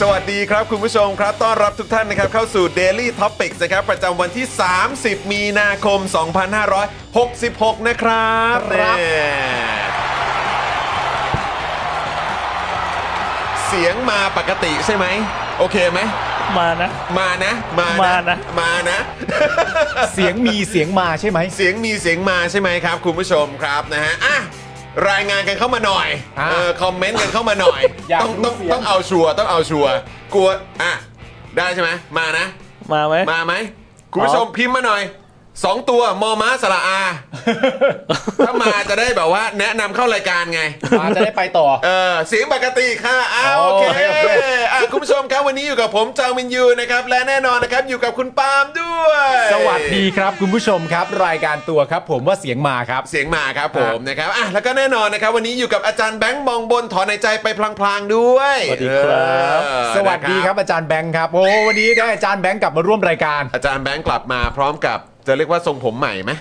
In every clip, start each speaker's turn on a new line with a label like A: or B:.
A: สวัสดีครับคุณผู้ชมครับ ต้อนรับทุกท่านนะครับเข้าสู่ Daily Topics นะครับ ประจำวันที่ 30 มีนาคม 2566 นะครับ
B: ครับ
A: แน่เสียงมาปกติใช่ไหม โอเคไหม
C: มานะ
A: มานะ มานะ
C: มานะ
A: มานะ
D: เสียงมีเสียงมาใช่ไหม
A: เสียงมีเสียงมาใช่ไหมครับ คุณผู้ชมครับนะฮะอ่ะรายงานกันเข้ามาหน่อย
D: อ่ะ
A: เออคอมเมนต์กันเข้ามาหน่อย
E: อยาก
A: ต้องต้
E: รู้
A: อง
E: เสียง
A: ต้องเอาชัวร์ต้องเอาชัวร์กลัวอ่ะได้ใช่ไหมมานะ
C: มาไหม
A: มาไหมคุณผู้ชมพิมพ์มาหน่อยสองตัวมอม้าสระ อา ถ้ามาจะได้แบบว่า แนะนำเข้ารายการไง
D: าจะได้ไปต่อ
A: เออเสียงปกติค่ะอ้าว
D: โอ้
A: โอเค
D: โอเค
A: อ่ะคุณผู้ชมครับวันนี้อยู่กับผมจางวินยูนะครับ และแน่นอนนะครับอยู่กับคุณปาล์มด้วย
D: สวัสดีครับคุณผู้ชมครับ รายการตัวครับ ผมว่าเสียงมาครับ
A: เสียงมาครับผมนะครับอ่ะแล้วก็แน่นอนนะครับ วันนี้อยู่กับอาจารย์แบงค์มองบนถอนในใจไปพลางๆด้วย
C: สวัสดีครับ
A: เออ
D: สวัสดีครับ
A: นะ
D: อาจารย์แบงค์ครับ โอ้วันนี้ได้อาจารย์แบงค์กลับมาร่วมรายการ
A: อาจารย์แบงค์กลับมาพร้อมกับจะเรียกว่าทรงผมใหม่ไหม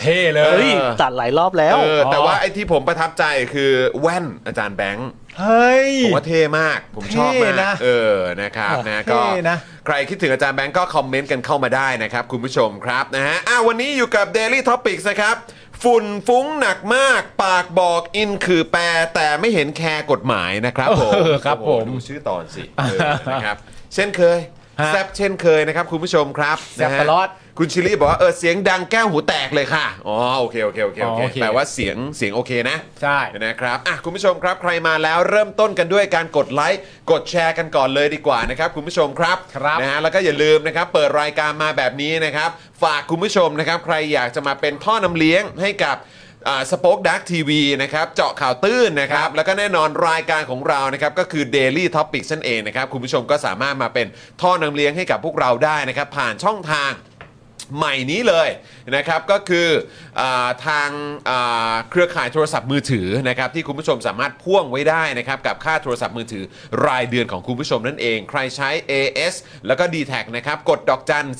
D: เท่เล
C: เฮ้
D: ย
C: ย
A: เออ
C: ตัดหลายรอบแล้ว
A: เออแต่ว่าไอ้ที่ผมประทับใจคือแว่นอาจารย์แบงค์
D: เฮ้ย
A: ผมว่าเท่มากผมชอบ
D: เท่
A: มาก
D: นะ
A: เออนะครับนะ
D: เท่
A: ก็
D: นะ
A: ใครคิดถึงอาจารย์แบงค์ก็คอมเมนต์กันเข้ามาได้นะครับคุณผู้ชมครับนะฮะอ่ะวันนี้อยู่กับ Daily Topics นะครับฝุ่นฟุ้งหนักมาก ปากบอกอินคือแปรแต่ไม่เห็นแคร์กฎหมายนะครับผม
D: เออครับ
A: โอ้โห
D: ผม
A: ดูชื่อตอนสิเออนะครับ เช่นเคย
D: ฮะ
A: แซบเช่นเคยนะครับ คุณผู้ชมครับ
D: แซ่บ
A: นะฮะ
D: ตลอด
A: คุณชิลลี่บอกว่าเออเสียงดังแก้วหูแตกเลยค่ะอ๋อโอเคโอเคโอเค
D: อ๋
A: โอ
D: อ
A: เค
D: โอเค
A: แปลว่าเสียงเสียงโอเคนะ
D: ใช่
A: นะครับอ่ะคุณผู้ชมครับใครมาแล้วเริ่มต้นกันด้วยการกดไลค์กดแชร์กันก่อนเลยดีกว่านะครับ คุณผู้ชมครับ
D: ครับ
A: นะฮะแล้วก็อย่าลืมนะครับเปิดรายการมาแบบนี้นะครับ ฝากคุณผู้ชมนะครับ ใครอยากจะมาเป็นท่อนำเลี้ยงให้กับสป็อคดักทีวีนะครับ เจาะข่าวตื้นนะครับ แล้วก็แน่นอนรายการของเรานะครับ ก็คือ Daily Topic นั่นเองนะครับ คุณผู้ชมก็สามารถมาเป็นท่อนำเลี้ยงให้กับพวกเราได้นะครับ ผ่านช่องทาง ใหม่นี้เลยนะครับก็คืออาทางอ่าเครือข่ายโทรศัพท์มือถือนะครับที่คุณผู้ชมสามารถพ่วงไว้ได้นะครับกับค่าโทรศัพท์มือถือรายเดือนของคุณผู้ชมนั่นเอง ใครใช้ AS แล้วก็ d t แทนะครับกดดอกจัน 489912411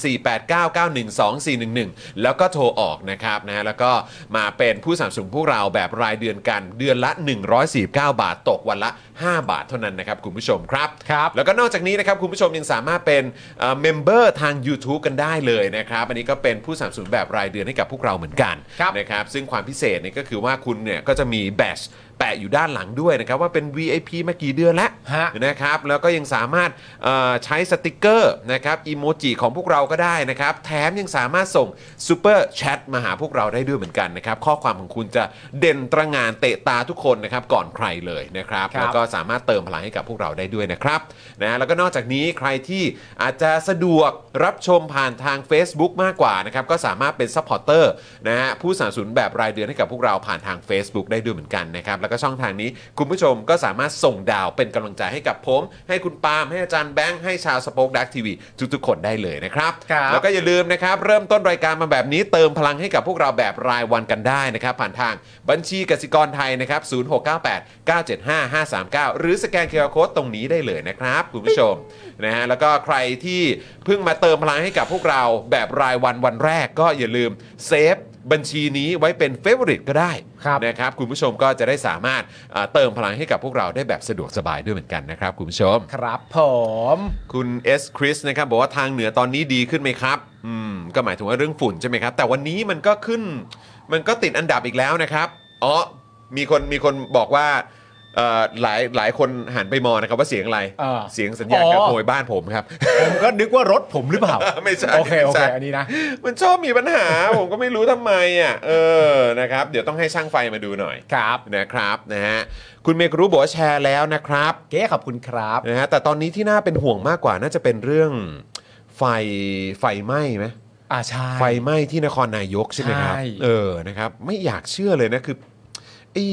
A: แล้วก็โทรออกนะครับนะแล้วก็มาเป็นผู้สนับสนุนพวกเราแบบรายเดือนกันเดือนละ 149 บาทตกวันละ 5 บาทเท่านั้นนะครับคุณผู้ชมครับ
D: ครับ
A: แล้วก็นอกจากนี้นะครับ คุณผู้ชมยังสามารถเป็นเมมเบอร์ทาง YouTube กันได้เลยนะครับ อันนี้ก็เป็นผู้สนับสนุนแบบรายเดือนให้กับพวกเราเหมือนกัน
D: ครับ
A: นะครับ ซึ่งความพิเศษเนี่ยก็คือว่าคุณเนี่ยก็จะมีแบชแปะอยู่ด้านหลังด้วยนะครับ ว่าเป็น VIP มากี่เดือนแล้ว
D: ฮะ
A: นะครับ แล้วก็ยังสามารถเอ่อใช้สติกเกอร์นะครับอีโมจิของพวกเราก็ได้นะครับ แถมยังสามารถส่งซูเปอร์แชทมาหาพวกเราได้ด้วยเหมือนกันนะครับข้อความของคุณจะเด่นตระหงานเตะตาทุกคนนะครับก่อนใครเลยนะครับ
D: ครับ
A: แล้วก็ ก็สามารถเติมพลังให้กับพวกเราได้ด้วยนะครับนะแล้วก็นอกจากนี้ใครที่อาจจะสะดวกรับชมผ่านทาง Facebook มากกว่านะครับก็สามารถเป็นซัพพอร์เตอร์นะฮะผู้สนับสนุนแบบรายเดือนให้กับพวกเราผ่านทาง Facebook ได้ด้วยเหมือนกันนะครับแล้วก็ ก็ช่องทางนี้ คุณผู้ชมก็สามารถส่งดาวเป็นกำลังใจให้กับผม ให้คุณปาล์มให้อาจารย์แบงค์ให้ชาวสป็อคดักทีวีทุกๆ คนได้เลยนะครับ
D: ครับ
A: แล้วก็อย่าลืมนะครับ เริ่มต้นรายการมาแบบนี้เติมพลังให้กับพวกเราแบบรายวันกันได้นะครับ ผ่านทางบัญชีกสิกรไทยนะครับ 0698 975 539 หรือสแกนเคอร์โคตรงนี้ได้เลยนะครับ คุณผู้ชมนะฮะแล้วก็ใครที่เพิ่งมาเติมพลังให้กับพวกเราแบบรายวันวันแรกก็อย่าลืมเซฟบัญชีนี้ไว้เป็นเฟ v o r i t e ก็ได้
D: ครับ
A: นะครับคุณผู้ชมก็จะได้สามารถเอ่อเติมพลังให้กับพวกเราได้แบบสะดวกสบายด้วยเหมือนกันนะครับคุณผู้ชม
D: ครับผม
A: คุณเอสคริสนะครับบอกว่าทางเหนือตอนนี้ดีขึ้นไหมครับ อืม ก็หมายถึงว่าเรื่องฝุ่นใช่ไหมครับ แต่วันนี้มันก็ขึ้น มันก็ติดอันดับอีกแล้วนะครับอ๋อมีคนมีคนบอกว่าเอ่อหลายหลายคนหันไปมองนะครับว่าเสียงอะไร
D: เออ
A: เสียงสัญญาณ
D: อ๋อ
A: การขโมยบ้านผมครับ
D: ผมก็นึกว่ารถผมหรือเปล่า
A: ไม่ใช่
D: โอเคโอ
A: ไม่
D: เค
A: ใช่
D: อันนี้นะ
A: มันชอบมีปัญหา ผมก็ไม่รู้ทำไมอ่ะเออนะครับเดี๋ยวต้องให้ช่างไฟมาดูหน่อย
D: ครับ
A: นะครับนะฮะคุณเมกรู้บอกว่าแชร์แล้วนะครับ
D: เก๊ขอบคุณครับ
A: นะฮะแต่ตอนนี้ที่น่าเป็นห่วงมากกว่าน่าจะเป็นเรื่องไฟไฟไหม้ไหม
D: อ่าใช่
A: ไฟไหม้ที่นครนายกใช่ไหมครับ
D: ใช่
A: เออนะครับไม่อยากเชื่อเลยนะคือไอ้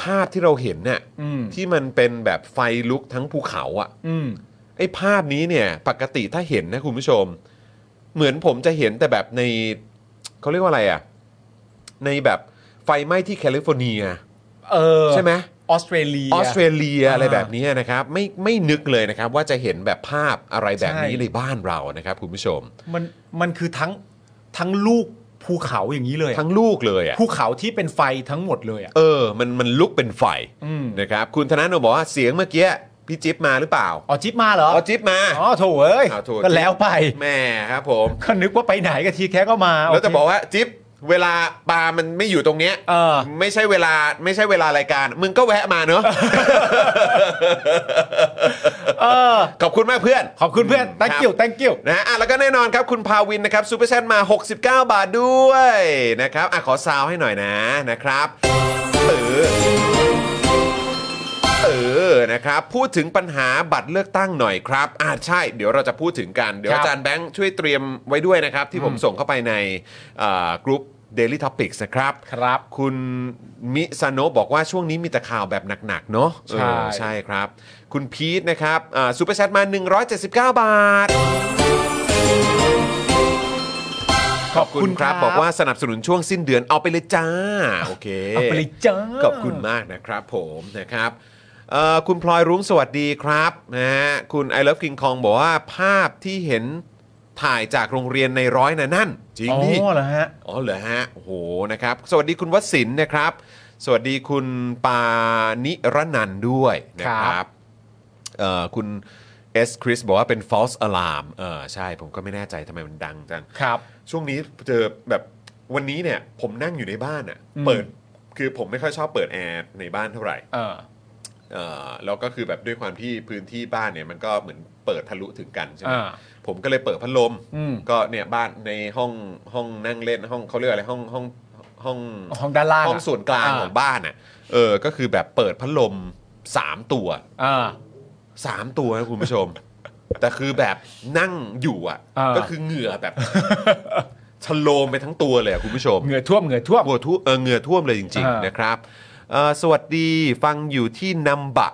A: ภาพที่เราเห็นเนี่ย
D: อืม
A: ที่มันเป็นแบบไฟลุกทั้งภูเขาอะ่ะ
D: อืม
A: ไอ้ภาพนี้เนี่ยปกติถ้าเห็นนะคุณผู้ชม เหมือนผมจะเห็นแต่แบบในเขาเรียกว่าอะไรอะ่ะในแบบไฟไหม้ที่แคลิฟอร์เนีย
D: เออ
A: ใช่ไหม
D: ออสเตรเลีย
A: ออสเตรเลีย
D: อ่า
A: อะไรแบบนี้นะครับไม่ไม่นึกเลยนะครับ ว่าจะเห็นแบบภาพอะไรแบบนี้
D: ใช่
A: ในบ้านเรานะครับ คุณผู้ชม
D: มันมันคือทั้งทั้งลูกภูเขาอย่างนี้เลยอะ
A: ทั้งลูกเลยอ่ะ
D: ภูเขาที่เป็นไฟทั้งหมดเลยอ่ะ
A: เออ มันมันลุกเป็นไฟ
D: อืม
A: นะครับ คุณธนาโนบอกว่าเสียงเมื่อกี้พี่จิ๊บมาหรือเปล่า
D: อ๋อจิ๊บมาเหรอ
A: อ๋อจิ๊บมา
D: อ๋อโถเอ้ย
A: อ้าวโทษ
D: ก็แล้วไป
A: แม่ครับ ผม
D: ก็นึกว่าไปไหนกับทีแค่ก็มา
A: แล้วจะ
D: โเค
A: บอกว่าจิ๊บเวลาปลามันไม่อยู่ตรงเนี้ย
D: เออ
A: ไม่ใช่เวลาไม่ใช่เวลารายการ มึงก็แวะมาเนอะ
D: เออ
A: ขอบคุณมากเพื่อน
D: ขอบคุณเพื่อน thank you thank you
A: นะอ่ะแล้วก็แน่นอนครับ คุณพาวินนะครับซูเปอร์แชทมา 69 บาทด้วยนะครับอ่ะขอซาวให้หน่อยนะนะครับเออเออนะครับ พูดถึงปัญหาบัตรเลือกตั้งหน่อยครับอ่าใช่ เดี๋ยวเราจะพูดถึงกัน เดี๋ยว
D: ครับ
A: อาจารย์แบงค์ช่วยเตรียมไว้ด้วยนะครับ ที่ผมส่งเข้าไปในกรุ๊ป Daily Topics นะครับ
D: ครับ
A: คุณมิซาโนะบอกว่าช่วงนี้มีแต่ข่าวแบบหนักๆเนาะ
D: ใช่
A: เออใช่ครับ คุณพีทนะครับซูเปอร์แชทมา 179 บาท ขอบคุณครับ บอกว่าสนับสนุนช่วงสิ้นเดือนเอาไปเลย จ้า โอเค
D: เอาไปเลยจ้า
A: ขอบคุณมากนะครับผมนะครับเอ่อคุณพลอยรุ้งสวัสดีครับนะฮะคุณ I love King Kong บอกว่าภาพที่เห็นถ่ายจากโรงเรียนในร้อยนะนั่น จริง
D: อ๋อ
A: ดิ
D: เหรอฮะ
A: อ๋อเหรอฮะโอ้โหนะครับ สวัสดีคุณวศินทร์นะครับ สวัสดีคุณปานิรนันท์ด้วยนะค
D: ครั
A: รับบ เอ่อคุณเอสคริสบอกว่าเป็น false alarm เออใช่ผมก็ไม่แน่ใจทำไมมันดังจัง
D: ครับ
A: ช่วงนี้เจอแบบวันนี้เนี่ยผมนั่งอยู่ในบ้านอะ่ะ
D: อืม
A: เปิดคือผมไม่ค่อยชอบเปิดแอร์ในบ้านเท่าไหร่
D: เออ
A: เอ่อแล้วก็คือแบบด้วยความที่พื้นที่บ้านเนี่ยมันก็เหมือนเปิดทะลุถึงกันใช่ไหม
D: อ่า
A: ผมก็เลยเปิดพัดลม
D: อืม
A: ก็เนี่ยบ้านในห้องห้องนั่งเล่นห้องเขาเรียกอะไรห้องห้องห้อง
D: ห้องด้านล่างะ
A: ห้องส่วนกลางของบ้านอ่ะเออก็คือแบบเปิดพัดลมสามตัว
D: อ่า
A: สามตัวนะคุณผู้ช ม แต่คือแบบนั่งอยู่อ่ะ
D: อ่า
A: ก็คือเหงื่อแบบ ชโลมไปทั้งตัวเลยอะคุณผู้ชม
D: เหงื่อท่วมเหงื่อท่วม
A: เหงื่อท่วมเออเหงื่อท่วมเลยจริง
D: อ่า
A: ๆ
D: น
A: นะครับเอ่อสวัสดีฟังอยู่ที่นัมบะ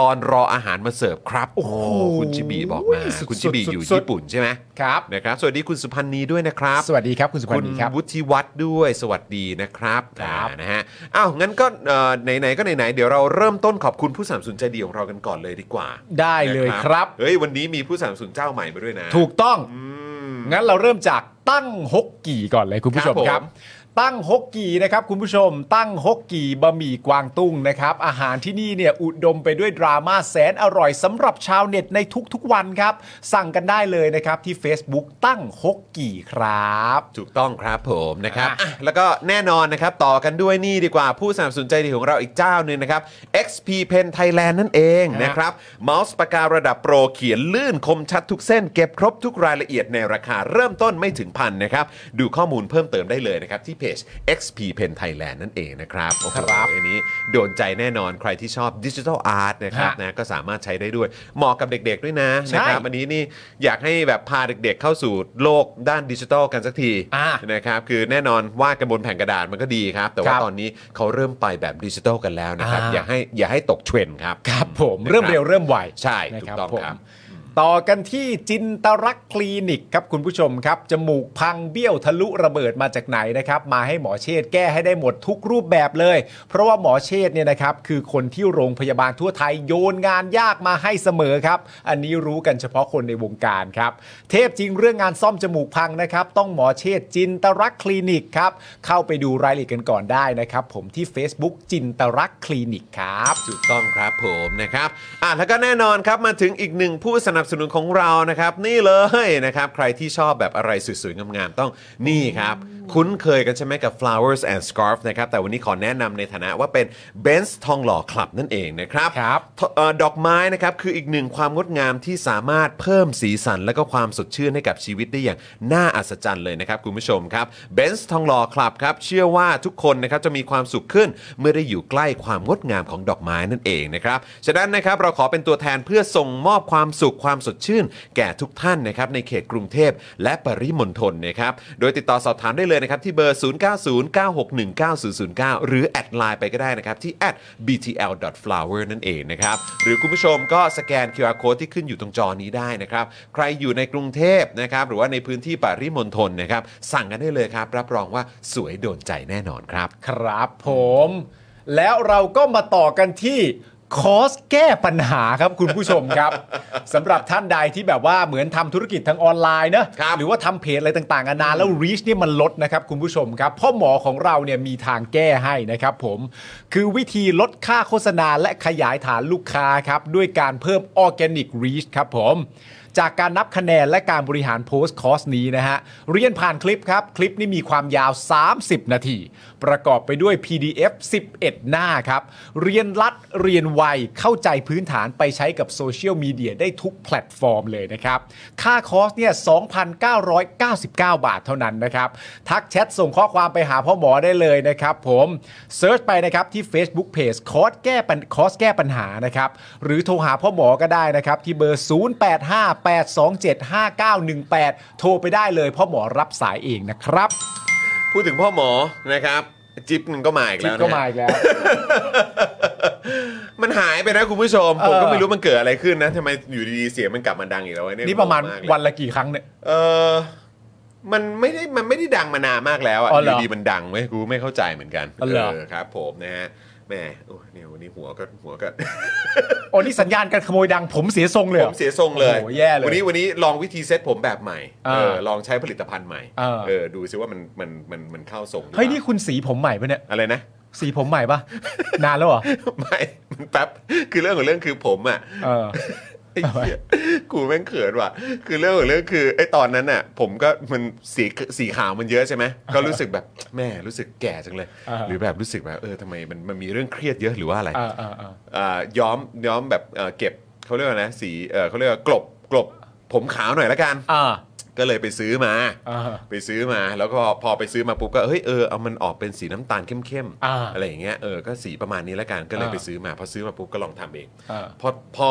A: ตอนรออาหารมาเสิร์ฟครับ โอ้โหคุณชิบีบอกมา
D: สุดๆ
A: คุณชิบีอยู่
D: สุดๆ
A: ญี่ปุ่นใช่ไหม
D: ครับ
A: นะครับสวัสดีคุณสุพันธ์นีด้วยนะครับ
D: สวัสดีครับคุณสุพร
A: คุณ
D: รณีครับ
A: วุฒิวัฒน์ด้วยสวัสดีนะครับ
D: ครับ
A: อ่านะฮะอ้าวงั้นก็เอ่อไหนๆก็ไหนๆเดี๋ยวเราเริ่มต้นขอบคุณผู้สนัมสนุนใจดีของเรากันก่อนเลยดีกว่า
D: ได้เลย
A: นะครับ เฮ้ยวันนี้มีผู้สนัมสนุนเจ้าใหม่มาด้วยนะ
D: ถูกต้อง
A: อืม
D: งั้นเราเริ่มจากตั้งฮกกี่ก่อนเลยคุณผู้ชม
A: ค
D: ค
A: รั
D: รั
A: บบ ผม
D: ตั้งฮกกี่นะครับคุณผู้ชม ตั้งฮกกี่บะหมี่กวางตุ้งนะครับ อาหารที่นี่เนี่ยอุดมไปด้วยดราม่าแสนอร่อยสำหรับชาวเน็ตในทุกๆวันครับ สั่งกันได้เลยนะครับที่ Facebook ตั้งฮกกี่ครับ
A: ถูกต้องครับผมนะครับ
D: อ่ะ
A: อ่ะแล้วก็แน่นอนนะครับ ต่อกันด้วยนี่ดีกว่าผู้สนับสนุนใจดีของเราอีกเจ้าหนึ่งนะครับ XP Pen Thailand นั่นเอง
D: ฮะ
A: นะครับเมาส์ปากการะดับโปรเขียนลื่นคมชัดทุกเส้นเก็บครบทุกรายละเอียดในราคาเริ่มต้นไม่ถึงพันนะครับ ดูข้อมูลเพิ่มเติมได้เลยนะครับ ที่เพ Page XP Pen Thailand นั่นเองนะครับโอ้โห
D: ครับ
A: อันนี้โดนใจแน่นอนใครที่ชอบดิจิทัลอาร์ตนะครับ
D: ฮะ
A: นะก็สามารถใช้ได้ด้วยเหมาะกับเด็กๆด้วยนะ
D: ใช่
A: นะครับอันนี้นี่อยากให้แบบพาเด็กๆเข้าสู่โลกด้านดิจิทัลกันสักที
D: อ่า
A: นะครับคือแน่นอนวาดกันบนแผ่นกระดาษมันก็ดีครับ แต่ว่า
D: ครับ
A: ตอนนี้เขาเริ่มไปแบบดิจิทัลกันแล้วนะครับ
D: อ่า
A: อย่าให้อย่าให้ตกเทรนด์ครับ
D: ครับผมเริ่มเร็วเริ่มไว
A: ใช่
D: นะ
A: ถู
D: ค
A: กต้
D: รับ
A: อง
D: ผม
A: ครับ
D: ต่อกันที่จินตรักษณ์คลินิกครับคุณผู้ชมครับ จมูกพังเบี้ยวทะลุระเบิดมาจากไหนนะครับ มาให้หมอเชษฐ์แก้ให้ได้หมดทุกรูปแบบเลย เพราะว่าหมอเชษฐ์เนี่ยนะครับคือคนที่โรงพยาบาลทั่วไทยโยนงานยากมาให้เสมอครับ อันนี้รู้กันเฉพาะคนในวงการครับ เทพจริงเรื่องงานซ่อมจมูกพังนะครับต้องหมอเชษฐ์จินตรักษณ์คลินิกครับเข้าไปดูรายละเอียดกันก่อนได้นะครับผมที่ Facebook จินตรักษณ์คลินิกครับ
A: ถูกต้องครับผมนะครับอ่ะแล้วก็แน่นอนครับมาถึงอีกหนึ่งผู้สนับสนุนของเรานะครับ นี่เลยนะครับ ใครที่ชอบแบบอะไรสวยๆ งามๆ ต้องนี่ครับ คุ้นเคยกันใช่ไหมกับ flowers and scarf นะครับ แต่วันนี้ขอแนะนำในฐานะว่าเป็น Benz ทองหล่อคลับนั่นเองนะครับ
D: ครับ
A: ทเอ่อดอกไม้นะครับคืออีกหนึ่งความงดงามที่สามารถเพิ่มสีสัน และก็ความสดชื่นให้กับชีวิตได้อย่างน่าอัศจรรย์เลยนะครับคุณผู้ชมครับเบนซ์ทองหล่อคลับครับเชื่อว่าทุกคนนะครับจะมีความสุขขึ้นเมื่อได้อยู่ใกล้ความงดงามของดอกไม้นั่นเองนะครับฉะนั้นนะครับเราขอเป็นตัวแทนเพื่อส่งมอบความสุขความสดชื่น แก่ทุกท่านนะครับในเขตกรุงเทพและปริมณฑลนะครับโดยติดต่อสอบถามได้เลยนะครับที่เบอร์ 0909619009 หรือแอดไลน์ไปก็ได้นะครับที่ at btl.flower นั่นเองนะครับหรือคุณผู้ชมก็สแกน QR code ที่ขึ้นอยู่ตรงจอนี้ได้นะครับใครอยู่ในกรุงเทพนะครับหรือว่าในพื้นที่ปริมณฑลนะครับสั่งกันได้เลยครับรับรองว่าสวยโดนใจแน่นอนครับ
D: ครับผม แล้วเราก็มาต่อกันที่คอร์สแก้ปัญหาครับคุณผู้ชม ครับ สำหรับท่านใดที่แบบว่าเหมือนทำธุรกิจทางออนไลน์นะครับ หรือว่าทำเพจอะไรต่างๆนานาแล้ว reach เนี่ยมันลดนะครับคุณผู้ชมครับพ่อหมอของเราเนี่ยมีทางแก้ให้นะครับผม คือวิธีลดค่าโฆษณาและขยายฐานลูกค้าครับ ด้วยการเพิ่ม organic reach ครับผม จากการนับคะแนนและการบริหารโพสต์คอร์สนี้นะฮะ เรียนผ่านคลิปครับ คลิปนี้มีความยาว 30 นาที ประกอบไปด้วย PDF 11 หน้าครับ เรียนรัดเรียนไวเข้าใจพื้นฐานไปใช้กับโซเชียลมีเดียได้ทุกแพลตฟอร์มเลยนะครับ ค่าคอร์สเนี่ย 2,999 บาทเท่านั้นนะครับ ทักแชทส่งข้อความไปหาพ่อหมอได้เลยนะครับผมเซิร์ชไปนะครับที่ Facebook Page คอร์สแก้ปัญคอร์สแก้ปัญหานะครับ หรือโทรหาพ่อหมอก็ได้นะครับ ที่เบอร์ 0858275918 โทรไปได้เลยพ่อหมอรับสายเองนะครับ
A: พูดถึงพ่อหมอนะครับจิ๊บหนึ่งก็มาอีก
D: คลิ
A: แล้ว
D: ป
A: นะ
D: ก็มาอีกแล้ว
A: มันหายไปนะคุณผู้ชม
D: เอ
A: ผ
D: อ
A: มก็ไม่รู้มันเกิดอะไรขึ้นนะทำไมอยู่ดีๆเสียงมันกลับมาดังอีกแล้ววเนี่ย
D: นี่ประมาณ
A: งกเลย
D: วันละกี่ครั้งเนี่ย
A: เออมันไม่ได้มันไม่ได้ดังมานานมากแล้วอ่ะ
D: อ๋อ
A: อ
D: เหรอยู่
A: ดีมันดังเว้ยกูไม่เข้าใจเหมือนกัน
D: อ๋อเหรอ
A: ครับผมนะฮะแหม่โอ้เนี่ยวันนี้หัวก็หัวก็
D: โอ้นี่สัญญาณการขโมยดังผมเสียทรงเลยห
A: ผ
D: รอ
A: มเสียทรงเลย
D: โอ้โหแย่เลย
A: วันนี้วันนี้ลองวิธีเซ็ตผมแบบใหม่
D: อ่า
A: เออลองใช้ผลิตภัณฑ์ใหม่
D: เออ
A: เออดูซิว่ามันมันมันมันเข้าทรงหรือ
D: เฮ้ย
A: ปล่า
D: นี่คุณสีผมใหม่ปะเนี่ย
A: อะไรนะ
D: สีผมใหม่ปะ นานแล้วเหรอ
A: ไม่มันแป๊บคือเรื่องของเรื่องคือผมอ่ะ
D: เออ
A: ไอ้เหี้ยกูแม่งเขินว่ะ คือเรื่องของเรื่องคือไอ้ตอนนั้นน่ะ ผมก็มันสีสีขาวมันเยอะใช่ไหมก็รู้สึกแบบแม่รู้สึกแก่จังเลย
D: อ่าฮะ
A: หรือแบบรู้สึกแบบเออทำไมมันมันมีเรื่องเครียดเยอะหรือว่าอะไร
D: เออเออเออ
A: อ่าย้อมย้อมแบบเอ่อเก็บเขาเรียกว่านะสีเอ่อเขาเรียกว่ากลบกลบผมขาวหน่อยละกัน
D: อ่า
A: ก็เลยไปซื้อมา
D: อ่าฮะ
A: ไปซื้อมาแล้วก็พอไปซื้อมาปุ๊บก็เฮ้ยเออเอามันออกเป็นสีน้ำตาลเข้ม
D: อ่า
A: ๆอะไรอย่างเงี้ยเออก็สีประมาณนี้ละกันก็เลย
D: อ่า
A: ไปซื้อมาพอซื้อมาปุ๊บก็ลองทำเอง
D: อ่า
A: พอพอ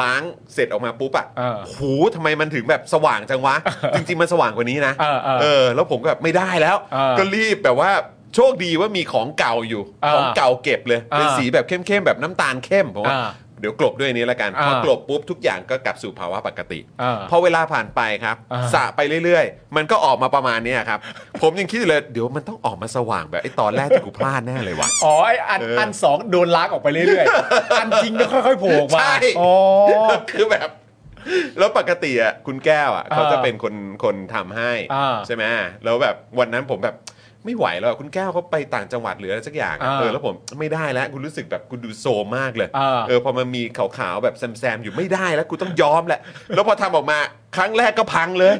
A: ล้างเสร็จออกมาปุ๊บอ่ะ
D: อ่า
A: หูทำไมมันถึงแบบสว่างจังวะ จริงๆมันสว่างกว่านี้นะ
D: อ่าอ่า
A: เออแล้วผมก็แบบไม่ได้แล้ว
D: อ่า
A: ก็รีบแบบว่าโชคดีว่ามีของเก่าอยู่
D: อ่า
A: ของเก่าเก็บเลยเป็น
D: อ่า
A: สีแบบเข้มๆแบบน้ำตาลเข้มผมว่า
D: อ่า
A: เดี๋ยวกลบด้วยอันนี้ละกันพอ
D: าก
A: ลบปุ๊บทุกอย่างก็กลับสู่ภาวะปกติ
D: อ่า
A: พอเวลาผ่านไปครับ
D: อ่า
A: สระไปเรื่อยๆ มันก็ออกมาประมาณเนี้ยครับ ผมยังคิดอยู่เลย เดี๋ยวมันต้องออกมาสว่างแบบไอ้ตอนแรกที่กูพลาดแน่เลยว่ะ
D: อ๋อไออัน
A: เอออั
D: อันสองโดนล้างออกไปเรื่อยๆ อันจริงก็ค่อยๆโผล่ออกมา
A: ใช่
D: อ๋อ
A: คือแบบ แล้วปกติอ่ะคุณแก้วอ่ะเขาจะเป็นคนคนทำให้
D: อ่า
A: ใช่ไหมแล้วแบบวันนั้นผมแบบไม่ไหวแล้วอะคุณแก้วเขาไปต่างจังหวัดหรืออะไรสักอย่างอะ
D: อ่า
A: เออแล้วผมไม่ได้แล้วคุณรู้สึกแบบคุณดูโซมมากเลย
D: อ่า
A: เออพอมันมีขาวๆแบบแซมๆอยู่ไม่ได้แล้วกูต้องยอมแหละ แล้วพอทำออกมา ครั้งแรกก็พังเลย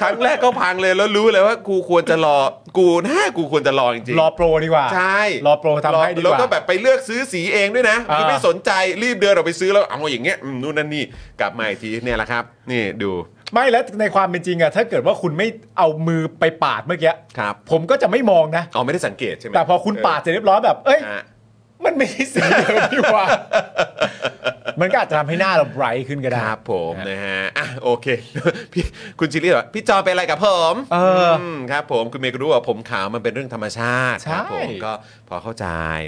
A: ครั้งแรกก็พังเลยแล้วรู้เลยว่ากูควรจะรอกูนะกูควรจะรอจริงๆ
D: รอโปรดีกว่า
A: ใช่
D: รอโปรทำให้ดีกว่า
A: แล้วก็แบบไปเลือกซื้อสีเองด้วยนะ
D: อ่า
A: คือไม่สนใจรีบเดินออกไปซื้อแล้วเอาอย่างเงี้ยอืมนู่นนั่นนี่กลับมาอีกทีเนี่ยแหละครับ นี่ดู
D: ไม่แล้วในความเป็นจริงอะถ้าเกิดว่าคุณไม่เอามือไปปาดเมื่อกี้
A: ครับ
D: ผมก็จะไม่มองนะ
A: อ๋อไม่ได้สังเกตใช่ไหม
D: แต่พอคุณปาดเสร็จเรียบร้อยแบบ เอ้ย
A: อ่ะ
D: มันไม่ใช่สีเดิมที่ว่า มันก็อาจจะทำให้หน้าเราไบรท์ขึ้นก็ได้
A: ครับผมนะฮะอ่ะโอเค พี่คุณจิลลี่บอกว่าพี่จอเป็นอะไรกับผม
D: เอออื
A: มครับผมคุณเมย์ก็รู้ว่าผมขาวมันเป็นเรื่องธรรมชาติค
D: ใช่
A: รับผมก็พอเข้าใจ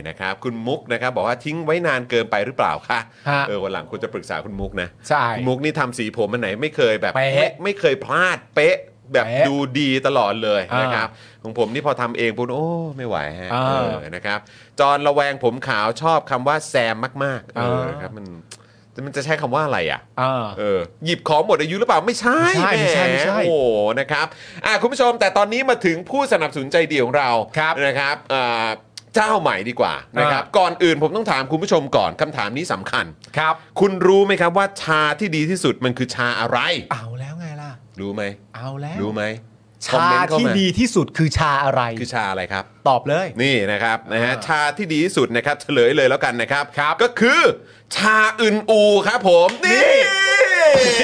A: นะครับ คุณมุกนะครับ บอกว่าทิ้งไว้นานเกินไปหรือเปล่าคะ
D: ฮะ
A: เออวันหลังคุณจะปรึกษาคุณมุกนะ
D: ใช่
A: มุกนี่ทำสีผมมันไหนไม่เคยแบบ
D: เป๊ะ
A: ไม่ไม่เคยพลาดเป๊ะแบบ
D: เป๊ะ
A: ดูดีตลอดเลย
D: อ่าน
A: นะครับ ของผมนี่พอทำเองปุ๊บโอ้ไม่ไหวฮะ
D: อ่า
A: เออนะครับ จอนระแวงผมขาวชอบคำว่าแซมมาก ๆ เออ
D: อ่า
A: ครับมันมันจะใช้คำว่าอะไรอ่ะ
D: อ่า
A: เออหยิบของหมดอายุหรือเปล่าไม่ใช่
D: ไม่ใช่ไม่ใช่ไม่ใช่
A: แหโอ้โหนะครับอ่ะคุณผู้ชมแต่ตอนนี้มาถึงผู้สนับสนุนใจดีของเรา
D: ครับ
A: นะครับอ่าเจ้าใหม่ดีกว่านะครับ
D: อ่า
A: ก่อนอื่นผมต้องถามคุณผู้ชมก่อนคำถามนี้สำคัญ
D: ครับ
A: คุณรู้ไหมครับว่าชาที่ดีที่สุดมันคือชาอะไร
D: เอาแล้วไงล่ะ
A: รู้ไหม
D: เอาแล้ว
A: รู้ไหม
D: ชาที่ดีที่สุดคือชาอะไร
A: คือชาอะไรครับ
D: ตอบเลย
A: นี่นะครับนะฮะชาที่ดีที่สุดนะครับเฉลยเลยแล้วกันนะครับ
D: ครับ
A: ก็คือ ชาอึนอูครับผม นี่
D: นี่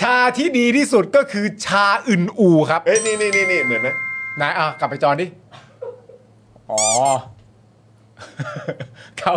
D: ชาที่ดีที่สุดก็คือชาอึนอูครับ
A: เฮ้ยนี่นี่นี่นี่เหมือนไหม
D: นายอ่ะกลับไปจอนดิ อ๋อ เขา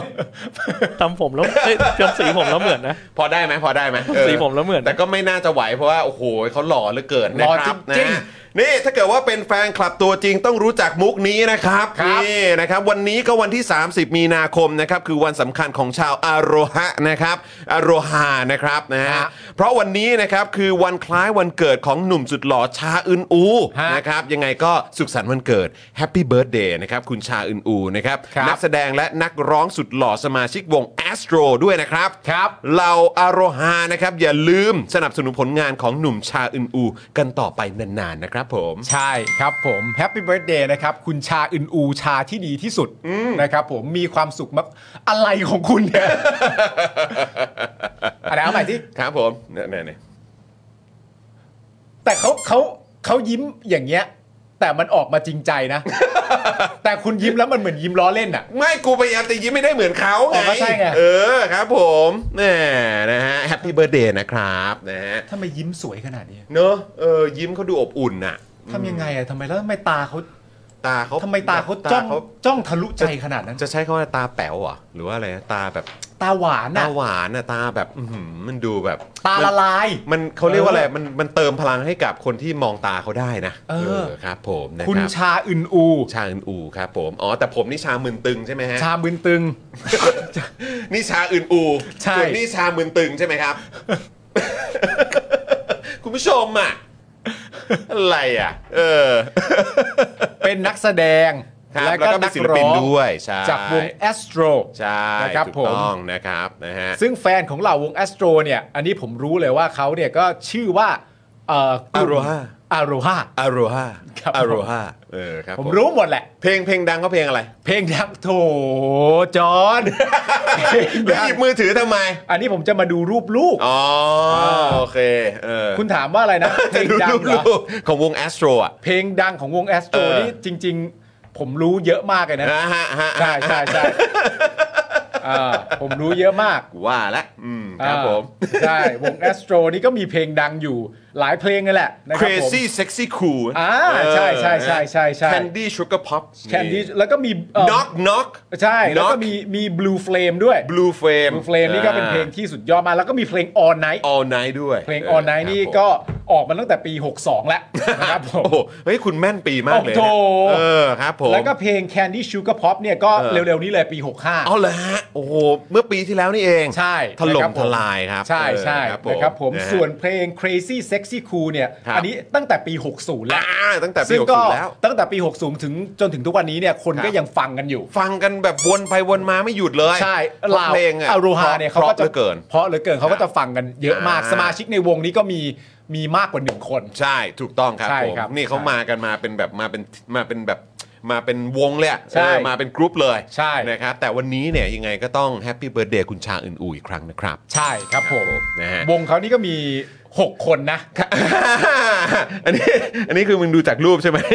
C: ทำผมแล้วเอ้ยทำสีผมแล้วเหมือนนะ
A: พอได้ไหมพอได้ไหมเออ
C: สีผมแล้วเหมือนนะ
A: แต่ก็ไม่น่าจะไหวเพราะว่า โอ้โหเขาหล่อเหลือเกินนะ
D: หล่
A: ค
D: อจ
A: รับ
D: ริง
A: นะนี่ถ้าเกิดว่าเป็นแฟนคลับตัวจริงต้องรู้จักมุกนี้นะครับ
D: ครับ
A: นี่นะครับวันนี้ก็วันที่ 30 มีนาคมนะครับคือวันสำคัญของชาวอโรฮะนะครับอโรฮานะครับนะฮะ
D: ฮะ
A: เพราะวันนี้นะครับคือวันคล้ายวันเกิดของหนุ่มสุดหล่อชาอึนอู
D: ฮะ
A: นะครับยังไงก็สุขสันต์วันเกิดแฮปปี้เบิร์ดเดย์นะครับคุณชาอึนอูนะครับ
D: ครับ
A: นักแสดงและนักร้องสุดหล่อสมาชิกวง Astro ด้วยนะครับ
D: ครับ
A: เหล่าอารฮานะครับ อย่าลืมสนับสนุนผลงานของหนุ่มชาอึนอู กันต่อไปนานๆนะครับผม
D: ใช่ครับผมแฮปปี้เบิร์ดเดย์นะครับ คุณชาอึนอูชาที่ดีที่สุดนะครับผมมีความสุขมากอะไรของคุณ เนี่ย อะไรเอาใหม่ที่
A: ครับผมเนี่ยเนี่ยเนี่ย
D: แต่เขาเขาเขายิ้มอย่างเงี้ย แต่มันออกมาจริงใจ นะ แต่คุณยิ้มแล้วมันเหมือนยิ้มล้อเล่นอ่ะ
A: ไม่กูพยายามจะยิ้มไม่ได้เหมือนเขา
D: อ๋
A: ไง
D: อก็ใช่ไง
A: เออครับผมแน่นะฮะแฮปปี้เบิร์ดเดย์นะครับนะฮะ
D: ทำไมยิ้มสวยขนาดนี้
A: เนอะเออยิ้มเขาดูอบอุ่นน่ะ
D: ทำยังไงอ่ะทำไมแล้วทำไมตาเขา
A: ตาเขา
D: ทำไมตาเขาจ้องจ้องทะลุใจขนาดนั้น
A: จะใช้คำว่าตาแป๋วเหรอหรือว่าอะไรนะตาแบบ
D: ตาหวาน
A: ตา
D: อ่ะ
A: หวานน่ะตาแบบอื้อหือมันดูแบบ
D: ตาละลาย
A: มันเขาเรียกว่าอะไร
D: เออ
A: มันมันเติมพลังให้กับคนที่มองตาเขาได้นะ
D: เออ
A: ครับ ผมนะรับ
D: คุณชาอึนอู
A: ชาอึนอูครับผม อ๋อ แต่ผมนี่ชามึนตึงใช่ไหมฮะ
D: ชาบึนตึง
A: นี่ชาอึนอู
D: ใช่
A: ส่วนนี่ชามึนตึงใช่ไหม ครับ คุณผู้ชมอ่ะ อะไรอ่ะ เออ
D: เป็นนักแสดง
A: ครับ
D: และ
A: แล้วก็
D: ก็
A: เป็
D: นั
A: น
D: ก
A: ศิลปิน
D: ร้อง
A: ด้วยใช่
D: จากวงแอสโตร
A: ใช่
D: นะครับ
A: ถูก
D: ผม
A: ต้องนะครับนะฮะ
D: ซึ่งแฟนของเหล่าวงแอสโตรเนี่ย อันนี้ผมรู้เลยว่าเขาเนี่ยก็ชื่อว่าเอ่อกลุ่ม
A: Aroha
D: อาโรฮา
A: อโรฮา
D: ครับผม
A: อโรฮาเออครับ
D: ผมรู้หมดแหละ
A: เพลงเพลงดังก็เพลงอะไร
D: เพลงดังโถจอน เพลง
A: แล้ว
D: ดั
A: ห
D: ง
A: ยิบมือถือ ทำไม
D: อันนี้ผมจะมาดูรูปลูก
A: อ๋อ โอเค เออ
D: คุณถามว่าอะไรนะ เพลง
A: ดู
D: ดัง
A: รูป
D: เหรอ
A: ลูกของวงแอสโตรอ่ะ
D: เพลงดังของวงแอสโตร
A: เออ
D: นี่จริง ๆ ผมรู้เยอะมากเลยนะ
A: นะฮะฮะ
D: ใช่ใช่ใช่เออผมรู้เยอะมาก
A: กูว่าละอืมครับผม
D: อ่าใช่ วงแอสโตรนี่ก็มีเพลงดังอยู่หลายเพลงนั่นแหละนะครับผม
A: Crazy Sexy Cool
D: อ่าใช่ใช่ใช่ใช่ใช่
A: Candy Sugar Pop
D: แคนดี้แล้วก็มีเอ่อ
A: Knock Knock
D: ใช่ แล้วก็
A: Knock
D: มีมีบลูเฟลมด้วย
A: Blue Flame
D: บลูเฟลมนี่ก็เป็นเพลงที่สุดยอดมากแล้วก็มีเพลง All Night
A: อ่า All Night ด้วย
D: เพลง All Night นี่ก็ออกมาตั้งแต่ปี 62 แล้วนะครับผ
A: โอ้
D: ม
A: โหเฮ้ย คุณแม่นปีมากเลยนะ
D: โอ้โห
A: เออครับผม
D: แล้วก็เพลง Candy Sugar Pop เนี่ยก็
A: เออ
D: เร็วๆนี้เลยปี 65
A: เอาเลยฮะ โอ้โห เมื่อปีที่แล้วนี่เอง
D: ใช่
A: ถล่
D: นะครั
A: ม
D: บ
A: ท
D: ผม
A: ลายครับ
D: ใช่ใช่
A: เออ
D: นะครับผม
A: ะฮะ
D: ส่วนเพลง Crazy Sexy Cool เนี่ย
A: ครับ
D: อันนี้ตั้งแต่ปี 60 แล้ว
A: อ่าตั้งแต่ปี
D: ซึ่งก็
A: 60แล้ว
D: ตั้งแต่ปี 60 ถึงจนถึงทุกวันนี้เนี่ยคน
A: ครับ
D: ก็ยังฟังกันอยู่
A: ฟังกันแบบวนไปวนมาไม่หยุดเลย
D: ใช่
A: เพราะเพลงอะ
D: อารูฮาเนี่ยเขา
A: พ
D: ก็
A: ระห
D: จะ
A: ลือเกิน
D: เพราะเหลือเกินเขาก็จะฟังกันเยอะมาก
A: อ่า
D: สมาชิกในวงนี้ก็มีมีมากกว่าหนึ่งคน
A: ใช่ถูกต้องครับ
D: ใช่
A: ผม
D: ครับ
A: นี่เขา
D: ใช่
A: มากันมาเป็นแบบมาเป็นมาเป็นแบบมาเป็นวงเลยอะ
D: ใช่
A: เออมาเป็นกรุ๊ปเลย
D: ใช่
A: นะครับแต่วันนี้เนี่ยยังไงก็ต้องแฮปปี้เบิร์ดเดย์คุณชาอื่นอูอีกครั้งนะครับ
D: ใช่ครับผม
A: นะฮะ
D: วงเขานี่ก็มี 6 คนนะ
A: อันนี้อันนี้คือมึงดูจากรูปใช่ไหม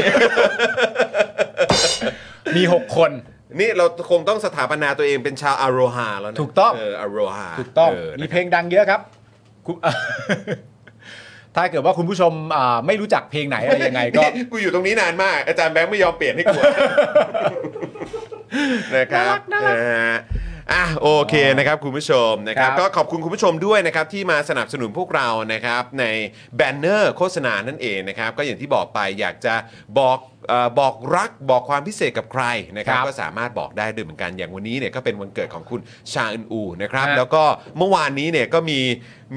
D: มี 6 คน
A: นี่เราคงต้องสถาปนาตัวเองเป็นชาวอโรฮาแล้วนะ
D: ถูกต้อง
A: เอออโรฮา
D: ถูกต้อง
A: เออ
D: มี
A: นะ
D: เพลงดังเยอะครับคุณ ถ้าเกิดว่าคุณผู้ชมอ่าไม่รู้จักเพลงไหนอะไรยังไงก็
A: นี่กูอยู่ตรงนี้นานมาก อาจารย์แบงค์ไม่ยอมเปลี่ยนให้กู นะครับนะฮะอ่ะโอเคนะครับคุณผู้ชมนะครับ
D: ครับ
A: ก็ขอบคุณคุณผู้ชมด้วยนะครับที่มาสนับสนุนพวกเรานะครับในแบนเนอร์โฆษณานั่นเองนะครับก็อย่างที่บอกไปอยากจะบอกเอ่อบอกรักบอกความพิเศษกับใครนะครับ
D: ครับ
A: ก็สามารถบอกได้ด้วยเหมือนกันอย่างวันนี้เนี่ยก็เป็นวันเกิดของคุณชาอึนอูนะครับ
D: ฮะ
A: แล้วก็เมื่อวานนี้เนี่ยก็มี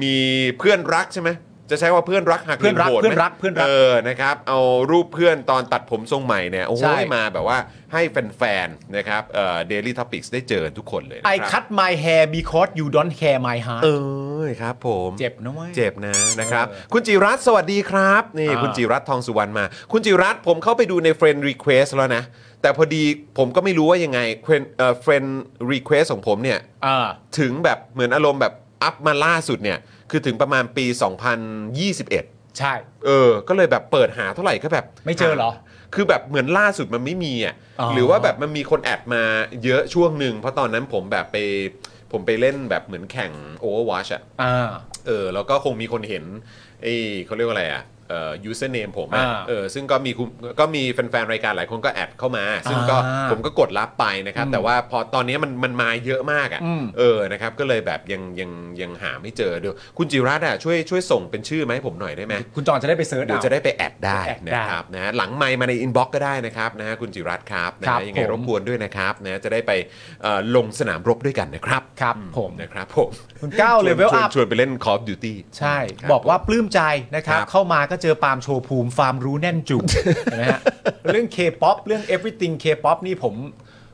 A: มีเพื่อนรักใช่ไหมจะใช้ว่าเพื่อนรักหัก
D: เพื่อนรัก
A: หลี่ยมโหดไหม
D: เพื่อนรักเพื่อนรัก
A: เออนะครับเอารูปเพื่อนตอนตัดผมทรงใหม่เนี่ยโอ้โห
D: ใช่
A: มาแบบว่าให้แฟนๆนะครับเอ่อ Daily Topics ได้เจอทุกคนเลยนะค
D: I
A: รับ
D: cut my hair because you don't care my heart
A: เออครับผม
D: เจ็บนะเว้ย
A: เจ็บนะนะครับ คุณจิรัตน์สวัสดีครับนี่
D: อ่า
A: คุณจิรัตน์ทองสุวรรณมา คุณจิรัตน์ผมเข้าไปดูใน Friend Request แล้วนะ แต่พอดีผมก็ไม่รู้ว่ายังไง Friend เอ่อ Friend Request ของผมเนี่ย
D: อ่า
A: ถึงแบบเหมือนอารมณ์แบบอัพมาล่าสุดเนี่ย คือถึงประมาณปี 2021
D: ใช่
A: เออ ก็เลยแบบเปิดหาเท่าไหร่ก็แบบ
D: ไม่เจอเหรอ
A: คือแบบเหมือนล่าสุดมันไม่มีอ่ะ
D: อ๋อ
A: หรือว่าแบบมันมีคนแอดมาเยอะช่วงหนึ่ง เพราะตอนนั้นผมแบบไป ผมไปเล่นแบบเหมือนแข่ง Overwatch อ่ะ
D: ่า
A: เออ แล้วก็คงมีคนเห็นไอ้เขาเรียกว่าอะไรอ่ะ เอ่อ username ผมอ่ะ
D: อ่า
A: เออ ซึ่งก็มีคุณก็มีแฟนๆ รายการหลายคนก็แอดเข้ามา ซึ่งก็
D: อ่า
A: ผมก็กดรับไปนะครับ แต่ว่าพอตอนนี้มันมันมาเยอะมากอ่ะ
D: อืม
A: เออ นะครับ ก็เลยแบบยังยังยังหาไม่เจอเดี๋ยวคุณจิรัตน์อ่ะช่วยช่วยส่งเป็นชื่อมาให้ผมหน่อยได้ไหม
D: คุณจอนจะได้ไปเสิร์ช
A: เดี๋ยว
D: เอา
A: จะได้ไปแอดได้
D: ไปแอดได้
A: นะครับนะฮะหลังไมค์มาในอินบ็อกซ์ก็ได้นะครับนะฮะคุณจิรัตน์ครับนะ
D: ครั
A: ฮะ
D: บ
A: ยังไง
D: ผม
A: รบกวนด้วยนะครับนะฮะจะได้ไปเอ่อลงสนามรบด้วยกันนะครับ
D: ครับผม
A: นะครับผม
D: คุณก้าวเลเวล
A: ชน
D: อัพ
A: ชวนไปเล่น Call of Duty
D: ใช่
A: ครับ
D: บอกว่า
A: ผม
D: ปลื้มใจนะครับ
A: ครับ
D: เข้ามาก็เจอปาล์มโชว์ภูมิ ฟาร์มรู้แน่นจุ ก เห็นะฮะเรื่อง K-POP เรื่อง everything K-POP นี่ผม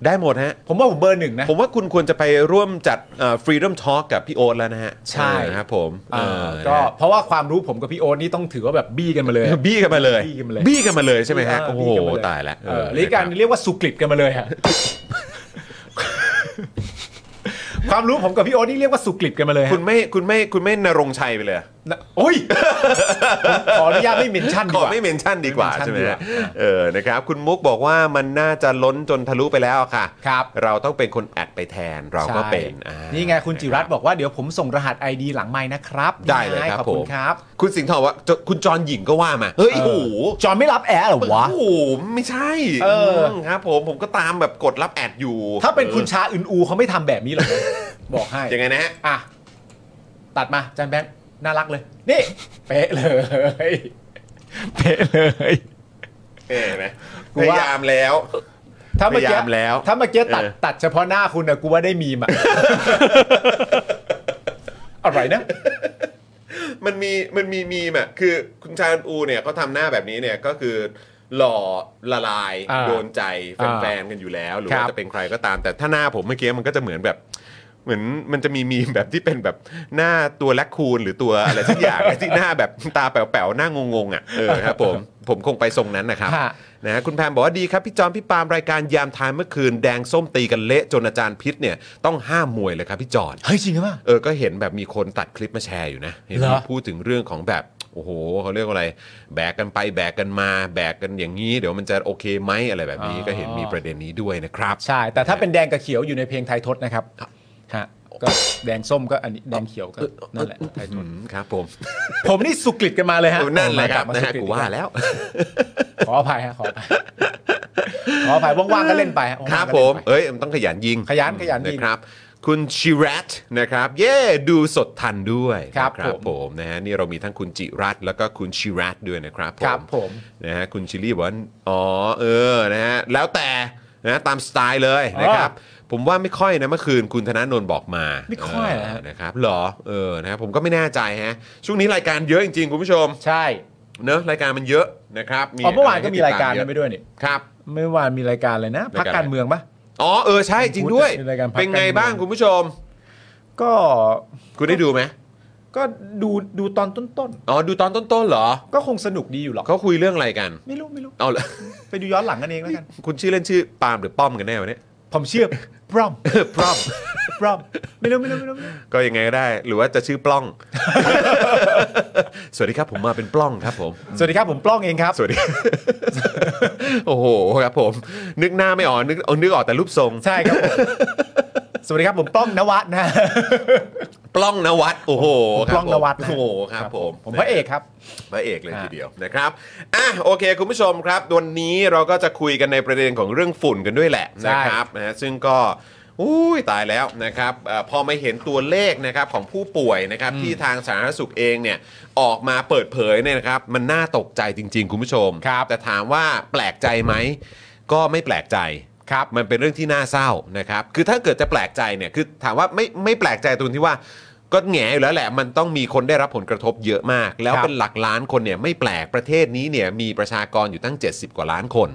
A: ได้หมดฮะ
D: ผมว่าผมเบอร์หนึ่งนะ
A: ผมว่าคุณควรจะไปร่วมจัดเอ่อ Freedom Talk กับพี่โอ๊ตแล้วนะฮะ
D: ใช่
A: เออครับผม
D: อ่า
A: เออ
D: ก็
A: นะฮะ
D: เพราะว่าความรู้ผมกับพี่โอ๊ตนี่ต้องถือว่าแบบบี้กันมาเลย
A: บี้กันมาเลย
D: บี้กันมาเลย
A: บี้กันมาเลยใช่ไหมฮะโอ้โห
D: เบี้กันมเล
A: ตายแล้ว
D: เออหรือการ
A: นะคบ
D: เรียกว่าสุกริตกันมาเลย ฮะ ความรู้ผมกับพี่โอ๊ตนี่เรียกว่าสุกริตกันมาเลยฮะ
A: คุณไม่คุณไม่คุณไม่นรงค์ชัยไปเลยอะ
D: นะโอ้ย ผมขออนุญาตไม่เมนชั่นดี
A: ข
D: ก
A: อ
D: ว่า
A: ไม่เมนชั่นดีกว่า
D: ไม่เมนชั่น
A: ใช่ไหมฮะ
D: ดีกว่า
A: เออนะครับคุณมุกบอกว่ามันน่าจะล้นจนทะลุไปแล้วอะค่ะ
D: ครับ
A: เราต้องเป็นคนแอดไปแทนเราก็เป็น
D: ใช่
A: อ่า
D: นี่ไงคุณจิรัตน์บอกว่าเดี๋ยวผมส่งรหัส ID หลังไม้นะครับ
A: ได้เลยครับ
D: ขอบ
A: ผ
D: คุ
A: ม
D: ณครับ
A: คุณสิงห์ทองว่าจะคุณจรหญิงก็ว่ามาเฮ้ย
D: เออ
A: โอ้โห
D: จอนไม่รับแอร์เหรอวะ
A: โอ้โหไม่ใช่
D: เออ
A: มครับผมผมก็ตามแบบกดรับแอดอยู่
D: ถ้าเป็นคุณชาอึนอูเขาไม่ทำแบบนี้หรอกนะ บอกให้
A: ยังไงนะฮะ
D: อ่ะ ตัดมาจานแบงค์น่ารักเลย นี่ เป๊ะเลย เป๊ะเลย
A: เอ๊ะเห็นไหม
D: กู
A: พ
D: ว่า
A: ยายามแล้ว
D: ถ้าเมื่อ
A: พ
D: กี้
A: ยายามแล้ว
D: ถ้าเมื่อกี้ตัด
A: เออ
D: ตัดเฉพาะหน้าคุณนะกูว่าได้มีมอะ อะไรนะ
A: มันมีมันมีมีมอ่ะคือคุณชาญอูเนี่ยเขาทำหน้าแบบนี้เนี่ยก็คือหล่อละลาย
D: อ่า
A: โดนใจแฟนๆกันอยู่แล้ว หรือ
D: ครั
A: ว่า
D: บ
A: จะเป็นใครก็ตาม แต่ถ้าหน้าผมเมื่อกี้มันก็จะเหมือนแบบ เหมือนมันจะมีมีมแบบที่เป็นแบบหน้าตัวแลคคูนหรือตัวอะไรสัก อย่าง ที่หน้าแบบตาแป๋วๆหน้างงๆอ่ะเออครับผมผมคงไปทรงนั้นนะครับ
D: ฮะ
A: นะฮะคุณแพมบอกว่าดีครับพี่จอมพี่ปาล์มรายการยามทายเมื่อคืนแดงส้มตีกันเละจนอาจารย์พิษเนี่ยต้องห้ามมวยเลยครับพี่จอน
D: เฮ้ย จริงหรือเปล่า
A: เออ ก็เห็นแบบมีคนตัดคลิปมาแชร์อยู่นะ เห็น
D: เหร
A: มี
D: อ
A: พูดถึงเรื่องของแบบ โอ้โห เขาเรียกว่าอะไร แบกกันไปแบกกันมา แบกกันอย่างนี้ เดี๋ยวมันจะโอเคไหมอะไรแบบนี้ ก็เห็นมีประเด็นนี้ด้วยนะครับ
D: ใช่ แต่ถ้าเป็นแดงกับเขียวอยู่ในเพลงไทยทศนะครับฮะก็แดงส้มก็อันนี้แดงเขียวก็นั่นแหละไทยท
A: อื
D: ศ
A: มครับผม
D: ผมนี่สุกฤตกันมาเลยฮะ
A: เอ อนั่นแหละครับ
D: มา
A: นะ
D: จ
A: ฮะ
D: สุฤต
A: กูว่าแล้ว
D: ขออภัยฮะขออภัยขออภัยว่างๆก็เล่นไปฮะ
A: ครั
D: ว่าง
A: บ
D: ๆก็
A: ผ
D: เล่น
A: ม
D: ไป
A: เอ้ยมันต้องขยันยิง
D: ขยันขยันยิง
A: นะครับ คุณชิรัตนะครับ เย่ดูสดทันด้วย
D: ครับ
A: นะ
D: ผม
A: ผมนะฮะนี่เรามีทั้งคุณจิรัตน์แล้วก็คุณชิรัตน์ด้วยนะครับ
D: ครับผม
A: นะฮะคุณชิลลี่บอกว่าอ๋อเออนะฮะแล้วแต่นะตามสไตล์เลยนะครับ ผมว่าไม่ค่อยนะเมื่อคืนคุณธนาโนนบอกมา
D: ไม่ค่อยเหรอฮะ
A: เนะครับเหรอเออนะครับผมก็ไม่แน่ใจฮะช่วงนี้รายการเยอะจริงๆคุณผู้ชม
D: ใช่
A: เนอะรายการมันเยอะนะครับ
D: อ๋อเมื่อวานก็มี
A: ะ
D: ราย
A: ให้ติดต
D: การ
A: เย
D: นั้
A: อะ
D: นไปด้วยนี่
A: ครับ
D: เมื่อวานมีรายการอะไรนะพักการเมืองปะ
A: อ๋อเออใช่จริงด้วย
D: มีรายการพัก
A: เป็นไง
D: การเมือง
A: บ้างคุณผู้ชม
D: ก็
A: คุณได้ดูไหม
D: ก็ดูดูตอนต้น
A: อ๋อ ดูตอนต้นๆเหรอ
D: ๆ ก็คงสนุกดีอยู่หรอก
A: เขาคุยเรื่องอะไรกัน
D: ไม่รู้ไม่รู้
A: เอาเหรอ
D: ไปดูย้อนหลังกันเองแล้วกัน
A: คุณชื่อเล่นชื่อปาล์มหรือป้อมกันแน่วันนี้
D: ผมเชื่อปรอม
A: ปล้อม
D: ปรอมไม่รู้ไม่รู้ไม่รู้ไม่รู้
A: ก็ยังไงก็ได้ หรือว่าจะชื่อปล้อง สวัสดีครับผมมาเป็นปล้องครับผม
D: สวัสดีครับผมปล้องเองครับ
A: สวัสดี โอ้โหครับผม นึกหน้าไม่ออกนึกเอานึกออกแต่รูปทรง
D: ใช่ครับผม สวัสดีครับผมป้องนวัดนะ
A: ปล้องนวัดโอ้โห
D: ผม
A: ครับ
D: ปล้องนวัดนะ
A: โอ้โหครับผม
D: ผมพระเอกครับ
A: พระเอกเลย
D: อ่า
A: ทีเดียวนะครับอ่ะโอเคคุณผู้ชมครับวันนี้เราก็จะคุยกันในประเด็นของเรื่องฝุ่นกันด้วยแหละนะครับนะฮะซึ่งก็อุ้ยตายแล้วนะครับเอ่อพอมาเห็นตัวเลขนะครับของผู้ป่วยนะครับที่ทางสาธารณสุขเองเนี่ยออกมาเปิดเผยเนี่ยนะครับมันน่าตกใจจริง ๆ คุณผู้ชมครับแต่ถามว่าแปลกใจไหมก็ไม่แปลกใจ
D: ครับ
A: มันเป็นเรื่องที่น่าเศร้านะครับ คือถ้าเกิดจะแปลกใจเนี่ย คือถามว่าไม่ไม่แปลกใจตรงที่ว่า ก็แหงอยู่แล้วแหละ มันต้องมีคนได้รับผลกระทบเยอะมาก แล้ว
D: ครับ
A: เป็นหลักล้านคนเนี่ยไม่แปลก ประเทศนี้เนี่ยมีประชากรอยู่ตั้ง 70 กว่าล้านคน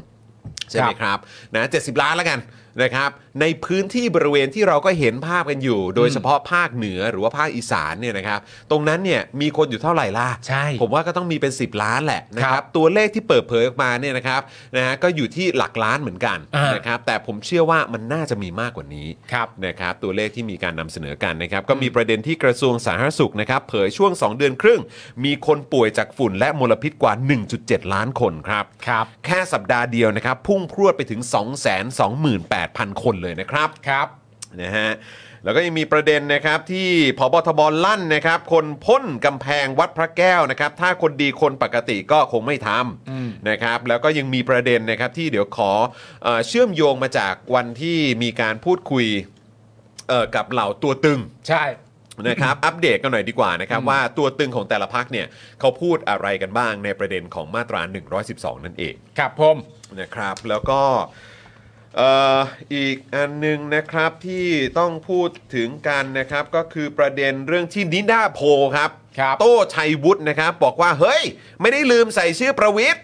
A: ใช่ไหมครับนะ70 ล้านแล้วกันนะครับ ในพื้นที่บริเวณที่เราก็เห็นภาพกันอยู่ โดยเฉพาะภาคเหนือหรือว่าภาคอีสานเนี่ยนะครับ ตรงนั้นเนี่ยมีคนอยู่เท่าไหร่ล่ะ
D: ใช่
A: ผมว่าก็ต้องมีเป็น 10 ล้านแหละนะค
D: ครั
A: รับบ ตัวเลขที่เปิดเผยออกมาเนี่ยนะครับนะฮะก็อยู่ที่หลักล้านเหมือนกัน
D: อ่าน
A: นะครับ แต่ผมเชื่อว่ามันน่าจะมีมากกว่านี้
D: ครับ
A: นะครับตัวเลขที่มีการนำเสนอกันนะครับก็มีประเด็นที่กระทรวงสาธารณสุขนะครับเผยช่วง 2 เดือนครึ่ง มีคนป่วยจากฝุ่นและมลพิษกว่า 1.7 ล้านคนครับ
D: ครับ
A: แค่สัปดาห์เดียวนะครับ พุ่งพรวดไปถึง 228,000 คนเลยนะครับ
D: ครับ
A: นะฮะแล้วก็ยังมีประเด็นนะครับที่พบทบลั่นนะครับ คนพ่นกำแพงวัดพระแก้วนะครับ ถ้าคนดีคนปกติก็คงไม่ท
D: อืม
A: ำนะครับ แล้วก็ยังมีประเด็นนะครับที่เดี๋ยวขอเออเชื่อมโยงมาจากวันที่มีการพูดคุย เอ่อกับเหล่าตัวตึง
D: ใช่
A: นะครับ อัปเดตกันหน่อยดีกว่านะครับว่าตัวตึงของแต่ละพักเนี่ยเขาพูดอะไรกันบ้างในประเด็นของมาตรา 112 นั่นเอง
D: ครับผม
A: นะครับ แล้วก็เอ่ออีกอันหนึงนะครับที่ต้องพูดถึงกันนะครับก็คือประเด็นเรื่องที่นิด้าโพลครับ
D: ครับ
A: โต้ชัยวุฒินะครับ บอกว่าเฮ้ย ไม่ได้ลืมใส่ชื่อประวิทย์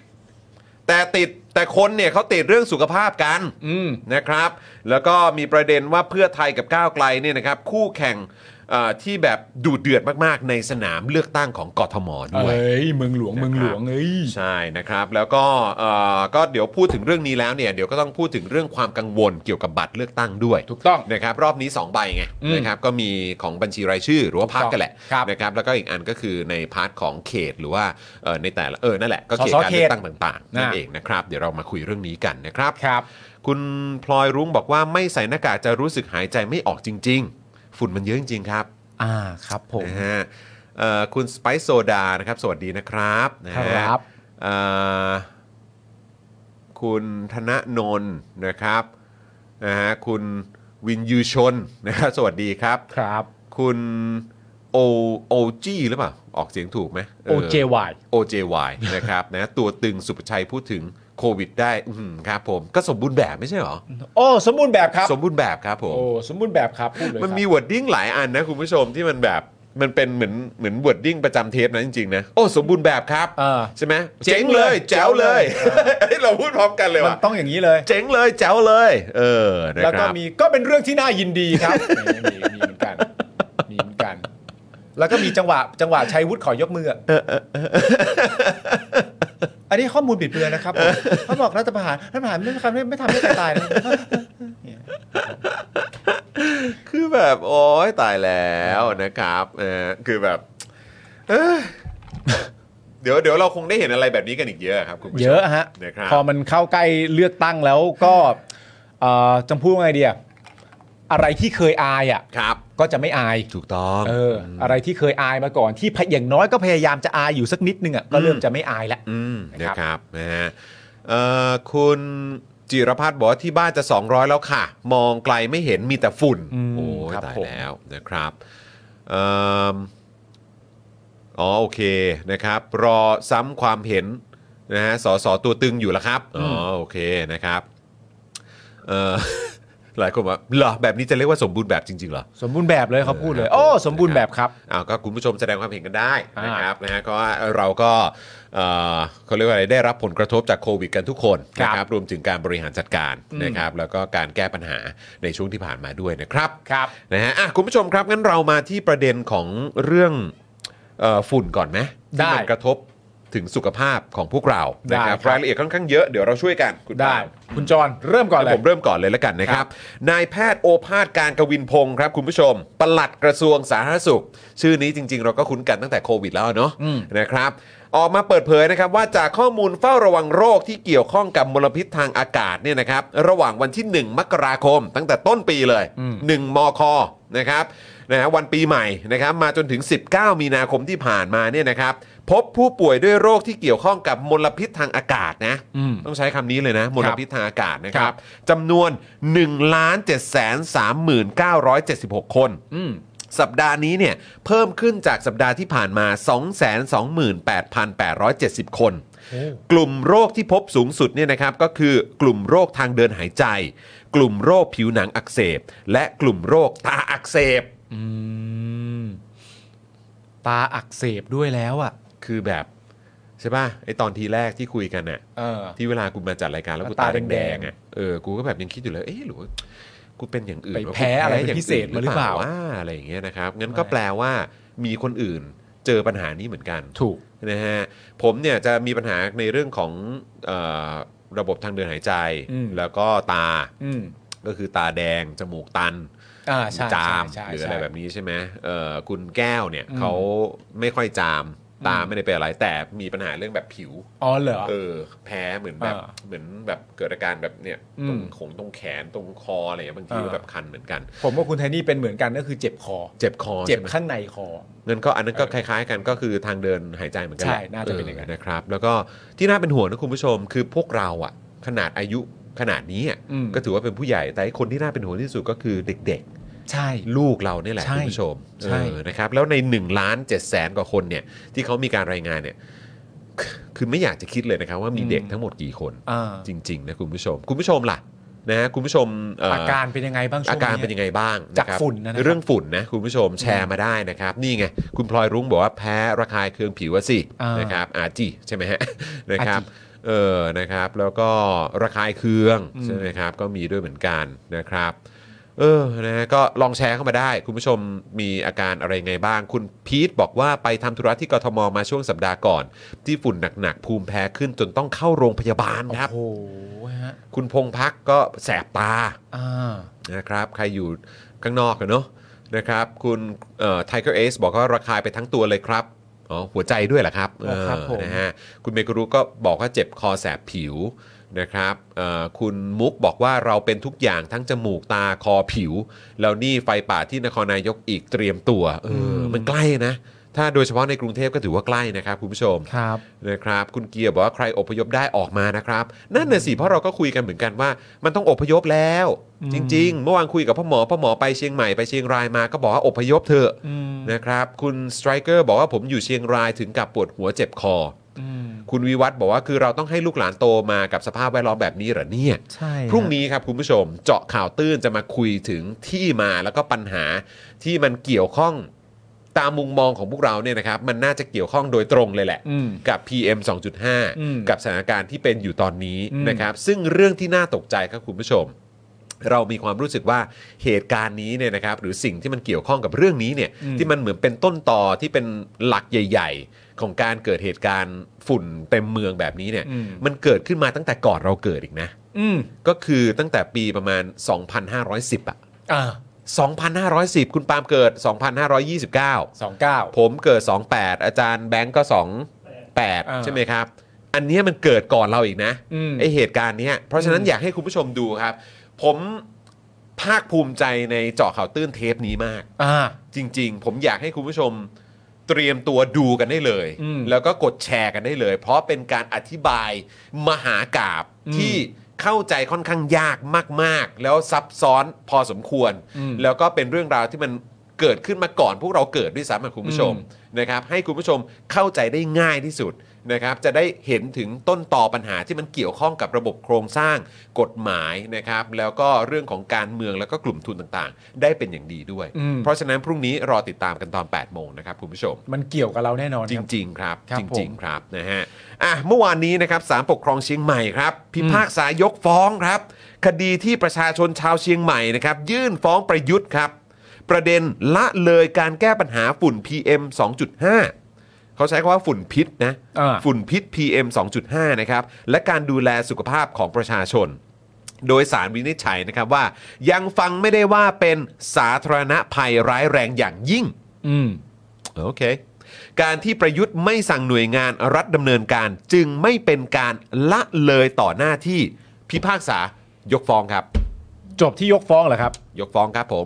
A: แต่ติดแต่คนเนี่ยเขาติดเรื่องสุขภาพกัน
D: อืม
A: นะครับ แล้วก็มีประเด็นว่าเพื่อไทยกับก้าวไกลเนี่ยนะครับ คู่แข่งเอ่อที่แบบดูเดือดมากๆ ในสนามเลือกตั้งของกทมด้วย
D: เอ้ยเมืองหลวงเมืองหลวงเอ้ย
A: ใช่นะครับ แล้วก็เอ่อก็เดี๋ยวพูดถึงเรื่องนี้แล้วเนี่ยเดี๋ยวก็ต้องพูดถึงเรื่องความกังวลเกี่ยวกับบัตรเลือกตั้งด้วย
D: ถูกต้อง
A: นะครับ รอบนี้ 2 ใบไง
D: อืม
A: นะครับก็มีของบัญชีรายชื่อหรือว่าพักกันแหละ
D: ครับ
A: นะครับแล้วก็อีกอันก็คือในพาร์ทของเขตหรือว่าเอ่อในแต่ละเออนั่นแหละก็เขต
D: สส
A: การ
D: เขต
A: เลือกตั้งต่างๆนั่น
D: นะ
A: เองนะครับเดี๋ยวเรามาคุยเรื่องนี้กันนะครับ
D: ครับ
A: คุณพลอยรุ้งบอกว่าไม่ใส่หน้ากากจะรู้สึกหายใจไม่ออกจริง ๆ ฝุ่นมันเยอะจริง ๆ ครับ
D: อ่าครับผม
A: นะฮะเอ่อคุณสไปซ์โซดานะครับ สวัสดีนะครับนะฮะ
D: ครับ
A: เอ่อคุณธนนนท์นะครับนะฮะคุณวินยูชนนะครับสวัสดีครับ
D: ครับ
A: คุณโอโอจีหรือเปล่า ออกเสียงถูกไหม
D: โอเจวาย
A: OJY นะครับนะตัวตึงสุภชัยพูดถึงโควิด ได้อื้อหือครับผมก็สมบูรณ์แบบไม่ใช่เหรอ
D: โอ้สมบูรณ์แบบครับ
A: สมบูรณ์แบบครับผม
D: โอ้สมบูรณ์แบบครับพูดเลย
A: มันมีวอร์ดดิ้งหลายอันนะคุณผู้ชมที่มันแบบมันเป็นเหมือนเหมือนวอร์ดดิ้งประจำเทปนะจริงๆนะโอ้สมบูรณ์แบบครับ
D: เออ
A: ใช่ไหม
D: เจ๋
A: เจ๋ง
D: ง
A: เล
D: เลย ย
A: แจ๋วเลย เฮ้ยเราพูดพร้อมกันเลย
D: มัน
A: ว่ะ
D: ต้องอย่างนี้เลย
A: เจ๋งเลยแจ๋วเลยเออนะ
D: แล้ว
A: ค
D: ก็
A: รับ
D: มีก็เป็นเรื่องที่น่ายินดีครับ มีมีมีเหมือนกัน มีเหมือนกัน แล้วก็มีจังหวะจังหวะชัยวุฒิขอยกมืออะอันนี้ข้อมูลบิดเบือนนะครับผมเขาบอกรัฐประหารรัฐประหารไม่ทำไม่ไม่ทำให้ใครตายนะ
A: คือแบบโอ้ยตายแล้วนะครับเออคือแบบเอ้ยเดี๋ยวเดี๋ยวเราคงได้เห็นอะไรแบบนี้กันอีกเยอะครับคุณผู้ชม
D: เยอะฮะ
A: นะครับ
D: พอมันเข้าใกล้เลือกตั้งแล้วก็เอ่อจำพูดว่าไงเดียอะไรที่เคยอายอ่ะ
A: ครับ
D: ก็จะไม่อาย
A: ถูกต้อง
D: เออ อะไรที่เคยอายมาก่อนที่พะอย่างน้อยก็พยายามจะอายอยู่สักนิดนึงอ่ะก็เริ่มจะไม่อายแล้ว
A: อืมนะ
D: นะครับ
A: ครับนะฮะเอ่อคุณจิรพัฒน์บอกว่าที่บ้านจะ 200 แล้วค่ะ มองไกลไม่เห็นมีแต่ฝุ่น โอ้ย
D: ครับ
A: ตาย
D: ผม
A: แล้วนะครับเอิ่มอ๋อโอเคนะครับ รอซ้ำความเห็นนะฮะสอสอตัวตึงอยู่แล้วครับ อ๋อโอเคนะครับเอ่อ หลายคนว่าเหรอแบบนี้จะเรียกว่าสมบูรณ์แบบจริงๆเหรอ
D: สมบูรณ์แบบเลยเขาพูดเลย
A: เออครับ
D: โอ้ สมบูรณ์แบบครับ
A: อ้าวก็คุณผู้ชมแสดงความเห็นกันได้
D: อ่าน
A: นะครับนะฮะก็เราก็เอ่อเขาเรียกว่าอะไรได้รับผลกระทบจากโควิดกันทุกคน
D: ครับ
A: นะครับรวมถึงการบริหารจัดการนะครับแล้วก็การแก้ปัญหาในช่วงที่ผ่านมาด้วยนะครับ
D: ครับ
A: นะฮะอ่ะคุณผู้ชมครับงั้นเรามาที่ประเด็นของเรื่องเอ่อฝุ่นก่อนไหมที่
D: ได้
A: มันกระทบ ถึงสุขภาพของพวกเรานะครับ
D: ได้ครับ
A: รายละเอียดค่อนข้างเยอะเดี๋ยวเราช่วยกันคุณ
D: ได้
A: ปาล์ม
D: คุณจรเริ่มก่อนเลย
A: ผมเริ่มก่อนเลยแล้วกันนะครับ นายแพทย์โอภาสการกวินพงศ์ครับคุณผู้ชม ปลัดกระทรวงสาธารณสุข ชื่อนี้จริง ๆ เราก็คุ้นกันตั้งแต่โควิดแล้วเนาะนะครับ ออกมาเปิดเผยนะครับว่าจากข้อมูลเฝ้าระวังโรคที่เกี่ยวข้องกับมลพิษทางอากาศเนี่ยนะครับ ระหว่างวันที่ 1 มกราคม ตั้งแต่ต้นปีเลย 1 มคนะครับนะฮะวันปีใหม่นะครับมาจนถึง 19 มีนาคมที่ผ่านมาเนี่ยนะครับ พบผู้ป่วยด้วยโรคที่เกี่ยวข้องกับมลพิษทางอากาศนะ
D: อืม
A: ต้องใช้คำนี้เลยนะมลพิษทางอากาศนะ นะค
D: ครั
A: รับบ จำนวน 1 7 3 9 7 6 คน
D: อืม
A: สัปดาห์นี้เนี่ยเพิ่มขึ้นจากสัปดาห์ที่ผ่านมา 228,870 คน กลุ่มโรคที่พบสูงสุดเนี่ยนะครับก็คือกลุ่มโรคทางเดินหายใจ กลุ่มโรคผิวหนังอักเสบ และกลุ่มโรคตาอักเสบ
D: อืม ตาอักเสบด้วยแล้วอ่ะ
A: คือแบบ ใช่ป่ะไอตอนทีแรกที่คุยกันน่ะ
D: เออ
A: ที่เวลากูมาจัดรายการแล้วกู
D: ตา
A: ตา
D: แดงๆ
A: แดงๆอ่ะ เออ กูก็แบบยังคิดอยู่เลย เอ๊ะหรือว่ากูเป็นอย่างอื่น
D: ไป
A: วะ
D: แพ้อะไรเป็นพิเศษมาหรือเปล่า
A: ว่อะไรอย่างเงี้ยนะครับ งั้นก็แปลว่ามีคนอื่นเจอปัญหานี้เหมือนกัน
D: ถูก
A: นะฮะ ผมเนี่ยจะมีปัญหาในเรื่องของเอ่อระบบทางเดินหายใจ
D: อืม
A: แล้วก็ตา
D: อืม
A: ก็คือตาแดง จมูกตัน
D: อ่าใช่
A: จาม
D: ใช่
A: หรืออะ
D: ใช่
A: ไรแบบนี้ใช่ไหมเอ่อคุณแก้วเนี่ย
D: อืม
A: เขาไม่ค่อยจาม ตาไม่ได้เป็นอะไร แต่มีปัญหาเรื่องแบบผิว
D: อ๋อเหรอ
A: เออแพ้เหมือนแบบ
D: อ่า
A: เหมือนแบบเกิดอาการแบบเนี่ย
D: อืม
A: ตรงขงตรงแขนตรงคออะไรอย่างเงี้ยบางที
D: อ่า
A: ก็แบบคันเหมือนกัน
D: ผมกับคุณไทนี่เป็นเหมือนกันก็คือเจ็บคอ
A: เจ็บคอ
D: เจ็บ
A: ใช่ไหม
D: ข้างในคอ
A: เงินก็อันนั้นก็คล้าย ๆ กันก็คือทางเดินหายใจเหมือนกั
D: ใช่
A: แหล
D: น่าจะเป็นอย่างนั้น
A: นะครับ แล้วก็ที่น่าเป็นห่วงนะคุณผู้ชม คือพวกเราอ่ะ ขนาดอายุขนาดนี้อะ
D: อืม
A: ก็ถือว่าเป็นผู้ใหญ่แต่คนที่น่าเป็นห่วงที่สุดก็คือเด็ก
D: ใช่
A: ๆ ลูกเราเนี่ยแหละ
D: ใช่
A: คุณผู้ชม
D: ใช่
A: เออนะครับแล้วใน1ล้าน7แสนกว่าคนเนี่ยที่เขามีการรายงานเนี่ยคือไม่อยากจะคิดเลยนะครับว่ามีเด็กทั้งหมดกี่คน
D: อ่า
A: จริงๆนะคุณผู้ชม คุณผู้ชมล่ะนะฮะคุณผู้ชมเ
D: อาการเป็นยังไงบ้างช่
A: อาว
D: ง
A: การเป็นยังไงบ้างะ
D: จาก
A: ครับ
D: ฝุ่นนะครับ
A: เรื่องฝุ่นนะคุณผู้ชมแชร์มาได้นะครับ นี่ไง คุณพลอยรุ้งบอกว่าแพ้ระคายเคืองผิวอะสิ
D: อ่าน
A: นะครับอาจิใช่ไหมฮะ นะครับ
D: อาจิ
A: เออนะครับ แล้วก็ระคายเคือง
D: อืม
A: ใช่ไหมครับ ก็มีด้วยเหมือนกันนะครับ เออนะฮะก็ลองแชร์เข้ามาได้ คุณผู้ชมมีอาการอะไรไงบ้าง คุณพีทบอกว่าไปทำธุระที่กทมมาช่วงสัปดาห์ก่อน ที่ฝุ่นหนักๆภูมิแพ้ขึ้นจนต้องเข้าโรงพยาบาลครับ
D: โอ้โหฮะ
A: คุณพงพักก็แสบตา
D: อ่า
A: นะครับ ใครอยู่ข้างนอกกันเนาะนะครับ คุณไทเกอร์เอสบอกว่าระคายไปทั้งตัวเลยครับอ๋อหัวใจด้วยเหรอครับ
D: อ๋อครับ
A: เออ
D: ผม
A: นะฮะคุณเมกุรุก็บอกว่าเจ็บคอแสบผิวนะครับเอ่อคุณมุกบอกว่าเราเป็นทุกอย่างทั้งจมูกตาคอผิว แล้วนี่ไฟป่าที่นครนายกอีกเตรียมตัวเอออ
D: ม
A: มันใกล้นะ ถ้าโดยเฉพาะในกรุงเทพก็ถือว่าใกล้นะครับคุณผู้ชม
D: ครับ
A: นะครับคุณเกียร์บอกว่าใครอพยพได้ออกมานะครับ นั่นน่ะสิเพราะเราก็คุยกันเหมือนกันว่า มันต้องอพยพแล้ว
D: อืม
A: จริง ๆ เมื่อวานคุยกับพ่อหมอพ่อหมอไปเชียงใหม่ไปเชียงรายมาก็บอกว่าอพยพเถอะ
D: อืม
A: นะครับ คุณสไตรเกอร์บอกว่าผมอยู่เชียงรายถึงกับปวดหัวเจ็บคอ
D: อืม
A: คุณวิวัฒน์บอกว่าคือเราต้องให้ลูกหลานโตมากับสภาพแวดล้อมแบบนี้เหรอเนี่ย
D: ใช่
A: พรุ่งนี้ครับคุณผู้ชมเจาะข่าวตื้นจะมาคุยถึงที่มาแล้วก็ปัญหาที่มันเกี่ยวข้องตามมุมมองของพวกเราเนี่ยนะครับ มันน่าจะเกี่ยวข้องโดยตรงเลยแหละ
D: อืม
A: กับ PM
D: อืม
A: 2.5 กับสถานการณ์ที่เป็นอยู่ตอนนี้
D: อืม
A: นะครับ ซึ่งเรื่องที่น่าตกใจครับคุณผู้ชม เรามีความรู้สึกว่าเหตุการณ์นี้เนี่ยนะครับ หรือสิ่งที่มันเกี่ยวข้องกับเรื่องนี้เนี่ย ที่มันเหมือนเป็นต้นต่อที่เป็นหลักใหญ่ ๆ ของการเกิดเหตุการณ์ฝุ่นเต็มเมืองแบบนี้เนี่ย
D: อืม
A: มันเกิดขึ้นมาตั้งแต่ก่อนเราเกิดอีกนะ
D: อืม
A: ก็คือตั้งแต่ปีประมาณ 2,510อะ
D: อ่า
A: 2,510 คุณปาล์มเกิด 2,529
D: สองเก้า
A: ผมเกิด 28 อาจารย์แบงก์ก็ 28
D: อ่า
A: ใช่ไหมครับ อันเนี้ยมันเกิดก่อนเราอีกนะ
D: อืม
A: ไอเหตุการณ์เนี้ยเพราะฉะนั้น
D: อืม
A: อยากให้คุณผู้ชมดูครับ ผมภาคภูมิใจในเจาะข่าวตื้นเทปนี้มาก
D: อ่า
A: จริง ๆ ผมอยากให้คุณผู้ชมเตรียมตัวดูกันได้เลย
D: อืม
A: แล้วก็กดแชร์กันได้เลย เพราะเป็นการอธิบายมหากาบ
D: อืม
A: ที่เข้าใจค่อนข้างยากมาก ๆ แล้วซับซ้อนพอสมควร
D: อืม
A: แล้วก็เป็นเรื่องราวที่มันเกิดขึ้นมาก่อน พวกเราเกิดด้วยซ้ำอะคุณผู้ชมนะครับ ให้คุณผู้ชมเข้าใจได้ง่ายที่สุดนะครับ จะได้เห็นถึงต้นต่อปัญหาที่มันเกี่ยวข้องกับระบบโครงสร้างกฎหมายนะครับ แล้วก็เรื่องของการเมืองแล้วก็กลุ่มทุนต่างๆ ได้เป็นอย่างดีด้วย
D: อืม
A: เพราะฉะนั้นพรุ่งนี้รอติดตามกันตอน 8 โมงนะครับคุณผู้ชม
D: มันเกี่ยวกับเราแน่นอนค
A: จ
D: รับ
A: ริง ๆ ครับ
D: ครับ
A: จ
D: ผม
A: ริง ๆ ครับนะฮะอ่ะเมื่อวานนี้นะครับสารปกครองเชียงใหม่ครับ พิพากษายกฟ้องครับ คดีที่ประชาชนชาวเชียงใหม่นะครับ ยื่นฟ้องประยุทธ์ครับ ประเด็นละเลยการแก้ปัญหาฝุ่น PM 2.5 เขาใช้คำว่าฝุ่นพิษนะ
D: อ่า
A: ฝุ่นพิษ PM 2.5 นะครับ และการดูแลสุขภาพของประชาชน โดยสารวินิจฉัยนะครับว่า ยังฟังไม่ได้ว่าเป็นสาธารณภัยร้ายแรงอย่างยิ่ง
D: อืม
A: โอเค การที่ประยุทธ์ไม่สั่งหน่วยงานรัฐดำเนินการจึงไม่เป็นการละเลยต่อหน้าที่พิพากษายกฟ้องครับ
D: จบที่ยกฟ้องเหรอครับ
A: ยกฟ้องครับผม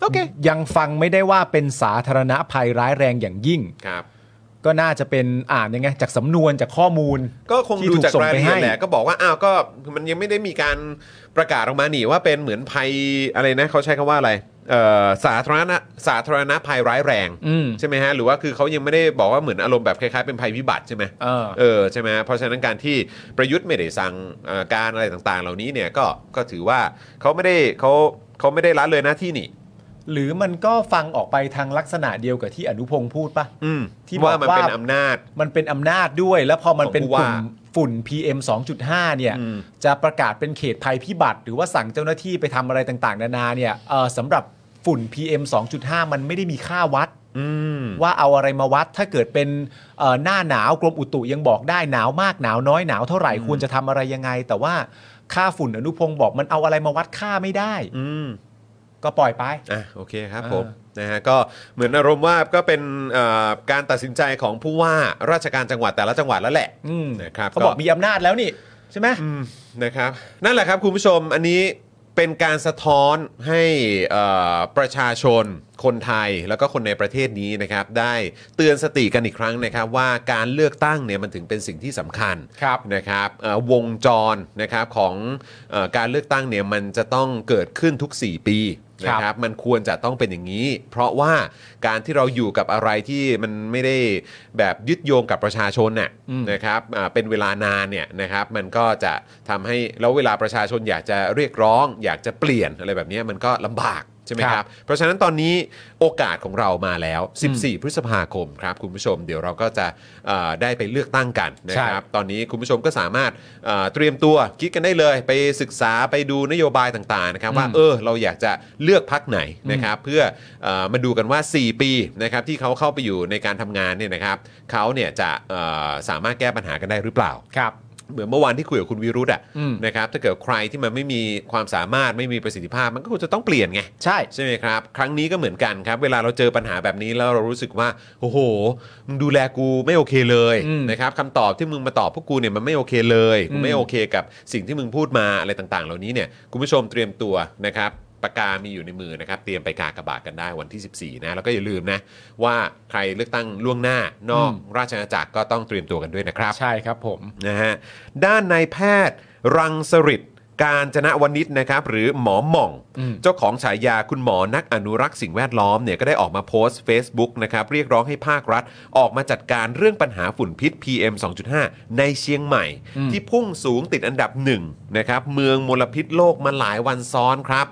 A: โอเค
D: ยังฟังไม่ได้ว่าเป็นสาธารณภัยร้ายแรงอย่างยิ่ง
A: ครับ
D: ก็น่าจะเป็นอ่านยังไงจากสำนวนจากข้อมูล
A: ก็คง
D: ที่
A: ดู
D: ถู
A: จาก
D: ส่ง
A: ราย
D: ไป
A: ละเอียด
D: ให้
A: แหละก็บอกว่าอ้าวก็มันยังไม่ได้มีการประกาศออกมาหนิว่าเป็นเหมือนภัยอะไรนะเขาใช้คำว่าอะไรเอ่อสาธารณะสาธารณภัยร้ายแรง
D: อืม
A: ใช่ไหมฮะหรือว่าคือเขายังไม่ได้บอกว่าเหมือนอารมณ์แบบคล้ายๆเป็นภัยพิบัติใช่ไหม
D: เออ
A: เออใช่ไหมเพราะฉะนั้นการที่ประยุทธ์ไม่ได้สั่งเอ่อการอะไรต่างๆ เหล่านี้เนี่ยก็ก็ถือว่าเขาไม่ได้เขาเขาไม่ได้ละเลยหน้าที่นี่
D: หรือมันก็ฟังออกไปทางลักษณะเดียวกับที่อนุพงษ์พูดปะ
A: อืม
D: ที่
A: ว่ามัน
D: บอกว่า
A: เป็นอำนาจ
D: มันเป็นอำนาจด้วย แล้วพอมันเป็น
A: ของผู้
D: ฝุ่
A: ว่าน
D: ฝุ่น PM 2.5 เนี่ย
A: อืม
D: จะประกาศเป็นเขตภัยพิบัติ หรือว่าสั่งเจ้าหน้าที่ไปทำอะไรต่างๆ นานาเนี่ยเอ่อสำหรับฝุ่น PM 2.5 มันไม่ได้มีค่าวัด
A: อืม
D: ว่าเอาอะไรมาวัดถ้าเกิดเป็นเอ่อหน้าหนาวกรมอุตุยังบอกได้หนาวมากหนาวน้อยหนาวเท่าไหร่ควรจะทำอะไรยังไง แต่ว่าค่าฝุ่นอนุพงศ์บอกมันเอาอะไรมาวัดค่าไม่ได้
A: อืม
D: ก็ปล่อยไป
A: อ่ะโอเคครับ
D: อ่า
A: ผมนะฮะก็เหมือนอารมณ์ว่าก็เป็นเอ่อการตัดสินใจของผู้ว่าราชการจังหวัดแต่ละจังหวัดแล้วแหละ
D: อืม
A: นะครับ
D: เขาบอกมีอำนาจแล้วนี่ใช่ไหม
A: อืมนะครับนั่นแหละครับคุณผู้ชมอันนี้เป็นการสะท้อนให้เอ่อประชาชนคนไทยแล้วก็คนในประเทศนี้นะครับได้เตือนสติกันอีกครั้งนะครับ ว่าการเลือกตั้งเนี่ยมันถึงเป็นสิ่งที่สำคัญ
D: ครับ
A: นะครับเอ่อวงจรนะครับของเออการเลือกตั้งเนี่ยมันจะต้องเกิดขึ้นทุก 4 ปี
D: ค
A: นะ
D: รับ
A: ครับมันควรจะต้องเป็นอย่างนี้ เพราะว่าการที่เราอยู่กับอะไรที่มันไม่ได้แบบยึดโยงกับประชาชนน่ะนะครับอ่าเป็นเวลานานเนี่ยนะครับมันก็จะทำให้แล้วเวลาประชาชนอยากจะเรียกร้อง อยากจะเปลี่ยนอะไรแบบเนี้ยมันก็ลำบากใช่ไหมครับ เพราะฉะนั้นตอนนี้โอกาสของเรามาแล้ว 14 พฤษภาคมครับคุณผู้ชม เดี๋ยวเราก็จะเอ่อได้ไปเลือกตั้งกันนะครับ
D: ใช่
A: ตอนนี้คุณผู้ชมก็สามารถเอ่อเตรียมตัวคิดกันได้เลยไปศึกษาไปดูนโยบายต่างๆนะครับว่าเออเราอยากจะเลือกพักไหนนะครับเพื่อเอ่อมาดูกันว่า 4 ปีนะครับที่เขาเข้าไปอยู่ในการทำงานเนี่ยนะครับเขาเนี่ยจะเอ่อสามารถแก้ปัญหากันได้หรือเปล่า
D: ครับ
A: เหมือนเมื่อวานที่คุยกับคุณวิรุธอะ
D: อืม
A: นะครับถ้าเกิดใครที่มันไม่มีความสามารถไม่มีประสิทธิภาพมันก็ควรจะต้องเปลี่ยนไง
D: ใช่
A: ใช่ไหมครับ ครั้งนี้ก็เหมือนกันครับ เวลาเราเจอปัญหาแบบนี้แล้วเรารู้สึกว่าโอ้โหมึงดูแลกูไม่โอเคเลย
D: อืม
A: นะครับคำตอบที่มึงมาตอบพวกกูเนี่ยมันไม่โอเคเลย
D: อืม
A: กูไม่โอเคกับสิ่งที่มึงพูดมาอะไรต่างๆ เหล่านี้เนี่ยคุณผู้ชมเตรียมตัวนะครับปากกามีอยู่ในมือนะครับ เตรียมไปกากบาทกันได้วันที่ 14 นะแล้วก็อย่าลืมนะว่าใครเลือกตั้งล่วงหน้านอก
D: อืม
A: ราชอาณาจักรก็ต้องเตรียมตัวกันด้วยนะครับ
D: ใช่ครับผม
A: นะฮะด้านนายแพทย์รังสฤษดิ์การจนะวนิชนะครับหรือหมอหม่อง
D: อืม
A: เจ้าของฉายาคุณหมอนักอนุรักษ์สิ่งแวดล้อมเนี่ยก็ได้ออกมาโพสต์ Facebook นะครับเรียกร้องให้ภาครัฐ ออกมาจัดการเรื่องปัญหาฝุ่นพิษ PM 2.5 ในเชียงใหม่ ที่พุ่งสูงติดอันดับหนึ่งนะครับเมืองมลพิษโลกมาหลายวันซ้อนครับ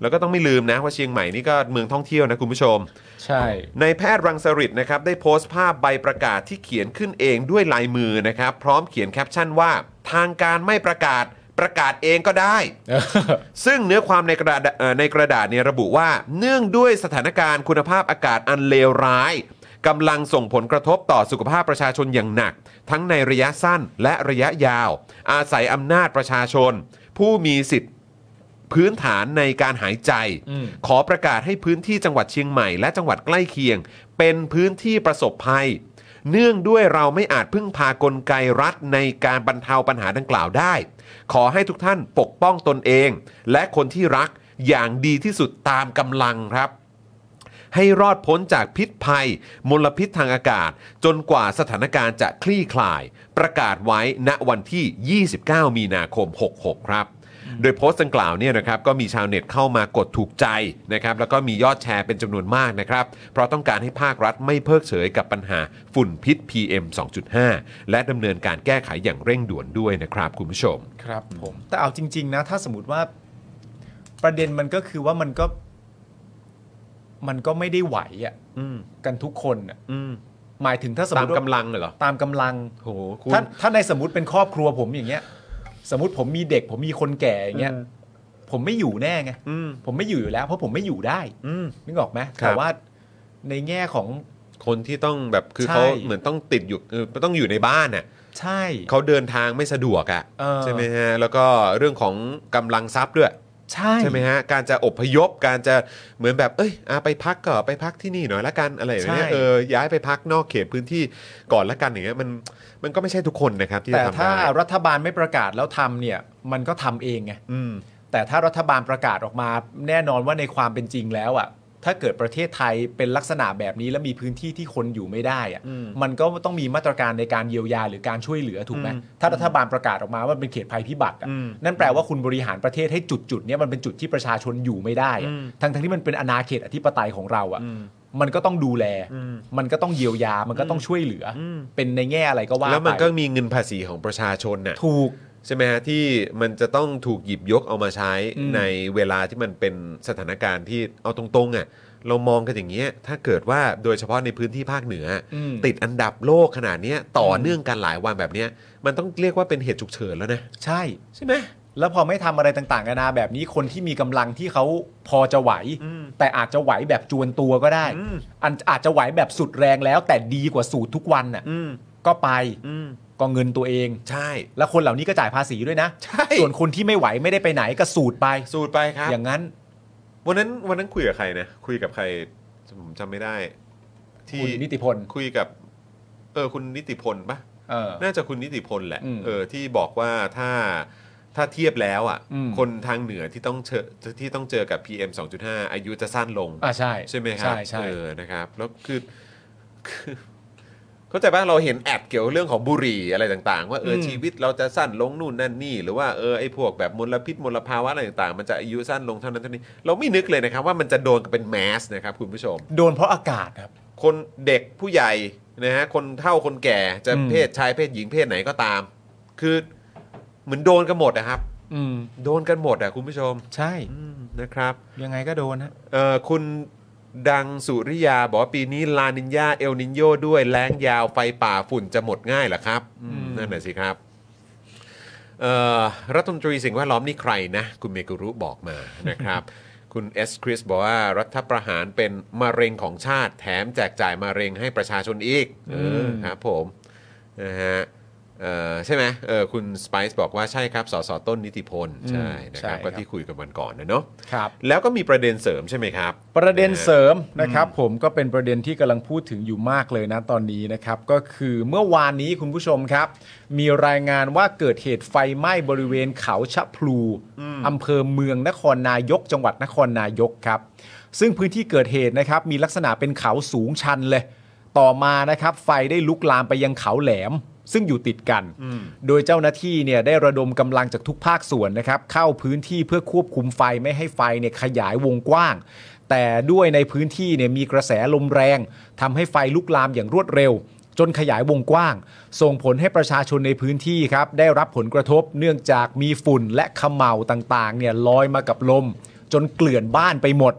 A: แล้วก็ต้องไม่ลืมนะว่าเชียงใหม่นี่ก็เมืองท่องเที่ยวนะคุณผู้ชม
D: ใช่
A: นายแพทย์รังสฤษดิ์นะครับได้โพสต์ภาพใบประกาศที่เขียนขึ้นเองด้วยลายมือนะครับ พร้อมเขียนแคปชั่นว่า ทางการไม่ประกาศประกาศเองก็ได้ ซึ่งเนื้อความในกระดาษเอ่อในกระดาษเนี่ยระบุว่า เนื่องด้วยสถานการณ์คุณภาพอากาศอันเลวร้ายกำลังส่งผลกระทบต่อสุขภาพประชาชนอย่างหนัก ทั้งในระยะสั้นและระยะยาว อาศัยอำนาจประชาชน ผู้มีสิทธิ พื้นฐานในการหายใจ
D: อืม
A: ขอประกาศให้พื้นที่จังหวัดเชียงใหม่และจังหวัดใกล้เคียง เป็นพื้นที่ประสบภัย เนื่องด้วยเราไม่อาจพึ่งพากลไกรัฐในการบรรเทาปัญหาดังกล่าวได้ ขอให้ทุกท่านปกป้องตนเอง และคนที่รักอย่างดีที่สุดตามกำลังครับ ให้รอดพ้นจากพิษภัย มลพิษทางอากาศ จนกว่าสถานการณ์จะคลี่คลาย ประกาศไว้ณวันที่ 29 มีนาคม 66 ครับ โดยโพสต์ดังกล่าวเนี่ยนะครับก็มีชาวเน็ตเข้ามากดถูกใจนะครับแล้วก็มียอดแชร์เป็นจำนวนมากนะครับ เพราะต้องการให้ภาครัฐไม่เพิกเฉยกับปัญหาฝุ่นพิษ PM 2.5 และดำเนินการแก้ไขอย่างเร่งด่วนด้วยนะครับคุณผู้ชม
D: ครับผมแต่เอาจริง ๆ นะ ถ้าสมมติว่าประเด็นมันก็คือว่ามันก็ มันก็ไม่ได้ไหวอะ
A: อืม
D: กันทุกคนอะ
A: อืม
D: หมายถึงถ้าสม
A: ตา
D: ม
A: ม
D: ติว่
A: กำลังเหรอ
D: ตามกำลัง
A: โหคุณ
D: ถ้าถ้าในสมมติเป็นครอบครัวผมอย่างเงี้ย สมมติผมมีเด็ก ผมมีคนแก่อย่างเงี้ย ผมไม่อยู่แน่ไง
A: อืม
D: ผมไม่อยู่อยู่แล้ว เพราะผมไม่อยู่ได้
A: อืม
D: นึกออกไหม
A: ครับ
D: แต่ว่าในแง่ของ
A: คนที่ต้องแบบคือ
D: ใช่
A: เขาเหมือนต้องติดอยู่เออต้องอยู่ในบ้านน่ะ
D: ใช่
A: เขาเดินทางไม่สะดวกอ่ะ
D: เออ
A: ใช่ไหมฮะแล้วก็เรื่องของกำลังทรัพย์ด้วย
D: ใช่
A: ใช่ไหมฮะ การจะอพยพ การจะเหมือนแบบ เอ้ยอ่ะไปพักก็ไปพักที่นี่หน่อยละกัน อะไรอย่างเงี้ย เออ ย้ายไปพักนอกเขตพื้นที่ก่อนละกันอย่างเงี้ย มัน มันก็ไม่ใช่ทุกคนนะครับที่
D: แต่
A: จะทำ
D: ถ้า
A: ได้
D: รัฐบาลไม่ประกาศแล้วทำเนี่ยมันก็ทำเองไง
A: อืม
D: แต่ถ้ารัฐบาลประกาศออกมาแน่นอนว่าในความเป็นจริงแล้วอะ่ะ ถ้าเกิดประเทศไทยเป็นลักษณะแบบนี้แล้วมีพื้นที่ที่คนอยู่ไม่ได้
A: อืม
D: อะ่ะมันก็ต้องมีมาตรการในการเยียวยาหรือการช่วยเหลือถูกไหม
A: อืม
D: ถ้ารัฐบาลประกาศออกมาว่าเป็นเขตภัยพิบัติอะ
A: อืม
D: นั่นแปลว่าคุณบริหารประเทศให้จุดจุดๆเนี้ยมันเป็นจุดที่ประชาชนอยู่ไม่ได้อะ
A: อืม
D: ทั้งทั้งที่มันเป็นอาณาเขตอธิปไตยของเรา
A: อื
D: อะ่ะ
A: ม
D: มันก็ต้องดูแล
A: อืม
D: มันก็ต้องเยียวยามันก็ต้องช่วยเหลืออ
A: ม
D: เป็นในแง่อะไรก็ว่า
A: แล้วมัน
D: ไป
A: ก็มีเงินภาษีของประชาชนน่ะ
D: ถูก
A: ใช่ไหมฮะ ที่มันจะต้องถูกหยิบยกเอามาใช้
D: อืม
A: ในเวลาที่มันเป็นสถานการณ์ที่เอาตรงๆอ่ะ เรามองกันอย่างเงี้ย ถ้าเกิดว่าโดยเฉพาะในพื้นที่ภาคเหนืออ
D: อืม
A: ติดอันดับโลกขนาดเนี้ยต่อเนื่องกันหลายวันแบบเนี้ย มันต้องเรียกว่าเป็นเหตุฉุกเฉินแล้วนะ
D: ใช่
A: ใช่ไหม
D: แล้วพอไม่ทำอะไรต่างๆนานาแบบนี้คนที่มีกำลังที่เขาพอจะไหว แต่อาจจะไหวแบบจวนตัวก็ได้
A: อืม
D: อันอาจจะไหวแบบสุดแรงแล้ว แต่ดีกว่าสูตรทุกวันน่ะ
A: อืม
D: ก็ไป
A: อืม
D: ก็เงินตัวเอง
A: ใช่
D: แล้วคนเหล่านี้ก็จ่ายภาษีด้วยนะ
A: ใช่
D: ส่วนคนที่ไม่ไหวไม่ได้ไปไหนก็สูตรไป
A: สูตรไปครับ
D: อย่างนั้น
A: วันนั้นวันนั้นคุยกับใครนะ คุยกับใครผมจำไม่ได้ ที่
D: คุณนิติพล
A: คุยกับ เออคุณนิติพลปะ
D: เออ
A: น่าจะคุณนิติพลแหละ
D: อืม
A: เออที่บอกว่าถ้าถ้าเทียบแล้วอ่ะ
D: อืม
A: คนทางเหนือที่ต้องเจอที่ต้องเจอกับ PM 2.5 อายุจะสั้นลง
D: อ่าใช่
A: ใช่ไหมครับ
D: ใช่ใช่
A: เออนะครับ แล้วคือคือเข้าใจป่ะเราเห็นแอดเกี่ยวเรื่องของบุหรี่อะไรต่างๆ ว่าเออชีวิตเราจะสั้นลงนู่นนั่นนี่ หรือว่าเออไอ้พวกแบบมลพิษมลภาวะอะไรต่างๆ มันจะอายุสั้นลงเท่านั้นเท่านี้ เราไม่นึกเลยนะครับ ว่ามันจะโดนกันเป็นแมสนะครับคุณผู้ชม
D: โดนเพราะอากาศครับ
A: คนเด็กผู้ใหญ่นะฮะคนเฒ่าคนแก่จะ
D: อืม
A: เพศชายเพศหญิงเพศไหนก็ตาม คือเหมือนโดนกันหมดนะครับ
D: อืม
A: โดนกันหมดอะคุณผู้ชม
D: ใช่
A: อืมนะครับ
D: ยังไงก็โดนฮะ
A: เอ่อคุณดังสุริยาบอกว่าปีนี้ลานินยาเอลนินโยด้วยแรงยาวไฟป่าฝุ่นจะหมดง่ายเหรอครับอืมนั่นแหละสิครับเอ่อรัฐมนตรีสิ่งแวดล้อมนี่ใครนะ คุณเมกุรุบอกมา นะครับ คุณเอสคริสบอกว่ารัฐประหารเป็นมะเร็งของชาติแถมแจกจ่ายมะเร็งให้ประชาชนอีกเออครับผมนะฮะเอ่อใช่ไหมเออคุณสไปซ์บอกว่าใช่ครับสสต้นนิติพลใช่นะครับก็ที่คุยกันวันก่อนนะเนาะ
D: ครับ
A: แล้วก็มีประเด็นเสริมใช่ไหมครับ
D: ประเด็นเสริมนะครับผมก็เป็นประเด็นที่กำลังพูดถึงอยู่มากเลยนะตอนนี้นะครับ ก็คือเมื่อวานนี้คุณผู้ชมครับ มีรายงานว่าเกิดเหตุไฟไหม้บริเวณเขาชะพลูอำเภอเมืองนครนายก จังหวัดนครนายกครับ ซึ่งพื้นที่เกิดเหตุนะครับ มีลักษณะเป็นเขาสูงชันเลย ต่อมานะครับ ไฟได้ลุกลามไปยังเขาแหลม ซึ่งอยู่ติดกัน โดยเจ้าหน้าที่เนี่ยได้ระดมกำลังจากทุกภาคส่วนนะครับ เข้าพื้นที่เพื่อควบคุมไฟไม่ให้ไฟเนี่ยขยายวงกว้าง แต่ด้วยในพื้นที่เนี่ยมีกระแสลมแรงทำให้ไฟลุกลามอย่างรวดเร็ว จนขยายวงกว้าง ส่งผลให้ประชาชนในพื้นที่ครับ ได้รับผลกระทบเนื่องจากมีฝุ่นและเขมเหลาต่างๆเนี่ยลอยมากับลม จนเกลื่อนบ้านไปหมด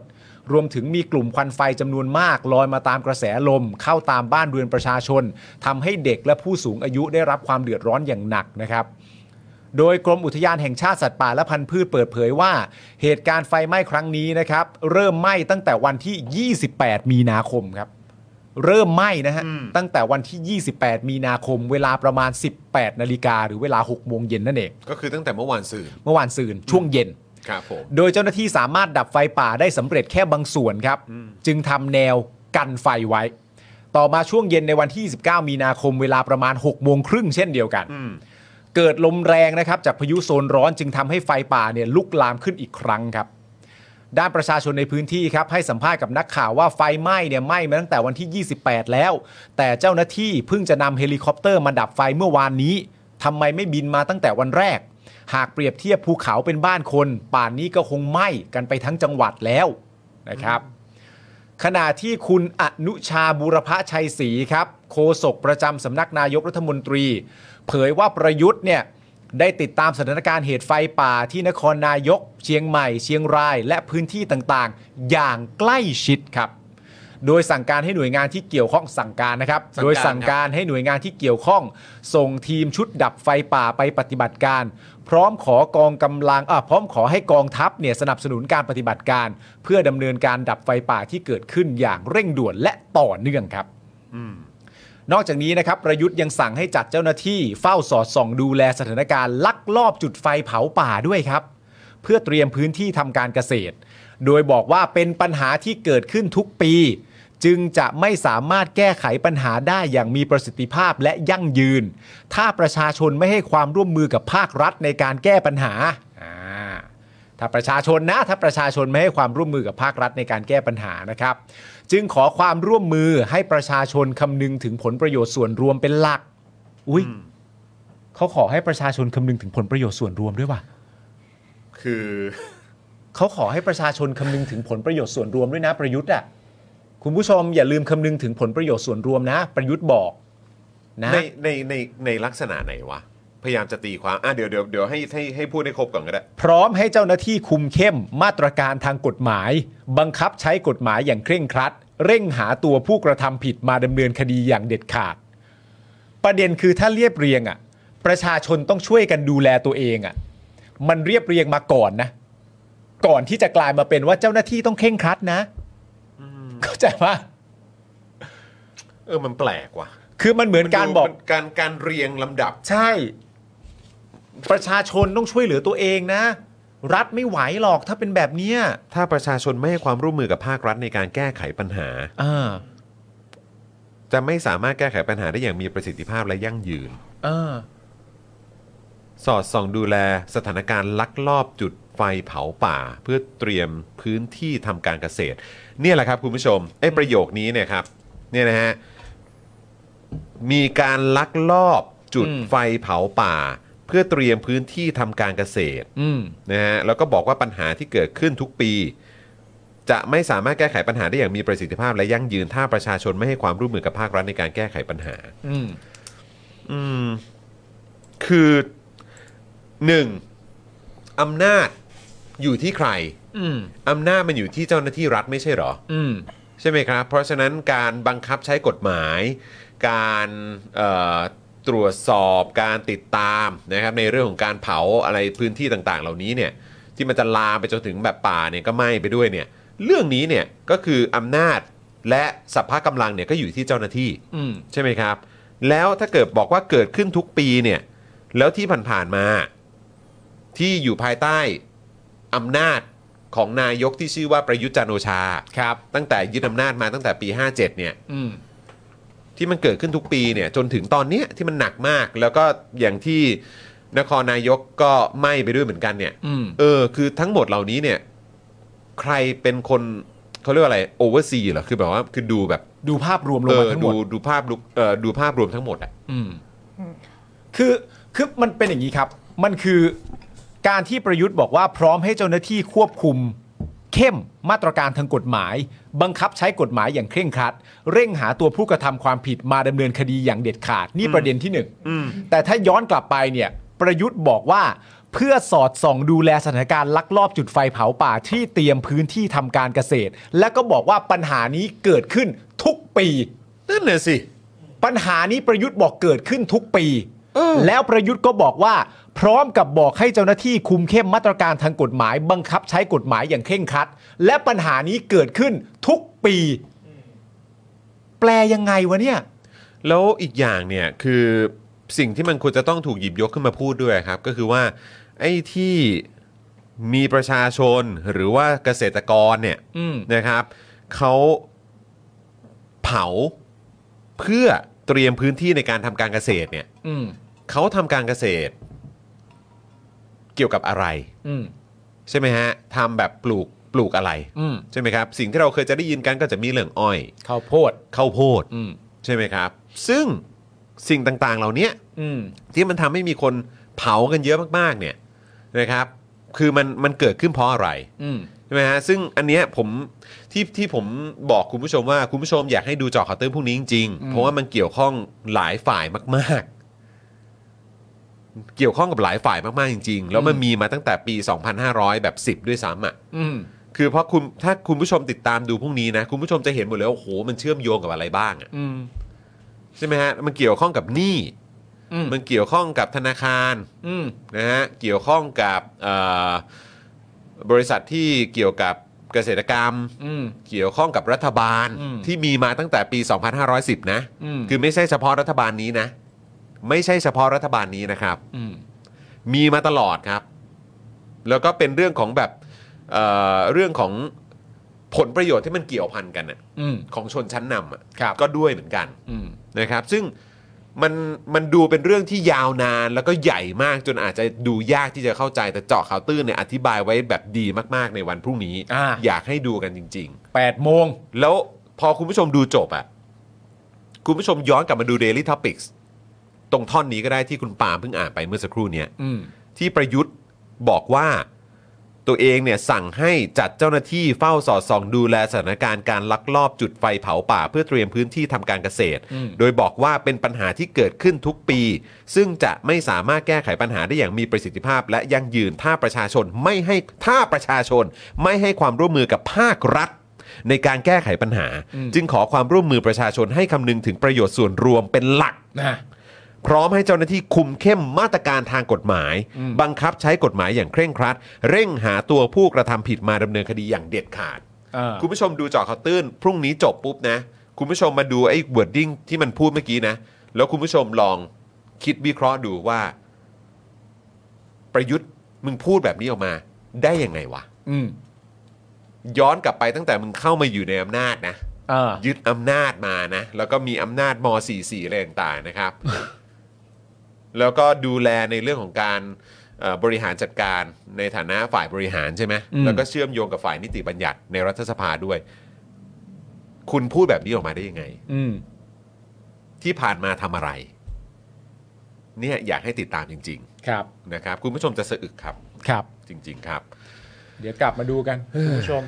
D: รวมถึงมีกลุ่มควันไฟจำนวนมากลอยมาตามกระแสลม เข้าตามบ้านเรือนประชาชนทำให้เด็กและผู้สูงอายุได้รับความเดือดร้อนอย่างหนักนะครับ โดยกรมอุทยานแห่งชาติสัตว์ป่าและพันธุ์พืชเปิดเผยว่า เหตุการณ์ไฟไหม้ครั้งนี้นะครับ เริ่มไหม้ตั้งแต่วันที่ 28 มีนาคมครับ เริ่มไหม้นะฮะ ตั้งแต่วันที่ 28 มีนาคม เวลาประมาณ 18 นาฬิกาหรือเวลา 6 โมงเย็นนั่นเอง
A: ก็คือตั้งแต่เมื่อวานสื่อ
D: เมื่อวานซืนช่วงเย็น
A: ครับผม
D: โดยเจ้าหน้าที่สามารถดับไฟป่าได้สำเร็จแค่บางส่วนครับ จึงทำแนวกันไฟไว้ ต่อมาช่วงเย็นในวันที่ 29 มีนาคมเวลาประมาณ 6 โมงครึ่งเช่นเดียวกัน เกิดลมแรงนะครับ จากพายุโซนร้อนจึงทำให้ไฟป่าเนี่ยลุกลามขึ้นอีกครั้งครับ ด้านประชาชนในพื้นที่ครับ ให้สัมภาษณ์กับนักข่าวว่าไฟไหม้เนี่ยไหม้มาตั้งแต่วันที่ 28 แล้ว แต่เจ้าหน้าที่เพิ่งจะนำเฮลิคอปเตอร์มาดับไฟเมื่อวานนี้ทำไมไม่บินมาตั้งแต่วันแรก หากเปรียบเทียบภูเขาเป็นบ้านคน ป่านนี้ก็คงไหม้กันไปทั้งจังหวัดแล้วนะครับ ขณะที่คุณอนุชาบุรพชัยศรีครับ โฆษกประจำสำนักนายกรัฐมนตรี เผยว่าประยุทธ์เนี่ยได้ติดตามสถานการณ์เหตุไฟป่าที่นครนายก เชียงใหม่ เชียงราย และพื้นที่ต่างๆ อย่างใกล้ชิดครับ โดยสั่งการให้หน่วยงานที่เกี่ยวข้องสั่งการนะครับ โดยสั่งการให้หน่วยงานที่เกี่ยวข้อง ส่งทีมชุดดับไฟป่าไปปฏิบัติการ พร้อมขอกองกำลังอ่ะพร้อมขอให้กองทัพเนี่ยสนับสนุนการปฏิบัติการ เพื่อดำเนินการดับไฟป่าที่เกิดขึ้นอย่างเร่งด่วนและต่อเนื่องครับ นอกจากนี้นะครับประยุทธ์ยังสั่งให้จัดเจ้าหน้าที่เฝ้าสอดส่องดูแลสถานการณ์ลักลอบจุดไฟเผาป่าด้วยครับ เพื่อเตรียมพื้นที่ทำการเกษตร โดยบอกว่าเป็นปัญหาที่เกิดขึ้นทุกปี จึงจะไม่สามารถแก้ไขปัญหาได้อย่างมีประสิทธิภาพและยั่งยืน ถ้าประชาชนไม่ให้ความร่วมมือกับภาครัฐในการแก้ปัญหาอ่าถ้าประชาชนนะ ถ้าประชาชนไม่ให้ความร่วมมือกับภาครัฐในการแก้ปัญหานะครับ จึงขอความร่วมมือให้ประชาชนคำนึงถึงผลประโยชน์ส่วนรวมเป็นหลัก อุ้ยเขาขอให้ประชาชนคำนึงถึงผลประโยชน์ส่วนรวมด้วยว่ะ
A: คือ
D: เขาขอให้ประชาชนคำนึงถึงผลประโยชน์ส่วนรวมด้วยนะประยุทธ์อ่ะคุณผู้ชมอย่าลืมคำนึงถึงผลประโยชน์ส่วนรวมนะ ประยุทธ์บอกนะ
A: ในในในในลักษณะไหนวะ พยายามจะตีความอ่ะเดี๋ยวเดี๋ยวเดี๋ยวให้ให้ให้พูดให้ครบก่อนก็ได้
D: พร้อมให้เจ้าหน้าที่คุมเข้มมาตรการทางกฎหมาย บังคับใช้กฎหมายอย่างเคร่งครัด เร่งหาตัวผู้กระทำผิดมาดำเนินคดีอย่างเด็ดขาด ประเด็นคือถ้าเรียบเรียงอ่ะ ประชาชนต้องช่วยกันดูแลตัวเองอ่ะ มันเรียบเรียงมาก่อนนะ ก่อนที่จะกลายมาเป็นว่าเจ้าหน้าที่ต้องเคร่งครัดนะเข้าใจปะ
A: เออมันแปลกว่ะ
D: คือมันเหมือนการบอก
A: มันดูการการเรียงลำดับ
D: ใช่ ประชาชนต้องช่วยเหลือตัวเองนะ รัฐไม่ไหวหรอกถ้าเป็นแบบเนี้ย
A: ถ้าประชาชนไม่ให้ความร่วมมือกับภาครัฐในการแก้ไขปัญหา
D: เออ
A: จะไม่สามารถแก้ไขปัญหาได้อย่างมีประสิทธิภาพและยั่งยืน
D: เออ
A: สอดส่องดูแลสถานการณ์ลักลอบจุดไฟเผาป่า เพื่อเตรียมพื้นที่ทำการเกษตร เนี่ยแหละครับคุณผู้ชมไอ้ประโยคนี้เนี่ยครับเนี่ยนะฮะมีการลักลอบจุด
D: อืม
A: ไฟเผาป่า เพื่อเตรียมพื้นที่ทำการเกษตร
D: อืม
A: นะฮะแล้วก็บอกว่าปัญหาที่เกิดขึ้นทุกปี จะไม่สามารถแก้ไขปัญหาได้อย่างมีประสิทธิภาพและยั่งยืนถ้าประชาชนไม่ให้ความร่วมมือกับภาครัฐในการแก้ไขปัญหา
D: อืม
A: อืม คือหนึ่งอำนาจอยู่ที่ใคร
D: อืม
A: อำนาจมันอยู่ที่เจ้าหน้าที่รัฐไม่ใช่เหรอ
D: อืม
A: ใช่ไหมครับ เพราะฉะนั้นการบังคับใช้กฎหมาย การเอ่อตรวจสอบการติดตามนะครับในเรื่องของการเผาอะไรพื้นที่ต่างๆ เหล่านี้เนี่ยที่มันจะลามไปจนถึงแบบป่าเนี่ยก็ไหม้ไปด้วยเนี่ยเรื่องนี้เนี่ยก็คืออำนาจและสัพพะกำลังเนี่ยก็อยู่ที่เจ้าหน้าที่
D: อืม
A: ใช่ไหมครับ แล้วถ้าเกิดบอกว่าเกิดขึ้นทุกปีเนี่ย แล้วที่ผ่านๆมา ที่อยู่ภายใต้อำนาจของนายกที่ชื่อว่าประยุทธ์จันทร์โอชา
D: ครับ
A: ตั้งแต่ยึดอำนาจมาตั้งแต่ปี 57 เนี่ย
D: อืม
A: ที่มันเกิดขึ้นทุกปีเนี่ย จนถึงตอนเนี้ยที่มันหนักมาก แล้วก็อย่างที่นครนายกก็ไหม้ไปด้วยเหมือนกันเนี่ย
D: อืม
A: เออ คือทั้งหมดเหล่านี้เนี่ย ใครเป็นคนเขาเรียกว่าอะไรโอเวอร์ซีเหรอคือแบบว่าคือดูแบบ
D: ดูภาพรวมลง
A: เอ
D: มา
A: อ
D: ทั้งหม
A: ดู
D: ด
A: ดูภาพลุเออดูภาพรวมทั้งหมดอะ
D: อืมคือคือมันเป็นอย่างนี้ครับ มันคือการที่ประยุทธ์บอกว่าพร้อมให้เจ้าหน้าที่ควบคุม เข้มมาตรการทางกฎหมาย บังคับใช้กฎหมายอย่างเคร่งครัด เร่งหาตัวผู้กระทำความผิดมาดำเนินคดีอย่างเด็ดขาด นี่ประเด็นที่หนึ่งแต่ถ้าย้อนกลับไปเนี่ย ประยุทธ์บอกว่า เพื่อสอดส่องดูแลสถานการณ์ลักลอบจุดไฟเผาป่าที่เตรียมพื้นที่ทำการเกษตร และก็บอกว่าปัญหานี้เกิดขึ้นทุกปี
A: นั่นน่ะสิ
D: ปัญหานี้ประยุทธ์บอกเกิดขึ้นทุกปี
A: เออ
D: แล้วประยุทธ์ก็บอกว่า พร้อมกับบอกให้เจ้าหน้าที่คุมเข้มมาตรการทางกฎหมาย บังคับใช้กฎหมายอย่างเคร่งครัด และปัญหานี้เกิดขึ้นทุกปี แปลยังไงวะเนี่ย
A: แล้วอีกอย่างเนี่ยคือสิ่งที่มันควรจะต้องถูกหยิบยกขึ้นมาพูดด้วยครับ ก็คือว่าไอ้ที่มีประชาชนหรือว่าเกษตรกรเนี่ย
D: อืม
A: นะครับเขาเผาเพื่อเตรียมพื้นที่ในการทำการเกษตรเนี่ย
D: อืม
A: เขาทำการเกษตร เกี่ยวกับอะไร
D: อืม
A: ใช่ไหมฮะทำแบบปลูกปลูกอะไร
D: อืม
A: ใช่ไหมครับ สิ่งที่เราเคยจะได้ยินกันก็จะมีเรื่องอ้อย
D: ข้าวโพด
A: ข้าวโพด
D: อืม
A: ใช่ไหมครับ ซึ่งสิ่งต่างๆ เหล่าเนี้ย
D: อืม
A: ที่มันทำให้มีคนเผากันเยอะมากๆ เนี่ยนะครับ คือมันมันเกิดขึ้นเพราะอะไร
D: อืม
A: ใช่ไหมฮะ ซึ่งอันเนี้ยผมที่ที่ผมบอกคุณผู้ชมว่าคุณผู้ชมอยากให้ดูเจอข่าวตื้นพวกนี้จริงๆ เพราะว่ามันเกี่ยวข้องหลายฝ่ายมากๆ เกี่ยวข้องกับหลายฝ่ายมากๆ จริง ๆ แล้วมันมีมาตั้งแต่ปี 2500 แบบ 10 ด้วยซ้ำอ่ะ
D: อืม
A: คือเพราะคุณถ้าคุณผู้ชมติดตามดูพรุ่งนี้นะ คุณผู้ชมจะเห็นหมดเลยว่าโอ้โหมันเชื่อมโยงกับอะไรบ้างอะ
D: อืม
A: ใช่ไหมฮะ มันเกี่ยวข้องกับหนี้
D: อืม
A: มันเกี่ยวข้องกับธนาคาร
D: อืม
A: นะฮะ เกี่ยวข้องกับเอ่อบริษัทที่เกี่ยวกับ เกษตรกรรม
D: อืม
A: เกี่ยวข้องกับรัฐบาล
D: อืม
A: ที่มีมาตั้งแต่ปี 2510 นะ
D: อืม
A: คือไม่ใช่เฉพาะรัฐบาลนี้นะ ไม่ใช่เฉพาะรัฐบาลนี้นะครับ
D: อืม
A: มีมาตลอดครับ แล้วก็เป็นเรื่องของแบบเอ่อเรื่องของผลประโยชน์ที่มันเกี่ยวพันกันน่ะ
D: อืม
A: ของชนชั้นนำอะ
D: ครับ
A: ก็ด้วยเหมือนกัน
D: อืม
A: นะครับ ซึ่งมันมันดูเป็นเรื่องที่ยาวนานแล้วก็ใหญ่มากจนอาจจะดูยากที่จะเข้าใจแต่เจาะข่าวตื้นเนี่ยอธิบายไว้แบบดีมากๆในวันพรุ่งนี้
D: อ่า
A: อยากให้ดูกันจริง ๆ
D: แปดโมง
A: แล้วพอคุณผู้ชมดูจบอะคุณผู้ชมย้อนกลับมาดู Daily Topics ตรงท่อนนี้ก็ได้ที่คุณปาล์มเพิ่งอ่านไปเมื่อสักครู่เนี้ย
D: อืม
A: ที่ประยุทธ์บอกว่าตัวเองเนี่ยสั่งให้จัดเจ้าหน้าที่เฝ้าสอดส่องดูแลสถานการณ์การลักลอบจุดไฟเผาป่า เพื่อเตรียมพื้นที่ทำการเกษตร
D: อืม
A: โดยบอกว่าเป็นปัญหาที่เกิดขึ้นทุกปี ซึ่งจะไม่สามารถแก้ไขปัญหาได้อย่างมีประสิทธิภาพ และยั่งยืนถ้าประชาชนไม่ให้ถ้าประชาชนไม่ให้ความร่วมมือกับภาครัฐ ในการแก้ไขปัญหา จึงขอความร่วมมือประชาชนให้คำนึงถึงประโยชน์ส่วนรวมเป็นหลัก
D: นะ
A: พร้อมให้เจ้าหน้าที่คุมเข้มมาตรการทางกฎหมาย บังคับใช้กฎหมายอย่างเคร่งครัด เร่งหาตัวผู้กระทำผิดมาดำเนินคดีอย่างเด็ดขาด
D: เออ
A: คุณผู้ชมดูเจอข่าวตื้น พรุ่งนี้จบปุ๊บนะ คุณผู้ชมมาดูไอ้ wording ที่มันพูดเมื่อกี้นะ แล้วคุณผู้ชมลองคิดวิเคราะห์ดูว่า ประยุทธ์มึงพูดแบบนี้ออกมา ได้ยังไงวะ
D: อืม
A: ย้อนกลับไปตั้งแต่มึงเข้ามาอยู่ในอำนาจนะ
D: เออ
A: ยึดอำนาจมานะ แล้วก็มีอำนาจม .44 อะไรต่างๆนะครับ แล้วก็ดูแลในเรื่องของการเอ่อบริหารจัดการในฐานะฝ่ายบริหารใช่ไหม
D: อืม
A: แล้วก็เชื่อมโยงกับฝ่ายนิติบัญญัติในรัฐสภาด้วย คุณพูดแบบนี้ออกมาได้ยังไง
D: อืม
A: ที่ผ่านมาทำอะไร เนี่ยอยากให้ติดตามจริง
D: ครับ
A: ๆ นะครับ คุณผู้ชมจะสะอึกครับ
D: ครับ
A: จริง ๆ ครับ
D: เดี๋ยวกลับมาดูกันคุณผู้ชม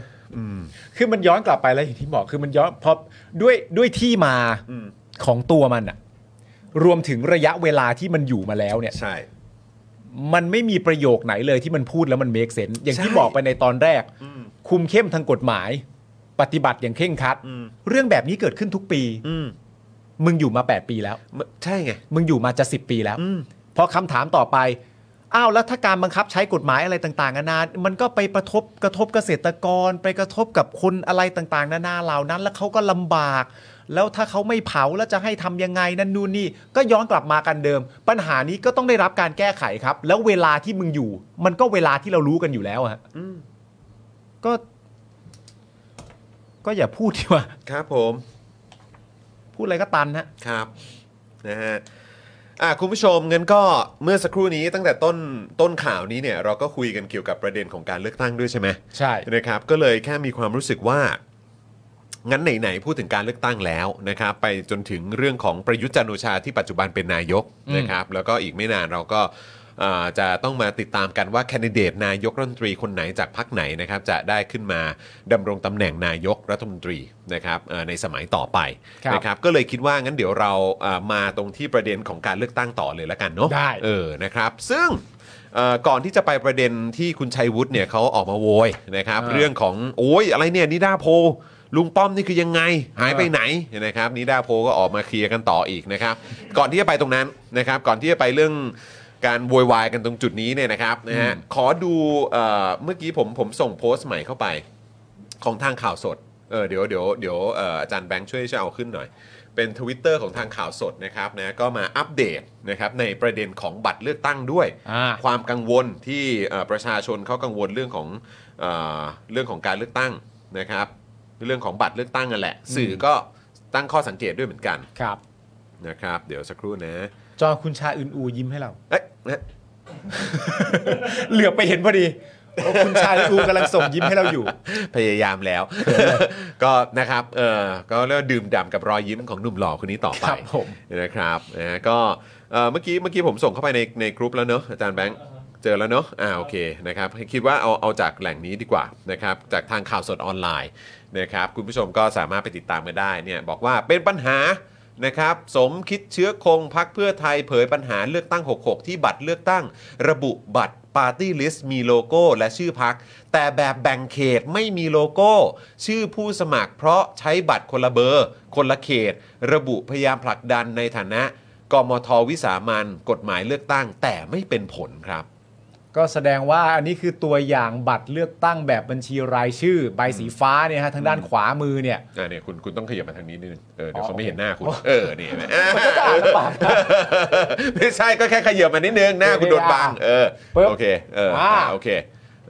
D: คือมันย้อนกลับไปแล้วอย่างที่บอกคือมันย้อนเพราะด้วยด้วยที่มา
A: อืม
D: ของตัวมันอะรวมถึงระยะเวลาที่มันอยู่มาแล้วเนี่ย
A: ใช่
D: มันไม่มีประโยคไหนเลยที่มันพูดแล้วมันเมคเซนส์อย่างที่
A: ใช่
D: บอกไปในตอนแรก
A: อืม
D: คุมเข้มทางกฎหมาย ปฏิบัติอย่างเคร่งครัด
A: อืม
D: เรื่องแบบนี้เกิดขึ้นทุกปี
A: อืม
D: มึงอยู่มา 8 ปีแล้ว
A: ใช่ไง
D: มึงอยู่มาจะ10 ปีแล้ว
A: อืม
D: พอคำถามต่อไป อ้าวแล้วถ้าการบังคับใช้กฎหมายอะไรต่างๆนานามันก็ไปประทบกระทบเกษตรกร ไปกระทบกับคนอะไรต่างๆ นานาเหล่านั้น แล้วเขาก็ลำบาก แล้วถ้าเขาไม่เผาแล้วจะให้ทำยังไงนั่นนู่นนี่ ก็ย้อนกลับมากันเดิม ปัญหานี้ก็ต้องได้รับการแก้ไขครับ แล้วเวลาที่มึงอยู่ มันก็เวลาที่เรารู้กันอยู่แล้วอะฮะ
A: อืม
D: ก็ ก็อย่าพูดดีกว่า
A: ครับผม
D: พูดอะไรก็ตันฮะ
A: ครับนะฮะอ่ะคุณผู้ชมงั้นก็เมื่อสักครู่นี้ตั้งแต่ต้นต้นข่าวนี้เนี่ยเราก็คุยกันเกี่ยวกับประเด็นของการเลือกตั้งด้วยใช่ไหม
D: ใช่
A: นะครับก็เลยแค่มีความรู้สึกว่า งั้นไหนๆพูดถึงการเลือกตั้งแล้วนะครับไปจนถึงเรื่องของประยุทธ์จันทร์โอชาที่ปัจจุบันเป็นนายก
D: อืม
A: นะครับแล้วก็อีกไม่นานเราก็เอ่อจะต้องมาติดตามกันว่าแคนดิเดตนายกรัฐมนตรีคนไหนจากพรรคไหนนะครับจะได้ขึ้นมาดำรงตำแหน่งนายกรัฐมนตรีนะครับเอ่อในสมัยต่อไป
D: ครับ
A: นะครับก็เลยคิดว่างั้นเดี๋ยวเราเอ่อมาตรงที่ประเด็นของการเลือกตั้งต่อเลยละกันเนาะ
D: ได้
A: เออนะครับซึ่งเอ่อก่อนที่จะไปประเด็นที่คุณชัยวุฒิเนี่ยเขาออกมาโวยนะครับเรื่องของโอ้ยอะไรเนี่ยนิดาโพลลุงป้อมนี่คือยังไงหายไปไหน ไหนนะครับนิดาโพก็ออกมาเคลียร์กันต่ออีกนะครับ ก่อนที่จะไปตรงนั้นนะครับ ก่อนที่จะไปเรื่องการโวยวายกันตรงจุดนี้เนี่ยนะครับนะฮะขอดูเอ่อเมื่อกี้ผมผมส่งโพสต์ใหม่เข้าไป ของทางข่าวสดเออเดี๋ยวเดี๋ยวเดี๋ยวเอ่ออาจารย์แบงค์ช่วยช่วยเอาขึ้นหน่อย เป็น Twitter ของทางข่าวสดนะครับนะก็มาอัปเดตนะครับในประเด็นของบัตรเลือกตั้งด้วย
D: อ่า
A: ความกังวลที่เอ่อประชาชนเขากังวลเรื่องของเออเรื่องของการเลือกตั้งนะครับ เรื่องของบัตรเลือกตั้งนั่นแหละ สื่อก็ตั้งข้อสังเกตด้วยเหมือนกัน
D: ครับ
A: นะครับ เดี๋ยวสักครู่นะ
D: จอคุณชาอึนอูยิ้มให้เรา
A: เอ๊ะ เอ๊ะ
D: เหลือบไปเห็นพอดีว่าคุณชาอึนอูกำลังส่งยิ้มให้เราอยู่
A: พยายามแล้ว ก็นะครับเออก็เรียกว่าดื่มด่ำกับรอยยิ้มของหนุ่มหล่อคนนี้ต่อไป
D: ครับผม
A: นะครับนะก็เอ่อเมื่อกี้เมื่อกี้ผมส่งเข้าไปในในกรุ๊ปแล้วเนอะอาจารย์แบงค์เจอแล้วเนอะอ่าโอเคนะครับคิดว่าเอาเอาจากแหล่งนี้ดีกว่านะครับจากทางข่าวสดออนไลน์ นะครับคุณผู้ชมก็สามารถไปติดตามกันได้เนี่ยบอกว่าเป็นปัญหานะครับสมคิดเชื้อคงพักเพื่อไทยเผยปัญหาเลือกตั้ง 66 ที่บัตรเลือกตั้ง ระบุบัตรปาร์ตี้ลิสต์มีโลโก้และชื่อพัก แต่แบบแบ่งเขตไม่มีโลโก้ ชื่อผู้สมัครเพราะใช้บัตรคนละเบอร์ คนละเขต ระบุพยายามผลักดันในฐานะกมทวิสามันกฎหมายเลือกตั้งแต่ไม่เป็นผลครับ
D: ก็แสดงว่าอันนี้คือตัวอย่างบัตรเลือกตั้งแบบบัญชีรายชื่อ ใบสีฟ้าเนี่ยฮะทางด้านขวามือเนี่ย
A: อ่าเนี่ยคุณคุณต้องขยับมาทางนี้นิดนึงเออเดี๋ยว
D: อ๋อ
A: เขาไม่เห็นห
D: โอเค
A: น้าคุณ
D: โอ้
A: เออเนี่ยเห็นไหม
D: มันก็จะอ่านลำบากนะ
A: ไม่ใช่ก็แค่ขยับมานิดนึงหน้าคุณโดนบังเออ
D: ปึ๊บ
A: โอเคเออ
D: อ่า
A: อ่าโอเค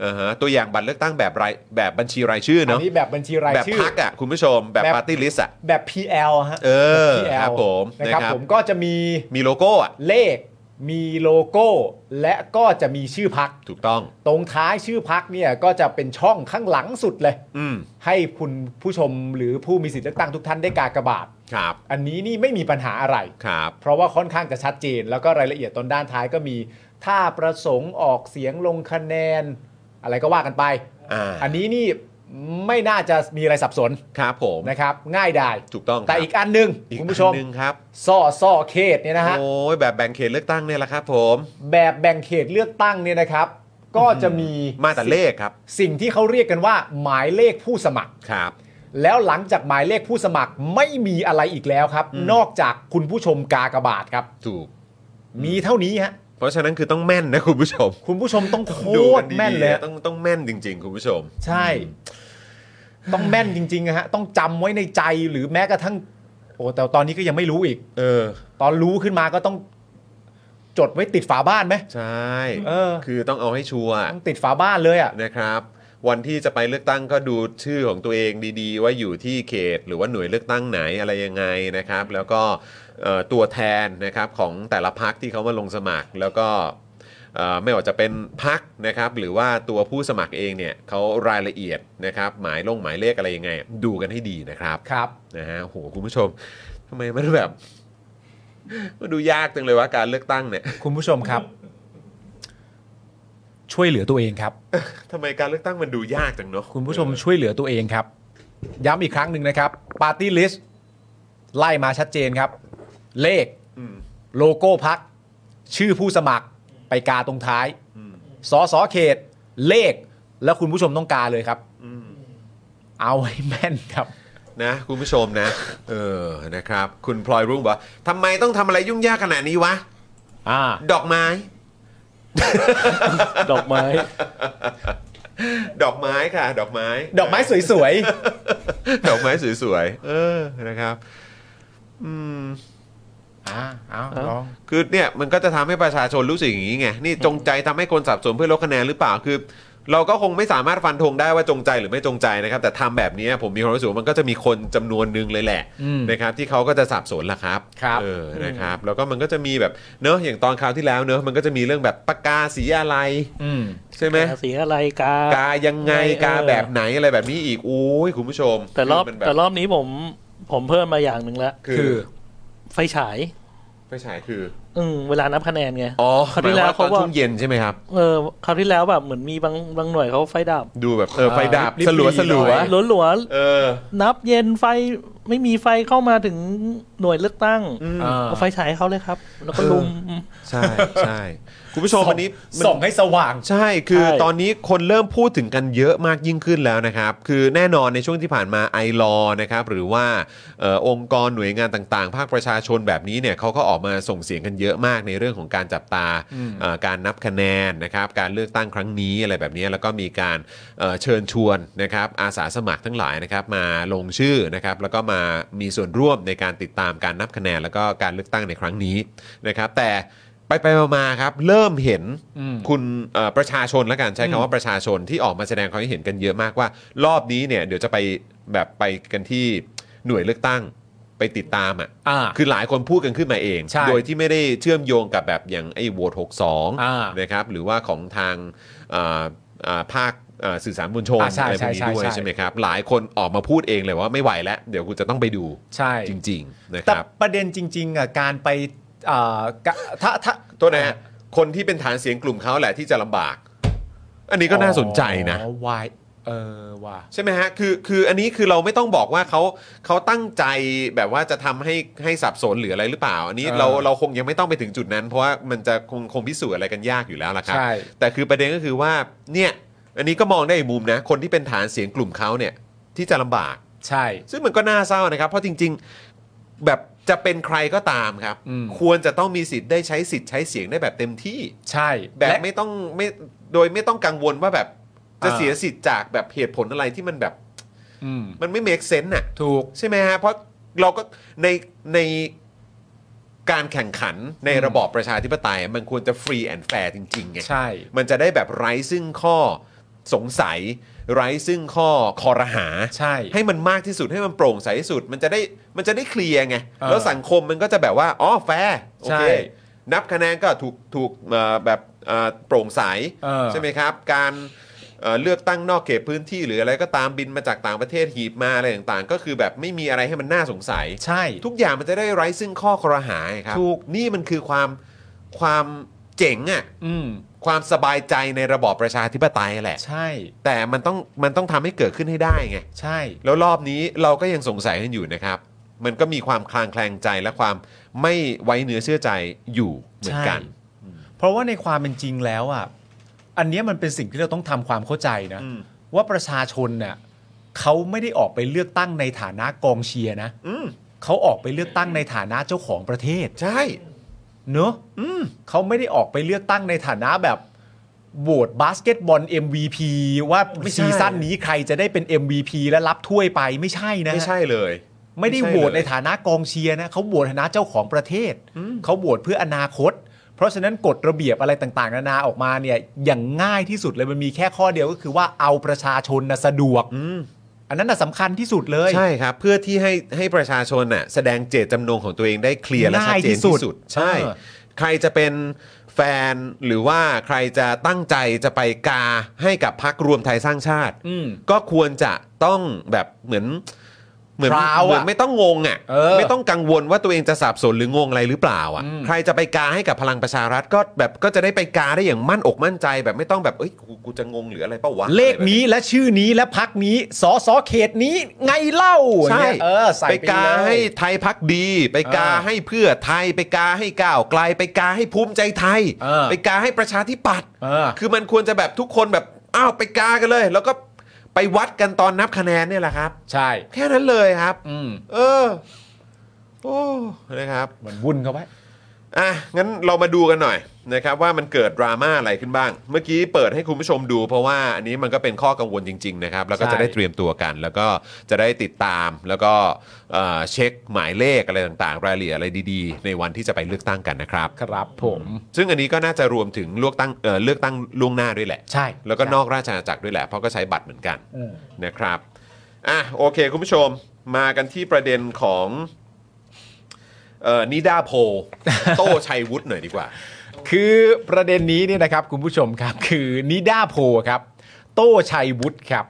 A: อ่าฮะตัวอย่างบัตรเลือกตั้งแบบรายแบบบัญชีรายชื่อ
D: อั
A: เนาะ
D: นนี้แบบบัญชีราย
A: แบบ
D: ชื่อ
A: พักอ่ะคุณผู้ชมแบบ
D: แบบ
A: ปาร์ตี้ลิสต์อ่ะ
D: แบบ PL ฮะ
A: เออ
D: PL
A: ครับผม
D: นะ
A: นะครับครับ
D: ผมก็จะมี
A: มีโลโก้อ่ะ
D: เลข มีโลโก้ และก็จะมีชื่อพัก
A: ถูกต้อง
D: ตรงท้ายชื่อพักเนี่ยก็จะเป็นช่องข้างหลังสุดเลย
A: อืม
D: ให้คุณผู้ชมหรือผู้มีสิทธิ์เลือกตั้งทุกท่านได้กากบาท
A: ครับ
D: อันนี้นี่ไม่มีปัญหาอะไร
A: ครับ
D: เพราะว่าค่อนข้างจะชัดเจน แล้วก็รายละเอียดตอนด้านท้ายก็มี ถ้าประสงค์ออกเสียงลงคะแนน อะไรก็ว่ากันไป
A: อ่า
D: อันนี้นี่ไม่น่าจะมีอะไรสับสน
A: ครับผม
D: นะครับ ง่ายดาย
A: ถูกต้องครับ
D: แต่อีกอันหนึ่ง
A: อีก
D: คุณผู้ชม
A: อันหนึ่งครับ
D: ซ่อซ่อเขตเนี่ยนะฮะ
A: โอ้ยแบบแบ่งเขตเลือกตั้งเนี่ยแหละครับผม
D: แบบแบ่งเขตเลือกตั้งเนี่ยนะครับ ก็จะมี
A: มาแต่เลขครับ
D: สิ่งที่เขาเรียกกันว่า หมายเลขผู้สมัคร
A: ครับ
D: แล้วหลังจากหมายเลขผู้สมัครไม่มีอะไรอีกแล้วครับ นอกจากคุณผู้ชมกากบาทครับ
A: ถูก
D: มีเท่านี้ฮะ
A: เพราะฉะนั้นคือต้องแม่นนะคุณผู้ชม
D: คุณผู้ชมต้องโค
A: ดูกั
D: ตร
A: ดีๆ
D: แม่นเลยฮะ
A: ต้องต้องแม่นจริง ๆ คุณผู้ชม
D: ใช่ ต้องแม่นจริงๆนะฮะต้องจำไว้ในใจหรือแม้กระทั่ง โอ้แต่ตอนนี้ก็ยังไม่รู้อีก
A: เออ
D: ตอนรู้ขึ้นมาก็ต้องจดไว้ติดฝาบ้านไหม
A: ใช่
D: เออ
A: คือต้องเอาให้ชัวร์
D: ต้องติดฝาบ้านเลยอ่ะ
A: นะครับ วันที่จะไปเลือกตั้งก็ดูชื่อของตัวเองดีๆ ว่าอยู่ที่เขต หรือว่าหน่วยเลือกตั้งไหนอะไรยังไงนะครับ แล้วก็เอ่อตัวแทนนะครับของแต่ละพักที่เขามาลงสมัคร แล้วก็เอ่อไม่ว่าจะเป็นพักนะครับ หรือว่าตัวผู้สมัครเองเนี่ยเขารายละเอียดนะครับ หมายลงหมายเลขอะไรยังไง ดูกันให้ดีนะครับ
D: ครับ
A: นะฮะโหคุณผู้ชมทำไมมันแบบ มันดูยากจังเลยว่าการเลือกตั้งเนี่ย
D: คุณผู้ชมครับ ช่วยเหลือตัวเองครับ
A: ทำไมการเลือกตั้งมันดูยากจังเนาะ
D: คุณผู้ชมช่วยเหลือตัวเองครับ ย้ำอีกครั้งหนึ่งนะครับปาร์ตี้ลิสต์ไล่มาชัดเจนครับ เลข
A: อืม
D: โลโก้พัก ชื่อผู้สมัครไปกาตรงท้ายสอสอเขต เลข แล้วคุณผู้ชมต้องกาเลยครับเอาให้แม่นครับ
A: นะคุณผู้ชมนะ เออนะครับ คุณพลอยรุ่งบอกว่าทำไมต้องทำอะไรยุ่งยากขนาดนี้วะ
D: อ่า
A: ดอกไม้
C: ดอกไม้
A: ดอกไม้ค่ะ ดอกไม้
D: ดอกไม้สวย
A: ดอกไม้สวยๆเออนะครับ อืม
D: ๆ อ่าเอา
C: เอ้า
D: ลอง
A: คือเนี่ยมันก็จะทำให้ประชาชนรู้สึกอย่างนี้ไงนี่จงใจทำให้คนสับสนเพื่อลดคะแนนหรือเปล่าคือ เราก็คงไม่สามารถฟันธงได้ว่าจงใจหรือไม่จงใจนะครับ แต่ทำแบบนี้ผมมีความรู้สึกว่ามันก็จะมีคนจำนวนหนึงเลยแหละ
D: อืม
A: นะครับ ที่เขาก็จะสับสนละครับ
D: ครับ
A: เออนะครับ แล้วก็มันก็จะมีแบบเนอะอย่างตอนคราวที่แล้วเนอะมันก็จะมีเรื่องแบบปากกาสีอะไร
D: อืม
A: ใช่ไหม
C: กาสีอะไรกาก
A: ายังไงกาแบบไหนอะไรแบบนี้อีกโอ้ยคุณผู้ชม
C: แต่รอบ
A: มันบบ
C: แต่รอบนี้ผมผมเพิ่มมาอย่างหนึ่งละ
A: คือ
C: ไฟฉาย
A: ไฟฉายคือ
C: อืมเวลานับคะแนนไง
A: อ๋อ
C: คราวที่แล้ว
A: หมยตอน
C: เขาว่า
A: ช่วงเย็นใช่ไหมครับ
C: เออคราวที่แล้วแบบเหมือนมีบางบางหน่วยเขาไฟดับ
A: ดูแบบเออไฟดับ
D: รีบ
A: ส
D: ๆ
A: ลัว
D: ห
A: ส
D: น่อย
A: ลัว
C: หลวหลวๆ
A: เออ
C: นับเย็นไฟไม่มีไฟเข้ามาถึงหน่วยเลือกตั้ง
D: อ่า
C: เอาไฟฉายให้เขาเลยครับ แล้วก็ลุม
A: ใช่ใช่คุณผู้ชมวันนี้มัน
D: ส่องให้สว่าง
A: ใช่คือ
C: ใช่
A: ตอนนี้คนเริ่มพูดถึงกันเยอะมากยิ่งขึ้นแล้วนะครับ คือแน่นอนในช่วงที่ผ่านมาไอรอนะครับหรือว่าเออองค์กรหน่วยงานต่างๆ ภาคประชาชนแบบนี้เนี่ยเขาก็ออกมาส่งเสียงกันเยอะมากในเรื่องของการจับตาเอ่อการนับคะแนนนะครับการเลือกตั้งครั้งนี้อะไรแบบนี้แล้วก็มีการเอ่อเชิญชวนนะครับอาสาสมัครทั้งหลายนะครับมาลงชื่อนะครับแล้วก็มามีส่วนร่วมในการติดตามการนับคะแนน แล้วก็การเลือกตั้งในครั้งนี้นะครับแต่ ไปไปๆมาๆครับ เริ่มเห็น
D: อืม
A: คุณเอ่อประชาชนแล้วกันใช้คำว่าประชาชนที่ออกมาแสดงความคิดเห็นกันเยอะมากว่า รอบนี้เนี่ยเดี๋ยวจะไปแบบไปกันที่หน่วยเลือกตั้งไปติดตามอ่ะ
D: อ่า
A: คือหลายคนพูดกันขึ้นมาเอง
D: ใช่
A: โดยที่ไม่ได้เชื่อมโยงกับแบบอย่างไอ้โหวต
D: อ่า
A: 62นะครับหรือว่าของทางเอ่อเอ่อภาคเอ่อสื่อสารมวลชน
D: อ่าใช่
A: อะไรพวกนี้
D: ใช่
A: ด้วย
D: ใช่
A: ใช่ไหมครับหลายคนออกมาพูดเองเลยว่าไม่ไหวแล้ว เดี๋ยวกูจะต้องไปดู
D: ใช่
A: จริง ๆ นะค
D: แต่
A: รับ
D: ประเด็นจริง ๆอ่ะการไปเอ่อกะถ้าถ้า
A: โทษนะฮะคนที่เป็นฐานเสียงกลุ่มเขาแหละที่จะลำบาก อันนี้ก็น่าสนใจนะ
D: อ๋อวายเออว่ะ
A: ใช่ไหมฮะคือคืออันนี้คือเราไม่ต้องบอกว่าเขาเขาตั้งใจแบบว่าจะทำให้ให้สับสนหรืออะไรหรือเปล่า อันนี้
D: เออ
A: เราเราคงยังไม่ต้องไปถึงจุดนั้น เพราะว่ามันจะคงคงพิสูจน์อะไรกันยากอยู่แล้วล่ะครับ
D: ใช่
A: แต่คือประเด็นก็คือว่าเนี่ยอันนี้ก็มองได้อีกมุมนะ คนที่เป็นฐานเสียงกลุ่มเขาเนี่ยที่จะลำบาก
D: ใช่
A: ซึ่งมันก็น่าเศร้านะครับ เพราะจริง ๆ แบบจะเป็นใครก็ตามครับ
D: อืม
A: ควรจะต้องมีสิทธิ์ได้ใช้สิทธิ์ใช้เสียงได้แบบเต็มที่
D: ใช่
A: แบบ
D: และ
A: ไม่ต้องไม่โดยไม่ต้องกังวลว่าแบบจะ
D: อ่า
A: เสียสิทธิ์จากแบบเหตุผลอะไรที่มันแบบ
D: อืม
A: มันไม่เมคเซนต์น่ะ
D: ถูก
A: ใช่ไหมฮะ เพราะเราก็ในในการแข่งขันในระบอบประชาธิปไตย มันควรจะฟรีแอนด์แฟร์จริงๆไง
D: ใช่
A: มันจะได้แบบไร้ซึ่งข้อสงสัย ไร้ซึ่งข้อคอรหา
D: ใช่
A: ให้มันมากที่สุดให้มันโปร่งใสที่สุด มันจะได้มันจะได้เคลียร์ไง
D: เออ
A: แล้วสังคมมันก็จะแบบว่า อ๋อ แฟร์โอเค
D: ใช่
A: นับคะแนนก็ถูกถูกเอ่อแบบเอ่อโปร่งใส
D: เออ
A: ใช่ไหมครับ การเอ่อเลือกตั้งนอกเขตพื้นที่หรืออะไรก็ตามบินมาจากต่างประเทศหีบมาอะไรต่างๆ ก็คือแบบไม่มีอะไรให้มันน่าสงสัย
D: ใช่
A: ทุกอย่างมันจะได้ไร้ซึ่งข้อคอรหาไงครับ
D: ถูก
A: นี่มันคือความความเจ๋งอะ
D: อืม
A: ความสบายใจในระบอบประชาธิปไตยแหละ
D: ใช่
A: แต่มันต้องมันต้องทำให้เกิดขึ้นให้ได้ไง
D: ใช่
A: แล้วรอบนี้เราก็ยังสงสัยกันอยู่นะครับ มันก็มีความคลางแคลงใจและความไม่ไว้เนื้อเชื่อใจอยู่เหมือนกัน
D: ใช่ เพราะว่าในความเป็นจริงแล้วอ่ะ อันเนี้ยมันเป็นสิ่งที่เราต้องทำความเข้าใจนะ
A: อืม
D: ว่าประชาชนเน่ะเขาไม่ได้ออกไปเลือกตั้งในฐานะกองเชียร์นะ
A: อืม
D: เขาออกไปเลือกตั้งในฐานะเจ้าของประเทศ
A: ใช่
D: เนอะเขาไม่ได้ออกไปเลือกตั้งในฐานะแบบโหวตบาสเกตบอล MVP ว่า
A: ไม่ใช่
D: ซีซั่นนี้ใครจะได้เป็น MVP และรับถ้วยไปไม่ใช่นะฮะ
A: ไม่ใช่เลย
D: ไม่ได้
A: ไม่ใช่
D: โหวต
A: เลย
D: ในฐานะกองเชียร์นะเขาโหวตในฐานะเจ้าของประเทศ เขาโหวตเพื่ออนาคต เพราะฉะนั้นกฎระเบียบอะไรต่างๆ นานาออกมาเนี่ยอย่างง่ายที่สุดเลยมันมีแค่ข้อเดียวก็คือว่าเอาประชาชนนะสะดวก
A: ม
D: อันนั้นนะสำคัญที่สุดเลย
A: ใช่ครับ เพื่อที่ให้ให้ประชาชนน่ะแสดงเจตจำนงของตัวเองได้เคลียร์และชัดเจน
D: ง่ายที่
A: ที่
D: สุ
A: สุด
D: ด
A: ใช่
D: เออ
A: ใครจะเป็นแฟนหรือว่าใครจะตั้งใจจะไปกาให้กับพักรวมไทยสร้างชาติ
D: อืม
A: ก็ควรจะต้องแบบเหมือนเหมือน
D: พราวอะ
A: เหมือนไม่ต้องงงอ่ะ
D: เออ
A: ไม่ต้องกังวลว่าตัวเองจะสับสนหรืองงอะไรหรือเปล่าอ่ะ
D: อืม
A: ใครจะไปกาให้กับพลังประชารัฐก็แบบก็จะได้ไปกาได้อย่างมั่นอกมั่นใจ แบบไม่ต้องแบบเอ้ยกูกูจะงงหรืออะไรเปล่าวะ
D: เลขนี้และชื่อนี้และพักนี้สอสอเขตนี้ไงเล่า
A: ใช่
D: เนี่ยเออใส่
A: ไป
D: ไป
A: กา
D: เลย
A: ให้ไทยพักดี ไปกา
D: เออ
A: ให้เพื่อไทยไปกาให้ก้าวไกล ไปกาให้ภูมิใจไทย
D: เออ
A: ไปกาให้ประชาธิปัตย์
D: เออ
A: คือมันควรจะแบบทุกคนแบบอ้าวไปกากันเลย แล้วก็ไปวัดกันตอนนับคะแนนเนี่ยแหละครับ
D: ใช่
A: แค่นั้นเลยครับ
D: อืม
A: เออ โอ้ นะครับ
D: มันวุ่นเข้าไป
A: อ่ะ งั้นเรามาดูกันหน่อยนะครับว่ามันเกิดดราม่าอะไรขึ้นบ้าง เมื่อกี้เปิดให้คุณผู้ชมดู เพราะว่าอันนี้มันก็เป็นข้อกังวลจริง ๆ นะครับ แล้วก็
D: ใช่
A: จะได้เตรียมตัวกัน แล้วก็จะได้ติดตามแล้วก็เอ่อเช็คหมายเลขอะไรต่างๆ รายละเอียดอะไรดีๆ ในวันที่จะไปเลือกตั้งกันนะครับ
D: ครับผม
A: ซึ่งอันนี้ก็น่าจะรวมถึงเลือกตั้งเอ่อเลือกตั้งล่วงหน้าด้วยแหละ
D: ใช่
A: แล้วก็นอกราชอาณาจักรด้วยแหละ เพราะก็ใช้บัตรเหมือนกัน
D: อืม
A: นะครับ อ่ะโอเค คุณผู้ชมมากันที่ประเด็นของเอ่อนิดาโพล โต้ชัยวุฒิหน่อยดีก ว่า
D: คือประเด็นนี้เนี่ยนะครับคุณผู้ชมครับคือนิด้าโพลครับ โต้ชัยวุฒิครับ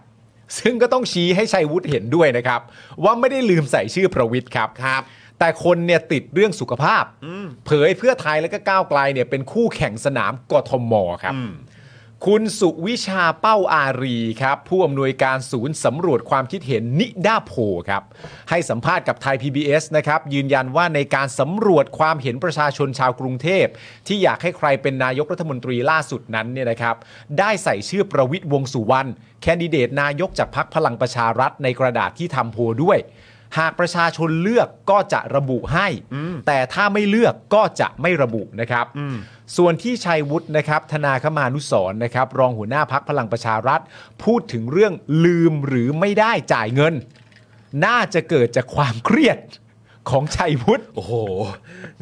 D: ซึ่งก็ต้องชี้ให้ชัยวุฒิเห็นด้วยนะครับ ว่าไม่ได้ลืมใส่ชื่อประวิทย์ครับ
A: ครับ
D: แต่คนเนี่ยติดเรื่องสุขภาพ เผยเพื่อไทยและก็ก้าวไกลเนี่ยเป็นคู่แข่งสนามกทมครับ คุณสุวิชาเป้าอารีครับ ผู้อำนวยการศูนย์สำรวจความคิดเห็นนิด้าโพลครับ ให้สัมภาษณ์กับไทย PBS นะครับ ยืนยันว่าในการสำรวจความเห็นประชาชนชาวกรุงเทพ ที่อยากให้ใครเป็นนายกรัฐมนตรีล่าสุดนั้นเนี่ยนะครับ ได้ใส่ชื่อประวิทย์วงษ์สุวรรณแคนดิเดตนายกจากพรรคพลังประชารัฐในกระดาษที่ทำโพลด้วย หากประชาชนเลือกก็จะระบุให้ แต่ถ้าไม่เลือกก็จะไม่ระบุนะครับ ส่วนที่ชัยวุฒินะครับ ธนาคมานุสรณ์นะครับ รองหัวหน้าพักพลังประชารัฐ พูดถึงเรื่องลืมหรือไม่ได้จ่ายเงิน น่าจะเกิดจากความเครียดของชัยวุฒิ
A: โอ้โห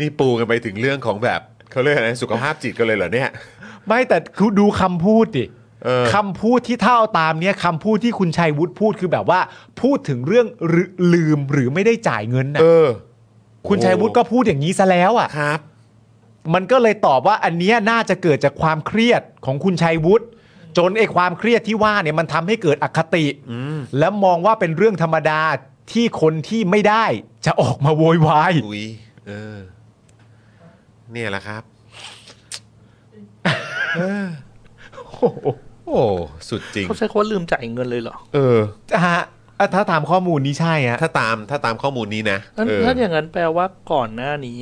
A: นี่ปูกันไปถึงเรื่องของแบบเขาเรียกอะไรนะสุขภาพจิตกันเลยเหรอเนี่ย
D: ไม่แต่คือดูคำพูดดิ
A: เออ
D: คำพูดที่เท่าตามเนี้ยคำพูดที่คุณชัยวุฒิพูดคือแบบว่า พูดถึงเรื่องหรือลืมหรือไม่ได้จ่ายเงินนะ
A: เออ
D: คุณชัยวุฒิก็พูดอย่างนี้ซะแล้วอ่ะ
A: ครับ
D: มันก็เลยตอบว่าอันเนี้ยน่าจะเกิดจากความเครียดของคุณชัยวุฒิจนไอ้ความเครียดที่ว่าเนี่ยมันทำให้เกิดอคติ และมองว่าเป็นเรื่องธรรมดาที่คนที่ไม่ได้จะออกมาโวยวาย
A: อุ้ย เออ เนี่ยแหละ ครับ เออโอ้สุดจริง
C: เขาใช้คำว่าลืมจ่ายเงินเลยเหรอ
A: เออ
D: ฮะอ่ะถ้าตามข้อมูลนี้ใช่ฮะ
A: ถ้าตามถ้าตามข้อมูลนี้นะ
C: งั้น
A: เออ
C: ถ้าอย่างนั้นแปลว่าก่อนหน้านี้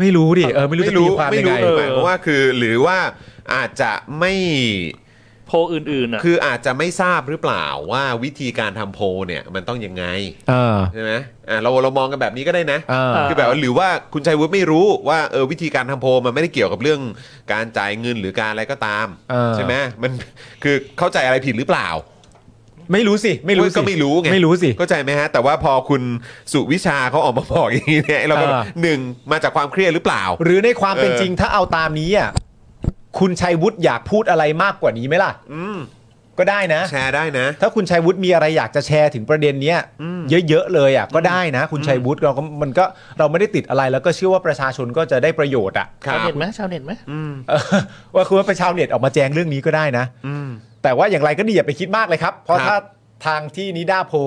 D: ไม่รู้ดิเออไม่รู้จะตีความ
A: ไม่
D: ยัง
A: รู้
D: ไง
A: หมายความว่าคือหรือว่าอาจจะไม่
D: พ
C: พลอื่นๆอ่ะ
A: คืออาจจะไม่ทราบหรือเปล่าว่าวิธีการทำโพลเนี่ยมันต้องยังไง
D: เออ
A: ใช่ไหมอ่ะเราเรามองกันแบบนี้ก็ได้นะ
D: เออ
C: า
A: คือแบบว่าหรือว่าคุณชัยวุฒิไม่รู้ว่าเออวิธีการทำโพลมันไม่ได้เกี่ยวกับเรื่องการจ่ายเงินหรือการอะไรก็ตาม
D: เออ
A: ใช่ไหมมันคือเข้าใจอะไรผิดหรือเปล่า
D: ไม่รู้สิ ไม่รู้สิ
A: ก็ไม่รู้ไง
D: ไม่รู้สิ
A: เข้าใจไหมฮะ แต่ว่าพอคุณสุวิชาเขาออกมาบอกอย่างนี้เนี่ยเราก็แบบ
D: เออ
A: หนึ่งมาจากความเครียดหรือเปล่า
D: หรือในความเป็น
A: เออ
D: จริงถ้าเอาตามนี้อ่ะคุณชัยวุฒิอยากพูดอะไรมากกว่านี้ไหมล่ะ
A: อืม
D: ก็ได้นะ
A: แชร์ได้นะ
D: ถ้าคุณชัยวุฒิมีอะไรอยากจะแชร์ถึงประเด็นเนี้ยเยอะๆเลยอ่ะก็ได้นะ คุณชัยวุฒิเราก็มันก็เราไม่ได้ติดอะไรแล้วก็เชื่อว่าประชาชนก็จะได้ประโยชน์อ่ะ
A: ครับ
C: ชาวเน็ตไหมชาวเน็ตไหม
D: เออว่าคือว่าเป็นชาวเน็ตออกมาแจงเรื่องนี้ก็ได้นะ
A: อืม
D: แต่ว่าอย่างไรก็ดีอย่าไปคิดมากเลยครับ เพราะ
A: ครั
D: ถ้า
A: บ
D: ทางที่นิด้าโพล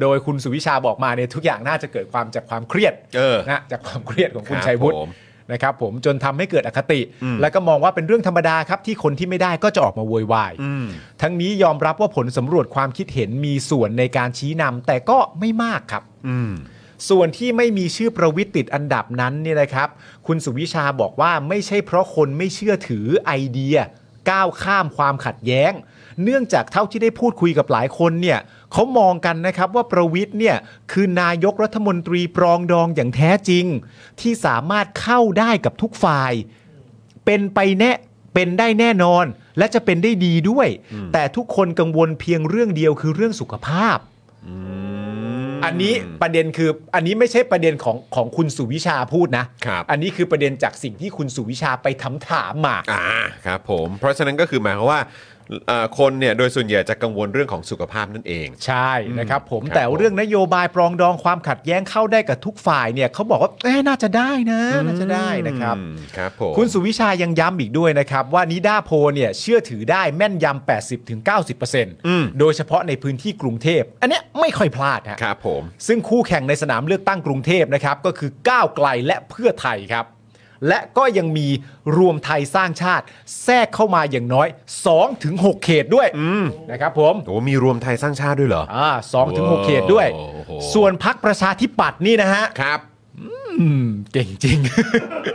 D: โดยคุณสุวิชาบอกมาเนี่ยทุกอย่างน่าจะเกิดความจากความเครียด
A: เออ
D: นะจากความเครียดของคุณ
A: ครับ
D: ชัยวุฒิ
A: ผม
D: นะครับผมจนทำให้เกิดอคติ
A: อืม
D: แล้วก็มองว่าเป็นเรื่องธรรมดาครับที่คนที่ไม่ได้ก็จะออกมาโวยวาย
A: อืม
D: ทั้งนี้ยอมรับว่าผลสำรวจความคิดเห็นมีส่วนในการชี้นำแต่ก็ไม่มากครับ
A: อืม
D: ส่วนที่ไม่มีชื่อประวิทย์ติดอันดับนั้นเนี่ยนะครับ คุณสุวิชาบอกว่าไม่ใช่เพราะคนไม่เชื่อถือไอเดีย ก้าวข้ามความขัดแย้ง เนื่องจากเท่าที่ได้พูดคุยกับหลายคนเนี่ยเขามองกันนะครับว่าประวิทย์เนี่ยคือนายกรัฐมนตรีปรองดองอย่างแท้จริง ที่สามารถเข้าได้กับทุกฝ่าย เป็นไปแน่เป็นได้แน่นอน และจะเป็นได้ดีด้วย แต่ทุกคนกังวลเพียงเรื่องเดียวคือเรื่องสุขภาพ อันนี้ประเด็นคืออันนี้ไม่ใช่ประเด็นของของคุณสุวิชาพูดนะครับ อันนี้คือประเด็นจากสิ่งที่คุณสุวิชาไปถามถามมา
A: อ่าครับผมเพราะฉะนั้นก็คือหมายความว่าเอ่อคนเนี่ยโดยส่วนใหญ่จะกังวลเรื่องของสุขภาพนั่นเอง
D: ใช่นะครับ ผม
A: ครับ
D: แต่เรื่องนโยบายปรองดองความขัดแย้งเข้าได้กับทุกฝ่ายเนี่ยเขาบอกว่าเอ๊ะน่าจะได้นะน่าจะได้นะครับ
A: อืมครับผม
D: คุณสุวิชายังย้ำอีกด้วยนะครับ ว่านิด้าโพลเนี่ยเชื่อถือได้แม่นยำ
A: อืม
D: 80-90%โดยเฉพาะในพื้นที่กรุงเทพ อันเนี้ยไม่ค่อยพลาดฮะ
A: ครับผม
D: ซึ่งคู่แข่งในสนามเลือกตั้งกรุงเทพนะครับ ก็คือก้าวไกลและเพื่อไทยครับ และก็ยังมีรวมไทยสร้างชาติแทรกเข้ามาอย่างน้อย 2-6 เขตด้วยนะครับผม
A: โอ้มีรวมไทยสร้างชาติด้วยเหรอ
D: อ่าสองถึงหกเขตด้วย
A: โอ้โห
D: ส่วนพักประชาธิปัตย์นี่นะฮะ
A: ครับ
D: อืมเก่งจริง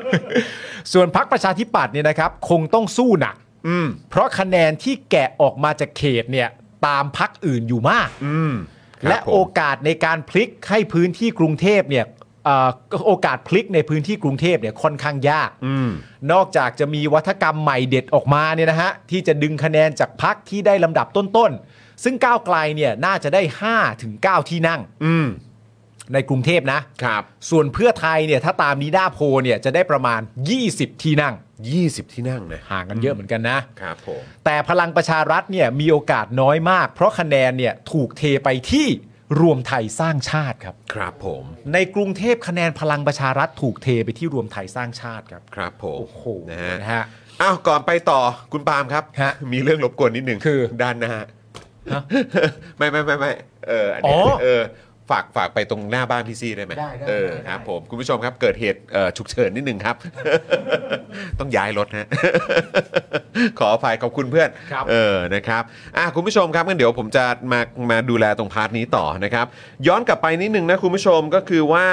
D: ส่วนพักประชาธิปัตย์เนี่ยนะครับ คงต้องสู้หนัก
A: อืม
D: เพราะคะแนนที่แกะออกมาจากเขตเนี่ยตามพักอื่นอยู่มาก
A: อืมครับ
D: และ
A: ผม
D: โอกาสในการพลิกให้พื้นที่กรุงเทพเนี่ยเอ่อโอกาสพลิกในพื้นที่กรุงเทพเนี่ยค่อนข้างยาก
A: อืม
D: นอกจากจะมีวัฒกรรมใหม่เด็ดออกมาเนี่ยนะฮะที่จะดึงคะแนนจากพักที่ได้ลำดับต้นๆ ซึ่งก้าวไกลเนี่ยน่าจะได้5ถึง9ที่นั่ง
A: อืม
D: ในกรุงเทพนะ
A: ครับ
D: ส่วนเพื่อไทยเนี่ยถ้าตามนี้ด้าโพลเนี่ยจะได้ประมาณ 20 ที่นั่ง
A: 20 ที่นั่งนะ
D: ห่างกันเยอะเหมือนกันนะ
A: ครับผม
D: แต่พลังประชารัฐเนี่ยมีโอกาสน้อยมาก เพราะคะแนนเนี่ยถูกเทไปที่รวมไทยสร้างชาติครับ
A: ครับผม
D: ในกรุงเทพคะแนนพลังประชารัฐถูกเทไปที่รวมไทยสร้างชาติครับ
A: ครับผม
D: โอ้โห
A: นะฮะ
D: นะฮะ
A: อ้าว ก่อนไปต่อคุณปาล์มครับ
D: ฮะ
A: มีเรื่องรบกวนนิดหนึ่ง
D: คือ
A: ด้านหน้า
D: ฮะ
A: ไม่ไม่ไม่ไม่เอออันเนี้ย
D: อ๋อ
A: เออ ฝากฝากไปตรงหน้าบ้านพี่ซี่ได้ไหม
D: ได้ได้
A: เออ
D: ได้
A: ครับผมคุณผู้ชมครับเกิดเหตุเอ่อฉุกเฉินนิดหนึ่งครับ ต้องย้ายรถนะ ขออภัยขอบคุณเพื่อน
D: ครับ
A: เออนะครับอ่ะคุณผู้ชมครับงั้นเดี๋ยวผมจะมามาดูแลตรงพาร์ทนี้ต่อนะครับ ย้อนกลับไปนิดหนึ่งนะคุณผู้ชมก็คือว่า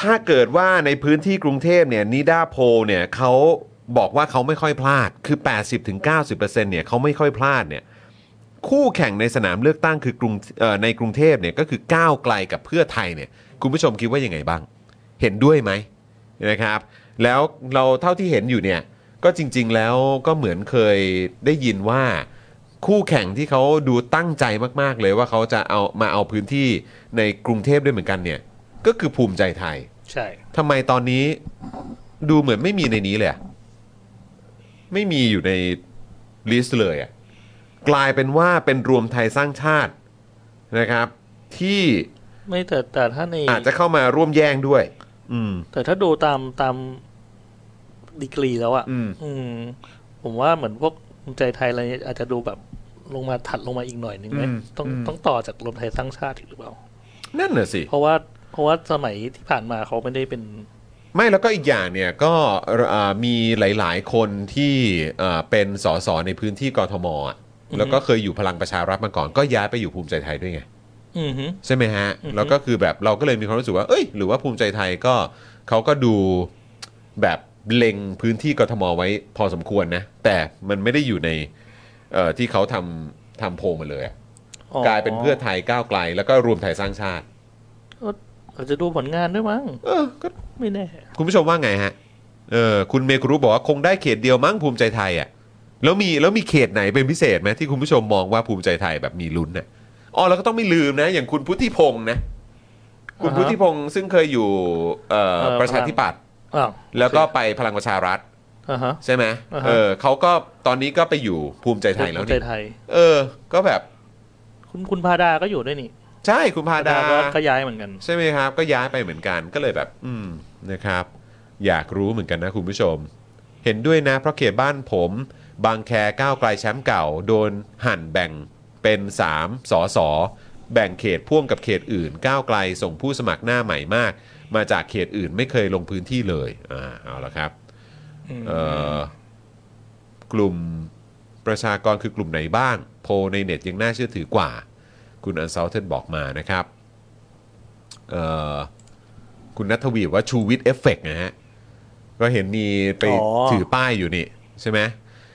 A: ถ้าเกิดว่าในพื้นที่กรุงเทพเนี่ยนิดาโพลเนี่ยเขาบอกว่าเขาไม่ค่อยพลาดคือ 80-90%เนี่ยเขาไม่ค่อยพลาดเนี่ยคู่แข่งในสนามเลือกตั้งคือกรุงเอ่อในกรุงเทพเนี่ยก็คือก้าวไกลกับเพื่อไทยเนี่ยคุณผู้ชมคิดว่ายังไงบ้าง เห็นด้วยไหมนะครับแล้วเราเท่าที่เห็นอยู่เนี่ยก็จริง ๆ แล้วก็เหมือนเคยได้ยินว่า คู่แข่งที่เขาดูตั้งใจมาก ๆ เลยว่าเขาจะเอามาเอาพื้นที่ในกรุงเทพด้วยเหมือนกันเนี่ยก็คือภูมิใจไทย
C: ใช่
A: ทำไมตอนนี้ดูเหมือนไม่มีในนี้เลยอะไม่มีอยู่ในลิสต์เลยอะกลายเป็นว่าเป็นรวมไทยสร้างชาตินะครับ ที่
C: ไม่แต่แต่ถ้าใน
A: อาจจะเข้ามาร่วมแย่งด้วย อืม
C: แต่ถ้าดูตามตามดีกรีแล้วอ่ะ
A: อืม
C: อืม ผมว่าเหมือนพวกภูมิใจไทยอะไรเนี่ยอาจจะดูแบบลงมาถัดลงมาอีกหน่อยหนึ่งไหม
A: อืม
C: ต้อง
A: อืม
C: ต้องต่อจากรวมไทยสร้างชาติอีกหรือเปล่า
A: นั่นน่ะสิ
C: เพราะว่าเพราะว่าสมัยที่ผ่านมาเขาไม่ได้เป็น
A: ไม่แล้วก็อีกอย่างเนี่ยก็เอ่อมีหลาย ๆ คนที่เอ่อเป็นสสในพื้นที่กทมอะแล้วก็เคยอยู่พลังประชารัฐมาก่อน ก็ย้ายไปอยู่ภูมิใจไทยด้วยไง
C: อือหือ
A: ใช่ไหมฮะ แล้วก็คือแบบเราก็เลยมีความรู้สึกว่า เอ้ย หรือว่าภูมิใจไทยก็เขาก็ดูแบบเล็งพื้นที่กทมไว้พอสมควรนะ แต่มันไม่ได้อยู่ใน เอ่อที่เขาทำทำโพลมาเลยอะ
C: อ๋อก
A: ลายเป็นเพื่อไทยก้าวไกล แล้วก็รวมไทยสร้างชาติ
C: ก็อาจจะดูผลงานด้วยมั้ง
A: เออก็
C: ไม่แน่
A: คุณผู้ชมว่าไงฮะเออคุณเมกรุบอกว่าคงได้เขตเดียวมั้งภูมิใจไทยอ่ะแล้วมีแล้วมีเขตไหนเป็นพิเศษไหมที่คุณผู้ชมมองว่าภูมิใจไทยแบบมีลุ้นน่ะอ๋อแล้วก็ต้องไม่ลืมนะ อย่างคุณพุทธิพงศ์นะ คุณ
C: อ่าฮะ
A: พุทธิพงศ์ซึ่งเคยอยู่เอ่อ
C: เอ่อ
A: ประชาธิปัตย์
C: อ้าว
A: แล้วก็ไปพลังประชารัฐ
C: อ่าฮะ
A: ใช่ไหม
C: อ่าฮะ
A: เออเขาก็ตอนนี้ก็ไปอยู่ภูมิใจไทยแล้ว
C: ใจ
A: นี่
C: ไทย
A: เออ ก็แบบ
C: คุณคุณพาดาก็อยู่ด้วยนี่
A: ใช่คุณพาดา
C: ก็ก็ย้ายเหมือนกัน
A: ใช่ไหมครับ ก็ย้ายไปเหมือนกันก็เลยแบบ อืมนะครับ อยากรู้เหมือนกันนะคุณผู้ชม เห็นด้วยนะ เพราะเขตบ้านผม บางแคก้าวไกลแชมป์เก่า โดนหั่นแบ่งเป็น 3สอสอแบ่งเขตพ่วงกับเขตอื่น ก้าวไกลส่งผู้สมัครหน้าใหม่มาก มาจากเขตอื่นไม่เคยลงพื้นที่เลยอ่าเอาละครับเอ่อกลุ่มประชากรคือกลุ่มไหนบ้าง โพลในเน็ตยังน่าเชื่อถือกว่า คุณอันเซาเทนบอกมานะครับ เอ่อคุณนัทวีบอกว่าชูวิทย์เอฟเฟกต์นะฮะ ก็เห็นมีไป
C: อ๋อ
A: ถือป้ายอยู่นี่ ใช่ไหม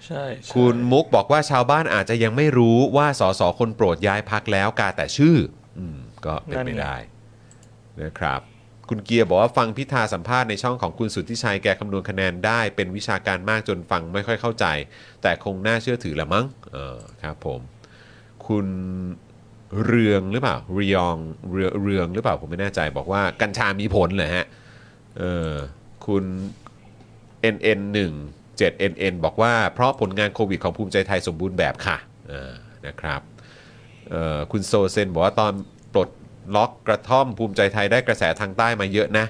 C: ใช่ใช่
A: คุณมุกบอกว่าชาวบ้านอาจจะยังไม่รู้ว่าสสคนโปรดย้ายพักแล้วกาแต่ชื่อ อืม ก็เป็นไปได้นะครับ คุณเกียร์บอกว่าฟังพิธาสัมภาษณ์ในช่องของคุณสุทธิชัยแกคำนวณคะแนนได้ เป็นวิชาการมากจนฟังไม่ค่อยเข้าใจ แต่คงน่าเชื่อถือละมั้งเออครับผม คุณเรืองหรือเปล่าเรียองเรือเรืองหรือเปล่าผมไม่แน่ใจบอกว่ากัญชามีผลเหรอฮะเออคุณ NN1 7NN บอกว่าเพราะผลงานโควิดของภูมิใจไทยสมบูรณ์แบบค่ะเออนะครับเอ่อคุณโซเซนบอกว่าตอนปลดล็อกกระท่อมภูมิใจไทยได้กระแสทางใต้มาเยอะนะ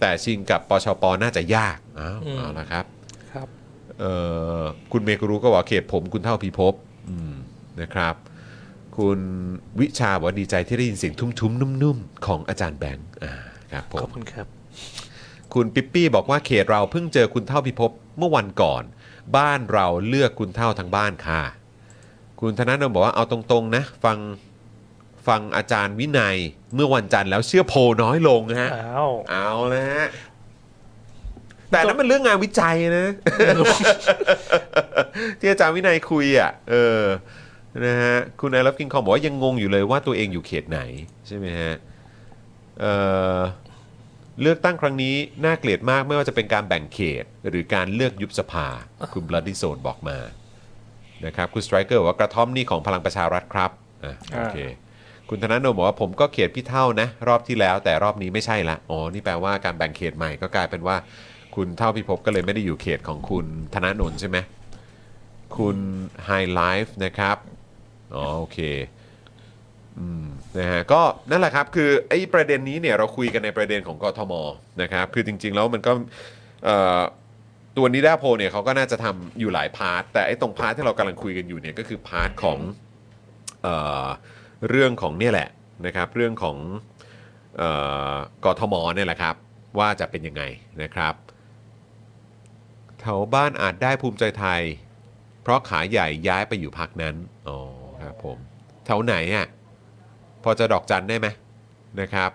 A: แต่ชิงกับปชปน่าจะยากอ้าวเอาละครับ
C: ครับ
A: เอ่อคุณเมกรู้ก็บอกเขตผมคุณเท่าพีภพอืมนะครับ คุณวิชาบอกว่าดีใจที่ได้ยินเสียงทุ้มๆ นุ่มๆ ของอาจารย์แบงค์อ่าครับผ
C: ขอ
A: ม
C: บคุณครับ
A: คุณปิ๊ปปี้บอกว่าเขตเราเพิ่งเจอคุณเท่าพิภพเมื่อวันก่อน บ้านเราเลือกคุณเท่าทั้งบ้านค่ะ คุณธนาโนบอกว่าเอาตรงๆนะ ฟังฟังอาจารย์วินัยเมื่อวันจันทร์แล้วเชื่อโพลน้อยลงฮะ
C: อ้าว
A: เอาละฮะแต่นั่นมันเรื่องงานวิจัยนะ ที่อาจารย์วินัยคุยอ่ะ เออนะฮะคุณไอรับกินคอมบอกว่ายังงงอยู่เลยว่าตัวเองอยู่เขตไหน ใช่ไหมฮะเอ่อเลือกตั้งครั้งนี้น่าเกลียดมากไม่ว่าจะเป็นการแบ่งเขต หรือการเลือกยุบสภา คุณบลัดดี้โซนบอกมานะครับคุณสไตรเกอร์ว่ากระท่อมนี่ของพลังประชารัฐครับอ่ะโอเค คุณธนาโนมบอกว่าผมก็เขตพี่เท่านะ รอบที่แล้วแต่รอบนี้ไม่ใช่ละอ๋อนี่แปลว่าการแบ่งเขตใหม่ก็กลายเป็นว่า คุณเท่าพิภพก็เลยไม่ได้อยู่เขตของคุณธนาโนนใช่ไหมคุณไฮไลฟ์นะครับอ๋อโอเคอืมนะฮะก็นั่นแหละครับ คือไอ้ประเด็นนี้เนี่ยเราคุยกันในประเด็นของกทมนะครับ คือจริง ๆ แล้วมันก็เอ่อตัวนิดาโพลเนี่ยเขาก็น่าจะทำอยู่หลายพาร์ทแต่ไอ้ตรงพาร์ทที่เรากำลังคุยกันอยู่เนี่ยก็คือพาร์ทของ เอ่อเรื่องของเนี่ยแหละนะครับ เรื่องของเออกทมเนี่ยแหละครับ ว่าจะเป็นยังไงนะครับแถวบ้านอาจได้ภูมิใจไทย เพราะขาใหญ่ย้ายไปอยู่พักนั้นอ๋อครับผมแถวไหนอ่ะพอจะดอกจันได้ไหมนะครับ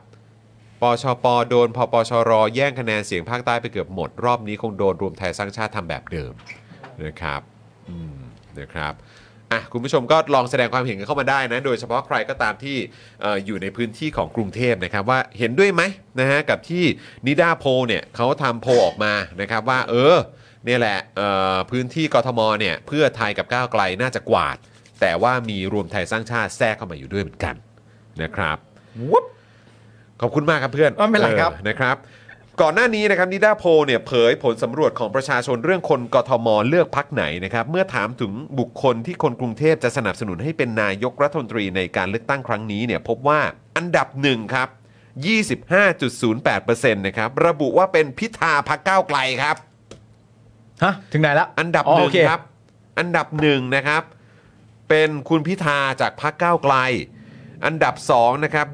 A: ปชปโดนพปชรแย่งคะแนนเสียงภาคใต้ไปเกือบหมด รอบนี้คงโดนรวมไทยสร้างชาติทำแบบเดิมนะครับอืมนะครับ อ่ะคุณผู้ชมก็ลองแสดงความเห็นกันเข้ามาได้นะ โดยเฉพาะใครก็ตามที่เอ่ออยู่ในพื้นที่ของกรุงเทพนะครับ ว่าเห็นด้วยไหมนะฮะกับที่นิดาโพลเนี่ยเขาทำโพลออกมานะครับว่า เออเนี่ยแหละเอ่อพื้นที่กทมเนี่ยเพื่อไทยกับก้าวไกลน่าจะกวาด แต่ว่ามีรวมไทยสร้างชาติแทรกเข้ามาอยู่ด้วยเหมือนกันนะครับ
D: วุ๊บ
A: ขอบคุณมากครับเพื่อน
D: อ๋อไม่เป็นไรครับ
A: ออนะครับ ก่อนหน้านี้นะครับนิด้าโพลเนี่ยเผยผลสำรวจของประชาชนเรื่องคนกทมเลือกพักไหนนะครับ เมื่อถามถึงบุคคลที่คนกรุงเทพจะสนับสนุนให้เป็นนายกรัฐมนตรีในการเลือกตั้งครั้งนี้เนี่ยพบว่าอันดับหนึ่งครับ 25.08%นะครับระบุว่าเป็นพิธาพักก้าวไกลครับ
D: ฮะ ถึงไหนละ
A: อันดับหนึ่
D: โอง เ
A: ครับ อันดับหนึ่งนะครับ เป็นคุณพิธาจากพรรคก้าวไกล อันดับสองนะครับ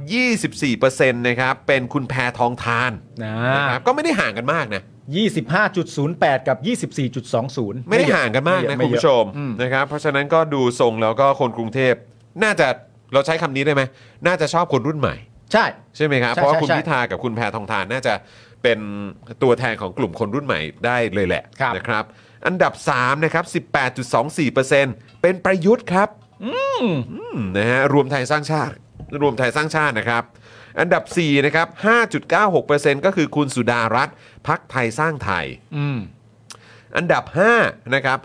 A: 24%นะครับเป็นคุณแพทองทาน
D: นะ
A: นะครับก็ไม่ได้ห่างกันมากนะ
D: 25.08 กับ 24.20
A: ไม่ได้ห่างกันมากนะคุณผู้ชมนะครับเพราะฉะนั้นก็ดูทรงแล้วก็คนกรุงเทพน่าจะเราใช้คำนี้ได้ไหมน่าจะชอบคนรุ่นใหม่
D: ใช่
A: ใช่ไหมครับ
D: ใช่
A: เพราะว่าคุณ
D: ใช่ใช่
A: พิธากับคุณแพทองทานน่าจะเป็นตัวแทนของกลุ่มคนรุ่นใหม่ได้เลยแหละ
D: ครับ
A: นะครับ อันดับ3นะครับ18.24%เ เป็นประยุทธ์ครับอืมนะฮะรวมไทยสร้างชาติรวมไทยสร้างชาตินะครับ อันดับ 4 นะครับ 5.96%ก็คือคุณสุดารัตน์พักไทยสร้างไทย
D: อืม
A: อันดับ 5 นะครับ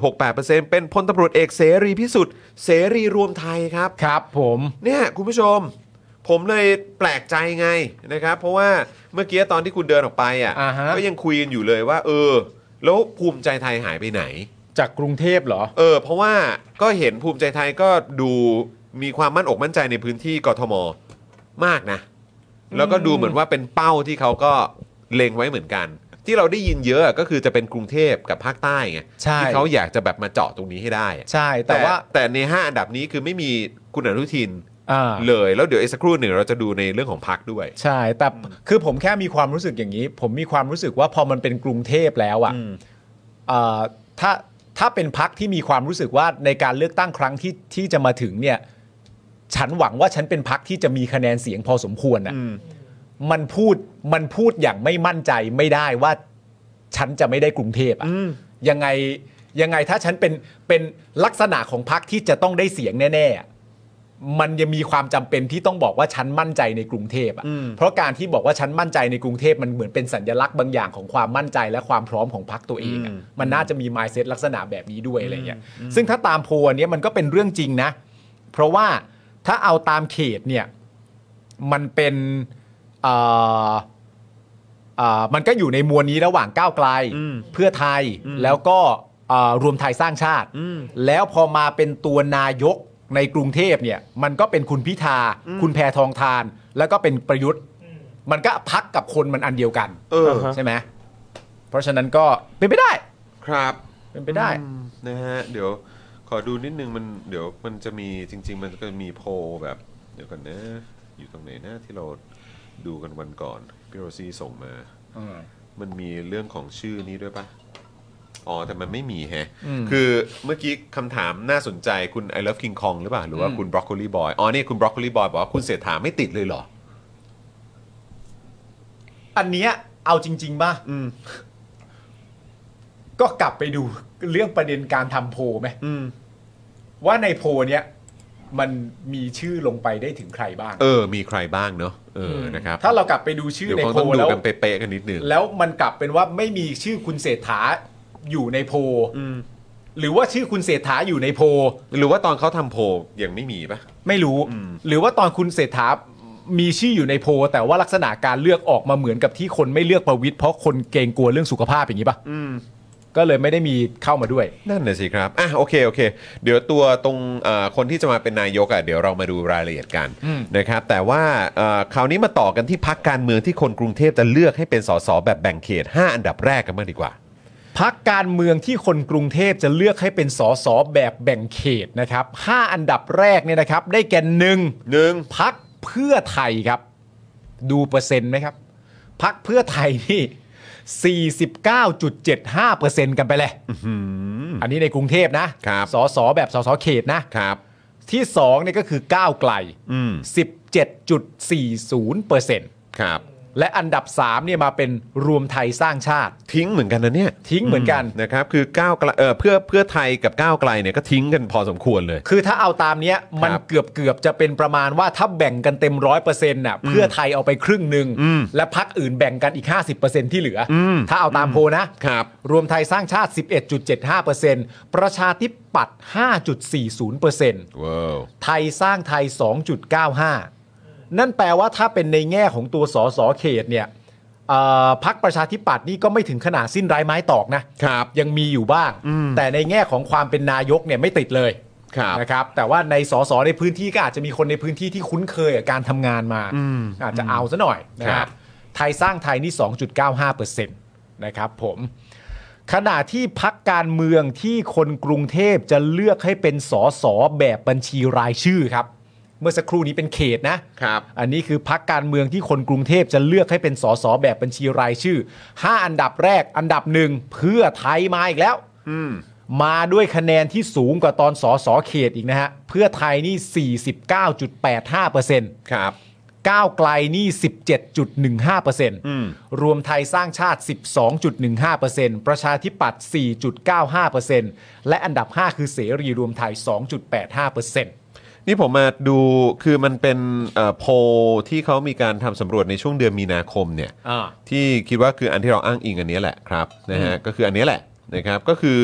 A: 5.68%เป็นพลตำรวจเอกเสรีพิสุทธิ์เสรีรวมไทยครับ
D: ครับผม
A: เนี่ยคุณผู้ชม ผมเลยแปลกใจไงนะครับ เพราะว่าเมื่อกี้ตอนที่คุณเดินออกไปอ่ะ
D: อ่าฮะ
A: ก็ยังคุยกันอยู่เลยว่า เออ แล้วภูมิใจไทยหายไปไหน
D: จากกรุงเทพเหรอ
A: เออ เพราะว่าก็เห็นภูมิใจไทยก็ดูมีความมั่นอกมั่นใจในพื้นที่กทมมากนะ แล้วก็ดูเหมือนว่าเป็นเป้าที่เขาก็เล็งไว้เหมือนกัน ที่เราได้ยินเยอะก็คือจะเป็นกรุงเทพกับภาคใต้ไง
D: ใช่
A: ที่เขาอยากจะแบบมาเจาะตรงนี้ให้ได้อะ
D: ใช่แต่ว่า
A: แต่ในห้าอันดับนี้คือไม่มีคุณอนุทิน
D: อ่า
A: เลยแล้วเดี๋ยวอีกสักครู่หนึ่งเราจะดูในเรื่องของพักด้วย
D: ใช่ แต่คือผมแค่มีความรู้สึกอย่างนี้ ผมมีความรู้สึกว่าพอมันเป็นกรุงเทพแล้วอะเอ่ะถ้าถ้าเป็นพักที่มีความรู้สึกว่าในการเลือกตั้งครั้งที่ที่จะมาถึงเนี่ย ฉันหวังว่าฉันเป็นพักที่จะมีคะแนนเสียงพอสมควรอ่ะ มันพูดมันพูดอย่างไม่มั่นใจไม่ได้ว่าฉันจะไม่ได้กรุงเทพอ่ะยังไงยังไงถ้าฉันเป็นเป็นลักษณะของพักที่จะต้องได้เสียงแน่ๆอะมันยังมีความจำเป็นที่ต้องบอกว่าฉันมั่นใจในกรุงเทพอ่ะเพราะการที่บอกว่าฉันมั่นใจในกรุงเทพมันเหมือนเป็นสัญลักษณ์บางอย่างของความมั่นใจและความพร้อมของพักตัวเองอะมันน่าจะมีมายเซตลักษณะแบบนี้ด้วยอะไรเงี้ยซึ่งถ้าตามโพลอันเนี้ยมันก็เป็นเรื่องจริงนะ เพราะว่าถ้าเอาตามเขตเนี่ย มันเป็นเอ่อเอ่อมันก็อยู่ในมวลนี้ระหว่างก้าวไกล เพื่อไทยแล้วก็เอ่อรวมไทยสร้างชาติ แล้วพอมาเป็นตัวนายกในกรุงเทพเนี่ย มันก็เป็นคุณพิธา คุณแพทองทาน แล้วก็เป็นประยุทธ์ มันก็พักกับคนมันอันเดียวกัน
A: เออ
C: ฮะ
D: ใช่ไหมเพราะฉะนั้นก็เป็นไปได้
A: ครับ
D: เป็นไปได้
A: นะฮะเดี๋ยวขอดูนิดนึงมันเดี๋ยวมันจะมีจริง ๆ มันก็มีโพลแบบ เดี๋ยวกันนะ อยู่ตรงไหนนะที่เราดูกันวันก่อนพี่โรซี่ส่งมา มันมีเรื่องของชื่อนี้ด้วยปะอ๋อ แต่มันไม่มีแฮะ คือเมื่อกี้คำถามน่าสนใจคุณ I love King Kong หรือเปล่า หรือว่าคุณ Broccoli Boy อ๋อนี่คุณ Broccoli Boy บอกว่าคุณเศรษฐาไม่ติดเลยเหรอ
D: อันเนี้ยเอาจริงๆป่ะ
A: อืม
D: ก็กลับไปดูเรื่องประเด็นการทำโพลไหมว่าในโพลเนี้ยมันมีชื่อลงไปได้ถึงใครบ้าง
A: เออ มีใครบ้างเนาะเออนะครับ
D: ถ้าเรากลับไปดูชื่อ
A: เดี๋ยว
D: ใน
A: คง
D: โพ
A: ต้อง
D: ล
A: ดู
D: แล้ว
A: กันเป๊ะๆกันนิดนึง
D: แล้วมันกลับเป็นว่าไม่มีชื่อคุณเศรษฐาอยู่ในโพลหรือว่าชื่อคุณเศรษฐาอยู่ในโพล
A: หรือว่าตอนเขาทำโพลยังไม่มีปะ
D: ไม่รู้ หรือว่าตอนคุณเศรษฐามีชื่ออยู่ในโพลแต่ว่าลักษณะการเลือกออกมาเหมือนกับที่คนไม่เลือกประวิทย์เพราะคนเกรงกลัวเรื่องสุขภาพอย่างนี้ป่ะก็เลยไม่ได้มีเข้ามาด้วย
A: นั่นน่ะสิครับ อ่ะโอเคโอเค เดี๋ยวตัวตรงเอ่อคนที่จะมาเป็นนายกอ่ะเดี๋ยวเรามาดูรายละเอียดกันนะครับ แต่ว่าเอ่อคราวนี้มาต่อกันที่พักการเมืองที่คนกรุงเทพจะเลือกให้เป็นสสแบบแบ่งเขต 5 อันดับแรกกันบ้างดีกว่า
D: พักการเมืองที่คนกรุงเทพจะเลือกให้เป็นสสแบบแบ่งเขตนะครับ 5 อันดับแรกเนี่ยนะครับ ได้แก่หนึ่ง
A: หนึ่ง
D: พักเพื่อไทยครับ ดูเปอร์เซ็นต์ไหมครับ พักเพื่อไทยนี่ 49.75%กันไปเลย อันนี้ในกรุงเทพนะครับ สสแบบสสเขตนะ
A: ครับ
D: ที่2เนี่ยก็คือก้าวไกล
A: อืม
D: 17.40%
A: ครับ
D: และอันดับ3เนี่ยมาเป็นรวมไทยสร้างชาติ
A: ทิ้งเหมือนกันนะเนี่ย
D: ทิ้งเหมือนกัน
A: นะครับคือก้าวไกลเอ่อเพื่อเพื่อไทยกับก้าวไกลเนี่ยก็ทิ้งกันพอสมควรเลย
D: คือถ้าเอาตามเนี้ยมัน
A: ครับ
D: เกือบเกือบจะเป็นประมาณว่าถ้าแบ่งกันเต็มร้อยเปอร์เซ็นต์น่ะเพื่อไทยเอาไปครึ่งหนึ่งและพักอื่นแบ่งกันอีก 50%ที่เหลืออ
A: ม
D: ถ้าเอาตามโพลนะครับ รวมไทยสร้างชาติ 11.75%ประชาธิปัตย์5.40%
A: ว้าว
D: ไทยสร้างไทย 2.95 นั่นแปลว่าถ้าเป็นในแง่ของตัวสสเขตเนี่ยเอ่อพักประชาธิปัตย์นี่ก็ไม่ถึงขนาดสิ้นไร้ไม้ตอกนะ
A: ครับ
D: ยังมีอยู่บ้าง แต่ในแง่ของความเป็นนายกเนี่ยไม่ติดเลย
A: ครับ
D: นะครับ แต่ว่าในสสในพื้นที่ก็อาจจะมีคนในพื้นที่ที่คุ้นเคยกับการทำงานมา อาจจะเอาซะหน่อยนะครับไทยสร้างไทยนี่ 2.95%นะครับผมขณะที่พักการเมืองที่คนกรุงเทพจะเลือกให้เป็นสสแบบบัญชีรายชื่อครับ เมื่อสักครู่นี้เป็นเขตนะ
A: ครับ
D: อันนี้คือพักการเมืองที่คนกรุงเทพจะเลือกให้เป็นสสแบบบัญชีรายชื่อ 5 อันดับแรกอันดับหนึ่งเพื่อไทยมาอีกแล้ว มาด้วยคะแนนที่สูงกว่าตอนสสเขตอีกนะฮะ เพื่อไทยนี่ 49.85%
A: ครับ
D: ก้าวไกลนี่
A: อืม
D: 17.15%รวมไทยสร้างชาติ 12.15%ประชาธิปัตย์ 4.95%และอันดับ 5 คือเสรีรวมไทย 2.85%
A: นี่ผมมาดูคือมันเป็นเอ่อโพลที่เขามีการทำสำรวจในช่วงเดือนมีนาคมเนี่ย
D: อ่า
A: ที่คิดว่าคืออันที่เราอ้างอิงอันนี้แหละครับนะฮะก็คืออันนี้แหละนะครับก็คือ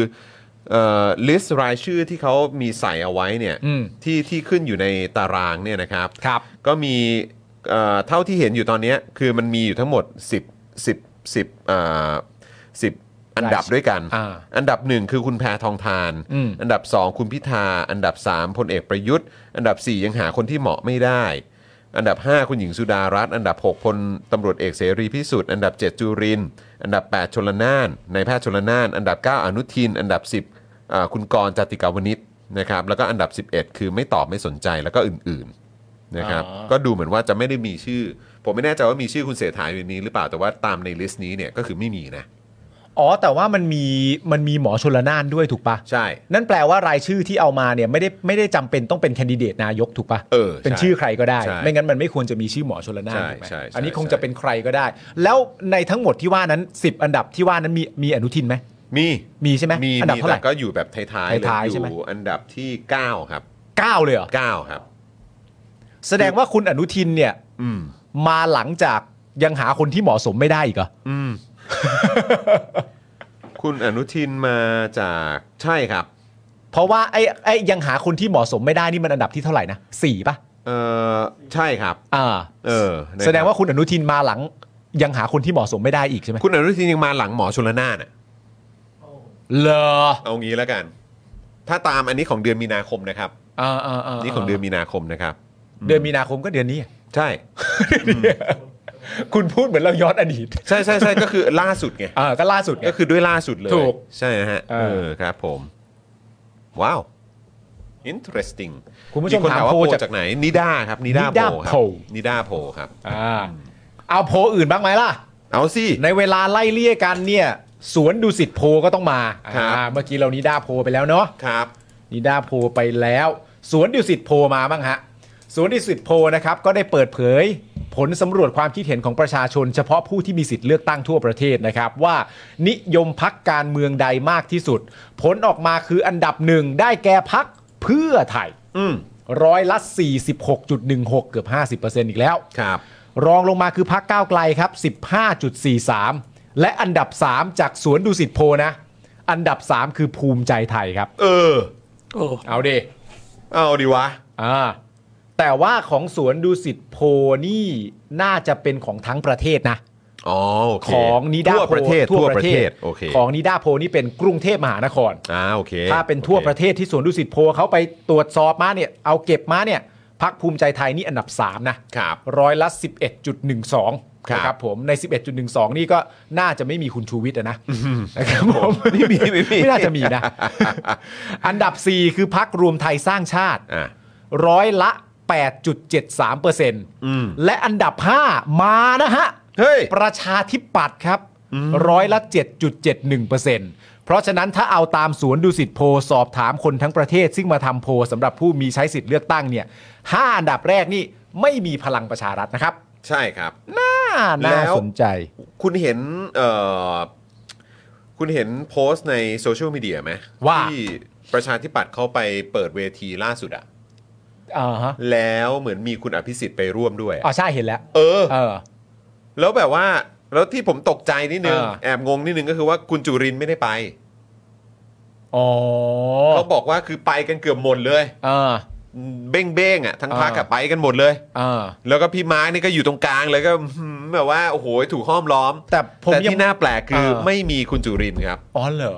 A: ลิสต์รายชื่อที่เขามีใส่เอาไว้เนี่ย
D: อืม
A: ที่ที่ขึ้นอยู่ในตารางเนี่ยนะครับ
D: ครับ
A: ก็มีเอ่อเท่าที่เห็นอยู่ตอนเนี้ยคือมันมีอยู่ทั้งหมด 10 10 10เอ่อ10 อันดับด้วยกัน
D: อ่า
A: อันดับหนึ่งคือคุณแพทองทาน
D: อืม
A: อันดับ 2 คุณพิธา อันดับ 3พลเอกประยุทธ์ อันดับ 4 ยังหาคนที่เหมาะไม่ได้ อันดับ 5 คุณหญิงสุดารัตน์อันดับ 6พลตำรวจเอกเสรีพิสุทธิ์อันดับ 7 จุรินทร์อันดับ 8 ชลนานนายแพทย์ชลนาน อันดับ 9 อนุทิน อันดับ 10เอ่อคุณกรณ์จติกาวนิชนะครับแล้วก็อันดับ 11 คือไม่ตอบไม่สนใจแล้วก็อื่นๆ นะครับ
D: อ๋อ
A: ก็ดูเหมือนว่าจะไม่ได้มีชื่อ ผมไม่แน่ใจว่ามีชื่อคุณเสถาอยู่ในนี้หรือเปล่าแต่ว่าตามในลิสต์นี้เนี่ยก็คือไม่มีนะ
D: อ๋อ แต่ว่ามันมีมันมีหมอชลนานด้วยถูกปะ
A: ใช่
D: นั่นแปลว่ารายชื่อที่เอามาเนี่ยไม่ได้ไม่ได้จำเป็นต้องเป็นแคนดิเดตนายกถูกปะ
A: เออใช่
D: นชื่อใครก็ได้
A: ใช่
D: ไม่งั้นมันไม่ควรจะมีชื่อหมอชลนาน
A: ใช่
D: ถูกไหม
A: ใช่ใช่
D: อันนี้คง
A: ใช่
D: จะเป็นใครก็ได้ แล้วในทั้งหมดที่ว่านั้น 10 อันดับที่ว่านั้นมีมีอนุทินไหม
A: มี
D: มีใช่ไหม
A: มี
D: อันดับเท่าไหร่
A: แต่ก็อยู่แบบท้ายๆเลย
D: ท้าย
A: อ
D: ๆใช่ไหม
A: ยู่อันดับที่ 9 ครับ
D: 9 เลยเหรอ
A: 9 ครับ
D: แสดงว่าคุณอนุทินเนี่ย
A: อืม
D: มาหลังจากยังหาคนที่เหมาะสมไม่ได้อีกเหรอ
A: อืม คุณอนุทินมาจากใช่ครับ
D: เพราะว่าไอ้ไอ้ยังหาคนที่เหมาะสมไม่ได้นี่มันอันดับที่เท่าไหร่นะสี่ปะ
A: เออใช่ครับ
D: อ่า
A: เออนะครับ
D: แสดงว่าคุณอนุทินมาหลังยังหาคนที่เหมาะสมไม่ได้อีกใช่ไหม
A: คุณอนุทินยังมาหลังหมอชลนานอ่ะ
D: เหรอ
A: เอางี้แล้วกัน ถ้าตามอันนี้ของเดือนมีนาคมนะครับ
D: อ่าอ่าอ่า
A: นี่ของเดือนมีนาคมนะครับ
D: เดือนมีนาคมก็เดือนนี้
A: ใช่
D: คุณพูดเหมือนเราย้อนอดีต
A: ใช่ใช่ใช่ก็คือล่าสุดไง
D: อ่าก็ล่าสุดไง
A: ก็คือด้วยล่าสุดเลย
D: ถูก
A: ใช่ฮะ
D: เอ
A: เอ
D: อ
A: อครับผม ว้าว interesting
D: คุณผู้ชม
A: คน
D: ถาม
A: ถามว่า
D: โพ
A: โพ
D: ล
A: ล
D: จา
A: จาก กไหนนิด้าครับนิด้า
D: นิด้า
A: โพลครับ
D: โพล
A: นิด้าโพลครับ
D: อ่าเอาโพลอื่นบ้างไหมล่ะ
A: เอาสิ
D: ในเวลาไล่เลี่ยกันเนี่ย สวนดุสิตโพลก็ต้องมา
A: ครับ
D: อ่าเมื่อกี้เรานิด้าโพลไปแล้วเนาะ
A: ครับ
D: นิด้าโพลไปแล้ว สวนดุสิตโพลมาบ้างฮะ สวนดุสิตโพลนะครับ ก็ได้เปิดเผย ผลสำรวจความคิดเห็นของประชาชน เฉพาะผู้ที่มีสิทธิ์เลือกตั้งทั่วประเทศนะครับ ว่านิยมพักการเมืองใดมากที่สุด ผลออกมาคืออันดับหนึ่งได้แก่พักเพื่อไทย
A: อืม
D: ร้อยละ 46.16 เกือบ 50%อีกแล้ว
A: ครับ
D: รองลงมาคือพักก้าวไกลครับ 15.43 และอันดับ 3 จากสวนดุสิตโพลนะ อันดับ 3 คือภูมิใจไทยครับ
A: เออ
C: โอ้
D: เอาดิ
A: เอาดีวะ
D: อ่าแต่ว่าของสวนดุสิตโพนี่น่าจะเป็นของทั้งประเทศนะ
A: อ๋อโอเค
D: ของนิดา
A: ทั่ว
D: โพ
A: ประเทศทั่วประเทศ โอเค
D: ของนิดาโพนี่เป็นกรุงเทพมหานคร
A: อ่าโอเค
D: ถ้าเป็นทั่วประเทศที่สวนดุสิตโพเขาไปตรวจสอบมาเนี่ยเอาเก็บมาเนี่ยพักภูมิใจไทยนี่อันดับ 3 นะครับ ร้อยละ 11.12
A: ครับ
D: นะครับผมใน 11.12 นี่ก็น่าจะไม่มีคุณชูวิทย์อะนะนะครับผม
A: ไม่มีไม่มี
D: ไม่น่าจะมีนะ อันดับ 4 คือพักรวมไทยสร้างชาติ
A: อ่ะ
D: ร้อยละ 8.73%
A: ม
D: และอันดับ 5 มานะฮะ
A: เฮ้ย
D: ประชาธิปัตย์ครับ ร้อยละ 7.71%เพราะฉะนั้นถ้าเอาตามสวนดุสิตโพลสอบถามคนทั้งประเทศ ซึ่งมาทำโพลสำหรับผู้มีใช้สิทธิ์เลือกตั้งเนี่ยห้าอันดับแรกนี่ไม่มีพลังประชารัฐนะครับ
A: ใช่ครับ
D: น่าน่า
A: แล้ว
D: สนใจ
A: คุณเห็นเอ่อคุณเห็นโพสต์ในโซเชียลมีเดียไหม
D: ว่า
A: ที่ประชาธิปัตย์เข้าไปเปิดเวทีล่าสุดอะ
D: อ่าฮะ
A: แล้วเหมือนมีคุณอภิสิทธิ์ไปร่วมด้วยอะ
D: อ๋อใช่เห็นแล้ว
A: เออ
D: เออ
A: แล้วแบบว่า แล้วที่ผมตกใจนิดนึง
D: เออ
A: แอบงงนิดนึงก็คือว่าคุณจุรินทร์ไม่ได้ไป
D: อ๋อ
A: เขาบอกว่าคือไปกันเกือบหมดเลย
D: เออ
A: เบ้งเบ้งๆอ่ะทั้ง
D: เออ
A: พักกับไปกันหมดเลย
D: เออ
A: แล้วก็พี่มาร์กนี่ก็อยู่ตรงกลางเลยก็อื้อหือแบบว่าโอ้โหถูกห้อมล้อม
D: แต่ผมยัง
A: ที่น่าแปลกคือ
D: เออ
A: ไม่มีคุณจุรินทร์ครับ
D: อ๋อเหรอ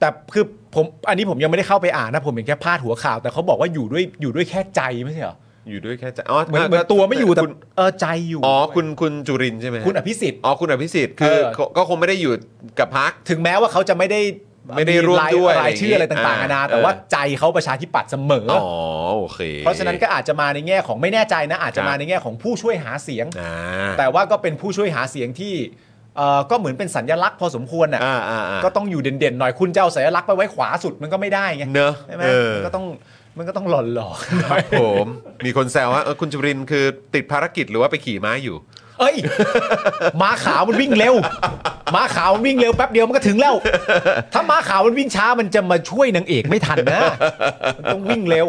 D: แต่คือผมอันนี้ผมยังไม่ได้เข้าไปอ่านนะ ผมเห็นแค่พาดหัวข่าว แต่เขาบอกว่าอยู่ด้วยอยู่ด้วยแค่ใจไม่ใช่เหรอ
A: อยู่ด้วยแค่ใจอ๋อ
D: เหมือนเหมือน
A: ก็
D: ตัวไม่อยู่แต่
A: คุณ
D: เออใจอยู่
A: อ๋อคุณคุณจุรินทร์ใช่ไหม
D: คุณอภิสิทธิ์
A: อ๋อคุณอภิสิทธิ์คือ
D: เออ
A: ก็ก็คงไม่ได้อยู่กับพัก
D: ถึงแม้ว่าเขาจะไม่ได้
A: ไม่ได้ร่วมด้วย
D: รายชื่ออะไรต่างๆนานา
A: อ่า
D: แต่ว่าใจเขาประชาธิปัตย์เสมอ
A: อ๋อ
D: อ
A: โอเค
D: เพราะฉะนั้นก็อาจจะมาในแง่ของไม่แน่ใจนะ อาจ
A: ค
D: จะ
A: รับ
D: มาในแง่ของผู้ช่วยหาเสียง
A: อ่า
D: แต่ว่าก็เป็นผู้ช่วยหาเสียงที่เอ่อก็เหมือนเป็นสัญลักษณ์พอสมควรน่ะ
A: อ่าอ่าอ่า
D: ก็ต้องอยู่เด่นๆหน่อยคุณจะเอาสัญลักษณ์ไปไว้ขวาสุดมันก็ไม่ได้ไง
A: เนอะ
D: ใช่ไหม
A: เออ
D: ก็ต้อง มันก็ต้องหล่อนหลอก
A: ครับผมมีคนแซวว่าเออคุณจุรินทร์คือติดภารกิจหรือว่าไปขี่ม้าอยู่
D: เอ้ยม้าขาวมันวิ่งเร็วม้าขาวมันวิ่งเร็วแป๊บเดียวมันก็ถึงแล้ว ถ้าม้าขาวมันวิ่งช้ามันจะมาช่วยนางเอกไม่ทันนะมันต้องวิ่งเร็ว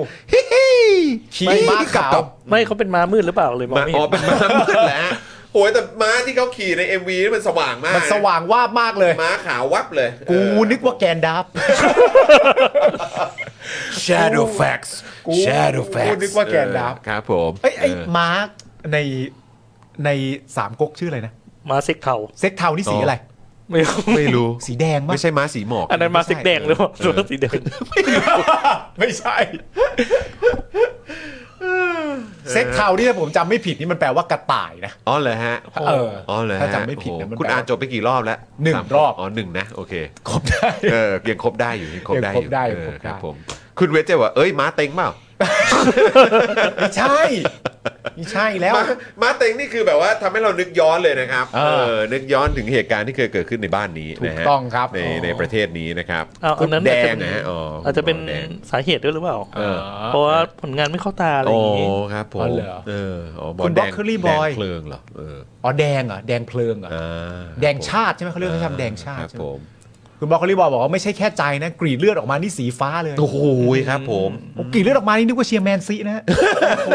D: ขี่ม้าขาว
C: ไม่เขาเป็นม้ามืดหรือเปล่าเลยมอง
A: มา
C: ไม่
A: อ๋อ
C: เห็
A: น เป็นม้ามืดแหละโอ้ยแต่ม้าที่เขาขี่ใน MV นี่มันสว่างมาก
D: มันสว่างวาบมากเลย
A: ม้าขาววับเลย
D: กูนึกว่าแกน ดับ Shadow
A: Facts
D: Shadow Facts กูนึกว่าแกนดับ
A: ครับผม
D: เอ้ยไอ้
A: เออ
D: มาร์กในในสามก๊กชื่ออะไรนะ
C: ม้าเซ็กเทา
D: เซ็กเทานี่สี
A: อ๋ออ
D: อะไร
C: ไม่รู้
A: ไม่รู้
D: สีแดงมั้ย
A: ไม่ใช่ม้าสีหมอก
C: อันนั้นม้าเซ็กแดงหรือเปล่าตัวสีแดง
D: ไม่ใช่ เซ็กเทานี่ถ้าผมจำไม่ผิดนี่มันแปลว่ากระต่ายนะ
A: อ๋อเหรอฮะ
D: เออ
A: อ๋อเหรอฮะ
D: ถ้าจำไม่ผิดนะ
A: โอ้โห
D: มัน
A: คุณอ่านจบไปกี่รอบแล้ว
D: หนึ่ง
A: สาม
D: รอบ
A: อ๋อหนึ่งนะโอเค
D: ครบได้
A: เออยังครบได้อยู่ยังครบได้อ
D: ยังคร
A: ยู่
D: บได้
A: เออ
D: ครบ
A: ค
D: ได้
A: รับผมคุณเวจเจบอกว่าเอ้ยม้าเต็งเปล่า
D: ไม่ใช่ไม่ใช่แล้ว
A: ม้าม้าเต็งนี่คือแบบว่าทำให้เรานึกย้อนเลยนะครับ
D: เออ
A: เออนึกย้อนถึงเหตุการณ์ที่เคยเกิดขึ้นในบ้านนี้นะฮะ
D: ถูกต้องครับ
A: ใน
D: อ๋อ
A: ในประเทศนี้นะครับ
C: เอาอันนั้น
A: แดง
C: อาจจะเป็น
A: นะฮะอ๋ออา
C: อาจจะเป็น
A: แดง
C: สาเหตุด้วยหรือเปล่า
A: เออ
C: เพราะว่าผลงานไม่เข้าตาอะไรอ
A: โอ้
C: ย่างงี้
A: ครับผ
D: อ๋
A: ม
D: อเหรอ
A: เอออ๋อบอ
D: คุณ
A: แดง
D: Broccoli
A: แดง
D: Boy
A: เพลิงเหรอเออ
D: อ๋อแดงเหรอ่ะแดงเพลิงเหรอ่ะ
A: อ่า
D: แดงชาติใช่ไหมเขาเรียกเขาทำแดงชา
A: ค
D: ติ
A: รับ
D: ใช่ไห
A: ผม ม
D: คุณบอกเขารีบอกบอกว่าไม่ใช่แค่ใจนะ กรีดเลือดออกมานี่สีฟ้าเลย
A: โอ้โหครับผม
D: ผมกรีดเลือดออกมานี่นึกว่าเชียร์แมนซีนะ โอ้โห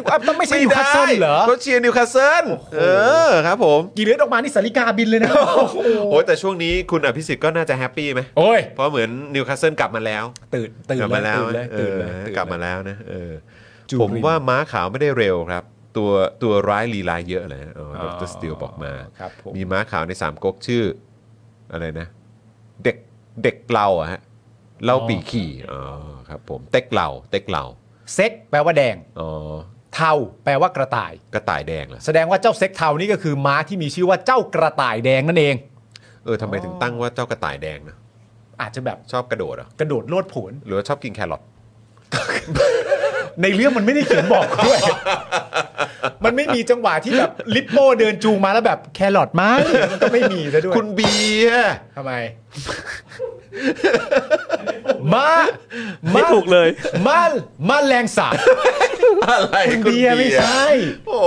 D: กว่าต้องไม่ใช่นิวคาสเซิลเหรอ
A: ก็เชียร์นิวคาสเซิลเออครับผม
D: กรีดเลือดออกมานี่สาริกาบินเลยนะ
A: โอ้ยแต่ช่วงนี้คุณอภิสิทธิ์ก็น่าจะแฮปปี้ไหม
D: โอ้ย
A: เพราะเหมือนนิวคาสเซิลกลับมาแล้ว
D: ตื่น ตื่น
A: กลับมาแล้ว
D: ตื่นเลย
A: นะเออ
D: ตื่นเลยตื่นเย
A: กลับมาแล้วนะเออ
D: จูริน
A: ผมว่าม้าขาวไม่ได้เร็วครับ ตัวตัวร้ายลีลาเยอะเลยนะเออด
D: อ๋
A: ร
D: อ
A: สติลบอกมา
D: ครับผม
A: มีม้าขาวในสามก๊กชื่อ อะไรนะ เด็กเด็กเล่าอะฮะเล่าปีขี่อ๋อครับผมเต็กเล่าเต็กเล่า
D: เซ็กแปลว่าแดง
A: อ๋อ
D: เทาแปลว่ากระต่าย
A: กระต่ายแดงเหรอ
D: แสดงว่าเจ้าเซ็กเทานี่ก็คือม้าที่มีชื่อว่าเจ้ากระต่ายแดงนั่นเอง
A: เออทำไมถึงตั้งว่าเจ้ากระต่ายแดงนะ
D: อาจจะแบบ
A: ชอบกระโดดเหรอก
D: ระโดดโลดโผน
A: หรือว่าชอบกินแครอท
D: ในเรื่องมันไม่ได้เขียนบอกด้วย มันไม่มีจังหวะที่แบบลิปโป้เดินจูงมาแล้วแบบแครอทไหมมันก็ไม่มีซะด้วย
A: คุณเบียร์
D: ทำไม มา
C: ไม่ถูกเลย
D: มามาแรงสาบ
A: อะไร
D: คุณ
A: คุณ
D: เบี
A: เบีย
D: ยร์
A: ร์
D: ไม่ใช่
A: โอ้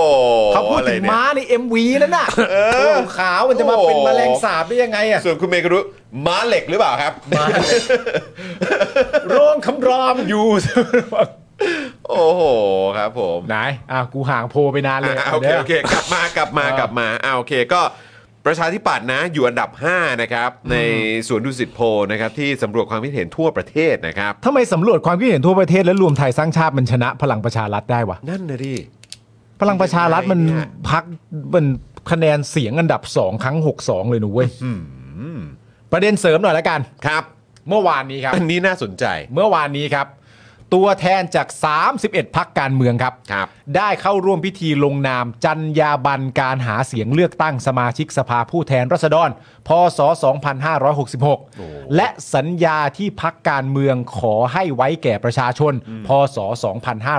D: เขาพูด
A: อะไร
D: ถึง
A: เนี่ย
D: ม้าใน MV นั่นน่ะตัวขาวมันจะมา
A: โอ้
D: เป็นแมลงสาบได้ยังไงอะ
A: ส่วนคุณเมย์ก็รู้ม้าเหล็กหรือเปล่าครับ
D: โร้องคำรามอยู่
A: โอ้โหครับผม
D: ไหนอ่ะกูห่างโพไปนานเลย
A: อ่ะโอเค
D: ดี๋ยว
A: โอเคกลับมากลับมา
D: เออก
A: ลับมาอ่าโอเคก็ประชาธิปัตย์นะอยู่อันดับ 5 นะครับ ในสวนดุสิตโพลนะครับ ที่สำรวจความคิดเห็นทั่วประเทศนะครับ
D: ทำไมสำรวจความคิดเห็นทั่วประเทศแล้วรวมไทยสร้างชาติมันชนะพลังประชารัฐได้วะ
A: นั่นนะดิ
D: พลังประชารัฐมัน
A: ยังไงเนี่ย
D: พักมันคะแนนเสียงอันดับสองครั้ง 6-2 เลยหนูเว้ยประเด็นเสริมหน่อยละกัน
A: ครับ
D: เมื่อวานนี้ครับ
A: อันนี้น่าสนใจ
D: เมื่อวานนี้ครับ ตัวแทนจาก 31 พักการเมืองครับ
A: ครับ
D: ได้เข้าร่วมพิธีลงนามจัญญาบันการหาเสียงเลือกตั้งสมาชิกสภาผู้แทนราษฎร พศ 2566 และสัญญาที่พักการเมืองขอให้ไว้แก่ประชาชน พศ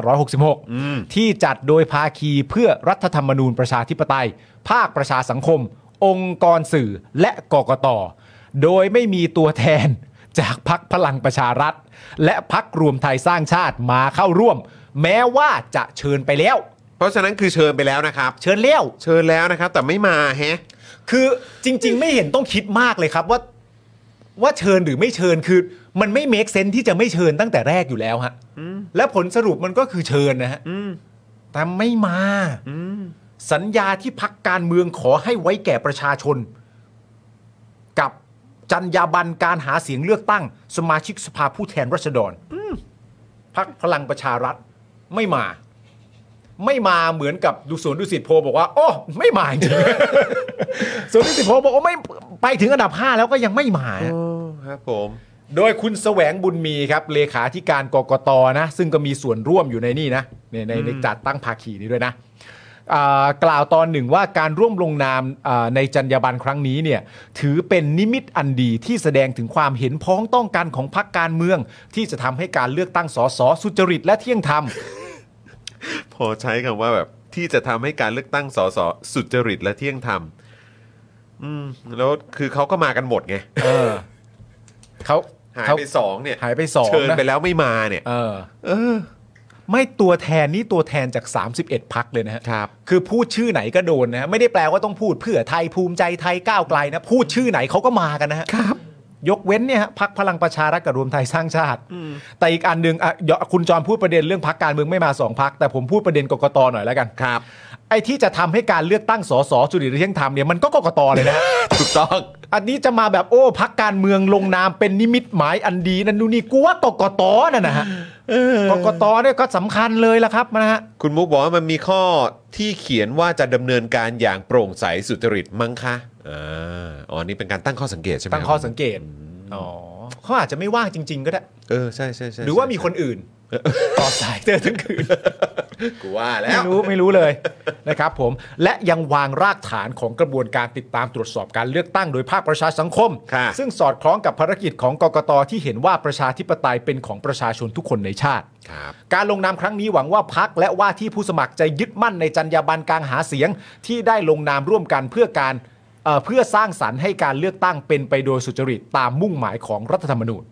D: 2566 ที่จัดโดยภาคีเพื่อรัฐธรรมนูญประชาธิปไตย ภาคประชาสังคม องค์กรสื่อและกกต โดยไม่มีตัวแทน จากพักพลังประชารัฐ และพักรวมไทยสร้างชาติมาเข้าร่วม แม้ว่าจะเชิญไปแล้ว
A: เพราะฉะนั้นคือเชิญไปแล้วนะครับ
D: เชิญแล้ว
A: เชิญแล้วนะครับ แต่ไม่มาแฮะ
D: คือจริง ๆ ไม่เห็นต้องคิดมากเลยครับว่า ว่าเชิญหรือไม่เชิญคือ มันไม่เมคเซนที่จะไม่เชิญตั้งแต่แรกอยู่แล้วฮะและผลสรุปมันก็คือเชิญนะฮะแต่ไม่มาสัญญาที่พักการเมืองขอให้ไว้แก่ประชาชน กับจัญญาบันการหาเสียงเลือกตั้ง สมาชิกสภาผู้แทนราษฎรพักพลังประชารัฐไม่มา ไม่มาเหมือนกับดูสวนดุสิตโพลบอกว่า โอ้ไม่มาจริ ง สวนดุสิตโพลบอกว่าไม่ไปถึงอันดับห้าแล้วก็ยังไม่มา
A: โอ้ครับผม
D: โดยคุณแสวงบุญมีครับ เลขาธิการกกตนะ ซึ่งก็มีส่วนร่วมอยู่ในนี่นะในในในจัดตั้งภาคีนี้ด้วยนะอ่ากล่าวตอนหนึ่งว่าการร่วมลงนามอ่าในจรรยาบรรณครั้งนี้เนี่ยถือเป็นนิมิตอันดีที่แสดงถึงความเห็นพ้องต้องกันของพรรคการเมือง ที่จะทำให้การเลือกตั้งสสสุจริตและเที่ยงธรรม
A: พอใช้คำว่าแบบที่จะทำให้การเลือกตั้งสสสุจริตและเที่ยงธรรมอืมแล้วคือเขาก็มากันหมดไง
D: เออเขา
A: หาย
D: เขา
A: ไปสองเนี่ย
D: หายไปสอง
A: เชิญ
D: นะ
A: ไปแล้วไม่มาเนี่ย
D: เออ เออ ไม่ตัวแทนนี่ตัวแทนจาก 31 พักเลยนะฮะ
A: ครับ
D: คือพูดชื่อไหนก็โดนนะฮะไม่ได้แปลว่าต้องพูดเพื่อไทยภูมิใจไทยก้าวไกลนะ พูดชื่อไหนเขาก็มากันนะฮะครับ ยกเว้นเนี่ยฮะพักพลังประชารัฐกับรวมไทยสร้างชาติ แต่อีกอันหนึ่งอ่ะเดี๋ยวคุณจรพูดประเด็นเรื่องพักการเมืองไม่มาสองพัก แต่ผมพูดประเด็นกกตหน่อยแล้วกัน
A: ครับ
D: ไอ้ที่จะทำให้การเลือกตั้งสสจุลินทร์เที่ยงธรรมเนี่ยมันก็กกตเลยนะ
A: ถูกต้อง
D: อันนี้จะมาแบบโอ้พักการเมืองลงนามเป็นนิมิตหมายอันดีนั่นนู่นนี่กูว่ากกตน่ะนะฮะกกตเนี่ยก็สำคัญเลยละครับนะฮะ
A: คุณมุกบอกว่ามันมีข้อที่เขียนว่าจะดำเนินการอย่างโปร่งใสสุจริตมั้งคะอ่าอ๋อนี่เป็นการตั้งข้อสังเกตใช่ไหม
D: ตั้งข้อสังเกตอ๋อเขาอาจจะไม่ว่างจริง ๆ ก็ได้
A: เออใช่ใช่ใช่
D: หรือว่ามีคนอื่นต่อสายเจอทั้งคืน
A: กูว่าแล้
D: ไม่
A: ว
D: รู้ไม่รู้เลย นะครับผมและยังวางรากฐานของกระบวนการติดตามตรวจสอบการเลือกตั้งโดยภาคประชาสังคม
A: ค่ะ
D: ซึ่งสอดคล้องกับภารกิจของกกตที่เห็นว่าประชาธิปไตยเป็นของประชาชนทุกคนในชาติ
A: ครับ
D: การลงนามครั้งนี้หวังว่าพักและว่าที่ผู้สมัครจะยึดมั่นในจรรยาบรรณการหาเสียงที่ได้ลงนามร่วมกันเพื่อการเอ่อเพื่อสร้างสรรค์ให้การเลือกตั้งเป็นไปโดยสุจริตตามมุ่งหมายของรัฐธรรมนูญ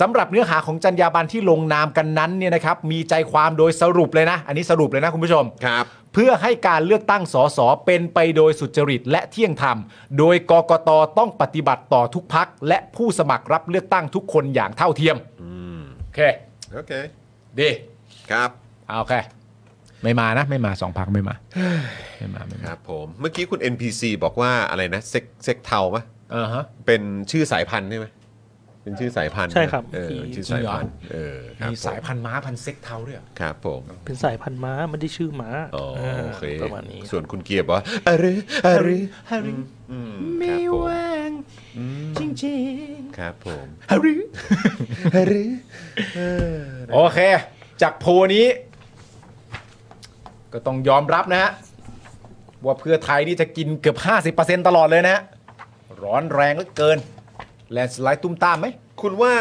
D: สำหรับเนื้อหาของจรรยาบรรณที่ลงนามกันนั้นเนี่ยนะครับมีใจความโดยสรุปเลยนะ อันนี้สรุปเลยนะคุณผู้ชม
A: ครับ
D: เพื่อให้การเลือกตั้งสสเป็นไปโดยสุจริตและเที่ยงธรรม โดยกกตต้องปฏิบัติต่อทุกพักและผู้สมัครรับเลือกตั้งทุกคนอย่างเท่าเทียมโอเค
A: โอเค
D: ดี
A: ครับ
D: เอาโอเค ไม่มานะ ไม่มาสองพักไม่มา ไม่มาไม่
A: ค
D: มา
A: รับผม เมื่อกี้คุณ NPC บอกว่าอะไรนะเซ็กเซ็กเทาปะ
D: เออฮะ
A: เป็นชื่อสายพันธุ์ใช่ไหมเป็นชื่อสายพันธุ์
C: ใช่ครับ
A: เออเป็นชื่อสายพันธุ์เออครับ
D: มี
A: ผ
D: สายพันธุ์ม้าพันธุ์เซ็กเทาด้วยเหรอ
A: ครับผม
C: เป็นสายพันธุ์ม้าไม่ได้ชื่อม้า
A: อ๋อโอเค
C: าประมาณนี้
A: ส่วนคุณเกียร์บอกว่าอะหรืออะหรือ
D: ฮาริ
A: อืม
D: ไม่
A: ครับผม
D: ว่างจริง
A: ครับผม
D: ๆฮาริ
A: อะหรือ
D: โอเค จากโพลนี้ ก็ต้องยอมรับนะฮะ ว่าเพื่อไทยนี่จะกินเกือบ 50%ตลอดเลยนะฮะ ร้อนแรงเหลือเกิน แลนสไลด์ตุ้มตามไหม
A: คุณว่า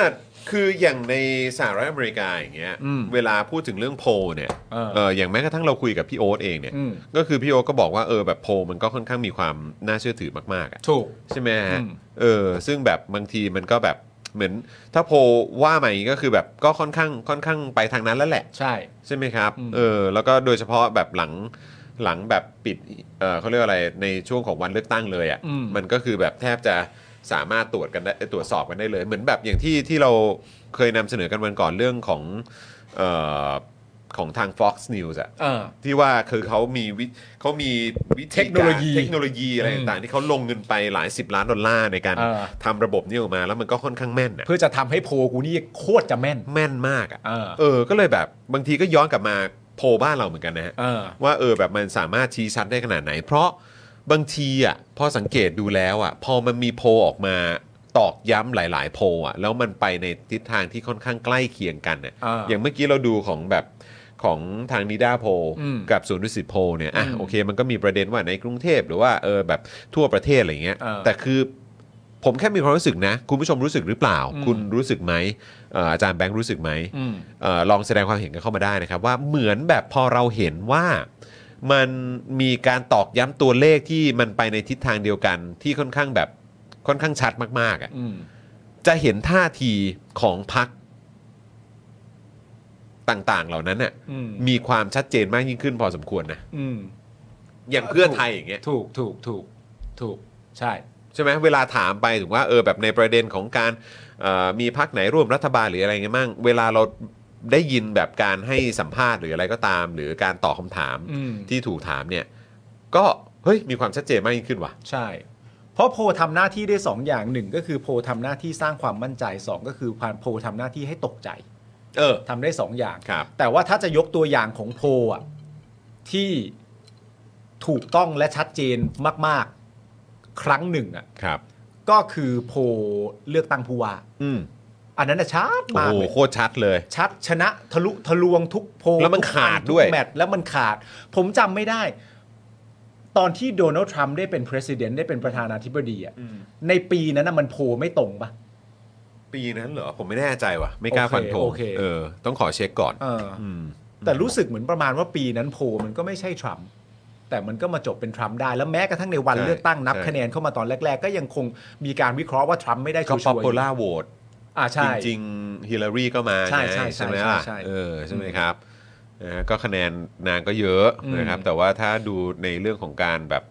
A: คืออย่างในสหรัฐอเมริกาอย่างเงี้ย
D: อืม
A: เวลาพูดถึงเรื่องโพลเนี่ย
D: เออ
A: เอออย่างแม้กระทั่งเราคุยกับพี่โอ๊ตเองเนี่ย
D: อืม
A: ก็คือพี่โอ๊ตก็บอกว่าเออแบบโพลมันก็ค่อนข้างมีความน่าเชื่อถือมากๆอะ
D: ถูก
A: ใช่ไหมฮะ
D: อืม
A: เออ ซึ่งแบบบางทีมันก็แบบเหมือน ถ้าโพลว่าใหม่ก็คือแบบก็ค่อนข้างค่อนข้างไปทางนั้นแล้วแหละ
D: ใช่
A: ใช่ไหมครับ
D: อืม
A: เออ แล้วก็โดยเฉพาะแบบหลังหลังแบบปิด เออเขาเรียกว่าอะไรในช่วงของวันเลือกตั้งเลยอะ่ะ มันก็คือแบบแทบจะสามารถตรวจกันได้ตรวจสอบกันได้เลย เหมือนแบบอย่างที่ที่เราเคยนำเสนอกันวันก่อนเรื่องของเออของทาง Fox News อะ
D: เออ
A: ที่ว่าคือเขามีวิเขามีวิธี
D: เทคโนโลยี
A: การเทคโนโลยีอะไรต่างๆ ที่เขาลงเงินไปหลายสิบล้านดอลลาร์ในการ
D: เออ
A: ทำระบบนี้ออกมาแล้วมันก็ค่อนข้างแม่นนะ
D: เพื่อจะทำให้โพลกูนี่โคตรจะแม่น
A: แม่นมากอ่ะ
D: เออ
A: เออ ก็เลยแบบบางทีก็ย้อนกลับมาโพลบ้านเราเหมือนกันนะฮะ
D: เออ
A: ว่าเออแบบมันสามารถชี้ชัดได้ขนาดไหน เพราะบางทีอ่ะพอสังเกตดูแล้วอ่ะพอมันมีโพลออกมาตอกย้ำหลาย ๆ โพลอ่ะแล้วมันไปในทิศทางที่ค่อนข้างใกล้เคียงกันเนี่ย
D: เอออ
A: ย่างเมื่อกี้เราดูของแบบของทางนิดาโพล
D: อืม
A: กับศูนย์ดุสิตโพลเนี่ยอ่ะ
D: อืม
A: โอเคมันก็มีประเด็นว่าในกรุงเทพหรือว่าเออแบบทั่วประเทศอะไรเงี้ย
D: เออ
A: แต่คือผมแค่มีความรู้สึกนะ คุณผู้ชมรู้สึกหรือเปล่า
D: อืม
A: คุณรู้สึกไหมเอ่ออาจารย์แบงค์รู้สึกไหม
D: อืม
A: เอ่อลองแสดงความเห็นกันเข้ามาได้นะครับ ว่าเหมือนแบบพอเราเห็นว่ามันมีการตอกย้ำตัวเลขที่มันไปในทิศทางเดียวกัน ที่ค่อนข้างแบบค่อนข้างชัดมากๆอ่ะ
D: อืม
A: จะเห็นท่าทีของพรรคต่างๆ เหล่านั้นน่ะ
D: อืม
A: มีความชัดเจนมากยิ่งขึ้นพอสมควรนะ
D: อืม
A: อย่างเพื่อไทยอย่างเงี้ย
D: ถูกถูกถูกถูกใช่
A: ใช่ไหมเวลาถามไปถึงว่าเออแบบในประเด็นของการเอ่อมีพักไหนร่วมรัฐบาลหรืออะไรเงี้ยมั่งเวลาเราได้ยินแบบการให้สัมภาษณ์หรืออะไรก็ตาม หรือการตอบคาถาม
D: อืม
A: ที่ถูกถามเนี่ย ก็เฮ้ยมีความชัดเจนมากยิ่งขึ้นว่ะ
D: ใช่ เพราะโพลทำหน้าที่ได้สองอย่างหนึ่งก็คือโพลทำหน้าที่สร้างความมั่นใจสองก็คือพานโพลทำหน้าที่ให้ตกใจ
A: เออ
D: ทำได้สองอย่าง
A: ครับ
D: แต่ว่าถ้าจะยกตัวอย่างของโพลอะที่ถูกต้องและชัดเจนมาก ๆ ครั้งหนึ่งอะ
A: ครับ
D: ก็คือโพลเลือกตั้งผู้ว่า
A: อืม
D: อันนั้นนะชัด
A: โอ้
D: มาก
A: โห
D: เลย
A: โคตรชัดเลย
D: ชัดชนะทะลุทะลวงทุกโพล
A: แล้วมัน
D: ทุก
A: ขาด
D: อัทุก
A: ด้วย
D: แมตช์แล้วมันขาด ผมจำไม่ได้ ตอนที่โดนัลด์ทรัมป์ได้เป็นประธานาได้เป็นประธานาธิบดีอะในปีนั้นนะมันโพลไม่ตรงปะ
A: ปีนั้นเหรอ ผมไม่แน่ใจว่ะ ไม่กล้าฟันธง
D: โอเคโอเค
A: เออ ต้องขอเช็คก่อน
D: เอออ
A: อืม
D: แต่รู้สึกเหมือนประมาณว่าปีนั้นโพลมันก็ไม่ใช่ทรัมป์แต่มันก็มาจบเป็นทรัมป์ได้แล้วแม้กระทั่งในวันเลือกตั้งนับคะแนนเข้ามาตอนแรก ๆ ก็ยังคงมีการวิเคราะห์ว่าทรัมป์ไม่ได้ชั
A: ก็
D: วร์ๆ
A: ป๊อป
D: อยู่
A: ปูล่าโหวต
D: อ่าใช่
A: จริงๆฮิลลารีก็มา
D: ใช่
A: ไง
D: ใช่ใช่
A: ไหมล่ะ
D: ใช่ใช่
A: เออใช่ไหมครับนะฮะก็คะแนนนางก็เยอะ
D: อืม
A: นะครับแต่ว่าถ้าดูในเรื่องของการแบบ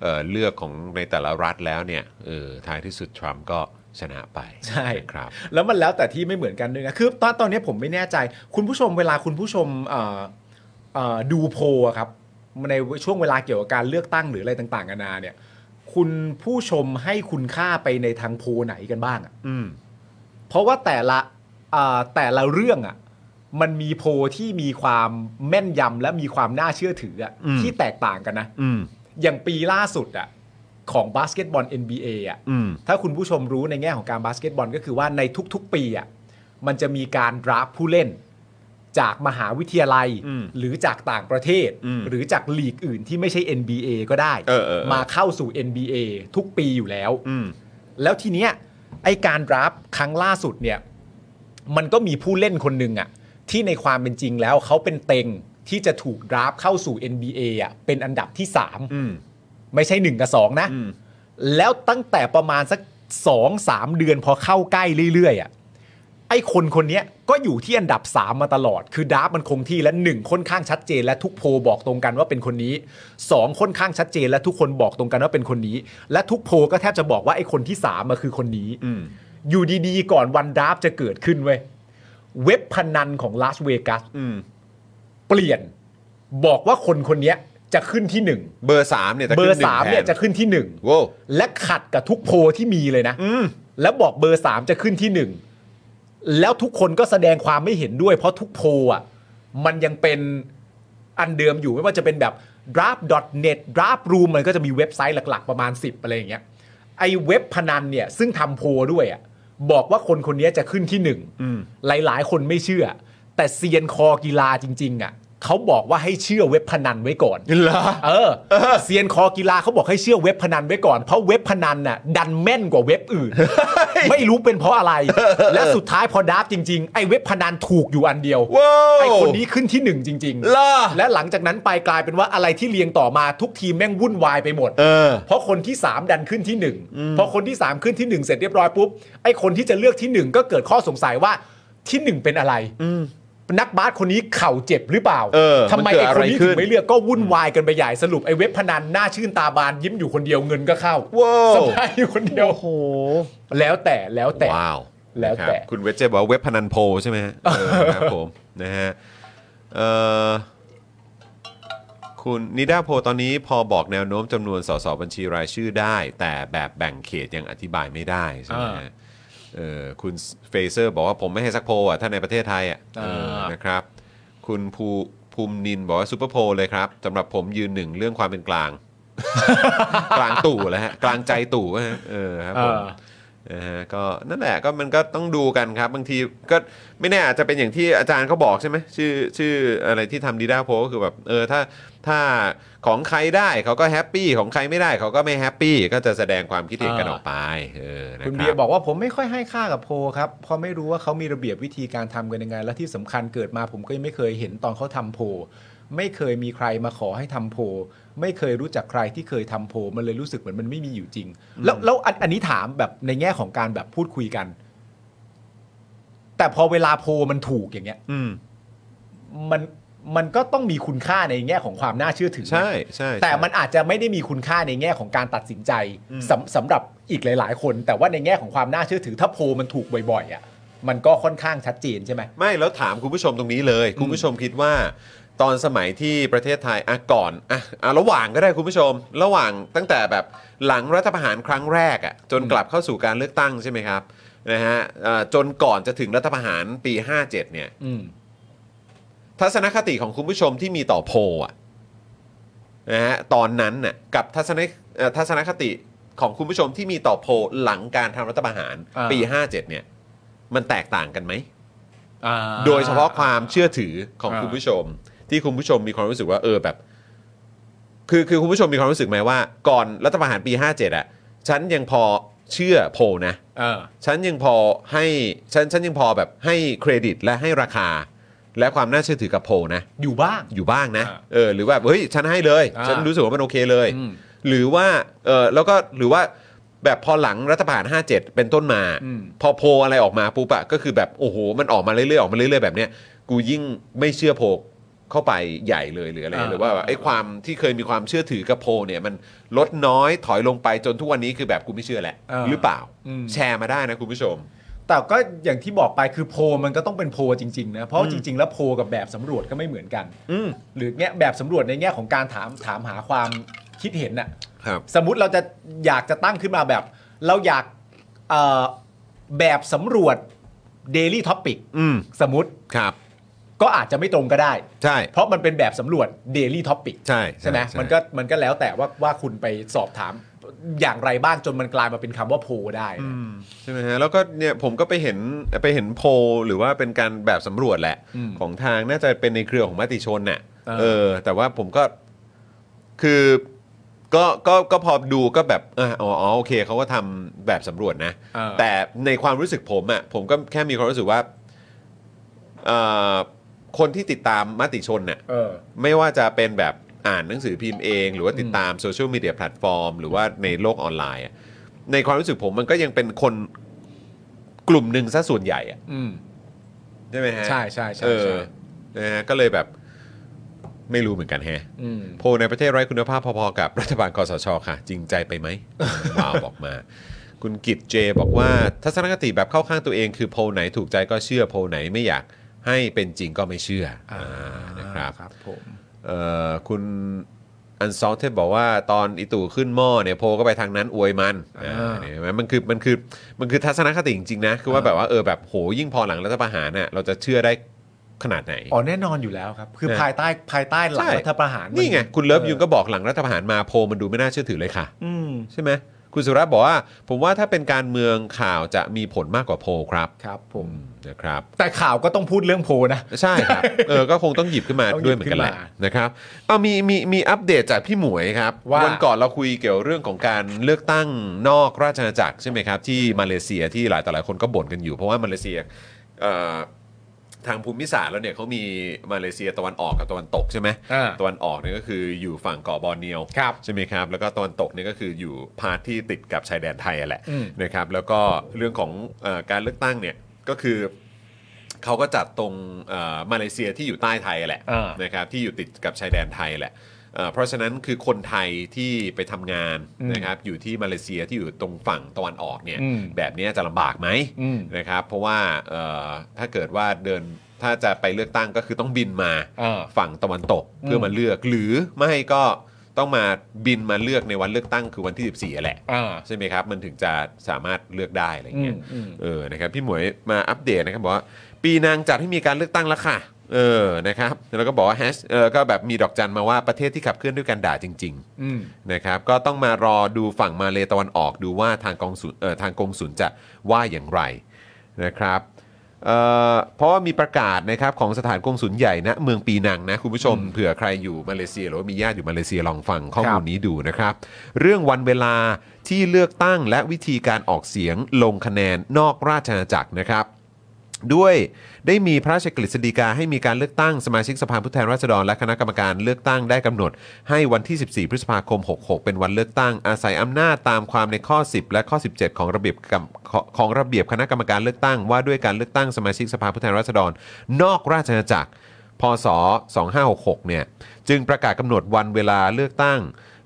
A: เอ่อเลือกของในแต่ละรัฐแล้วเนี่ยเออท้ายที่สุดทรัมป์ก็ชนะไป
D: ใช่
A: นะครับ
D: แล้วมันแล้วแต่ที่ไม่เหมือนกันด้วยนะคือตอนตอนนี้ผมไม่แน่ใจ คุณผู้ชมเวลาคุณผู้ชมเอ่อเอ่อดูโพลอะครับในช่วงเวลาเกี่ยวกับการเลือกตั้งหรืออะไรต่างๆนานาเนี่ย คุณผู้ชมให้คุณค่าไปในทางโพลไหนกันบ้างอะ
A: อืม
D: เพราะว่าแต่ละเอ่อแต่ละเรื่องอะมันมีโพลที่มีความแม่นยำและมีความน่าเชื่อถืออะ
A: อืม
D: ที่แตกต่างกันนะ
A: อืม
D: อย่างปีล่าสุดอะของบาสเกตบอล NBA อะ
A: อืม
D: ถ้าคุณผู้ชมรู้ในแง่ของการบาสเกตบอลก็คือว่าในทุกๆ ปีอ่ะมันจะมีการดราฟผู้เล่น จากมหาวิทยาลัย
A: อืม
D: หรือจากต่างประเทศ
A: อืม
D: หรือจากลีกอื่นที่ไม่ใช่ NBA ก็ได้
A: เออเออเออ
D: มาเข้าสู่ NBA ทุกปีอยู่แล้ว
A: อืม
D: แล้วทีเนี้ยไอการดราฟครั้งล่าสุดเนี่ยมันก็มีผู้เล่นคนหนึ่งอะที่ในความเป็นจริงแล้วเขาเป็นเต็งที่จะถูกดราฟเข้าสู่ NBA อะเป็นอันดับที่ 3
A: อืม
D: ไม่ใช่ 1 กับ 2 นะ
A: อืม
D: แล้วตั้งแต่ประมาณสักสองสามเดือนพอเข้าใกล้เรื่อยๆอ่ะไอ้คนคนเนี้ยก็อยู่ที่อันดับ 3 มาตลอด คือดราฟมันคงที่และ 1 ค่อนข้างชัดเจนและทุกโพลบอกตรงกันว่าเป็นคนนี้ 2 ค่อนข้างชัดเจนและทุกคนบอกตรงกันว่าเป็นคนนี้ และทุกโพลก็แทบจะบอกว่าไอ้คนที่3ามมาคือคนนี้
A: อืม
D: อยู่ดีๆ ก่อนวันดราฟจะเกิดขึ้นเว้ยเว็บพนันของลาสเวกัส
A: อืม
D: เปลี่ยนบอกว่าคนคนเนี้ยจะขึ้นที่หนึ่ง
A: เบอร์สามเนี่ยจะ
D: เบอ
A: ขึ้น
D: ร์
A: หนึ่ง
D: สามเนี่ย
A: แท
D: จะขึ้นที่หนึ่ง
A: โว้ว
D: และขัดกับทุกโพลที่มีเลยนะ
A: อืม
D: แล้วบอกเบอร์ 3 จะขึ้นที่ 1 แล้วทุกคนก็แสดงความไม่เห็นด้วย เพราะทุกโพลอ่ะมันยังเป็นอันเดิมอยู่ไม่ว่าจะเป็นแบบ draft.net draft room มันก็จะมีเว็บไซต์หลัก ๆ ประมาณ 10 อะไรอย่างเงี้ยไอ้เว็บพนันเนี่ยซึ่งทำโพลด้วยอ่ะบอกว่าคนคนนี้จะขึ้นที่
A: อืม
D: 1 หลายๆ คนไม่เชื่อ แต่เซียนคอกีฬาจริง ๆ อ่ะเขาบอกว่าให้เชื่อเว็บพนันไว้ก่อน
A: เหรอ
D: เออเซียนคอกีฬาเขาบอกให้เชื่อเว็บพนันไว้ก่อน เพราะเว็บพนันน่ะดันแม่นกว่าเว็บอื่น ไม่รู้เป็นเพราะอะไร และสุดท้ายพอดับจริง ๆ ไอ้เว็บพนันถูกอยู่อันเดียว
A: ว้าว
D: ไอ้คนนี้ขึ้นที่หนึ่งจริง
A: เหรอ
D: ๆ และหลังจากนั้นไปกลายเป็นว่าอะไรที่เรียงต่อมาทุกทีมแม่งวุ่นวายไปหมด
A: เออ
D: เพราะคนที่ 3 ดันขึ้นที่ 1 พอคนที่ 3 ขึ้นที่ 1 เสร็จเรียบร้อยปุ๊บไอ้คนที่จะเลือกที่ 1 ก็เกิดข้อสงสัยว่าที่ 1 เป็นอะไรนักบาสคนนี้เข่าเจ็บหรือเปล่า
A: เออ
D: ทำไม
A: มันเกิด
D: ไอ้คนนี้
A: อะไรขึ้
D: ถึ
A: น
D: งไม่เลือกก็วุ่นวายกันไปใหญ่สรุปไอ้เว็บพนันหน้าชื่นตาบานยิ้มอยู่คนเดียวเงินก็เข้า
A: ว้าว
D: สบายอยู่คนเดียวโอ้โหแล้วแต่แล้วแต่
A: ว้าว
D: แล้วแต่
A: นะครับคุณเวจเจบอกว่าเว็บพนันโพลใช่ไหมฮะเออครับผม นะฮะเอ่อคุณนิด้าโพลตอนนี้พอบอกแนวโน้มจำนวนสสบัญชีรายชื่อได้ แต่แบบแบ่งเขตยังอธิบายไม่ได้ใช่ไหมฮะเออคุณเฟเซอร์บอกว่าผมไม่ให้สักโพลอ่ะถ้าในประเทศไทยอ่ะเออนะครับ คุณภูภูมินินบอกว่าซูเปอร์โพลเลยครับสำหรับผมยืนหนึ่งเรื่องความเป็นกลาง กลางตู่แล้วฮะกลางใจตู่ฮะเออครับ
D: เอ
A: ผม
D: อ
A: นะฮะก็นั่นแหละก็มันก็ต้องดูกันครับ บางทีก็ไม่แน่อาจจะเป็นอย่างที่อาจารย์เขาบอกใช่ไหมชื่อชื่ออะไรที่ทำดีด้าโพลก็คือแบบเออถ้าถ้าของใครได้เขาก็แฮปปี้ของใครไม่ได้เขาก็ไม่แฮปปี้ก็จะแสดงความคิดเห็นกัน
D: อ่า
A: ออกไปเออนะ
D: คุณ
A: ค
D: เบีย
A: รับ
D: ร์บอกว่าผมไม่ค่อยให้ค่ากับโพลครับเพราะไม่รู้ว่าเขามีระเบียบวิธีการทำกันยังไง และที่สำคัญเกิดมาผมก็ยังไม่เคยเห็นตอนเขาทำโพลไม่เคยมีใครมาขอให้ทำโพลไม่เคยรู้จักใครที่เคยทำโพลมันเลยรู้สึกเหมือนมันไม่มีอยู่จริง แล้วแล้วอันอันนี้ถามแบบในแง่ของการแบบพูดคุยกัน แต่พอเวลาโพลมันถูกอย่างเงี้ย
A: อืม
D: มันมันก็ต้องมีคุณค่าในแง่ของความน่าเชื่อถือ
A: ใช่ใช่ใช่
D: แต่มันอาจจะไม่ได้มีคุณค่าในแง่ของการตัดสินใจ
A: อืม
D: สำสำหรับอีกหลาย ๆ คน แต่ว่าในแง่ของความน่าเชื่อถือ ถ้าโพลมันถูกบ่อย ๆ อ่ะ มันก็ค่อนข้างชัดเจนใช่ไหม
A: ไม่แล้วถามคุณผู้ชมตรงนี้เลย คุณผู้ชมคิดว่า ตอนสมัยที่ประเทศไทยอ่ะก่อนอ่ะอ่ะระหว่างก็ได้คุณผู้ชม ระหว่างตั้งแต่แบบหลังรัฐประหารครั้งแรกอ่ะจนกลับเข้าสู่การเลือกตั้งใช่ไหมครับนะฮะเอ่อจนก่อนจะถึงรัฐประหารปี 57เนี่ย
D: อืม
A: ทัศนคติของคุณผู้ชมที่มีต่อโพลอ่ะนะฮะตอนนั้นน่ะกับทัศนเอ่อทัศนคติของคุณผู้ชมที่มีต่อโพลหลังการทำรัฐประหาร
D: อ่า
A: ปี 57เนี่ยมันแตกต่างกันไหม
D: อ่า
A: โดยเฉพาะความเชื่อถือของ
D: อ่า
A: คุณผู้ชม ที่คุณผู้ชมมีความรู้สึกว่าเออแบบ คือคือคุณผู้ชมมีความรู้สึกไหมว่า ก่อนรัฐประหารปี 57อ่ะฉันยังพอเชื่อโพลนะ
D: เออ
A: ฉันยังพอให้ฉันฉันยังพอแบบให้เครดิตและให้ราคา และความน่าเชื่อถือกับโพลนะ
D: อยู่บ้าง
A: อยู่บ้างนะ
D: อ่า
A: เออหรือว่าเฮ้ยฉันให้เลย
D: อ่า
A: ฉันรู้สึกว่ามันโอเคเลย
D: อืม
A: หรือว่าเออแล้วก็หรือว่า แบบพอหลังรัฐประหาร 57 เป็นต้นมา
D: อืม
A: พอโพลอะไรออกมาปุ๊บอะก็คือแบบโอ้โห มันออกมาเรื่อยๆออกมาเรื่อยๆแบบเนี้ยกูยิ่งไม่เชื่อโพลเข้าไปใหญ่เลยหรืออะไร
D: อ่า
A: หรือว่าแบบไอ้ความที่เคยมีความเชื่อถือกับโพลเนี่ยมันลดน้อยถอยลงไปจนทุกวันนี้คือแบบกูไม่เชื่อแหละหรือเปล่าแชร์มาได้นะคุณผู้ชม
D: แต่ก็อย่างที่บอกไปคือโพลมันก็ต้องเป็นโพลจริงๆนะเพราะจริง ๆ แล้วโพลกับแบบสำรวจก็ไม่เหมือนกัน
A: อืม
D: หรือแง่แบบสำรวจในแง่ของการถามถามหาความคิดเห็นน่ะ
A: ครับ
D: สมมติเราจะอยากจะตั้งขึ้นมาแบบ เราอยากเอ่อแบบสำรวจ Daily Topic
A: อืม
D: สมมติ
A: ครับ
D: ก็อาจจะไม่ตรงก็ได้
A: ใช่
D: เพราะมันเป็นแบบสำรวจ Daily Topic
A: ใช่
D: ใช่ไหม
A: ใช่
D: มันก็มันก็แล้วแต่ว่าว่าคุณไปสอบถามอย่างไรบ้างจนมันกลายมาเป็นคำว่าโพลได้นะ
A: ใช่ไหมฮะแล้วก็เนี่ยผมก็ไปเห็นไปเห็นโพลหรือว่าเป็นการแบบสำรวจแหละ
D: อืม
A: ของทางน่าจะเป็นในเครือของมติชนน่ะ
D: เออ
A: เออ แต่ว่าผมก็คือก็ก็ก็พอดูก็แบบเอออ๋ออ๋อโอเคเขาก็ทำแบบสำรวจนะ
D: เออ
A: แต่ในความรู้สึกผมอ่ะผมก็แค่มีความรู้สึกว่าเอ่อคนที่ติดตามมติชนน่ะ
D: เออ
A: ไม่ว่าจะเป็นแบบอ่านหนังสือพิมพ์เอง หรือว่าติดตามโซเชียลมีเดียแพลตฟอร์ม หรือว่าในโลกออนไลน์อะในความรู้สึกผมมันก็ยังเป็นคนกลุ่มหนึ่งซะส่วนใหญ่อะ
D: อืม
A: ใช่ไหมฮะ
D: ใช่ใช่ใช่
A: เออ
D: ใช่
A: นะฮะก็เลยแบบไม่รู้เหมือนกันแฮะ
D: อืม
A: โพลในประเทศไร้คุณภาพพอๆกับรัฐบาลคอสชค่ะ จริงใจไปไหม ว้าวบอกมา คุณกิจเจบอกว่าทัศนคติแบบเข้าข้างตัวเอง คือโพลไหนถูกใจก็เชื่อโพลไหนไม่อยากให้เป็นจริงก็ไม่เชื่ออ่านะครับ
D: ครับผม
A: เอ่อคุณอันซอลเทบอกว่าตอนอีตู่ขึ้นหม้อเนี่ยโพลก็ไปทางนั้นอวยมัน
D: อ่า
A: อ่าเนี่ยเห็นไหมมันคือมันคือมันคือทัศนคติจริงๆนะ คือว่าแบบว่าเออแบบโหยิ่งพอหลังรัฐประหารน่ะเราจะเชื่อได้ขนาดไหน
D: อ๋อแน่นอนอยู่แล้วครับ คือ
A: นะ
D: ภายใต้ภายใต้หลัก
A: ใช่
D: รัฐประหาร
A: นี่ไง
D: มั
A: คุณเลิฟยูนก็บอกหลังรัฐประหารมาโพลมันดูไม่น่าเชื่อถือเลยค่ะ
D: อืม
A: ใช่ไหมคุณสุรัตน์บอกว่า ผมว่าถ้าเป็นการเมืองข่าวจะมีผลมากกว่าโพลครับ
D: ครับผม
A: นะครับ
D: แต่ข่าวก็ต้องพูดเรื่องโพลนะ
A: ใช่ครับ เออ ก็คงต้องหยิบขึ้นมา
D: ต้องหยิบ
A: ด้วยเหมือนกันแหละ
D: ขึ้นมา
A: นะครับ เอามีมีมีอัปเดตจากพี่หมวยครับ
D: ว่า
A: วันก่อนเราคุยเกี่ยวเรื่องของการเลือกตั้งนอกราชอาณาจักรใช่ไหมครับ ที่มาเลเซียที่หลายต่อหลายคนก็บ่นกันอยู่ เพราะว่ามาเลเซียเอ่อทางภูมิศาสตร์แล้วเนี่ยเขามีมาเลเซียตะวันออกกับตะวันตกใช่ไหม
D: อ่า
A: ตะวันออกเนี่ยก็คืออยู่ฝั่งเกาะบอร์เนียว
D: ครับ
A: ใช่ไหมครับ แล้วก็ตอนตกเนี่ยก็คืออยู่พาร์ทที่ติดกับชายแดนไทยอะแหละ
D: อืม
A: นะครับ แล้วก็เรื่องของเออการเลือกตั้งเนี่ยก็คือเขาก็จัดตรงเอ่อมาเลเซียที่อยู่ใต้ไทยอะแหละ
D: อ่าน
A: นะครับที่อยู่ติดกับชายแดนไทยแหละเอ่อเพราะฉะนั้นคือคนไทยที่ไปทำงานนะครับอยู่ที่มาเลเซียที่อยู่ตรงฝั่งตะวันออกเนี่ย
D: อืม
A: แบบเนี้ยจะลำบากไหม
D: อืม
A: นะครับ เพราะว่าเอ่อถ้าเกิดว่าเดินถ้าจะไปเลือกตั้งก็คือต้องบินมา
D: อ่า
A: ฝั่งตะวันตกเพื่อมาเลือก หรือไม่ก็ต้องมาบินมาเลือกในวันเลือกตั้งคือวันที่ 14แหละ
D: อ่า
A: ใช่ไหมครับ มันถึงจะสามารถเลือกได้อะไรเงี้ย
D: อืมอืม
A: เออนะครับพี่หมวยมาอัปเดตนะครับบอกว่าปีนางจัดให้มีการเลือกตั้งแล้วค่ะเออนะครับแล้วก็บอกว่าแฮชเออก็แบบมีดอกจันมาว่าประเทศที่ขับเคลื่อนด้วยการด่าจริง ๆ
D: อืม
A: นะครับก็ต้องมารอดูฝั่งมาเลตะวันออกดูว่าทางกองสุนเอ่อทางกงสุนจะว่าอย่างไรนะครับเอ่อเพราะว่ามีประกาศนะครับของสถานกงสุนใหญ่ณเมืองปีนังนะคุณผู้ชมเผื่อใครอยู่มาเลเซียหรือว่ามีญาติอยู่มาเลเซียลองฟังข้อมูลนี้ดูนะครับ เรื่องวันเวลาที่เลือกตั้งและวิธีการออกเสียงลงคะแนนนอกราชอาณาจักรนะครับ ด้วยได้มีพระราชกฤษฎีกาให้มีการเลือกตั้งสมาชิกสภาผู้แทนราษฎรและคณะกรรมการเลือกตั้งได้กำหนด ให้วันที่ 14 พฤษภาคม 66 เป็นวันเลือกตั้ง อาศัยอำนาจตามความในข้อ 10 และข้อ 17 ของระเบียบกำขของระเบียบคณะกรรมการเลือกตั้ง ว่าด้วยการเลือกตั้งสมาชิกสภาผู้แทนราษฎร นอกราชอาณาจักร พศ 2566 เนี่ยจึงประกาศกำหนดวันเวลาเลือกตั้ง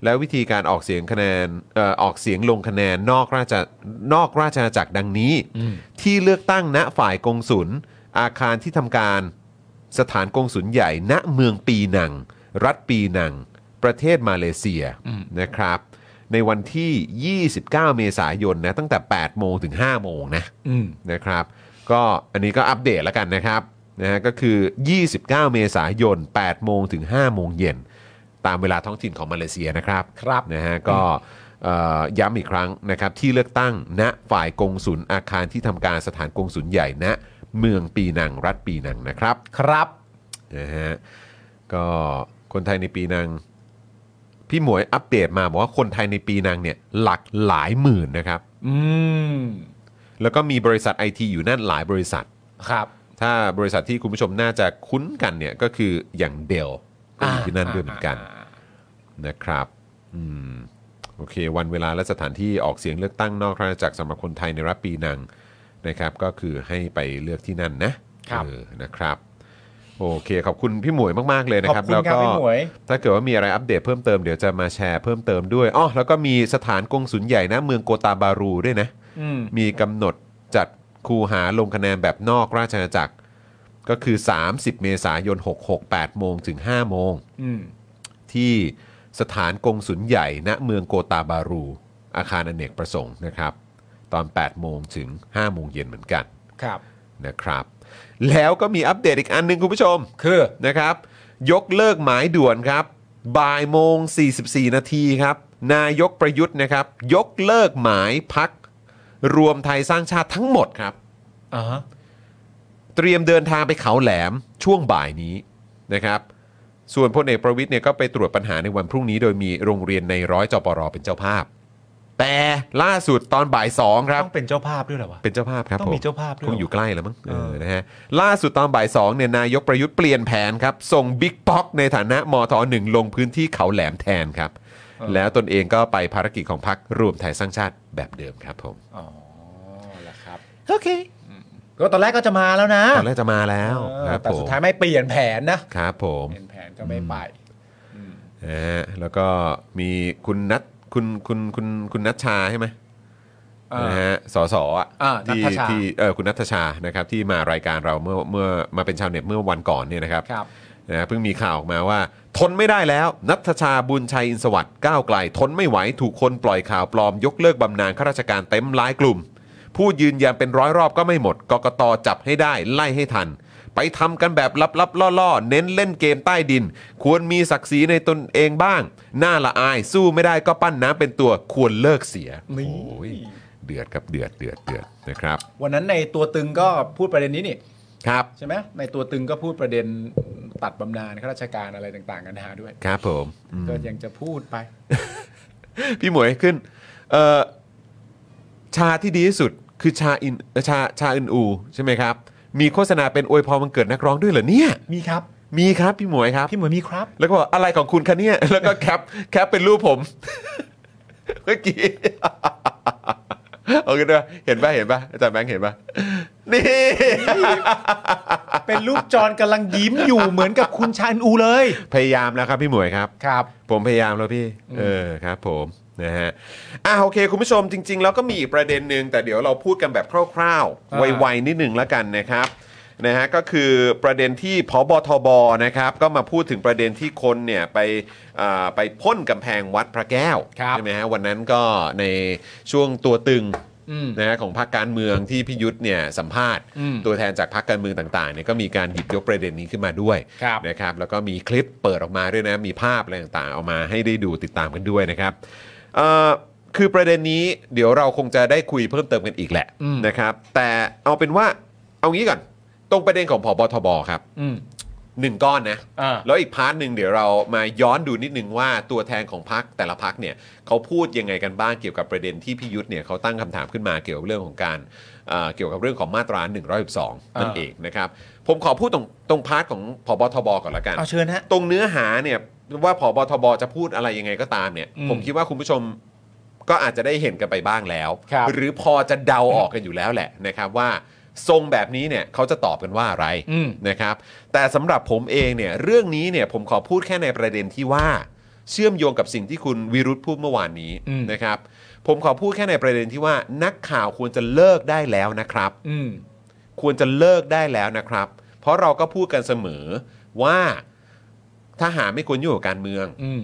A: และวิธีการออกเสียงคะแนนเอ่อออกเสียงลงคะแนนนอกราชนอกราชอาณาจักรดังนี้ ที่เลือกตั้งณฝ่ายกงสุลอาคารที่ทำการสถานกงสุลใหญ่ ณเมืองปีนัง รัฐปีนัง ประเทศมาเลเซียนะครับ ในวันที่ 29 เมษายนนะตั้งแต่ 8 โมงถึง 5 โมงนะ
D: อืม
A: นะครับก็อันนี้ก็อัปเดตแล้วกันนะครับนะฮะก็คือ 29 เมษายน 8 โมงถึง 5 โมงเย็น ตามเวลาท้องถิ่นของมาเลเซียนะครับ
D: ครับ
A: นะฮะก็เอ่อย้ำอีกครั้งนะครับที่เลือกตั้งณฝ่ายกงสุลอาคารที่ทำการสถานกงสุลใหญ่ณเมืองปีนังรัฐปีนังนะครับ
D: ครับ
A: นะฮะก็คนไทยในปีนัง พี่หมวยอัปเดตมาบอกว่าคนไทยในปีนังเนี่ยหลักหลายหมื่นนะครับ
D: อืม
A: แล้วก็มีบริษัทไอทีอยู่นั่นหลายบริษัท
D: ครับ
A: ถ้าบริษัทที่คุณผู้ชมน่าจะคุ้นกันเนี่ยก็คืออย่างเดลก็อยู่ที่นั่นด้วยเหมือนกันนะครับอืม โอเค วันเวลาและสถานที่ออกเสียงเลือกตั้งนอกราชอาณาจักรสำหรับคนไทยในรับปีนังนะครับ ก็คือให้ไปเลือกที่นั่นนะครับ เออนะครับ โอเค ขอบคุณพี่หมวยมาก ๆ เลยนะครับ
D: ขอบคุณค
A: แล้ว
D: รับ
A: ก็
D: พี่หมวย
A: ถ้าเกิดว่ามีอะไรอัปเดตเพิ่มเติมเดี๋ยวจะมาแชร์เพิ่มเติมด้วยอ๋อแล้วก็มีสถานกงสุลใหญ่นะเมืองโกตาบารูด้วยนะ
D: อืม
A: มีกำหนดจัดคูหาลงคะแนนแบบนอกราชอาณาจักร ก็คือ 30 เมษายน 66 8โมงถึง 5 โมง
D: อืม
A: ที่สถานกงสุลใหญ่ณเมืองโกตาบารู อาคารอนเนกประสงค์นะครับ ตอน 8 โมงถึง 5 โมงเย็นเหมือนกัน
D: ครับ
A: นะครับ แล้วก็มีอัปเดตอีกอันหนึงคุณผู้ชม
D: คือ
A: นะครับ ยกเลิกหมายด่วนครับบ่ายโมง 44 นาทีครับ นายกประยุทธ์นะครับ ยกเลิกหมายพักรวมไทยสร้างชาติทั้งหมดครับ
D: อ่าฮะ
A: เตรียมเดินทางไปเขาแหลมช่วงบ่ายนี้นะครับ ส่วนพลเอกประวิทย์เนี่ยก็ไปตรวจปัญหาในวันพรุ่งนี้ โดยมีโรงเรียนในร้อยจปรเป็นเจ้าภาพ แต่ล่าสุดตอนบ่ายสองครับ
D: ต้องเป็นเจ้าภาพด้วยเหรอวะ
A: เป็นเจ้าภาพครับ
D: ต้องมี
A: ผ
D: เจ้าภาพด้วย
A: คงอยู่ใกล้แล้วมั้ง
D: เออ
A: เออนะฮะล่าสุดตอนบ่ายสองเนี่ยนายกประยุทธ์เปลี่ยนแผนครับ ส่งบิ๊กป๊อกในฐานะมทหนึ่งลงพื้นที่เขาแหลมแทนครับ แล้วตนเองก็ไปภารกิจของพักรวมไทยสร้างชาติแบบเดิมครับผม
D: อ๋อละครับ
A: โอเค
D: ก็ตอนแรกก็จะมาแล้วนะ
A: ตอนแรกจะมาแล้ว
D: เออ
A: ครับ
D: แต่
A: ผ
D: สุ
A: ม
D: ดท้ายไม่เปลี่ยนแผนนะครับ
A: ผม
D: เปลี่ยนแผนก็ไม่ไป
A: นะฮะแล้วก็มีคุณนัทคุณคุณคุณคุณนัทชาใช่ไหม
D: อ่าน
A: นะฮะสสอ่ะ
D: อ่า
A: ที่
D: นัทชา
A: ที่เออคุณนัทชานะครับที่มารายการเราเมื่อเมื่อมาเป็นชาวเน็ตเมื่อวันก่อนเนี่ยนะครับ
D: ครับ
A: นะฮะเพิ่งมีข่าวออกมาว่า ทนไม่ได้แล้ว นัทชาบุญชัยอินสวัสด์ก้าวไกล ทนไม่ไหวถูกคนปล่อยข่าวปลอม ยกเลิกบำนาญข้าราชการเต็มหลายกลุ่ม พูดยืนยันเป็นร้อยรอบก็ไม่หมดกกตจับให้ได้ไล่ให้ทัน ไปทำกันแบบลับๆล่อๆ เน้นเล่นเกมใต้ดิน ควรมีศักดิ์ศรีในตนเองบ้าง หน้าละอายสู้ไม่ได้ก็ปั้นน้ำเป็นตัวควรเลิกเสีย
D: นี่
A: โอ้ยเดือดครับเดือดเดือดเดือดนะครับ
D: วันนั้นในตัวตึงก็พูดประเด็นนี้นี่
A: ครับ
D: ใช่ไหมในตัวตึงก็พูดประเด็นตัดบำนาญข้าราชการอะไรต่างๆกันหาด้วย
A: ครับผมอืม
D: ก็ยังจะพูดไป
A: พี่หมวยขึ้นเอ่อชาที่ดีที่สุดคือชาอินเอ่อชาชาอินอู ใช่ไหมครับ มีโฆษณาเป็นอวยพรวันเกิดนักร้องด้วยเหรอเนี่ย
D: มีครับ
A: มีครับพี่หมวยครับ
D: พี่หมวยมีครับ
A: แล้วก็บอกอะไรของคุณคะเนี่ย แล้วก็แคปแคปเป็นรูปผม เมื่อกี้ โอเคด้วยเห็นป่ะเห็นป่ะอาจารย์แบงค์เห็นป่ะนี่
D: เป็นรูปจรกำลังยิ้มอยู่เหมือนกับคุณชาญอูเลย
A: พยายามแล้วครับพี่หมวยครับ
D: ครับ
A: ผมพยายามแล้วพี่ เออครับผมนะฮะอ่ะโอเค คุณผู้ชมจริง ๆ แล้วก็มีอีกประเด็นหนึ่งแต่เดี๋ยวเราพูดกันแบบคร่าว
D: อ่า
A: ๆ ไวๆนิดหนึ่งแล้วกันนะครับนะฮะก็คือประเด็นที่พบทบนะครับ ก็มาพูดถึงประเด็นที่คนเนี่ยไปอ่าไปพ่นกำแพงวัดพระแก้ว
D: ครับ
A: ใช่ไหมฮะวันนั้นก็ในช่วงตัวตึง
D: อืม
A: นะฮะของพรรคการเมืองที่พิยุทธ์เนี่ยสัมภาษณ์
D: อืม
A: ตัวแทนจากพรรคการเมืองต่างๆเนี่ยก็มีการหยิบยกประเด็นนี้ขึ้นมาด้วย
D: ครับ
A: นะครับแล้วก็มีคลิปเปิดออกมาด้วยนะ มีภาพอะไรต่างๆ เอามาให้ได้ดูติดตามกันด้วยนะครับเอ่อคือประเด็นนี้เดี๋ยวเราคงจะได้คุยเพิ่มเติมกันอีกแหละ
D: อืม
A: นะครับ แต่เอาเป็นว่าเอางี้ก่อน ตรงประเด็นของผบทบครับ
D: อืม
A: หนึ่งก้อนนะ
D: อ่า
A: แล้วอีกพาร์ทหนึ่งเดี๋ยวเรามาย้อนดูนิดนึงว่าตัวแทนของพักแต่ละพักเนี่ยเขาพูดยังไงกันบ้างเกี่ยวกับประเด็นที่พิยุทธ์เนี่ยเขาตั้งคำถามขึ้นมาเกี่ยวกับเรื่องของการเอ่อเกี่ยวกับเรื่องของมาตรา1 1 2นั่น
D: อ่า
A: เองนะครับผมขอพูดตรงตรงพาร์ทของพบทบก่อนละกัน
D: เอาเชิญฮะ
A: ตรงเนื้อหาเนี่ยว่าผบทบจะพูดอะไรยังไงก็ตามเนี่ย
D: อืม
A: ผมคิดว่าคุณผู้ชมก็อาจจะได้เห็นกันไปบ้างแล้ว
D: ครับ
A: หรือพอจะเดาออกกันอยู่แล้วแหละนะครับว่าทรงแบบนี้เนี่ยเขาจะตอบกันว่าอะไร
D: อืม
A: นะครับ แต่สำหรับผมเองเนี่ยเรื่องนี้เนี่ยผมขอพูดแค่ในประเด็นที่ว่า เชื่อมโยงกับสิ่งที่คุณวิรุธพูดเมื่อวานนี้
D: อืม
A: นะครับ ผมขอพูดแค่ในประเด็นที่ว่านักข่าวควรจะเลิกได้แล้วนะครับ
D: อืม
A: ควรจะเลิกได้แล้วนะครับ เพราะเราก็พูดกันเสมอว่าทหารไม่ควรอยู่งกับการเมือง
D: อืม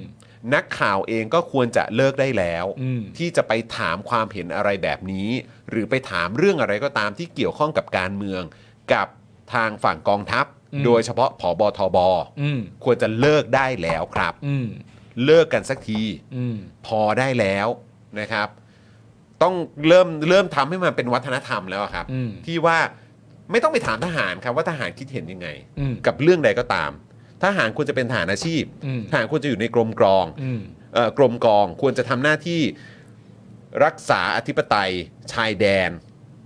A: นักข่าวเองก็ควรจะเลิกได้แล้ว
D: อืม
A: ที่จะไปถามความเห็นอะไรแบบนี้ หรือไปถามเรื่องอะไรก็ตามที่เกี่ยวข้องกับการเมือง กับทางฝั่งกองทัพ โดยเฉพาะผบทบ
D: อืม
A: ควรจะเลิกได้แล้วครับ
D: อืม
A: เลิกกันสักที
D: อืม
A: พอได้แล้วนะครับ ต้องเริ่มเริ่มทำให้มันเป็นวัฒนธรรมแล้วอะครับ
D: อืม
A: ที่ว่าไม่ต้องไปถามทหารครับว่าทหารคิดเห็นยังไง
D: อืม
A: กับเรื่องใดก็ตาม ทหารควรจะเป็นทหารอาชีพ
D: อืม
A: ทหารควรจะอยู่ในกรมกรอง
D: อืม
A: เอ่อกรมกองควรจะทำหน้าที่รักษาอธิปไตย ชายแดน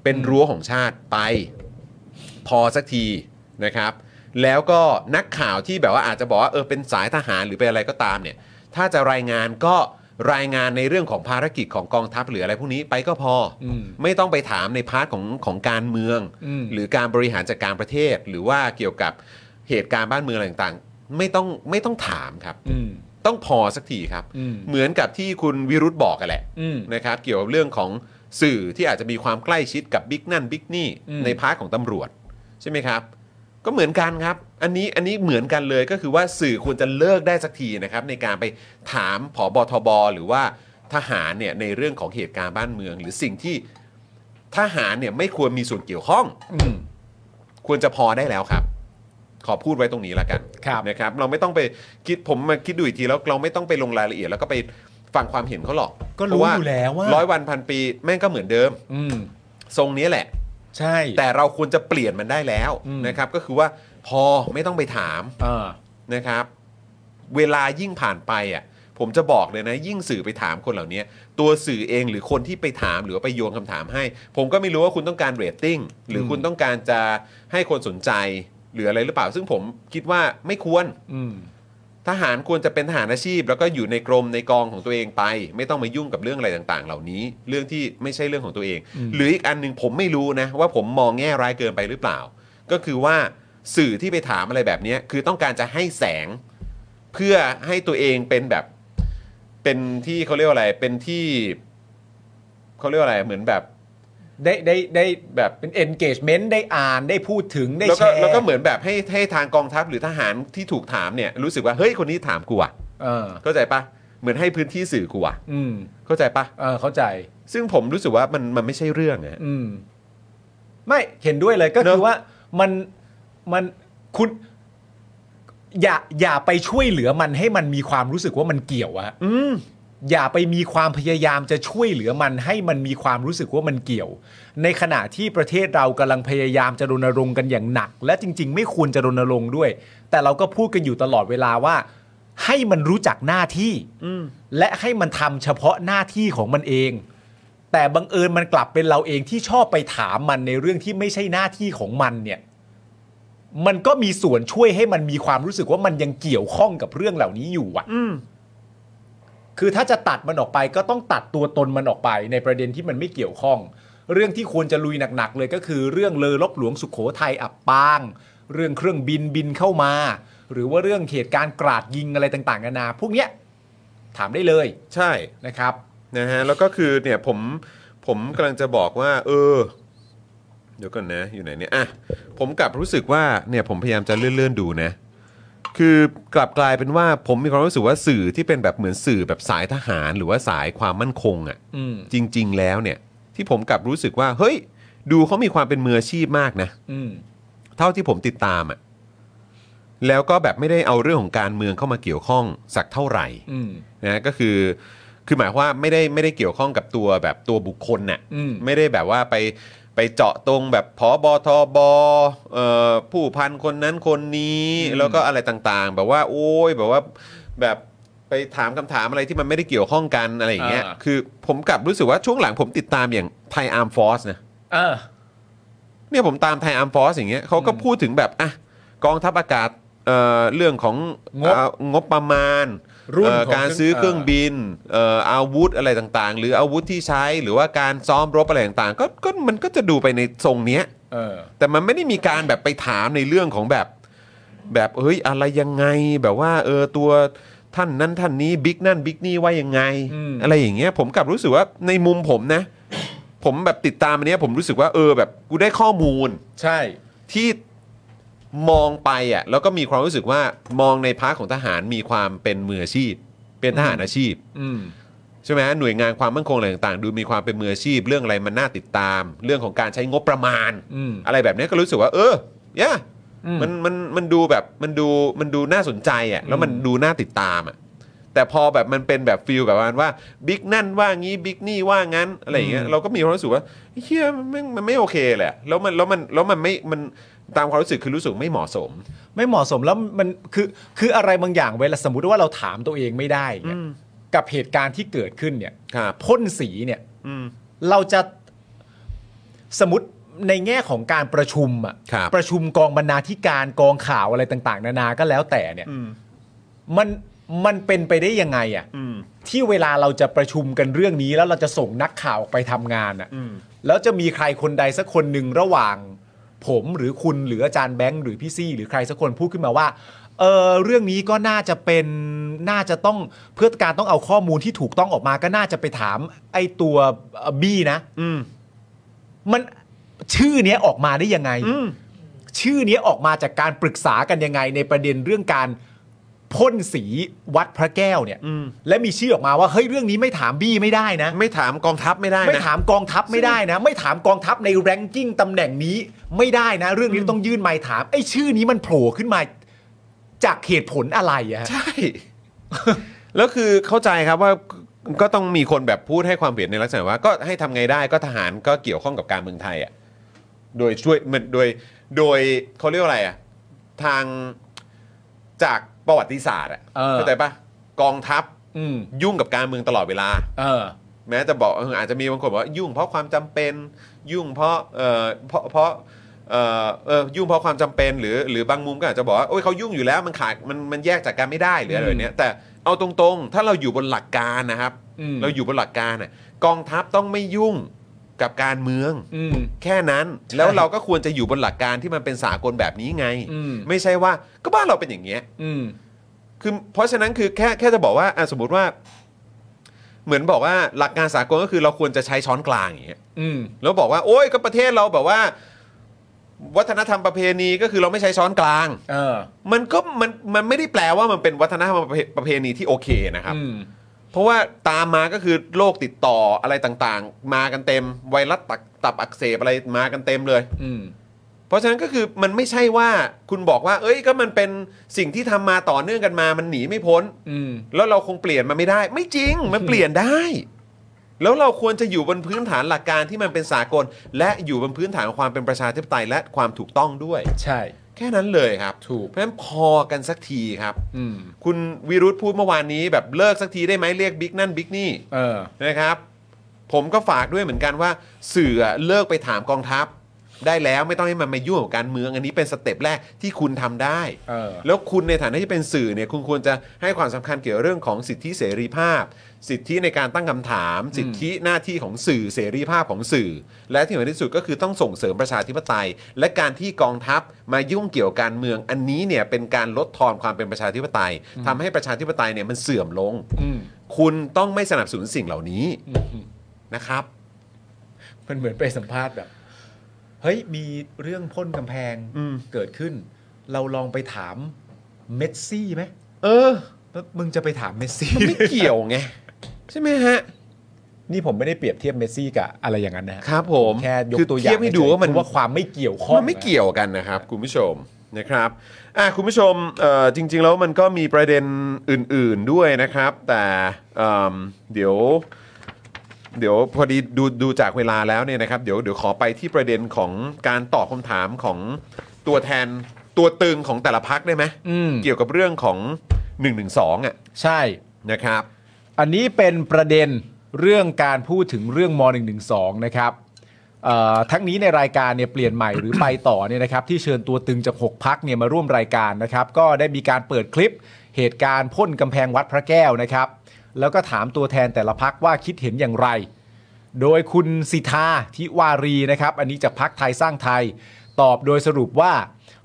A: เป็นรั้วของชาติไป พอสักทีนะครับ แล้วก็นักข่าวที่แบบว่าอาจจะบอกว่าเออเป็นสายทหารหรือเป็นอะไรก็ตามเนี่ย ถ้าจะรายงานก็ รายงานในเรื่องของภารกิจของกองทัพหรืออะไรพวกนี้ไปก็พออ
D: ม
A: ไม่ต้องไปถามในพาร์ทของของการเมือง
D: อืม
A: หรือการบริหารจัดการประเทศ หรือว่าเกี่ยวกับเหตุการณ์บ้านเมืองอะไรต่างๆ ไม่ต้องไม่ต้องถามครับ
D: อืม
A: ต้องพอสักทีครับ
D: อืม
A: เหมือนกับที่คุณวิรุธบอกกันแหละ
D: อืม
A: นะครับเกี่ยวกับเรื่องของสื่อที่อาจจะมีความใกล้ชิดกับบิ๊กนั่นบิ๊กนี่
D: อืม
A: ในพาร์ทของตำรวจใช่ไหมครับ ก็เหมือนกันครับ อันนี้อันนี้เหมือนกันเลยก็คือว่าสื่อควรจะเลิกได้สักทีนะครับในการไปถามผอบทบหรือว่าทหารเนี่ยในเรื่องของเหตุการณ์บ้านเมือง หรือสิ่งที่ทหารเนี่ยไม่ควรมีส่วนเกี่ยวข้อง
D: อืม
A: ควรจะพอได้แล้วครับ ขอพูดไว้ตรงนี้แล้วกัน
D: ครับ
A: นะครับ เราไม่ต้องไปคิดผมมาคิดดูอีกทีแล้วเราไม่ต้องไปลงรายละเอียด แล้วก็ไปฟังความเห็นเขาหรอก
D: ก็รู้อยู่แล้วว่า
A: ร้อยวันพันปีแม่งก็เหมือนเดิม
D: อืม
A: ทรงนี้แหละ
D: ใช่
A: แต่เราควรจะเปลี่ยนมันได้แล้ว
D: อืม
A: นะครับ ก็คือว่าพอไม่ต้องไปถาม
D: อ่า
A: นะครับ เวลายิ่งผ่านไปอ่ะ ผมจะบอกเลยนะ ยิ่งสื่อไปถามคนเหล่านี้ตัวสื่อเองหรือคนที่ไปถามหรือว่าไปโยนคำถามให้ ผมก็ไม่รู้ว่าคุณต้องการเรตติ้งหรือคุณต้องการจะให้คนสนใจหรืออะไรหรือเปล่า ซึ่งผมคิดว่าไม่ควร
D: อืม
A: ทหารควรจะเป็นทหารอาชีพ แล้วก็อยู่ในกรมในกองของตัวเองไป ไม่ต้องมายุ่งกับเรื่องอะไรต่างๆ เหล่านี้ เรื่องที่ไม่ใช่เรื่องของตัวเอง หรืออีกอันหนึ่งผมไม่รู้นะ ว่าผมมองแง่ร้ายเกินไปหรือเปล่า ก็คือว่าสื่อที่ไปถามอะไรแบบเนี้ยคือต้องการจะให้แสง เพื่อให้ตัวเองเป็นแบบเป็นที่เขาเรียกว่าอะไรเป็นที่เขาเรียกว่าอะไรเหมือนแบบ
D: ได้ได้ได้
A: แบบ
D: เป็น engagement ได้อ่านได้พูดถึงได้
A: แล้ว
D: แช
A: ก็
D: ร์
A: แล้วก็เหมือนแบบให้ให้ทางกองทัพหรือทหารที่ถูกถามเนี่ยรู้สึกว่าเฮ้ยคนนี้ถามกูอะ
D: เออ
A: เข้าใจปะเหมือนให้พื้นที่สื่อกูอะ
D: อืม
A: เข้าใจปะ
D: เออเข้าใจ
A: ซึ่งผมรู้สึกว่ามันมันไม่ใช่เรื่องอะ
D: อืม ไม่เห็นด้วยเลยก็
A: เน
D: คือ
A: อะ
D: ว่ามันมันคุณ อย่าอย่าไปช่วยเหลือมันให้มันมีความรู้สึกว่ามันเกี่ยวอะ
A: อืม
D: อย่าไปมีความพยายามจะช่วยเหลือมันให้มันมีความรู้สึกว่ามันเกี่ยว ในขณะที่ประเทศเรากำลังพยายามจะรณรงค์กันอย่างหนัก และจริง ๆ ไม่ควรจะรณรงค์ด้วย แต่เราก็พูดกันอยู่ตลอดเวลาว่า ให้มันรู้จักหน้าที่และให้มันทำเฉพาะหน้าที่ของมันเอง แต่บังเอิญมันกลับเป็นเราเองที่ชอบไปถามมันในเรื่องที่ไม่ใช่หน้าที่ของมันเนี่ย มันก็มีส่วนช่วยให้มันมีความรู้สึกว่ามันยังเกี่ยวข้องกับเรื่องเหล่านี้อยู่อะ คือถ้าจะตัดมันออกไปก็ต้องตัดตัวตนมันออกไป ในประเด็นที่มันไม่เกี่ยวข้อง เรื่องที่ควรจะลุยหนักๆเลยก็คือเรื่องเลอลบหลวงสุขโขทัยอับปาง เรื่องเครื่องบินบินเข้ามา หรือว่าเรื่องเหตุการณ์กราดยิงอะไรต่างๆนานาพวกเนี้ยถามได้เลย
A: ใช่
D: นะครับ
A: นะฮะแล้วก็คือเนี่ยผมผมกำลังจะบอกว่า เออ เดี๋ยวก่อนนะอยู่ไหนเนี่ยอ่ะผมกลับรู้สึกว่าเนี่ยผมพยายามจะเลื่อนๆดูนะ คือกลับกลายเป็นว่าผมมีความรู้สึกว่าสื่อที่เป็นแบบเหมือนสื่อแบบสายทหารหรือว่าสายความมั่นคงอะ่ะ
D: อืม
A: จริง ๆ แล้วเนี่ย ที่ผมกลับรู้สึกว่า เฮ้ย ดูเขามีความเป็นมืออาชีพมากนะ
D: อืม
A: เท่าที่ผมติดตามอะ่ะแล้วก็แบบไม่ได้เอาเรื่องของการเมืองเข้ามาเกี่ยวข้องสักเท่าไหร่
D: อืม
A: นะก็คือคือหมายความว่าไม่ได้ไม่ได้เกี่ยวข้องกับตัวแบบตัวบุคคลน่ะ
D: อืม
A: ไม่ได้แบบว่าไปไปเจาะตรงแบบพอบอทอบเอ่อผู้พันคนนั้นคนนี้
D: อืม
A: แล้วก็อะไรต่างๆ แบบว่าโอ้ยแบบว่าแบบไปถามคำถามอะไรที่มันไม่ได้เกี่ยวข้องกันอะไรอย่างเงี้ยคือผมกลับรู้สึกว่าช่วงหลังผมติดตามอย่างไทอาร์มฟอสนะ
D: เออ
A: เนี่ยผมตามไทยอาร์มฟอสอย่างเงี้ยเขาก็พูดถึงแบบอ่ะกองทัพอากาศเอ่อเรื่องของ
D: งบ
A: เอ่องบประมาณ
D: รุ่น
A: เอ่อ
D: ของ
A: การซื้อ
D: เค
A: เค
D: รื่
A: รื่
D: อ
A: อง งบินเอ่ออาวุธอะไรต่างๆ หรืออาวุธที่ใช้หรือว่าการซ้อมรบอะไรต่างๆก็ก็มันก็จะดูไปในทรงเนี้ย
D: เออ
A: แต่มันไม่ได้มีการแบบไปถามในเรื่องของแบบ แบบเฮ้ยอะไรยังไงแบบว่าเออตัวท่านนั้นท่านนี้บิ๊กนั่นบิ๊กนี่ว่ายังไง
D: อืม
A: อะไรอย่างเงี้ยผมกลับรู้สึกว่าในมุมผมนะ ผมแบบติดตามอันเนี้ยผมรู้สึกว่าเออแบบกูได้ข้อมูล
D: ใช่
A: ที่มองไปอ่ะแล้วก็มีความรู้สึกว่ามองในพาร์ทของทหารมีความเป็นมืออาชีพ เป็นทหารอาชีพ
D: อืม
A: ใช่ไหมหน่วยงานความมั่นคงอะไรต่างๆ ดูมีความเป็นมืออาชีพ เรื่องอะไรมันน่าติดตาม เรื่องของการใช้งบประมาณ
D: อืม
A: อะไรแบบเนี้ยก็รู้สึกว่า เออ yeah
D: อืม
A: มันมันมันดูแบบมันดูมันดูน่าสนใจอ่ะแล้วมันดูน่าติดตามอ่ะแต่พอแบบมันเป็นแบบฟิลแบบว่าบิ๊กนั่นว่างี้บิ๊กนี่ว่างั้นอะไรอย่างเงี้ย
D: อืม
A: เราก็มีความรู้สึกว่าเฮียมันไม่มันไม่โอเคแหลยอะแล้วมันแล้วมันแล้วมันไม่มันตามความรู้สึกคือรู้สึกไม่เหมาะสม
D: ไม่เหมาะสมแล้วมันคือคืออะไรบางอย่างเวลาสมมติว่าเราถามตัวเองไม่ได้เนี่ยกับเหตุการณ์ที่เกิดขึ้นเนี่ย
A: ครับ
D: พ่นสีเนี่ย
A: อืม
D: เราจะสมมติในแง่ของการประชุมอะ
A: ครับ
D: ประชุมกองบรรณาธิการกองข่าวอะไรต่าง ๆ นานาก็แล้วแต่เนี่ย มัน มันเป็นไปได้ยังไงอ่ะที่เวลาเราจะประชุมกันเรื่องนี้แล้วเราจะส่งนักข่าวออกไปทำงานอ่ะแล้วจะมีใครคนใดสักคนหนึ่งระหว่าง ผมหรือคุณหรืออาจารย์แบงค์หรือพี่ซี่หรือใครสักคนพูดขึ้นมาว่าเออเรื่องนี้ก็น่าจะเป็นน่าจะต้องเพื่อการต้องเอาข้อมูลที่ถูกต้องออกมาก็น่าจะไปถามไอ้ตัวเอ่อบี้นะ
A: อืม
D: มันชื่อเนี้ยออกมาได้ยังไง ชื่อเนี้ยออกมาจากการปรึกษากันยังไง ในประเด็นเรื่องการพ่นสีวัดพระแก้วเนี่ย
A: อืม
D: และมีชื่อออกมาว่าเฮ้ยเรื่องนี้ไม่ถามบี้ไม่ได้นะ
A: ไม่ถามกองทัพไม่ได้นะ
D: ไม่ถามกองทัพไม่ได้นะ ไม่ถามกองทัพในแรงกิ้งตำแหน่งนี้ไม่ได้นะ เรื่องนี้ต้องยื่นไมค์ถามไอ้ชื่อนี้มันโผล่ขึ้นมาจากเหตุผลอะไรอะฮะ
A: ใช่ แล้วคือเข้าใจครับว่าก็ต้องมีคนแบบพูดให้ความเห็นในลักษณะว่าก็ให้ทำไงได้ก็ทหารก็เกี่ยวข้องกับการเมืองไทยอ่ะโดยช่วยมันโดยโดยเขาเรียกว่าอะไรอ่ะทางจากประวัติศาสตร์อ่ะ
D: เออ
A: เข้าใจปะกองทัพ
D: อืม
A: ยุ่งกับการเมืองตลอดเวลา
D: เออ
A: แม้จะบอกเอออาจจะมีบางคนบอกว่ายุ่งเพราะความจำเป็นยุ่งเพราะเออเพราะเพราะเออเออยุ่งเพราะความจำเป็นหรือหรือบางมุมก็อาจจะบอกว่าโอ้ยเขายุ่งอยู่แล้วมันขาดมันมันแยกจากกันไม่ได้หรืออะไรแบบเนี้ยแต่เอาตรงๆ ถ้าเราอยู่บนหลักการนะครับ
D: อืม
A: เราอยู่บนหลักการน่ะกองทัพต้องไม่ยุ่งกับการเมือง
D: อืม
A: แค่นั้นแล้วเราก็ควรจะอยู่บนหลักการที่มันเป็นสากลแบบนี้ไง
D: อืม
A: ไม่ใช่ว่าก็บ้านเราเป็นอย่างเงี้ย
D: อืม
A: คือเพราะฉะนั้นคือแค่แค่จะบอกว่าอ่ะสมมติว่า เหมือนบอกว่าหลักการสากลก็คือเราควรจะใช้ช้อนกลางอย่างเงี้ย
D: อืม
A: แล้วบอกว่า โอ้ยก็ประเทศเราแบบว่า วัฒนธรรมประเพณีก็คือเราไม่ใช้ช้อนกลาง
D: เออ
A: มันก็มันมันไม่ได้แปลว่ามันเป็นวัฒนธรรมประเพประเพณีที่โอเคนะครับ
D: อืม
A: เพราะว่าตามมาก็คือโรคติดต่ออะไรต่างๆ มากันเต็มไวรัสตับตับอักเสบอะไรมากันเต็มเลย
D: อืม
A: เพราะฉะนั้นก็คือมันไม่ใช่ว่าคุณบอกว่า เอ้ย ก็มันเป็นสิ่งที่ทำมาต่อเนื่องกันมา มันหนีไม่พ้น
D: อืม
A: แล้วเราคงเปลี่ยนมันไม่ได้ ไม่จริง มันเปลี่ยนได้ แล้วเราควรจะอยู่บนพื้นฐานหลักการที่มันเป็นสากล และอยู่บนพื้นฐานของความเป็นประชาธิปไตยและความถูกต้องด้วย
D: ใช่
A: แค่นั้นเลยครับ
D: ถูก
A: เพราะฉะนั้นพอกันสักทีครับ
D: อืม
A: คุณวิรุธพูดเมื่อวานนี้แบบเลิกสักทีได้ไหมเรียกบิ๊กนั่นบิ๊กนี่
D: เออ
A: นะครับ ผมก็ฝากด้วยเหมือนกันว่า สื่ออะเลิกไปถามกองทัพ ได้แล้วไม่ต้องให้มันมายุ่งกับการเมืองอันนี้เป็นสเต็ปแรกที่คุณทำได้
D: เออ
A: แล้วคุณในฐานะที่เป็นสื่อเนี่ยคุณควรจะให้ความสำคัญเกี่ยวกับเรื่องของสิทธิเสรีภาพ สิทธิในการตั้งคำถาม สิทธิหน้าที่ของสื่อเสรีภาพของสื่อ และที่สำคัญที่สุดก็คือต้องส่งเสริมประชาธิปไตย และการที่กองทัพมายุ่งเกี่ยวกับการเมืองอันนี้เนี่ยเป็นการลดทอนความเป็นประชาธิปไตยทำให้ประชาธิปไตยเนี่ยมันเสื่อมลง
D: อืม
A: คุณต้องไม่สนับสนุนสิ่งเหล่านี้
D: อืม
A: นะครับ
D: มันเหมือนไปสัมภาษณ์แบบ เฮ้ย มีเรื่องพ่นกำแพง
A: อืม
D: เกิดขึ้น เราลองไปถามเมสซี่ไหม
A: เออ
D: แล้วมึงจะไปถามเมสซี่
A: มันไม่เกี่ยวไงใช่ไหมฮะ
D: นี่ผมไม่ได้เปรียบเทียบเมสซี่กับอะไรอย่างนั้นนะฮะ
A: ครับผม
D: แค่ยก
A: คือ
D: ตัวอย่า
A: เทีย
D: ง
A: บให้ดูว่ามัน
D: เฉยๆว่าความไม่เกี่ยวข้อง
A: มันไม่เกี่ยวกันนะครับ คุณผู้ชมนะครับอ่ะคุณผู้ชมเอ่อจริง ๆ แล้วมันก็มีประเด็นอื่น ๆด้วยนะครับ แต่เอิ่มเดี๋ยว เดี๋ยวพอดีดูดูจากเวลาแล้วเนี่ยนะครับเดี๋ยวเดี๋ยวขอไปที่ประเด็นของการตอบคำถามของตัวแทนตัวตึงของแต่ละพักได้ไหม
D: อืม
A: เกี่ยวกับเรื่องของ 1 1 2อ่ะ
D: ใช่
A: นะครับ
D: อันนี้เป็นประเด็นเรื่องการพูดถึงเรื่องม .112 นะครับเอ่อทั้งนี้ในรายการเนี่ยเปลี่ยนใหม่หรือไปต่อเนี่ยนะครับที่เชิญตัวตึงจาก 6 พักเนี่ยมาร่วมรายการนะครับ ก็ได้มีการเปิดคลิปเหตุการณ์พ่นกำแพงวัดพระแก้วนะครับ แล้วก็ถามตัวแทนแต่ละพักว่าคิดเห็นอย่างไร โดยคุณสิทธาทิวารีนะครับ อันนี้จากพักไทยสร้างไทย ตอบโดยสรุปว่า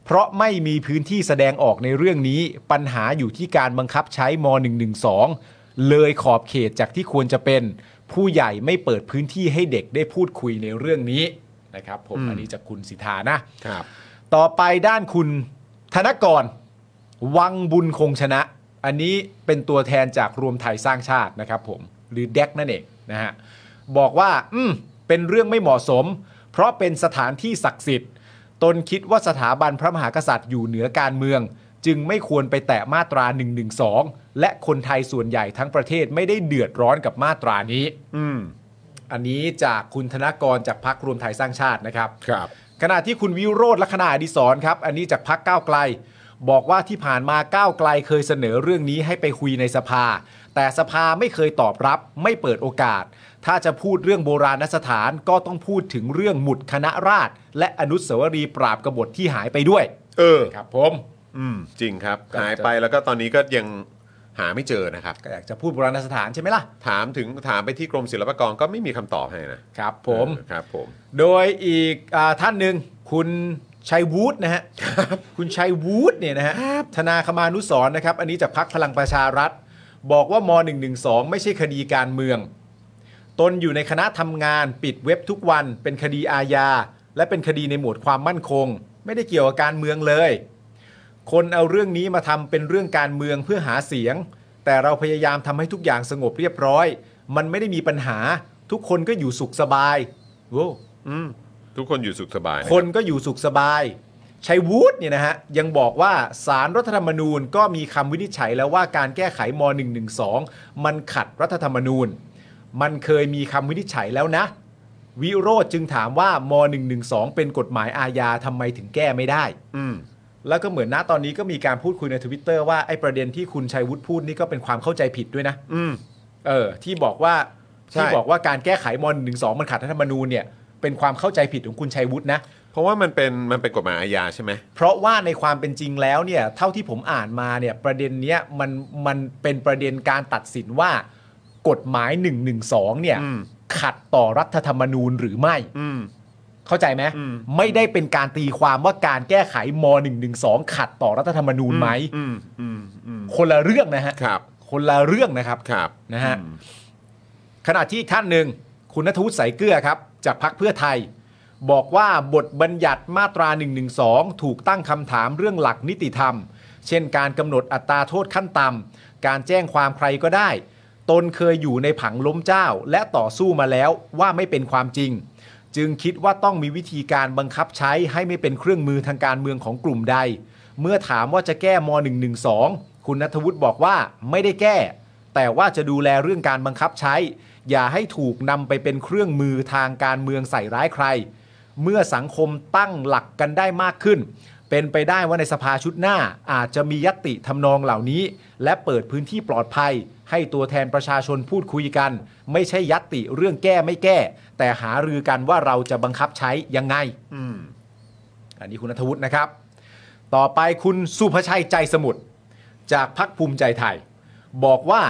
D: เพราะไม่มีพื้นที่แสดงออกในเรื่องนี้ ปัญหาอยู่ที่การบังคับใช้ม .112 เลยขอบเขตจากที่ควรจะเป็น ผู้ใหญ่ไม่เปิดพื้นที่ให้เด็กได้พูดคุยในเรื่องนี้นะครับผม
A: อืม
D: อันนี้จากคุณสิทธานะ
A: ครับ
D: ต่อไปด้านคุณธนกร วังบุญคงชนะ อันนี้เป็นตัวแทนจากรวมไทยสร้างชาตินะครับผม หรือแดกนั่นเองนะฮะ บอกว่า อืม เป็นเรื่องไม่เหมาะสม เพราะเป็นสถานที่ศักดิ์สิทธิ์ ตนคิดว่าสถาบันพระมหากษัตริย์อยู่เหนือการเมือง จึงไม่ควรไปแตะมาตรา 112 และคนไทยส่วนใหญ่ทั้งประเทศไม่ได้เดือดร้อนกับมาตรานี้
A: อืม
D: อันนี้จากคุณธนกรจากพักรวมไทยสร้างชาตินะครับ
A: ครับ
D: ขณะที่คุณวิโรธลักษณะอดิศรครับ อันนี้จากพักก้าวไกล บอกว่าที่ผ่านมาก้าวไกลเคยเสนอเรื่องนี้ให้ไปคุยในสภา แต่สภาไม่เคยตอบรับไม่เปิดโอกาส ถ้าจะพูดเรื่องโบราณสถานก็ต้องพูดถึงเรื่องหมุดคณะราษฎรและอนุสาวรีย์ปราบกบฏที่หายไปด้วย
A: เออ
D: ครับผม
A: อืมจริงครับ
D: ครับ
A: หายไปแล้วก็ตอนนี้ก็ยัง หาไม่เจอนะครับ
D: ก็อยากจะพูดโบราณสถานใช่ไหมล่ะ
A: ถามถึงถามไปที่กรมศิลปากรก็ไม่มีคำตอบให้นะครับ
D: ผม
A: เออครับผม
D: โดยอีกอาท่านหนึ่งคุณชัยวูดนะฮะคุณชัยวูดเนี่ยนะฮะธนาคมานุสรณ์นะครับ อันนี้จากพักพลังประชารัฐ บอกว่าม .112 ไม่ใช่คดีการเมือง ตนอยู่ในคณะทำงานปิดเว็บทุกวัน เป็นคดีอาญา และเป็นคดีในหมวดความมั่นคง ไม่ได้เกี่ยวกับการเมืองเลย คนเอาเรื่องนี้มาทำเป็นเรื่องการเมืองเพื่อหาเสียง แต่เราพยายามทำให้ทุกอย่างสงบเรียบร้อย มันไม่ได้มีปัญหา ทุกคนก็อยู่สุขสบายโว้
A: อืมทุกคนอยู่สุขสบายะ
D: คนก็อยู่สุขสบาย ชัยวูดเนี่ยนะฮะ ยังบอกว่าสารรัฐธรรมนูญก็มีคำวินิจฉัยแล้วว่าการแก้ไขม .112 มันขัดรัฐธรรมนูญ มันเคยมีคำวินิจฉัยแล้วนะ วิโรธจึงถามว่าม .112 เป็นกฎหมายอาญาทำไมถึงแก้ไม่ได้
A: อืม
D: แล้วก็เหมือนณตอนนี้ก็มีการพูดคุยในทวิตเตอร์ว่าไอ้ประเด็นที่คุณชัยวุฒิพูดนี่ก็เป็นความเข้าใจผิดด้วยนะ
A: อืม
D: เออที่บอกว่า
A: ใช่
D: ที่บอกว่าการแก้ไขม .112 มันขัดรัฐธรรมนูญเนี่ยเป็นความเข้าใจผิดของคุณชัยวุฒินะ
A: เพราะว่ามันเป็นมันเป็นกฎหมายอาญาใช่ไหม
D: เพราะว่าในความเป็นจริงแล้วเนี่ยเท่าที่ผมอ่านมาเนี่ยประเด็นเนี้ยมันมันเป็นประเด็นการตัดสินว่ากฎหมาย 1 1 2เนี่ยขัดต่อรัฐธรรมนูญหรือไม่
A: อืม
D: เข้าใจไหม
A: อืม
D: ไม่ได้เป็นการตีความว่าการแก้ไขม .112 ขัดต่อรัฐธรรมนูญไหม
A: อืมอืมอืม
D: คนละเรื่องนะฮะ
A: ครับ
D: คนละเรื่องนะครับ
A: ครับ
D: นะฮะ ขณะที่อีกท่านหนึ่งคุณนทวุฒิสายเกลือครับ จากพักเพื่อไทย บอกว่าบทบัญญัติมาตรา 112 ถูกตั้งคำถามเรื่องหลักนิติธรรม เช่นการกำหนดอัตราโทษขั้นต่ำการแจ้งความใครก็ได้ ตนเคยอยู่ในผังล้มเจ้า และต่อสู้มาแล้วว่าไม่เป็นความจริง จึงคิดว่าต้องมีวิธีการบังคับใช้ให้ไม่เป็นเครื่องมือทางการเมืองของกลุ่มใด เมื่อถามว่าจะแก้ม .112 คุณนัทวุฒิบอกว่าไม่ได้แก้ แต่ว่าจะดูแลเรื่องการบังคับใช้ อย่าให้ถูกนำไปเป็นเครื่องมือทางการเมืองใส่ร้ายใคร เมื่อสังคมตั้งหลักกันได้มากขึ้น เป็นไปได้ว่าในสภาชุดหน้าอาจจะมียติทำนองเหล่านี้ และเปิดพื้นที่ปลอดภัย ให้ตัวแทนประชาชนพูดคุยกัน ไม่ใช่ยติเรื่องแก้ไม่แก้ แต่หารือกันว่าเราจะบังคับใช้ยังไง
A: อืม
D: อันนี้คุณนัทวุฒินะครับ ต่อไปคุณสุภชัยใจสมุทรจากพักภูมิใจไทย บอกว่า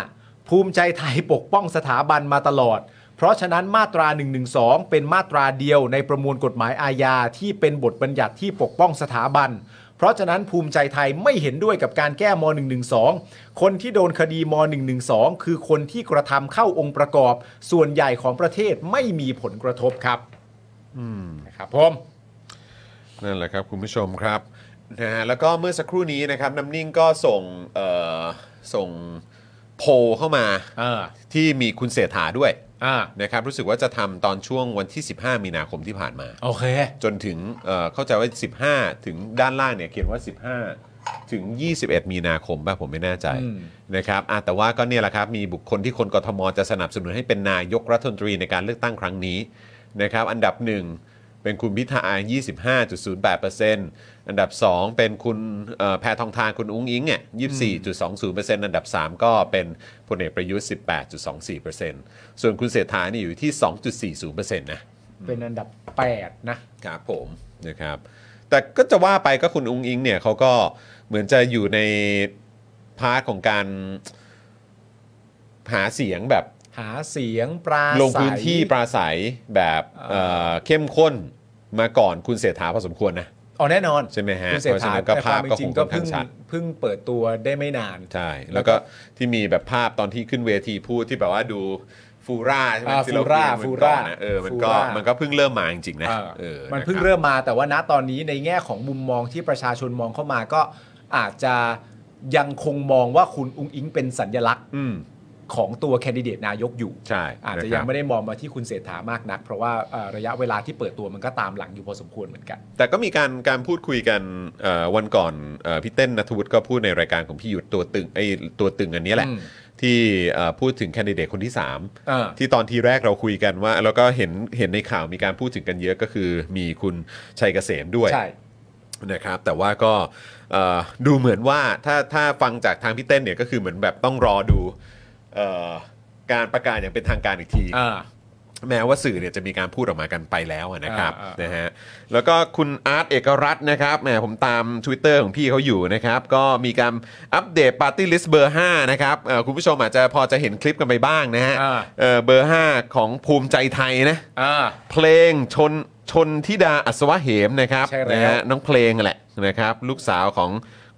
D: ภูมิใจไทยปกป้องสถาบันมาตลอด เพราะฉะนั้นมาตรา 112 เป็นมาตราเดียวในประมวลกฎหมายอาญาที่เป็นบทบัญญัติที่ปกป้องสถาบัน เพราะฉะนั้นภูมิใจไทยไม่เห็นด้วยกับการแก้ม .112 คนที่โดนคดีม .112 คือคนที่กระทำเข้าองค์ประกอบ ส่วนใหญ่ของประเทศไม่มีผลกระทบครับนะครับผม
A: นั่นแหละครับคุณผู้ชมครับนะฮะแล้วก็เมื่อสักครู่นี้นะครับน้ำนิ่งก็ส่งเอ่อส่งโพลเข้ามา
D: เออ
A: ที่มีคุณเสถาด้วย
D: อ่า
A: นะครับรู้สึกว่าจะทำตอนช่วงวันที่ 15 มีนาคมที่ผ่านมา
D: โอเค
A: จนถึงเอ่อเข้าใจว่า 15 ถึงด้านล่างเนี่ยเขียนว่า 15 ถึง 21 มีนาคมป่ะผมไม่แน่ใจ
D: อืม
A: นะครับอ่ะแต่ว่าก็เนี่ยแหละครับ มีบุคคลที่คนกทมจะสนับสนุนให้เป็นนายกรัฐมนตรีในการเลือกตั้งครั้งนี้นะครับ อันดับ 1 เป็นคุณพิธา 25.08%อันดับ 2 เป็นคุณเอ่อแพทองทานคุณอุ้งอิงเนี่ย24.20%อันดับ 3 ก็เป็นพลเอกประยุทธ์ 18.24%ส่วนคุณเศรษฐานี่อยู่ที่ 2.40%นะ
D: เป็นอันดับ 8 นะ
A: ครับผมนะครับแต่ก็จะว่าไปก็คุณอุ้งอิงเนี่ยเขาก็เหมือนจะอยู่ในพาร์ทของการหาเสียงแบบ
D: หาเสียงปราศรัย
A: ลงพื้นที่ปราศัยแบบ
D: เอ่อ
A: เอ่อเข้มข้นมาก่อนคุณเสถาพอสมควรนะ
D: อ๋อแน่นอน
A: ใช่ไหมฮะ
D: คุณเศรษ
A: เพราะฉะ
D: ฐา
A: นั้นก็
D: แต่
A: ภาพ
D: เป็น
A: ก็ค
D: จริ
A: ง
D: ง
A: ค่
D: ก็
A: อนข้าง
D: เพิ่ง
A: ชัด
D: เพิ่งเปิดตัวได้ไม่นาน
A: ใช่ แล้วก็ที่มีแบบภาพตอนที่ขึ้นเวทีพูดที่แบบว่าดูฟูร่าใช่ไหม
D: อ่า
A: ที่เคุยกัน
D: ฟู
A: วัน
D: ร่า
A: ก่อนนะเออมันก็
D: ฟูร่ามั
A: มันก็เพิ่งเริ่มมาจริงๆนะ
D: เออ
A: เออ
D: มันเพิ่ง
A: ะคบ
D: เริ่มมาแต่ว่าณตอนนี้ในแง่ของมุมมองที่ประชาชนมองเข้ามาก็อาจจะยังคงมองว่าคุณอุ้งอิงเป็นสัญลักษณ์
A: อืม
D: ของตัวแคนดิเดตนายกอยู่
A: ใช่
D: อาจจะ
A: นค
D: ยั
A: รั
D: ง
A: บ
D: ไม่ได้มองมาที่คุณเศรษฐามากนัก เพราะว่าเอ่อระยะเวลาที่เปิดตัวมันก็ตามหลังอยู่พอสมควรเหมือนกัน
A: แต่ก็มีการการพูดคุยกันเอ่อวันก่อนเอ่อพี่เต้นนัทวุฒิก็พูดในรายการของพี่หยุดตัวตึงไอ้ตัวตึงอันเนี้ยแหละ
D: อืม
A: ที่เอ่อพูดถึงแคนดิเดตคนที่ 3
D: เออ
A: ที่ตอนทีแรกเราคุยกันว่า แล้วก็เห็นเห็นในข่าวมีการพูดถึงกันเยอะก็คือมีคุณชัยเกษมด้วย
D: ใช่
A: นะครับแต่ว่าก็เอ่อดูเหมือนว่าถ้าถ้าฟังจากทางพี่เต้นเนี่ยก็คือเหมือนแบบต้องรอดูเอ่อการประกาศอย่างเป็นทางการอีกที
D: อ่า
A: แม้ว่าสื่อเนี่ยจะมีการพูดออกมากันไปแล้วอะนะครับ
D: อ่าอ่าน
A: นะฮะแล้วก็คุณอาร์ตเอกรัตน์นะครับแหมผมตาม Twitter ของพี่เขาอยู่นะครับก็มีการอัปเดตปาร์ตี้ลิสต์เบอร์5นะครับเอ่อคุณผู้ชมอาจจะพอจะเห็นคลิปกันไปบ้างนะฮะ
D: อ่า
A: เอ่อเบอร์ 5 ของภูมิใจไทยนะ
D: อ่า
A: เพลงชนชนธิดาอัศวะเหมนะครับ
D: ใช่แล้ว
A: นะฮะน้องเพลงแหละนะครับ ลูกสาวของ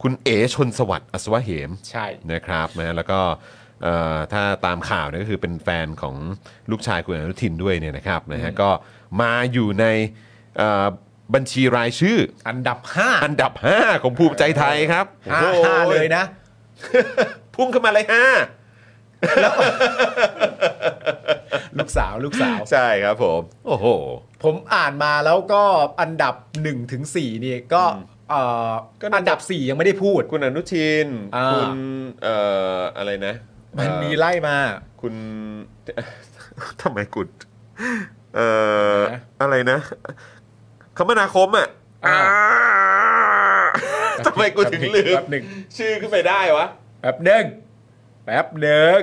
A: คุณเอชนสวัสดิ์อัศวะเหม
D: ใช่
A: นะครับนะแล้วก็เอ่อถ้าตามข่าวเนี่ยก็คือเป็นแฟนของลูกชายคุณอนุทินด้วยเนี่ยนะครับนะฮะก็มาอยู่ในเอ่อบัญชีรายชื่อ
D: อันดับห้า
A: อันดับ 5 ของภูมิใจไทยครับ
D: ห้า
A: โอ้โ
D: ห้าเลยนะ
A: พุ่งขึ้นมาเลย
D: ลูกสาวลูกสาว
A: 5 ใช่ครับผม โอ้โห
D: ผมอ่านมาแล้วก็อันดับ1ถึง4นี่ก็เอ่อ
A: ก็น่าจะ
D: อันดับ 4 ยังไม่ได้พูด
A: คุณอนุทิน
D: อ่า
A: คุณเอ่ออะไรนะ
D: มันมี
A: เอ่อ
D: ไล่มา
A: คุณ ทำไมกุดเอ่อ
D: อะ
A: อะ
D: ไรนะ
A: ไรนะ คมนาคมอ่ะ
D: อ่า
A: ทำไมกูถึงลืม
D: แป๊บหนึ่ง
A: ชื่อขึ้นไปได้วะ
D: แป๊บหนึ่งแป๊บหนึ่ ง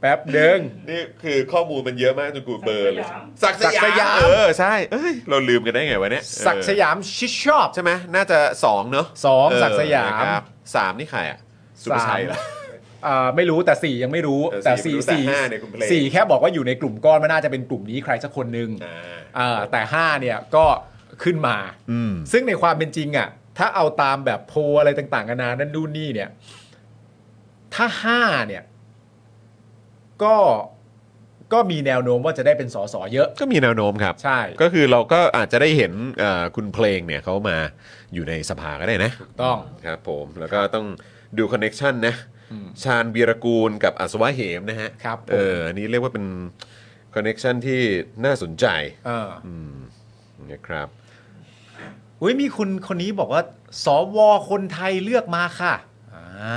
D: แป๊บหนึ่ง
A: นี่คือข้อมูลมันเยอะมากจนกูเบลอร์เลยศักดิ์
D: ศักดิ์ส
A: สยาย
D: าม
A: มเออใช่เอ้ยเราลืมกันได้ไงวะเนี่ย
D: ศักดิ์สยามชิดชอบ
A: ใช่ไหมน่าจะสองเนอะ
D: สอง
A: เ
D: ศักดิ์สยาม
A: นะครับสามนี่ใครอ่ะสุภาชัย
D: สาม
A: เหรอ
D: เอ่อไม่รู้แต่สี่ยังไม่รู้
A: เออ
D: แต่
A: สี่
D: สี่
A: ไม่รู้แต่
D: สี่
A: ห้าเนี่ยคุณเพลง
D: สี่แค่บอกว่าอยู่ในกลุ่มก้อนมันน่าจะเป็นกลุ่มนี้ใครสักคนหนึ่ง
A: อ่า
D: เอ่อแต่ห้าเนี่ยก็ขึ้นมา
A: อืม
D: ซึ่งในความเป็นจริงอ่ะ ถ้าเอาตามแบบโพลอะไรต่างๆกันานานั่นนู่นนี่เนี่ย ถ้าห้าเนี่ย ก็ก็มีแนวโน้มว่าจะได้เป็นสสเยอะ
A: ก็มีแนวโน้มครับ
D: ใช่
A: ก็คือเราก็อาจจะได้เห็นเอ่อคุณเพลงเนี่ยเขามาอยู่ในสภาก็ได้นะ
D: ถูกต้อง
A: ครับผมแล้วก็ต้องดูคอนเน็ชันนะชาญวีรกูลกับอัศวะเหมนะฮะ
D: ครับผม
A: เอออันนี้เรียกว่าเป็นคอนเน็ชันที่น่าสนใจ
D: เออ
A: อืมนะครับ
D: อุ้ยมีคุณคนนี้บอกว่า สวคนไทยเลือกมาค่ะอ่า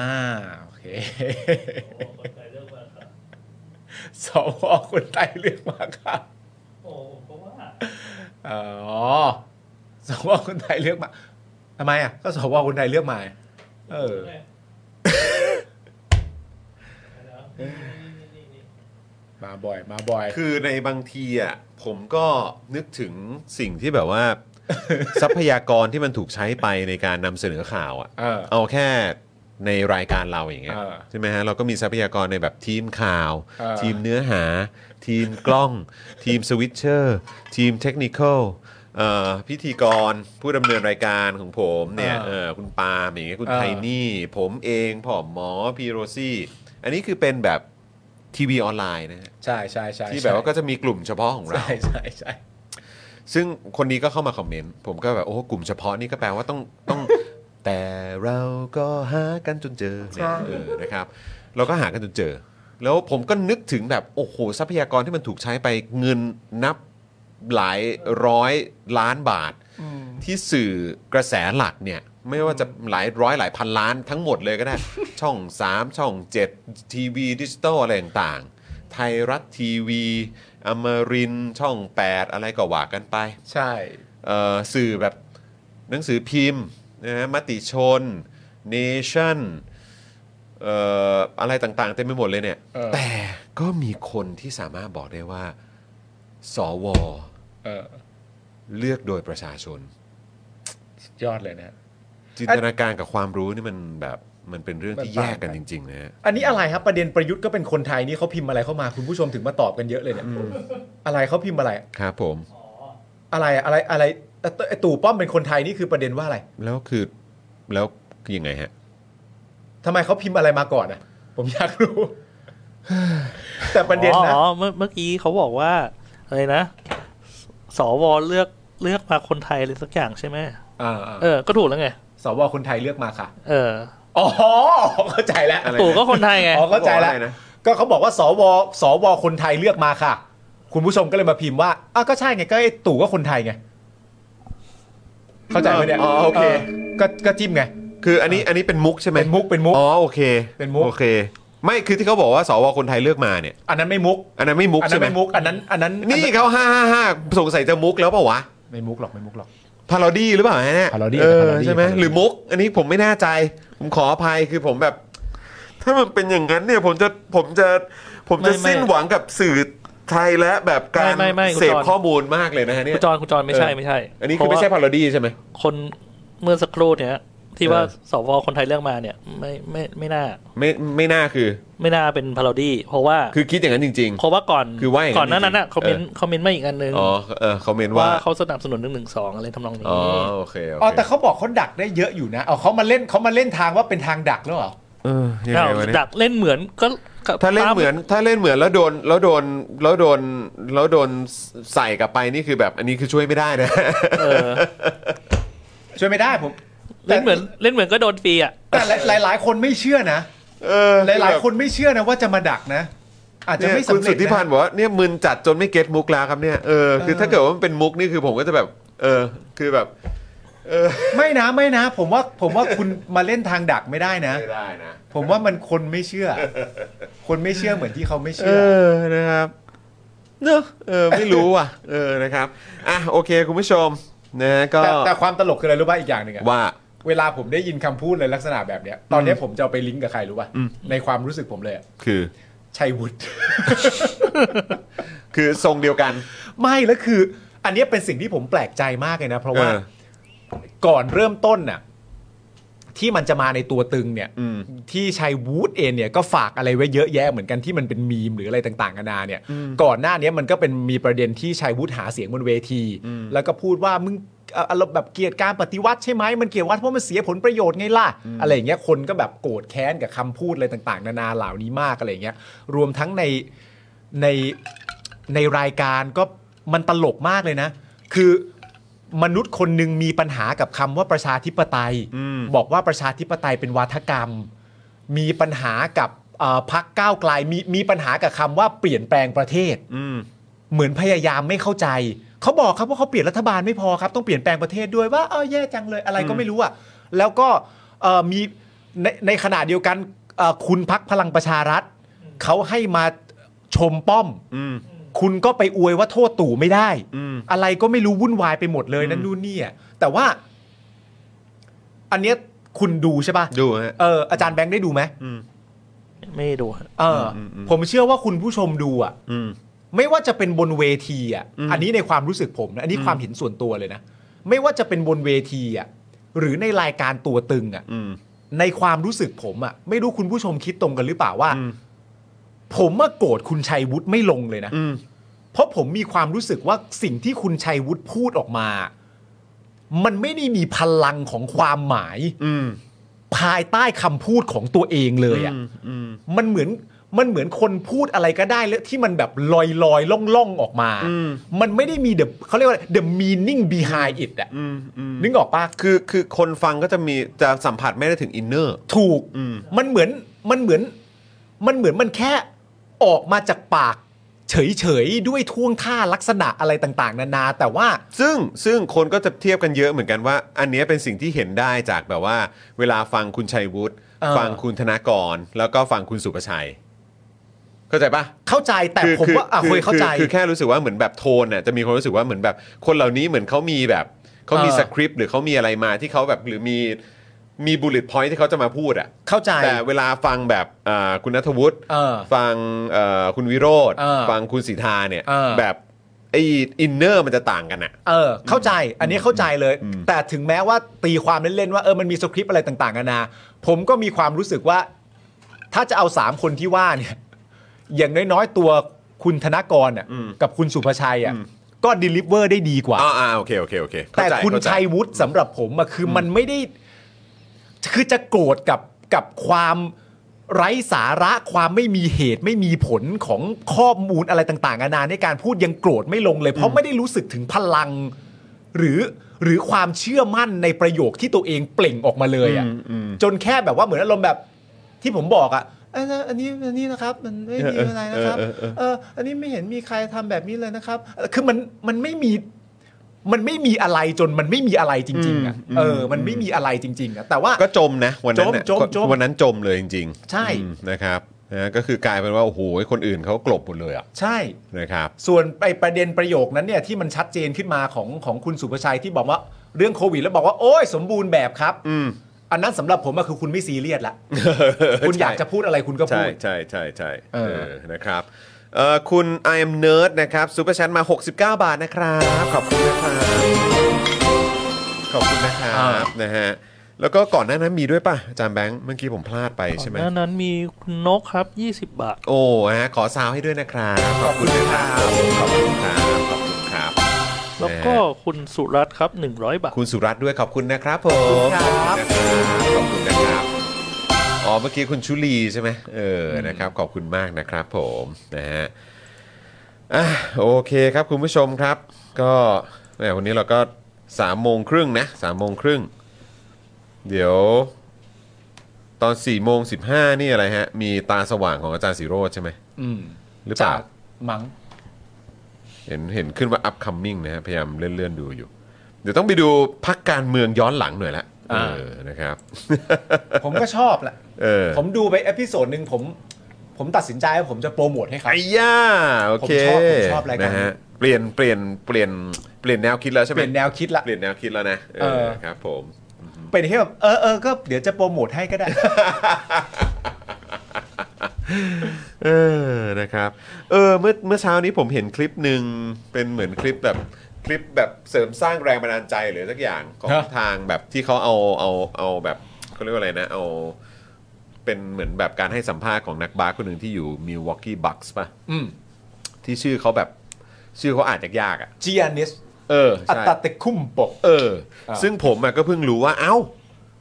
D: โอเค สวคนไทยเลือกมาค่ะ
F: โอ้ผมก็ว่า
D: อ๋อสวคนไทยเลือกมาทำไมอ่ะ ก็สวคนไทยเลือกมา เออ
F: เนี่ยแล้วนี่นี่นี่
D: มาบ่อย มาบ่อย
A: คือในบางทีอ่ะผมก็นึกถึงสิ่งที่แบบ ว่า ทรัพยากรที่มันถูกใช้ไปในการนำเสนอข่าวอ่ะ
D: เออ
A: เอาแค่ในรายการเราอย่างเงี้ย
D: เออ
A: ใช่ไหมฮะเราก็มีทรัพยากรในแบบทีมข่าว
D: เออ
A: ทีมเนื้อหา ทีมกล้อง ทีมสวิตเชอร์ทีมเทคนิคอลเอ่อพิธีกรผู้ดำเนินรายการของผมเนี่ยเออคุณปาล์มอย่างเงี้ยคุณ
D: เออ
A: ไทนี่ ผมเองผอมหมอพีโรซี่ อันนี้คือเป็นแบบทีวีออนไลน์นะฮะ
D: ใช่ใช่ใช่
A: ที่แบบว่าก็จะมีกลุ่มเฉพาะของเรา
D: ใช่ใช่ใช่
A: ซึ่งคนนี้ก็เข้ามาคอมเมนต์ ผมก็แบบโอ้กลุ่มเฉพาะนี่ก็แปลว่าต้องต้อง แต่เราก็หากันจนเจอเนี่ยเออนะครับ เราก็หากันจนเจอ แล้วผมก็นึกถึงแบบโอ้โหทรัพยากรที่มันถูกใช้ไปเงินนับหลายร้อยล้านบาท ที่สื่อกระแสหลักเนี่ย ไม่ว่าจะหลายร้อยหลายพันล้านทั้งหมดเลยก็ได้ ช่อง 3 ช่อง 7 ทีวีดิจิตอลอะไรต่างๆ ไทยรัฐทีวีอมรินทร์ช่อง 8 อะไรก็ว่ากันไป
D: ใช่
A: เอ่อสื่อแบบหนังสือพิมพ์นะฮะมติชน Nation เอ่ออะไรต่างๆ เต็มไปหมดเลยเนี่ย
D: เออ
A: แต่ก็มีคนที่สามารถบอกได้ว่า สว
D: เออ
A: เลือกโดยประชาชน
D: สุดยอดเลยนะ
A: จินตนาการกับความรู้นี่มันแบบมันเป็นเรื่องที่แยกกันจริงๆนะฮะ
D: อันนี้อะไรครับ ประเด็นประยุทธ์ก็เป็นคนไทยนี่เขาพิมพ์อะไรเข้ามาคุณผู้ชมถึงมาตอบกันเยอะเลยเนี่ยอะไรเขาพิมพ์อะไร
A: ครับผม
D: อะไรอะไรอะไรเอ่อไอ้ตู่ป้อมเป็นคนไทยนี่คือประเด็นว่าอะไร
A: แล้วคือแล้วยังไงฮะ
D: ทำไมเขาพิมพ์อะไรมาก่อนอ่ะ ผมอยากรู้ แต่ประเด็นนะ
C: อ๋อเมื่อเมื่อกี้เขาบอกว่าอะไรนะ สวเลือกเลือกมาคนไทยเลยสักอย่างใช่ไหม
D: อ่า
C: เออก็ถูกแล้วไง
D: ๆสวคนไทยเลือกมาค่ะ
C: เออ
D: อ๋อเข้าใจแล้ว
A: อะไร
C: ตู่ก็คนไทยไง
D: อ๋อเข้าใจแล้ว
A: เขาบอกว่าอะไรนะ
D: ก็เขาบอกว่าสวสวคนไทยเลือกมาค่ะ คุณผู้ชมก็เลยมาพิมพ์ว่าอ้าวก็ใช่ไงก็ไอ้ตู่ก็คนไทยไงเข้าใจไหมเนี่ย
A: อ๋อโอเค
D: ก็ก็จิ้มไง
A: คืออันนี้อันนี้เป็นมุกใช่ไหม
D: เป็นมุกเป็นมุก
A: อ๋อโอเค
D: เป็นมุก
A: โอเค ไม่คือที่เขาบอกว่าสวคนไทยเลือกมาเนี่ย
D: อันนั้นไม่มุก
A: อันนั้นไม่มุก
D: อันนั้
A: ใช่
D: น
A: ไหม
D: ไม่มุก อันนั้น อันนั้น
A: นี่เขาห้าห้าห้าสงสัยจะมุกแล้วเปล่าวะ
D: ไม่มุกหรอกไม่มุกหรอก
A: พารอดี้หรือเปล่าฮะเนี่ย
D: parody
A: เออ
D: parody
A: ใช่ไหม
D: parody
A: หรือมุก อันนี้ผมไม่แน่ใจ ผมขออภัยคือผมแบบ ถ้ามันเป็นอย่างนั้นเนี่ยผมจะผมจะผมจะ
C: ไม่ไม่
A: สิ้นหวังกับสื่อ ไทยและแบบการ
C: ไม่ไม่ไม่คุณ
A: เสพ
C: จอน
A: ข้อมูลมากเลยนะฮะเนี่ย
C: คุณจอนคุณจอนไม่ใช่ไม่ใช่
A: อันนี้คือไม่
C: เพราะว่า
A: ใช่พารอดี้ใช่ไหม
C: คนเมื่อสักครู่เนี่ย ที่ว่า
A: เออ
C: สวคนไทยเลือกมาเนี่ยไม่ไม่ไม่น่า
A: ไม่ไม่น่าคือ
C: ไม่น่าเป็นพา r o ดี้เพราะว่า
A: คือคิดอย่างนั้นจริง
C: เพราะว่าก่อน
A: คือว่าอย่างนั้น
C: ก่อนหนั้นนั้นน่ะ
A: จริงๆ
C: คอมเม
A: เออ
C: นต์คอมเมนต์มาอีกอันหนึง
A: ๆ อ๋อเออเขาเมน
C: ว่า
A: ว่า
C: เขาสนับสนุนหนึ่งหนึ่งสองอะไรทำนองนี้
A: อ๋อโอเคโอเค
D: อ๋อแต่เขาบอกเขาดักได้เยอะอยู่นะเอาเขามาเล่นเขามาเล่นทางว่าเป็นทางดักแล้วเหรอ
A: เออยัง
C: อ้าว
A: ไงวะเนี่ย
C: ดักเล่นเหมือนก็ก็
A: ถ้าเล่นเหมือนถ้าเล่นเหมือนแล้วโดนแล้วโดนแล้วโดนแล้วโดนใส่กลับไปนี่คือแบบอันนี้คือช่วยไม่ได้นะ
C: เอ อ
D: ช่วยไม่ได้ผม
C: เล่นเหมือนเล่นเหมือนก็โดนฟรีอ่ะ
D: แต่หลายหลายๆคนไม่เชื่อนะ
A: เอ อ
D: หลายๆคนไม่เชื่อนะว่าจะมาดักนะ อาจจะ
A: เนี่ย
D: ไม่
A: คุ
D: สำ
A: ณ
D: เร็
A: สุ
D: จ
A: ทธิพันธ์
D: นะ
A: บอกว่าเนี่ยมึนจัดจนไม่เก็ตมุกแล้วครับเนี่ยเออคือ
D: เออ
A: ถ้าเกิดว่ามันเป็นมุกนี่คือผมก็จะแบบ เออ คือแบบ เออ
D: ไม่นะไม่นะ ผมว่าผมว่าคุณมาเล่นทางดักไม่ได้นะ
A: ไม่ได้นะ
D: ผมว่ามันคนไม่เชื่อ คนไม่เชื่อเหมือนที่เขาไม่
A: เอ
D: เชื่อ
A: อนะครับเนอะเออไม่รู้ว่ะ เออนะครับอ่ะโอเคคุณผู้ชมนะก็
D: แต่แต่ความตลกคืออะไรรู้ป่ะอีกอย่างหนึ่งอะ
A: ว่า
D: เวลาผมได้ยินคำพูดในลักษณะแบบเนี้ย ตอนเนี้ยผมจะเอาไปลิงก์กับใครรู้ป่ะในความรู้สึกผมเลยอะ
A: คือ
D: ชัยวุฒิ
A: คือทรงเดียวกัน
D: ไม่แล้วคือ อันเนี้ยเป็นสิ่งที่ผมแปลกใจมากเลยนะ เพราะว่า
A: เออ
D: ก่อนเริ่มต้นน่ะที่มันจะมาในตัวตึงเนี่ย
A: อืม
D: ที่ชัยวูดเองเนี่ยก็ฝากอะไรไว้เยอะแยะเหมือนกันที่มันเป็นมีมหรืออะไรต่างๆนานาเนี่ย ก่อนหน้าเนี้ยมันก็เป็นมีประเด็นที่ชัยวูดหาเสียงบนเวที แล้วก็พูดว่ามึงเอ่ออารมณ์แบบเกลียดการปฏิวัติใช่ไหมมันเกลียดวัดเพราะมันเสียผลประโยชน์ไงล่ะอะไรอย่างเงี้ยคนก็แบบโกรธแค้นกับคำพูดอะไรต่าง ๆ นานาเหล่านี้มากอะไรอย่างเงี้ยรวมทั้งในใน ในรายการก็มันตลกมากเลยนะ คือมนุษย์คนหนึ่งมีปัญหากับคำว่าประชาธิปไตย บอกว่าประชาธิปไตยเป็นวาทกรรม มีปัญหากับเอ่อพักก้าวไกลมีมีปัญหากับคำว่าเปลี่ยนแปลงประเทศ
A: อืม
D: เหมือนพยายามไม่เข้าใจ เขาบอกครับว่าเขาเปลี่ยนรัฐบาลไม่พอครับ ต้องเปลี่ยนแปลงประเทศด้วยว่าเออแย่จังเลยอะไรก็ไม่รู้อ่ะแล้วก็เอ่อมีในในขณะเดียวกันเอ่อคุณพักพลังประชารัฐเขาให้มาชมป้อม
A: อืม
D: คุณก็ไปอวยว่าโทษตู่ไม่ได้
A: อืม
D: อะไรก็ไม่รู้วุ่นวายไปหมดเลยนั่นนู่นนี่อะแต่ว่า อันเนี้ยคุณดูใช่ป่ะ
A: ดูฮะ
D: เอออาจารย์แบงค์ได้ดูไหม
C: ไม่ดูฮะ
D: เอออ
A: มอืม
D: ผมเชื่อว่าคุณผู้ชมดูอ่ะ
A: อืม
D: ไม่ว่าจะเป็นบนเวทีอ่ะ อันนี้ในความรู้สึกผมนะ อันนี้ความเห็นส่วนตัวเลยนะ ไม่ว่าจะเป็นบนเวทีอ่ะ หรือในรายการตัวตึงอ่ะ
A: อืม
D: ในความรู้สึกผมอ่ะ ไม่รู้คุณผู้ชมคิดตรงกันหรือเปล่าว่า
A: อืม
D: ผมมาโกรธคุณชัยวุฒิไม่ลงเลยนะ
A: อืม
D: เพราะผมมีความรู้สึกว่าสิ่งที่คุณชัยวุฒิพูดออกมา มันไม่ได้มีพลังของความหมาย
A: อืม
D: ภายใต้คำพูดของตัวเองเลยอะ่ะ
A: อืม
D: มันเหมือนมันเหมือนคนพูดอะไรก็ได้แล้วที่มันแบบลอยลอยล่องล่องๆออกมา
A: อืม
D: มันไม่ได้มี the เขาเรียกว่า the meaning behind it อ่ะ
A: อืมอืม
D: นึกออกปะ
A: คือคือคนฟังก็จะมีจะสัมผัสไม่ได้ถึงอินเนอร์
D: ถูก
A: อืม
D: มันเหมือนมันเหมือนมันเหมือนมันแค่ออกมาจากปาก เฉยๆ ด้วยท่วงท่าลักษณะอะไรต่างๆ นานา แต่ว่า
A: ซึ่งซึ่งคนก็จะเทียบกันเยอะเหมือนกันว่า อันเนี้ยเป็นสิ่งที่เห็นได้จากแบบว่า เวลาฟังคุณชัยวุฒิ
D: เออ
A: ฟังคุณธนากร แล้วก็ฟังคุณสุประชัย เข้าใจปะ
D: เข้าใจแต่
A: คือ
D: ผม
A: คือ
D: ว่าอ่ะ
A: คือ
D: เคยเข้าใจ
A: คือคือแค่รู้สึกว่าเหมือนแบบโทนน่ะจะมีความรู้สึกว่าเหมือนแบบ คนเหล่านี้เหมือนเขามีแบบเขามี
D: เออ
A: สคริปต์หรือเขามีอะไรมาที่เขาแบบหรือมีมีบุลเลตพอยท์ที่เขาจะมาพูดอ่ะ
D: เข้าใจ
A: แต่เวลาฟังแบบอ่าคุณนัทวุฒิ
D: เออ
A: ฟังเอ่อคุณวิโรธ
D: เออ
A: ฟังคุณสีทธาเนี่ย
D: เออ
A: แบบไออินเนอร์มันจะต่างกันอะ
D: เออ เข้าใจ อันนี้เข้าใจเลย
A: อืม
D: แต่ถึงแม้ว่าตีความเล่นๆว่าเออมันมีสคริปต์อะไรต่างๆนานาผมก็มีความรู้สึกว่า ถ้าจะเอาสามคนที่ว่าเนี่ย อย่างน้อยๆตัวคุณธนกรอ่ะกับคุณสุภชัยอ่ะก็ด e ลิเวอร์ได้ดีกว่า
A: อ๋ออ่าโอเคโอเคโอเคเข้า
D: แต่
A: ใจ
D: คุณ
A: เข้าใจ
D: ชัยวุฒิสำหรับผมอะคืออมันไม่ได้ คือจะโกรธกับกับความไร้สาระความไม่มีเหตุไม่มีผลของข้อมูลอะไรต่างๆนานาในการพูดยังโกรธไม่ลงเลย เพราะไม่ได้รู้สึกถึงพลัง หรือหรือความเชื่อมั่นในประโยคที่ตัวเองเปล่งออกมาเลยอะจนแค่แบบว่าเหมือนอารมณ์แบบที่ผมบอกอะเอ้ยอันนี้อันนี้นะครับ มันไม่มีอะไรนะครับ เออ อันนี้ไม่เห็นมีใครทำแบบนี้เลยนะครับ คือมันมันไม่มี มันไม่มีอะไรจนมันไม่มีอะไรจริงๆอ่ะเออ มันไม่มีอะไรจริงๆอ่ะแต่ว่า
A: ก็จมนะวันนั้นน่ะ
D: จมจมจม
A: วันนั้นจมเลยจริงๆ
D: ใช่
A: อืมนะครับนะก็คือกลายเป็นว่าโอ้โหคนอื่นเขากลบหมดเลยอะ
D: ใช่
A: นะครับ
D: ส่วนไอประเด็นประโยคนั้นเนี่ยที่มันชัดเจนขึ้นมาของของคุณสุภชัยที่บอกว่าเรื่องโควิดแล้วบอกว่าโอ้ยสมบูรณ์แบบครับ
A: อืม
D: อันนั้นสำหรับผมอะคือคุณไม่ซีเรียสละคุณอยากจะพูดอะไรคุณก็
A: ใช่
D: พูด
A: ใช่ใช่ใช่
D: เออ
A: เออนะครับ เอ่อคุณ I am nerd นะครับซูเปอร์ชันมา 69 บาทนะครับ ขอบคุณนะครับขอบคุณนะครับนะฮะแล้วก็ก่อนหน้านั้นมีด้วยป่ะอาจารย์แบงค์เมื่อกี้ผมพลาดไป
C: ก่อ
A: ใช่
C: น
A: ไหม
C: หน้านั้นมีคุณนกครับ 20 บาท
A: โอ้ฮะขอซาวให้ด้วยนะครับขอบคุณนะครับขอบคุณครับขอบคุณครับ
C: แล้วก็
A: นะฮะ
C: คุณสุรัตน์ครับ 100 บาท
A: คุณสุรัตน์ด้วยขอบคุณนะครับผม
D: ขอบคุณครับ
A: ขอบคุณนะครับอ๋อเมื่อกี้คุณชุลีใช่ไหมเออนะครับ ขอบคุณมากนะครับผมนะฮะอ่ะโอเคครับคุณผู้ชมครับ ก็แหมวันนี้เราก็สามโมงครึ่งนะสามโมงครึ่งเดี๋ยว ตอน4ี่โมงสินี่อะไรฮะ มีตาสว่างของอาจารย์สีโรจน์ใช่ไหม
D: อืม
A: หรือเปล่า
D: จกมัง
A: เห็นเห็นขึ้นว่า upcoming นะฮะพยายามเลื่อนๆดูอยู่ เดี๋ยวต้องไปดูพักการเมืองย้อนหลังหน่อยละเอ
D: อ่า
A: อนะครับ
D: ผมก็ชอบแหละ
A: เออ
D: ผมดูไปเอพิโซดหนึ่งผมผมตัดสินใจว่าผมจะโปรโมทให้เขา
A: ไอ้ย่าโอเค
D: ผมชอบผมชอบรายการ
A: นะฮะเปลี่ยนเปลี่ยนเปลี่ยนเปลี่ยนแนวคิดแล้วใช่ไหม
D: เปลี่ยนแนวคิดละ
A: เปลี่ยนแนวคิดแล้วนะเอ
D: เอ
A: อ
D: อ
A: ครับผม
D: เป็นแค่แบบเออเออก็เดี๋ยวจะโปรโมทให้ก็ได้
A: เออนะครับ เออเมื่อเมื่อเช้านี้ผมเห็นคลิปหนึ่งเป็นเหมือนคลิปแบบคลิปแบบเสริมสร้างแรงบันดาลใจหรือสักอย่างของ
D: ฮะ
A: ทางแบบที่เขาเอาเอาเอาแบบเขาเรียกว่าอะไรนะเอาเป็นเหมือนแบบการให้สัมภาษณ์ของนักบาสคนหนึ่งที่อยู่มิ l วอกกี้บัคส์ป่ะ
D: อืม
A: ที่ชื่อเขาแบบชื่อเขาอ่านยากๆอ่ะ
D: จีอานิส
A: เออ
D: อัต
A: ใช่
D: ตะเตคุมโปะ
A: เออ
D: อ่า
A: ซึ่งผมอะก็เพิ่งรู้ว่า เอ้า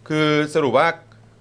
A: คือสรุปว่า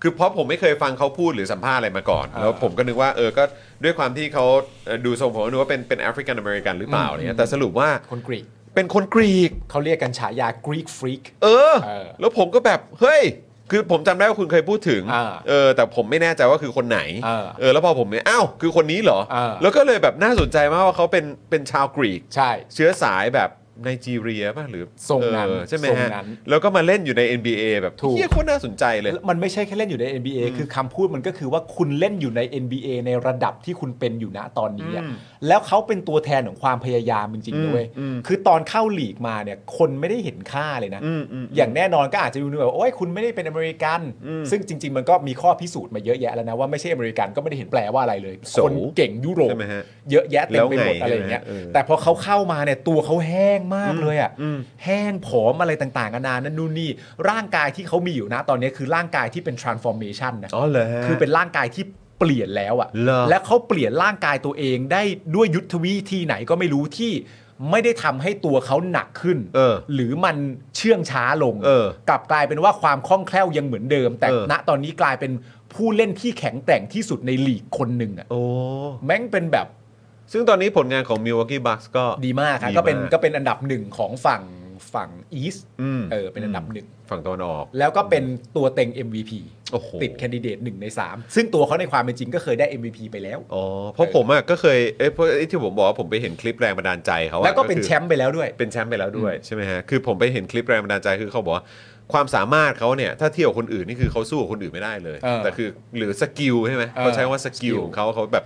A: คือเพราะผมไม่เคยฟังเขาพูดหรือสัมภาษณ์อะไรมาก่อน
D: อ่า
A: แล้วผมก็นึกว่า เออ ก็ด้วยความที่เขาเอ่อดูทรงผมก็นึกว่าเป็น เป็นแอฟริกันอเมริกันหรือเปล่า
D: อืม
A: เนี่ย แต่สรุปว่า
D: คนกรีก
A: เป็นคนกรีก
D: เขาเรียกกันฉายากรีกฟรีก
A: เออ
D: เออ
A: แล้วผมก็แบบ เฮ้ย คือผมจำได้ว่าคุณเคยพูดถึง
D: อ่า
A: เออ แต่ผมไม่แน่ใจว่าคือคนไหน
D: เออ
A: เออ แล้วพอผมเนี่ยอ้าว คือคนนี้เหรอ
D: เออ
A: แล้วก็เลยแบบน่าสนใจมากว่าเขาเป็น เป็นชาวกรีก
D: ใช่
A: เชื้อสายแบบไนจีเรียป่ะหรือ
D: ทรงนั้น
A: เออใช่ไหม
D: ทรง
A: ฮะ
D: นั้น
A: แล้วก็มาเล่นอยู่ใน NBA แบบ
D: ถูก
A: เฮียโคตรน่าสนใจเลย
D: มันไม่ใช่แค่เล่นอยู่ใน NBA คือคำพูดมันก็คือว่าคุณเล่นอยู่ใน NBA ในระดับที่คุณเป็นอยู่ณตอนนี้อะ
A: อืม
D: แล้วเขาเป็นตัวแทนของความพยายามจริงๆนะเว้ย
A: อืมอืม
D: คือตอนเข้าลีกมาเนี่ย คนไม่ได้เห็นค่าเลยนะ
A: อืมอืมอืม
D: อย่างแน่นอนก็อาจจะดูนึกว่าโอ้ยคุณไม่ได้เป็นอเมริกัน
A: อืม
D: ซึ่งจริง ๆ มันก็มีข้อพิสูจน์มาเยอะแยะแล้วนะว่าไม่ใช่อเมริกันก็ไม่ได้เห็นแปลว่าอะไรเลย
A: โส
D: คนเก่งยุโรป
A: ใช่ไหมฮะ
D: เยอะแยะเต็มไปหมด
A: แล้วไง
D: อะไรอย่างเงี้ย
A: ใช่ไหมฮะเออ
D: แต่พอเขาเข้ามาเนี่ยตัวเขาแห้งมากเลยอ่ะ
A: อืม
D: แห้งผอมอะไรต่างๆนานานั่นนู่นนี่ร่างกายที่เขามีอยู่นะตอนนี้คือร่างกายที่เป็น transformation นะ
A: อ๋อเหรอฮะ
D: คือเป็นร่างกายที่เปลี่ยนแล้วอ่ะ
A: เหรอ
D: และเขาเปลี่ยนร่างกายตัวเองได้ด้วยยุทธวิธีไหนก็ไม่รู้ที่ไม่ได้ทำให้ตัวเขาหนักขึ้น
A: เออ
D: หรือมันเชื่องช้าลง
A: เออก
D: ลับกลายเป็นว่าความคล่องแคล่วยังเหมือนเดิม แต่
A: เออ
D: ณตอนนี้กลายเป็นผู้เล่นที่แข็งแกร่งที่สุดในลีกคนหนึ่งอะ
A: โอ้
D: แม่งเป็นแบบ
A: ซึ่งตอนนี้ผลงานของ Milwaukee Bucks ก็
D: ดีมากครับ
A: ดีมาก
D: ก็เป็นก็เป็นอันดับหนึ่งของฝั่งฝั่งอีส
A: อืม
D: เออเป็นอันดับหนึ่ง
A: ฝั่งตะวันออก
D: แล้วก็เป็นตัวเต็ง MVP
A: โอ้โห
D: ติดแคนดิเดตหนึ่งใน 3 ซึ่งตัวเขาในความเป็นจริงก็เคยได้ MVP ไปแล้ว
A: อ๋อ เพราะผมอ่ะก็เคย เอ้ยเพราะไอ้ที่ผมบอกว่าผมไปเห็นคลิปแรงบันดาลใจเขาอะ
D: แล้วก็เป็น
A: คือ
D: แชมป์ไปแล้วด้วย
A: เป็นแชมป์ไปแล้วด้วยใช่ไหมฮะ คือผมไปเห็นคลิปแรงบันดาลใจคือเขาบอกว่าความสามารถเขาเนี่ย ถ้าเทียบกับคนอื่นนี่คือเขาสู้กับคนอื่นไม่ได้เลย
D: เออ
A: แต่คือหรือสกิลใช่ไหม
D: เออ
A: เขาใช้ว่าสกิล
D: สกิล
A: ของเขาเขาแบบ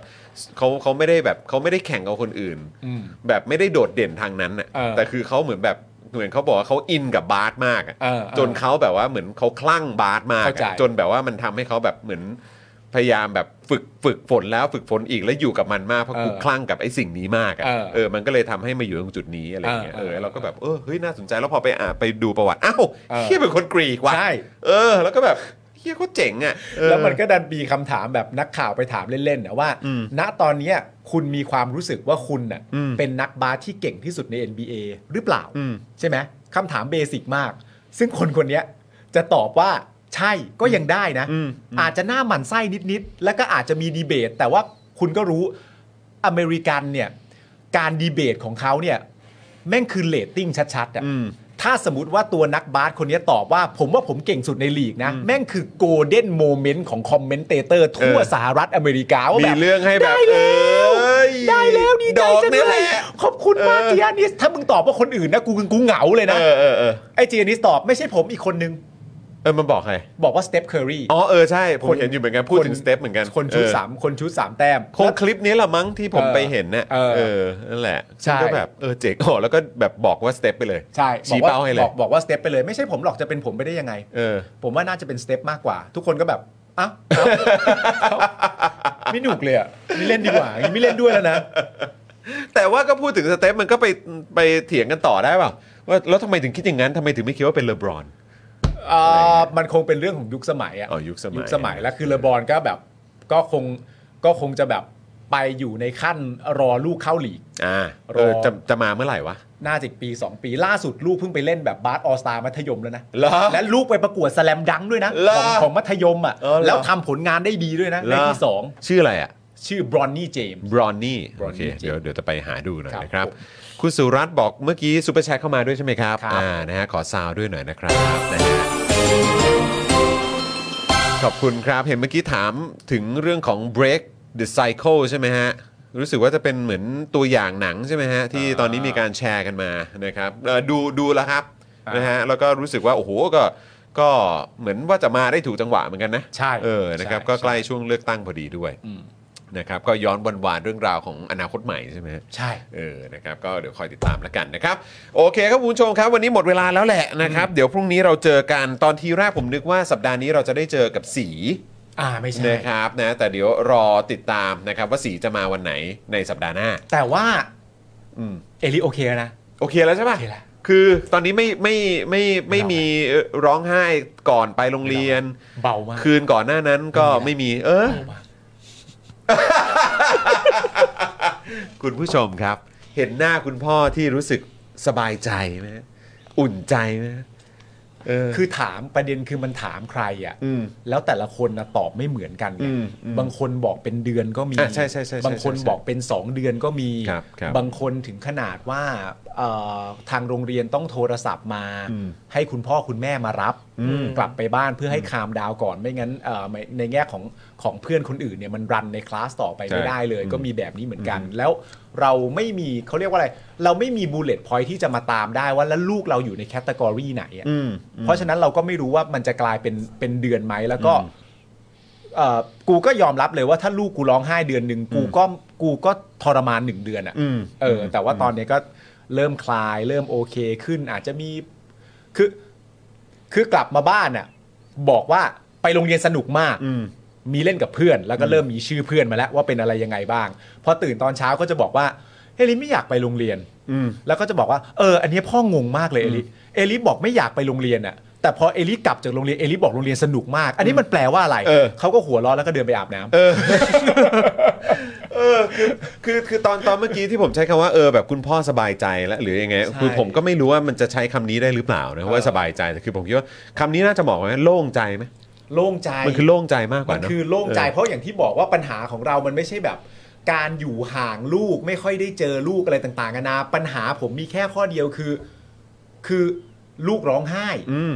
A: เขาเขาไม่ได้แบบเขาไม่ได้แข่งกับคนอื่น
D: อืม
A: แบบไม่ได้โดดเด่นทางนั้นน่ะ
D: เออ
A: แต่คือเขาเหมือนแบบเหมือนเขาบอกว่าเขาอินกับบาสมากอะ
D: เออเออ
A: จนเขาแบบว่าเหมือนเขาคลั่งบาสมาก
D: เข้าใจ
A: อะจนแบบว่ามันทำให้เขาแบบเหมือนพยายามแบบฝึกฝึกฝนแล้วฝึกฝนอีกแล้วอยู่กับมันมากเพราะ
D: เออ
A: กูคลั่งกับไอ้สิ่งนี้มากอะ
D: เออ
A: เออมันก็เลยทำให้มาอยู่ตรงจุดนี้อะไรอย่างเงี้ย
D: เอ
A: เอ
D: อเออ
A: อเราก็แบบเออเฮ้ยน่าสนใจแล้วพอไปอ่านไปดูประวัติอ้าว
D: เออ
A: เฮียเป็นคนกรีกว่ะ
D: ใช่
A: เออ แล้วก็แบบเฮียเขาเจ๋งอ่ะเออ
D: แล้วมันก็ดันมีคำถามแบบนักข่าวไปถามเล่นๆนะว่า
A: อืม
D: ณตอนเนี้ยคุณมีความรู้สึกว่าคุณน่ะ
A: อืม
D: เป็นนักบาสที่เก่งที่สุดใน NBA หรือเปล่า
A: อืม
D: ใช่ไหมคำถามเบสิกมาก ซึ่งคนคนเนี้ยจะตอบว่าใช่ก็ยังได้นะ
A: อืม
D: อาจจะหน้าหมันไส้นิด ๆ แล้วก็อาจจะมีดีเบต แต่ว่าคุณก็รู้อเมริกันเนี่ยการดีเบตของเขาเนี่ยแม่งคือเลตติ้งชัด ๆอะ
A: อืม
D: ถ้าสมมติว่าตัวนักบาสคนนี้ตอบว่า ผมว่าผมเก่งสุดในลีกนะ แม่งคือโกลเด้นโมเมนต์ของคอมเมนเตเตอร์ทั่วสหรัฐอเมริกาว่า
A: มี
D: แบบ
A: เรื่องให้แบบ
D: ได้แล้ว
A: เอ้ย
D: ได้แล้วดีใจ
A: ดอก
D: จัง
A: นี่
D: เล
A: แห
D: ย
A: ละ
D: ขอบคุณมาก
A: เออ
D: จีอานิสถ้ามึงตอบว่าคนอื่นนะกูกูเหงาเลยนะ
A: เออเออเออ
D: ไอจีอานิสตอบไม่ใช่ผมอีกคนนึง
A: เออมันบอกใคร
D: บอกว่าสเตปเคอร์รี
A: อ๋อเออใช่ผม
D: คน
A: เห็นอยู่เหมือนกันพูด
D: คน
A: ถึงสเต็ปเหมือนกัน
D: คนชุด
A: เออ
D: สามคนชุดสามแต้ม
A: คงคลิปนี้แหละมั้งที่ผม
D: เออ
A: ไปเห็นเนี่ย
D: เออ
A: เออนั่นแหละ
D: ใช่
A: ซึ่งก็แบบเออเจ๋งอ๋อแล้วก็แบบบอกว่าสเต็ปไปเลย
D: ใช่
A: ชี้
D: บอกว่
A: เป้าให้เล
D: บ
A: ย
D: อกบอกว่าสเต็ปไปเลยไม่ใช่ผมหรอกจะเป็นผมไปได้ยังไง
A: เออ
D: ผมว่าน่าจะเป็นสเต็ปมากกว่า ทุกคนก็แบบอ้าวอ้าวอ้าวไม่หนุกเลยอ่ะ ไม่เล่นดีกว่าอย่างนี้ไม่เล่นด้วยแล้วนะ
A: แต่ว่าก็พูดถึงสเต็ปมันก็ไปไปเถียงกันต่อได้เปล่าว่าแล้วทำไมถึงคิดอย่างนั้นทำไมถึงไม่คิดว่าเป็นเลบรอน
D: เอ่อมันคงเป็นเรื่องของยุคสมัยอะ
A: อ๋อยุคสมัย
D: ยุคสมัยแล้วคือเลบรอนก็แบบก็คงก็คงจะแบบไปอยู่ในขั้นรอลูกเข้าลีก
A: อ่าเออ
D: รอ
A: จะจะมาเมื่อไหร่วะ
D: น่าจะอีกปี 2 ปีล่าสุดลูกเพิ่งไปเล่นแบบบาสออสตามัธยมแล้วนะ
A: เหรอ
D: และลูกไปประกวดสแลมดังด้วยนะ
A: เหรอ
D: ของของมัธยมอ่ะ
A: เออเหรอ
D: แล้วทำผลงานได้ดีด้วยนะ ในที่
A: ชื่ออะไรอ่ะ
D: 2 ชื่อบรอนนี่เจม
A: บรอนนี่
D: Bronny
A: โอเค
D: จริง
A: เดี๋ยวเดี๋ยวจะไปหาดูหน่อย
D: ครับ
A: นะครับ
D: ผม
A: คุณสุรัตน์บอกเมื่อกี้ซูเปอร์แชทเข้ามาด้วยใช่ไหมครับ
D: ครับ
A: อ่านะฮะขอซาวด้วยหน่อยนะครับนะฮะขอบคุณครับ เห็นเมื่อกี้ถามถึงเรื่องของ break the cycle ใช่ไหมฮะ รู้สึกว่าจะเป็นเหมือนตัวอย่างหนังใช่ไหมฮะ ที่ตอนนี้มีการแชร์กันมานะครับเอ่อดูดูแล้วครับนะฮะแล้วก็รู้สึกว่า โอ้โหก็ก็เหมือนว่าจะมาได้ถูกจังหวะเหมือนกันนะ
D: ใช่
A: เออ นะครับ
D: ใช่
A: ก็ใกล้ช่วงเลือกตั้งพอดีด้วย
D: อืม
A: นะครับ ก็ย้อนวันวานๆเรื่องราวของอนาคตใหม่ใช่ไหมฮะ
D: ใช่
A: เออ นะครับ ก็เดี๋ยวคอยติดตามแล้วกันนะครับ โอเคครับคุณผู้ชมครับ วันนี้หมดเวลาแล้วแหละนะครับ เดี๋ยวพรุ่งนี้เราเจอกัน ตอนทีแรกผมนึกว่าสัปดาห์นี้เราจะได้เจอกับสี
D: อ่าไม่ใช่
A: นะครับนะ แต่เดี๋ยวรอติดตามนะครับว่าสีจะมาวันไหนในสัปดาห์หน้า
D: แต่ว่า
A: อืม
D: เอลิโอเคแล้วนะ
A: โอเคแล้วใช่ป่ะ
D: โอเคแล้ว
A: คือตอนนี้ไม่ไม่ไม่ไม่มีร้องไห้ก่อนไปโรงเรียน
D: เบามาก
A: คืนก่อนหน้านั้นก็ไม่มี เออ คุณผู้ชมครับ เห็นหน้าคุณพ่อที่รู้สึกสบายใจไหมอุ่นใจไหมเออ
D: คือถามประเด็นคือมันถามใครอ่ะ
A: อืม
D: แล้วแต่ละคนนะตอบไม่เหมือนกันไง
A: อืมอืม
D: บางคนบอกเป็นเดือนก็มี
A: อ่ะใช่ใช่ใช่ใช่
D: บางคน
A: ใช่ใช่
D: บอกเป็น 2 เดือนก็มี
A: ครับครับ
D: งคนถึงขนาดว่าเอ่อทางโรงเรียนต้องโทรศัพท์มา
A: อืม
D: ให้คุณพ่อคุณแม่มารับ
A: อืม
D: กลับไปบ้านเพื่อให้คามดาวก่อนไม่งั้นเอ่อในในแง่ของของเพื่อนคนอื่นเนี่ยมันรันในคลาสต่อไป
A: ใช่
D: ไม่ได้เลย
A: อืม
D: ก็มีแบบนี้เหมือนกัน แล้วเราไม่มีเขาเรียกว่าอะไร เราไม่มีบูเลตพอยที่จะมาตามได้ว่าแล้วลูกเราอยู่ในแคตตากรีไหนอะ
A: อืม
D: เพราะฉะนั้นเราก็ไม่รู้ว่ามันจะกลายเป็นเป็นเดือนไหมแล้วก็เอ่อกูก็ยอมรับเลยว่าถ้าลูกกูร้องไห้เดือนหนึ่งกูก็กูก็ทรมานหนึ่งเดือน
A: อืม
D: อะ่ะเออ แต่ว่าตอนเนี้ยก็เริ่มคลาย เริ่มโอเคขึ้น อาจจะมีคือคือกลับมาบ้านอ่ะ บอกว่าไปโรงเรียนสนุกมาก
A: อืม
D: มีเล่นกับเพื่อน แล้วก็เริ่มมีชื่อเพื่อนมาแล้วว่าเป็นอะไรยังไงบ้างพอตื่นตอนเช้าก็จะบอกว่าเอลิไม่อยากไปโรงเรียน
A: อืม
D: แล้วก็จะบอกว่าเอออันเนี้ยพ่องงมากเลยเอลิเอลิบอกไม่อยากไปโรงเรียนอะแต่พอเอลิกลับจากโรงเรียนเอลิบอกโรงเรียนสนุกมาก อันนี้มันแปลว่าอะไร
A: เออ
D: เขาก็หัวเร้อนแล้วก็เดินไปอาบน้ำ
A: เออ เออ คือคือคือตอนตอนเมื่อกี้ที่ผมใช้คำว่าเออแบบคุณพ่อสบายใจแล้วหรือยังไง
D: ใช่
A: คือผมก็ไม่รู้ว่ามันจะใช้คำนี้ได้หรือเปล่านะว่าสบายใจแต่คือผมคิดว่าคำนี้น่าจะเหมาะไหมโล่งใจไหม
D: โล่งใจ
A: มันคือโล่งใจมากก
D: มั
A: ว่าน เนอะ
D: คือโล่งใจ
A: เอ
D: เพราะอย่างที่บอกว่าปัญหาของเรามันไม่ใช่แบบ การอยู่ห่างลูกไม่ค่อยได้เจอลูกอะไรต่างๆกันานาปัญหาผมมีแค่ข้อเดียวคือ คือลูกร้องไห้
A: ออืม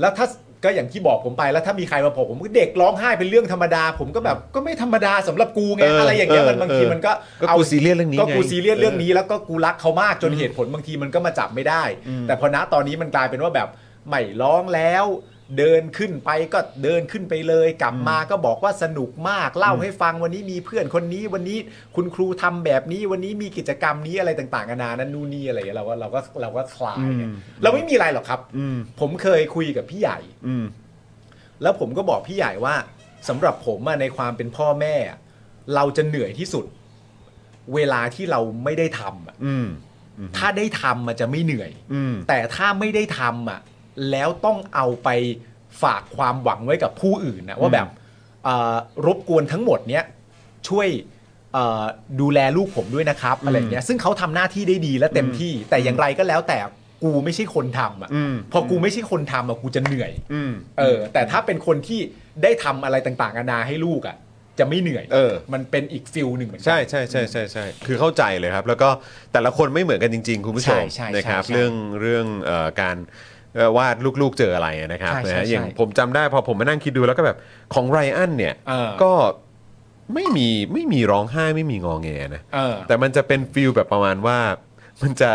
D: แล้วถ้าก็อย่างที่บอกผมไปแล้วถ้ามีใครมาบอกผมเด็กร้องไห้เป็นเรื่องธรรมดา ผมก็แบบก็ไม่ธรรมดาสำหรับกูไง
A: เอออ
D: อะไรอย่างเงี้ย
A: เออ
D: มันบางที
A: เออ
D: มันก็
A: ก็กูซีเรียสเรื่องนี้
D: ก็กู
A: ไง
D: ซีเรียสเรื่อง
A: เออ
D: นี้แล้วก็กูรักเขามากจนเหตุผลบางทีมันก็มาจับไม่ได้ แต่พอณตอนนี้มันกลายเป็นว่าแบบไม่ร้องแล้ว เดินขึ้นไปก็เดินขึ้นไปเลย กลับมาก็บอกว่าสนุกมากเล่าให้ฟังวันนี้มีเพื่อนคนนี้วันนี้คุณครูทำแบบนี้วันนี้มีกิจกรรมนี้อะไรต่างๆนานานั่นนู่นนี่อะไรอย่างเงี้ยเราก็เราก็เราก็คลายไง
A: อืม
D: เราไม่มีอะไรหรอกครับ
A: อืม
D: ผมเคยคุยกับพี่ใหญ่
A: อืม
D: แล้วผมก็บอกพี่ใหญ่ว่าสำหรับผมอะในความเป็นพ่อแม่อะเราจะเหนื่อยที่สุด เวลาที่เราไม่ได้ทำอะ
A: อืม
D: ถ้าได้ทำมันจะไม่เหนื่อย
A: อืม
D: แต่ถ้าไม่ได้ทำอ่ะแล้วต้องเอาไปฝากความหวังไว้กับผู้อื่นนะว่าแบบเอ่อรบกวนทั้งหมดเนี้ยช่วยเอ่อดูแลลูกผมด้วยนะครับอะไรเงี้ยซึ่งเขาทำหน้าที่ได้ดีและเต็มที่ แต่อย่างไรก็แล้วแต่กูไม่ใช่คนทำอ่ะ
A: อืม
D: พอกูไม่ใช่คนทำอ่ะกูจะเหนื่อย
A: อืม
D: เออแต่ถ้าเป็นคนที่ได้ทำอะไรต่างๆนานาให้ลูกอ่ะ จะไม่เหนื่อย
A: เออ
D: มันเป็นอีกฟิลหนึ่งเหมือนกั
A: ใช่ใช่ใช่ใช่ใช่คือเข้าใจเลยครับ แล้วก็แต่ละคนไม่เหมือนกันจริง ๆ คุณผู้ชม
D: ใช่ใช่ใช่
A: นะครับ
D: ใช่
A: เรื่องเรื่องเอ่อการเอ่อวาดลูกๆเจออะไรนะครับ
D: ใช่ใช่
A: นะฮะ
D: ใช่
A: อย่างผมจำได้พอผมมานั่งคิดดูแล้วก็แบบของไรอันเนี่ย
D: เออ
A: ก็ไม่มีไม่มีร้องไห้ไม่มีงองแงนะ
D: เออ
A: แต่มันจะเป็นฟิลแบบประมาณว่ามันจะ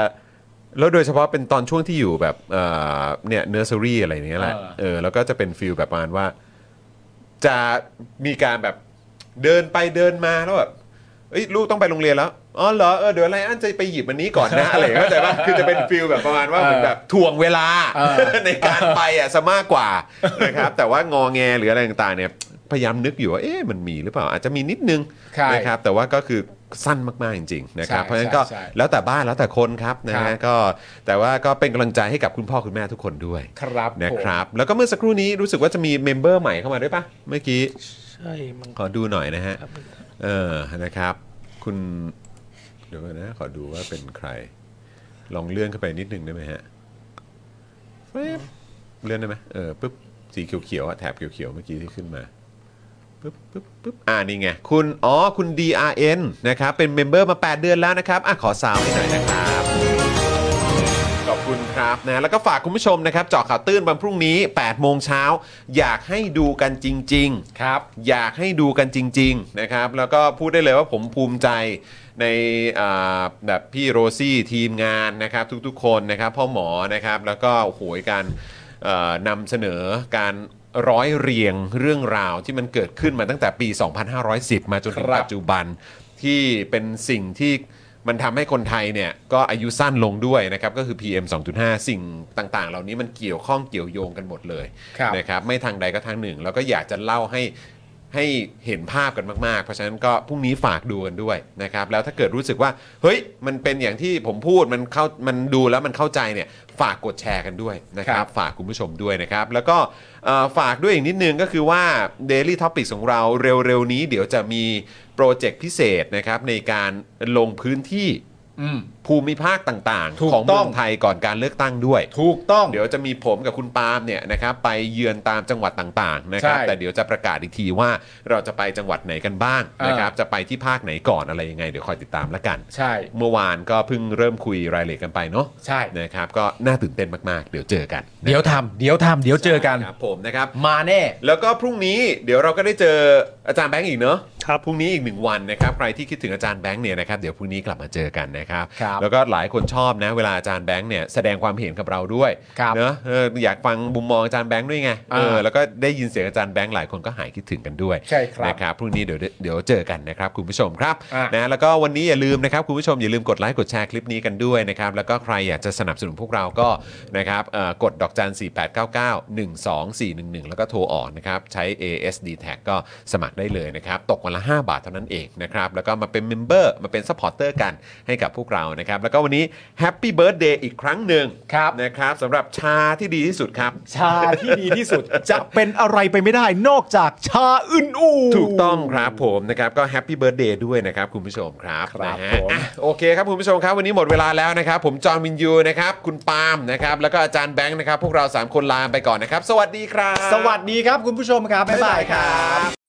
A: แล้วโดยเฉพาะเป็นตอนช่วงที่อยู่แบบเอ่อเนี่ยเนอร์เซอรี่อะไรอย่างเงี้ยแหละ
D: เออ
A: เออแล้วก็จะเป็นฟิลแบบประมาณว่า จะมีการแบบเดินไปเดินมาแล้วแบบเอ้ยลูกต้องไปโรงเรียนแล้วอ๋อเหรอเออเดี๋ยวอะไรอันจะไปหยิบมันนี้ก่อน นะ อะไรอย่างเงี้ยเข้าใจป่ะคือจะเป็นฟิลแบบประมาณว่า
D: เออ
A: เหมือนแบบถ่วงเวลา
D: เออ
A: ในการไปอ่ะซะมากกว่านะครับแต่ว่างอแงหรืออะไรต่างๆเนี่ย พยายามนึกอยู่ว่า เอ๊ะมันมีหรือเปล่า อาจจะมีนิดนึง
D: ใช่
A: นะครับ แต่ว่าก็คือสั้นมากๆจริงๆนะครับ
D: ใช่
A: เพราะฉะนั้นก็
D: ใช่ใช่
A: แล้วแต่บ้านแล้วแต่คนครับนะครับ ฮะก็แต่ว่าก็เป็นกำลังใจให้กับคุณพ่อคุณแม่ทุกคนด้วย
D: ครับผม
A: นะครับ แล้วก็เมื่อสักครู่นี้รู้สึกว่าจะมีเมมเบอร์ใหม่เข้ามาด้วยปะเมื่อกี้
C: ใช่มัน
A: ขอดูหน่อยนะฮะ เออ นะครับ คุณ เดี๋ยวก่อนนะ ขอดูว่าเป็นใคร ลองเลื่อนเข้าไปนิดนึงได้ไหมฮะปึ๊บเลื่อนได้ไหมเออ ปึ๊บ สีเขียวๆอะแถบเขียวๆ เมื่อกี้ที่ขึ้นมา ปึ๊บปึ๊บปึ๊บอ่านี่ไง คุณ อ๋อ คุณ DRN นะครับ เป็นเมมเบอร์มา 8 เดือนแล้วนะครับ อ่ะ ขอซาวให้หน่อยนะครับ ขอบคุณครับนะแล้วก็ฝากคุณผู้ชมนะครับเจาะข่าวตื้นวันพรุ่งนี้ 8 โมงเช้า อยากให้ดูกันจริง ๆ ครับ อยากให้ดูกันจริง ๆ นะครับ แล้วก็พูดได้เลยว่าผมภูมิใจในอ่าแบบพี่โรซี่ทีมงานนะครับ ทุกๆ คนนะครับ พ่อหมอนะครับ แล้วก็โอ้โหยการเอ่อนำเสนอการร้อยเรียงเรื่องราวที่มันเกิดขึ้นมาตั้งแต่ปี 2510 มาจนถึง
D: ครับ
A: ปัจจุบันที่เป็นสิ่งที่ มันทำให้คนไทยเนี่ยก็อายุสั้นลงด้วยนะครับก็คือ PM 2.5 สิ่งต่างๆ เหล่านี้มันเกี่ยวข้องเกี่ยวโยงกันหมดเลย
D: ครับ
A: นะครับไม่ทางใดก็ทางหนึ่ง แล้วก็อยากจะเล่าให้ให้เห็นภาพกันมากๆ เพราะฉะนั้นก็พรุ่งนี้ฝากดูกันด้วยนะครับแล้วถ้าเกิดรู้สึกว่าเฮ้ยมันเป็นอย่างที่ผมพูดมันเข้ามันดูแล้วมันเข้าใจเนี่ยฝากกดแชร์กันด้วยนะค
D: ค
A: รั
D: รับ บ
A: ฝากคุณผู้ชมด้วยนะครับ แล้วก็เอ่อฝากด้วยอีกนิดนึงก็คือว่า Daily Topics ของเราเร็วๆนี้ เดี๋ยวจะมีโปรเจกต์พิเศษนะครับในการลงพื้นที่
D: อืม
A: ภูมิภาคต่าง
D: ถู
A: ๆ
D: ก
A: ของเมื
D: ต้อง
A: องไทยก่อนการเลือกตั้งด้วย
D: ถูกต้อง
A: เดี๋ยวจะมีผมกับคุณปาล์มเนี่ยนะครับไปเยือนตามจังหวัดต่างๆนะครับ
D: ใช่
A: แต่เดี๋ยวจะประกาศอีกทีว่าเราจะไปจังหวัดไหนกันบ้างนะครับ
D: อ่า
A: จะไปที่ภาคไหนก่อนอะไรยังไงเดี๋ยวคอยติดตามแล้วกัน
D: ใช่
A: เมื่อวานก็เพิ่งเริ่มคุยรายละเอียดกันไปเนาะ
D: ใช่
A: นะครับก็น่าตื่นเต้นมากๆ เดี๋ยวเจอกัน
D: เดี๋ยวทำเดี๋ยวทำเดี๋ยวเจอกัน
A: ครับผมนะครับ
D: มาแน่
A: แล้วก็พรุ่งนี้เดี๋ยวเราก็ได้เจออาจารย์แบงค์อีกเนอะ
C: ครับ
A: พรุ่งนี้อีกหนึ่งวันนะครับใครที่คิดถึงอาจารย์แบงค์เนี่ยนะครับเดี๋ยวพรุ่งนี้กลับมาเจอกันนะครับ
D: ครับ
A: แล้วก็หลายคนชอบนะเวลาอาจารย์แบงค์เนี่ยแสดงความเห็นกับเราด้วย
D: ครับ
A: เนอะเอออยากฟังมุมมองอาจารย์แบงค์ด้วยไงเออ
D: อ่า
A: แล้วก็ได้ยินเสียงอาจารย์แบงค์หลายคนก็หายคิดถึงกันด้วย
D: ใช่ครับ
A: นะครับพรุ่งนี้เดี๋ยวเดี๋ยวเจอกันนะครับคุณผู้ชมครับ
D: อ่าน
A: นะแล้วก็วันนี้อย่าลืมนะครับคุณผู้ชมอย่าลืมกดไลค์กดแชร์คลิปนี้กันด้วยนะครับแล้วก็ใครอยากจะสนับสนุนพวกเราก็นะครับเอ่อกดดอกจัน 4899 12411 แล้วก็โทรออกนะครับใช้ ASD tag ก็สมัครได้เลยนะครับ ตกวันละ 5 บาทเท่านั้นเองนะครับ แล้วก็มาเป็นเมมเบอร์มาเป็นซัพพอร์เตอร์กันให้กับพวกเรานะครับ แล้วก็วันนี้แฮปปี้เบิร์ดเดย์อีกครั้งหนึ่ง
D: ครับ
A: นะครับสำหรับชาที่ดีที่สุดครับ
D: ชาที่ดีที่สุด จะเป็นอะไรไปไม่ได้นอกจากชาอื่นอู
A: ถูกต้องครับผมนะครับก็แฮปปี้เบิร์ดเดย์ด้วยนะครับคุณผู้ชมครับ
D: ครับ
A: นะฮะ
D: ผม
A: อ่ะโอเคครับคุณผู้ชมครับ วันนี้หมดเวลาแล้วนะครับ ผมจอห์นวินยูนะครับคุณปาล์มนะครับแล้วก็อาจารย์แบงค์นะครับ พวกเรา 3 คนลาไปก่อนนะครับ สวัสดีครับ
D: สวัสดีครับคุณผู้ชมครับ บ๊ายบายครับ
A: บ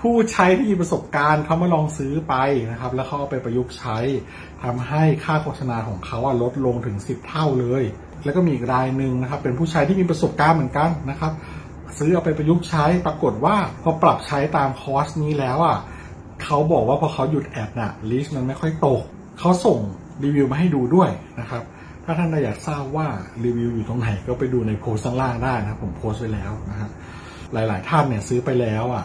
E: ผู้ใช้ที่มีประสบการณ์เขามาลองซื้อไปนะครับ แล้วเขาเอาไปประยุกต์ใช้ทำให้ค่าโฆษณาของเขาอะลดลงถึง 10 เท่าเลย แล้วก็มีอีกรายหนึ่งนะครับ เป็นผู้ใช้ที่มีประสบการณ์เหมือนกันนะครับ ซื้อเอาไปประยุกต์ใช้ปรากฏว่าพอปรับใช้ตามคอร์สนี้แล้วอ่ะเขาบอกว่าพอเขาหยุดแอดน่ะลิสต์มันไม่ค่อยตกเขาส่งรีวิวมาให้ดูด้วยนะครับ ถ้าท่านอยากทราบว่ารีวิวอยู่ตรงไหนก็ไปดูในโพสต์ข้างล่างได้นะครับผมโพสต์ไว้แล้วนะฮะ หลาย ๆ ท่านเนี่ยซื้อไปแล้วอ่ะ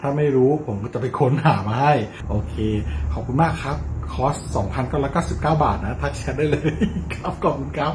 E: ถ้าไม่รู้ผมก็จะไปค้นหามาให้ โอเค ขอบคุณมากครับ คอร์ส 2,999 บาทนะ ทักแชทได้เลย ครับ ขอบคุณครับ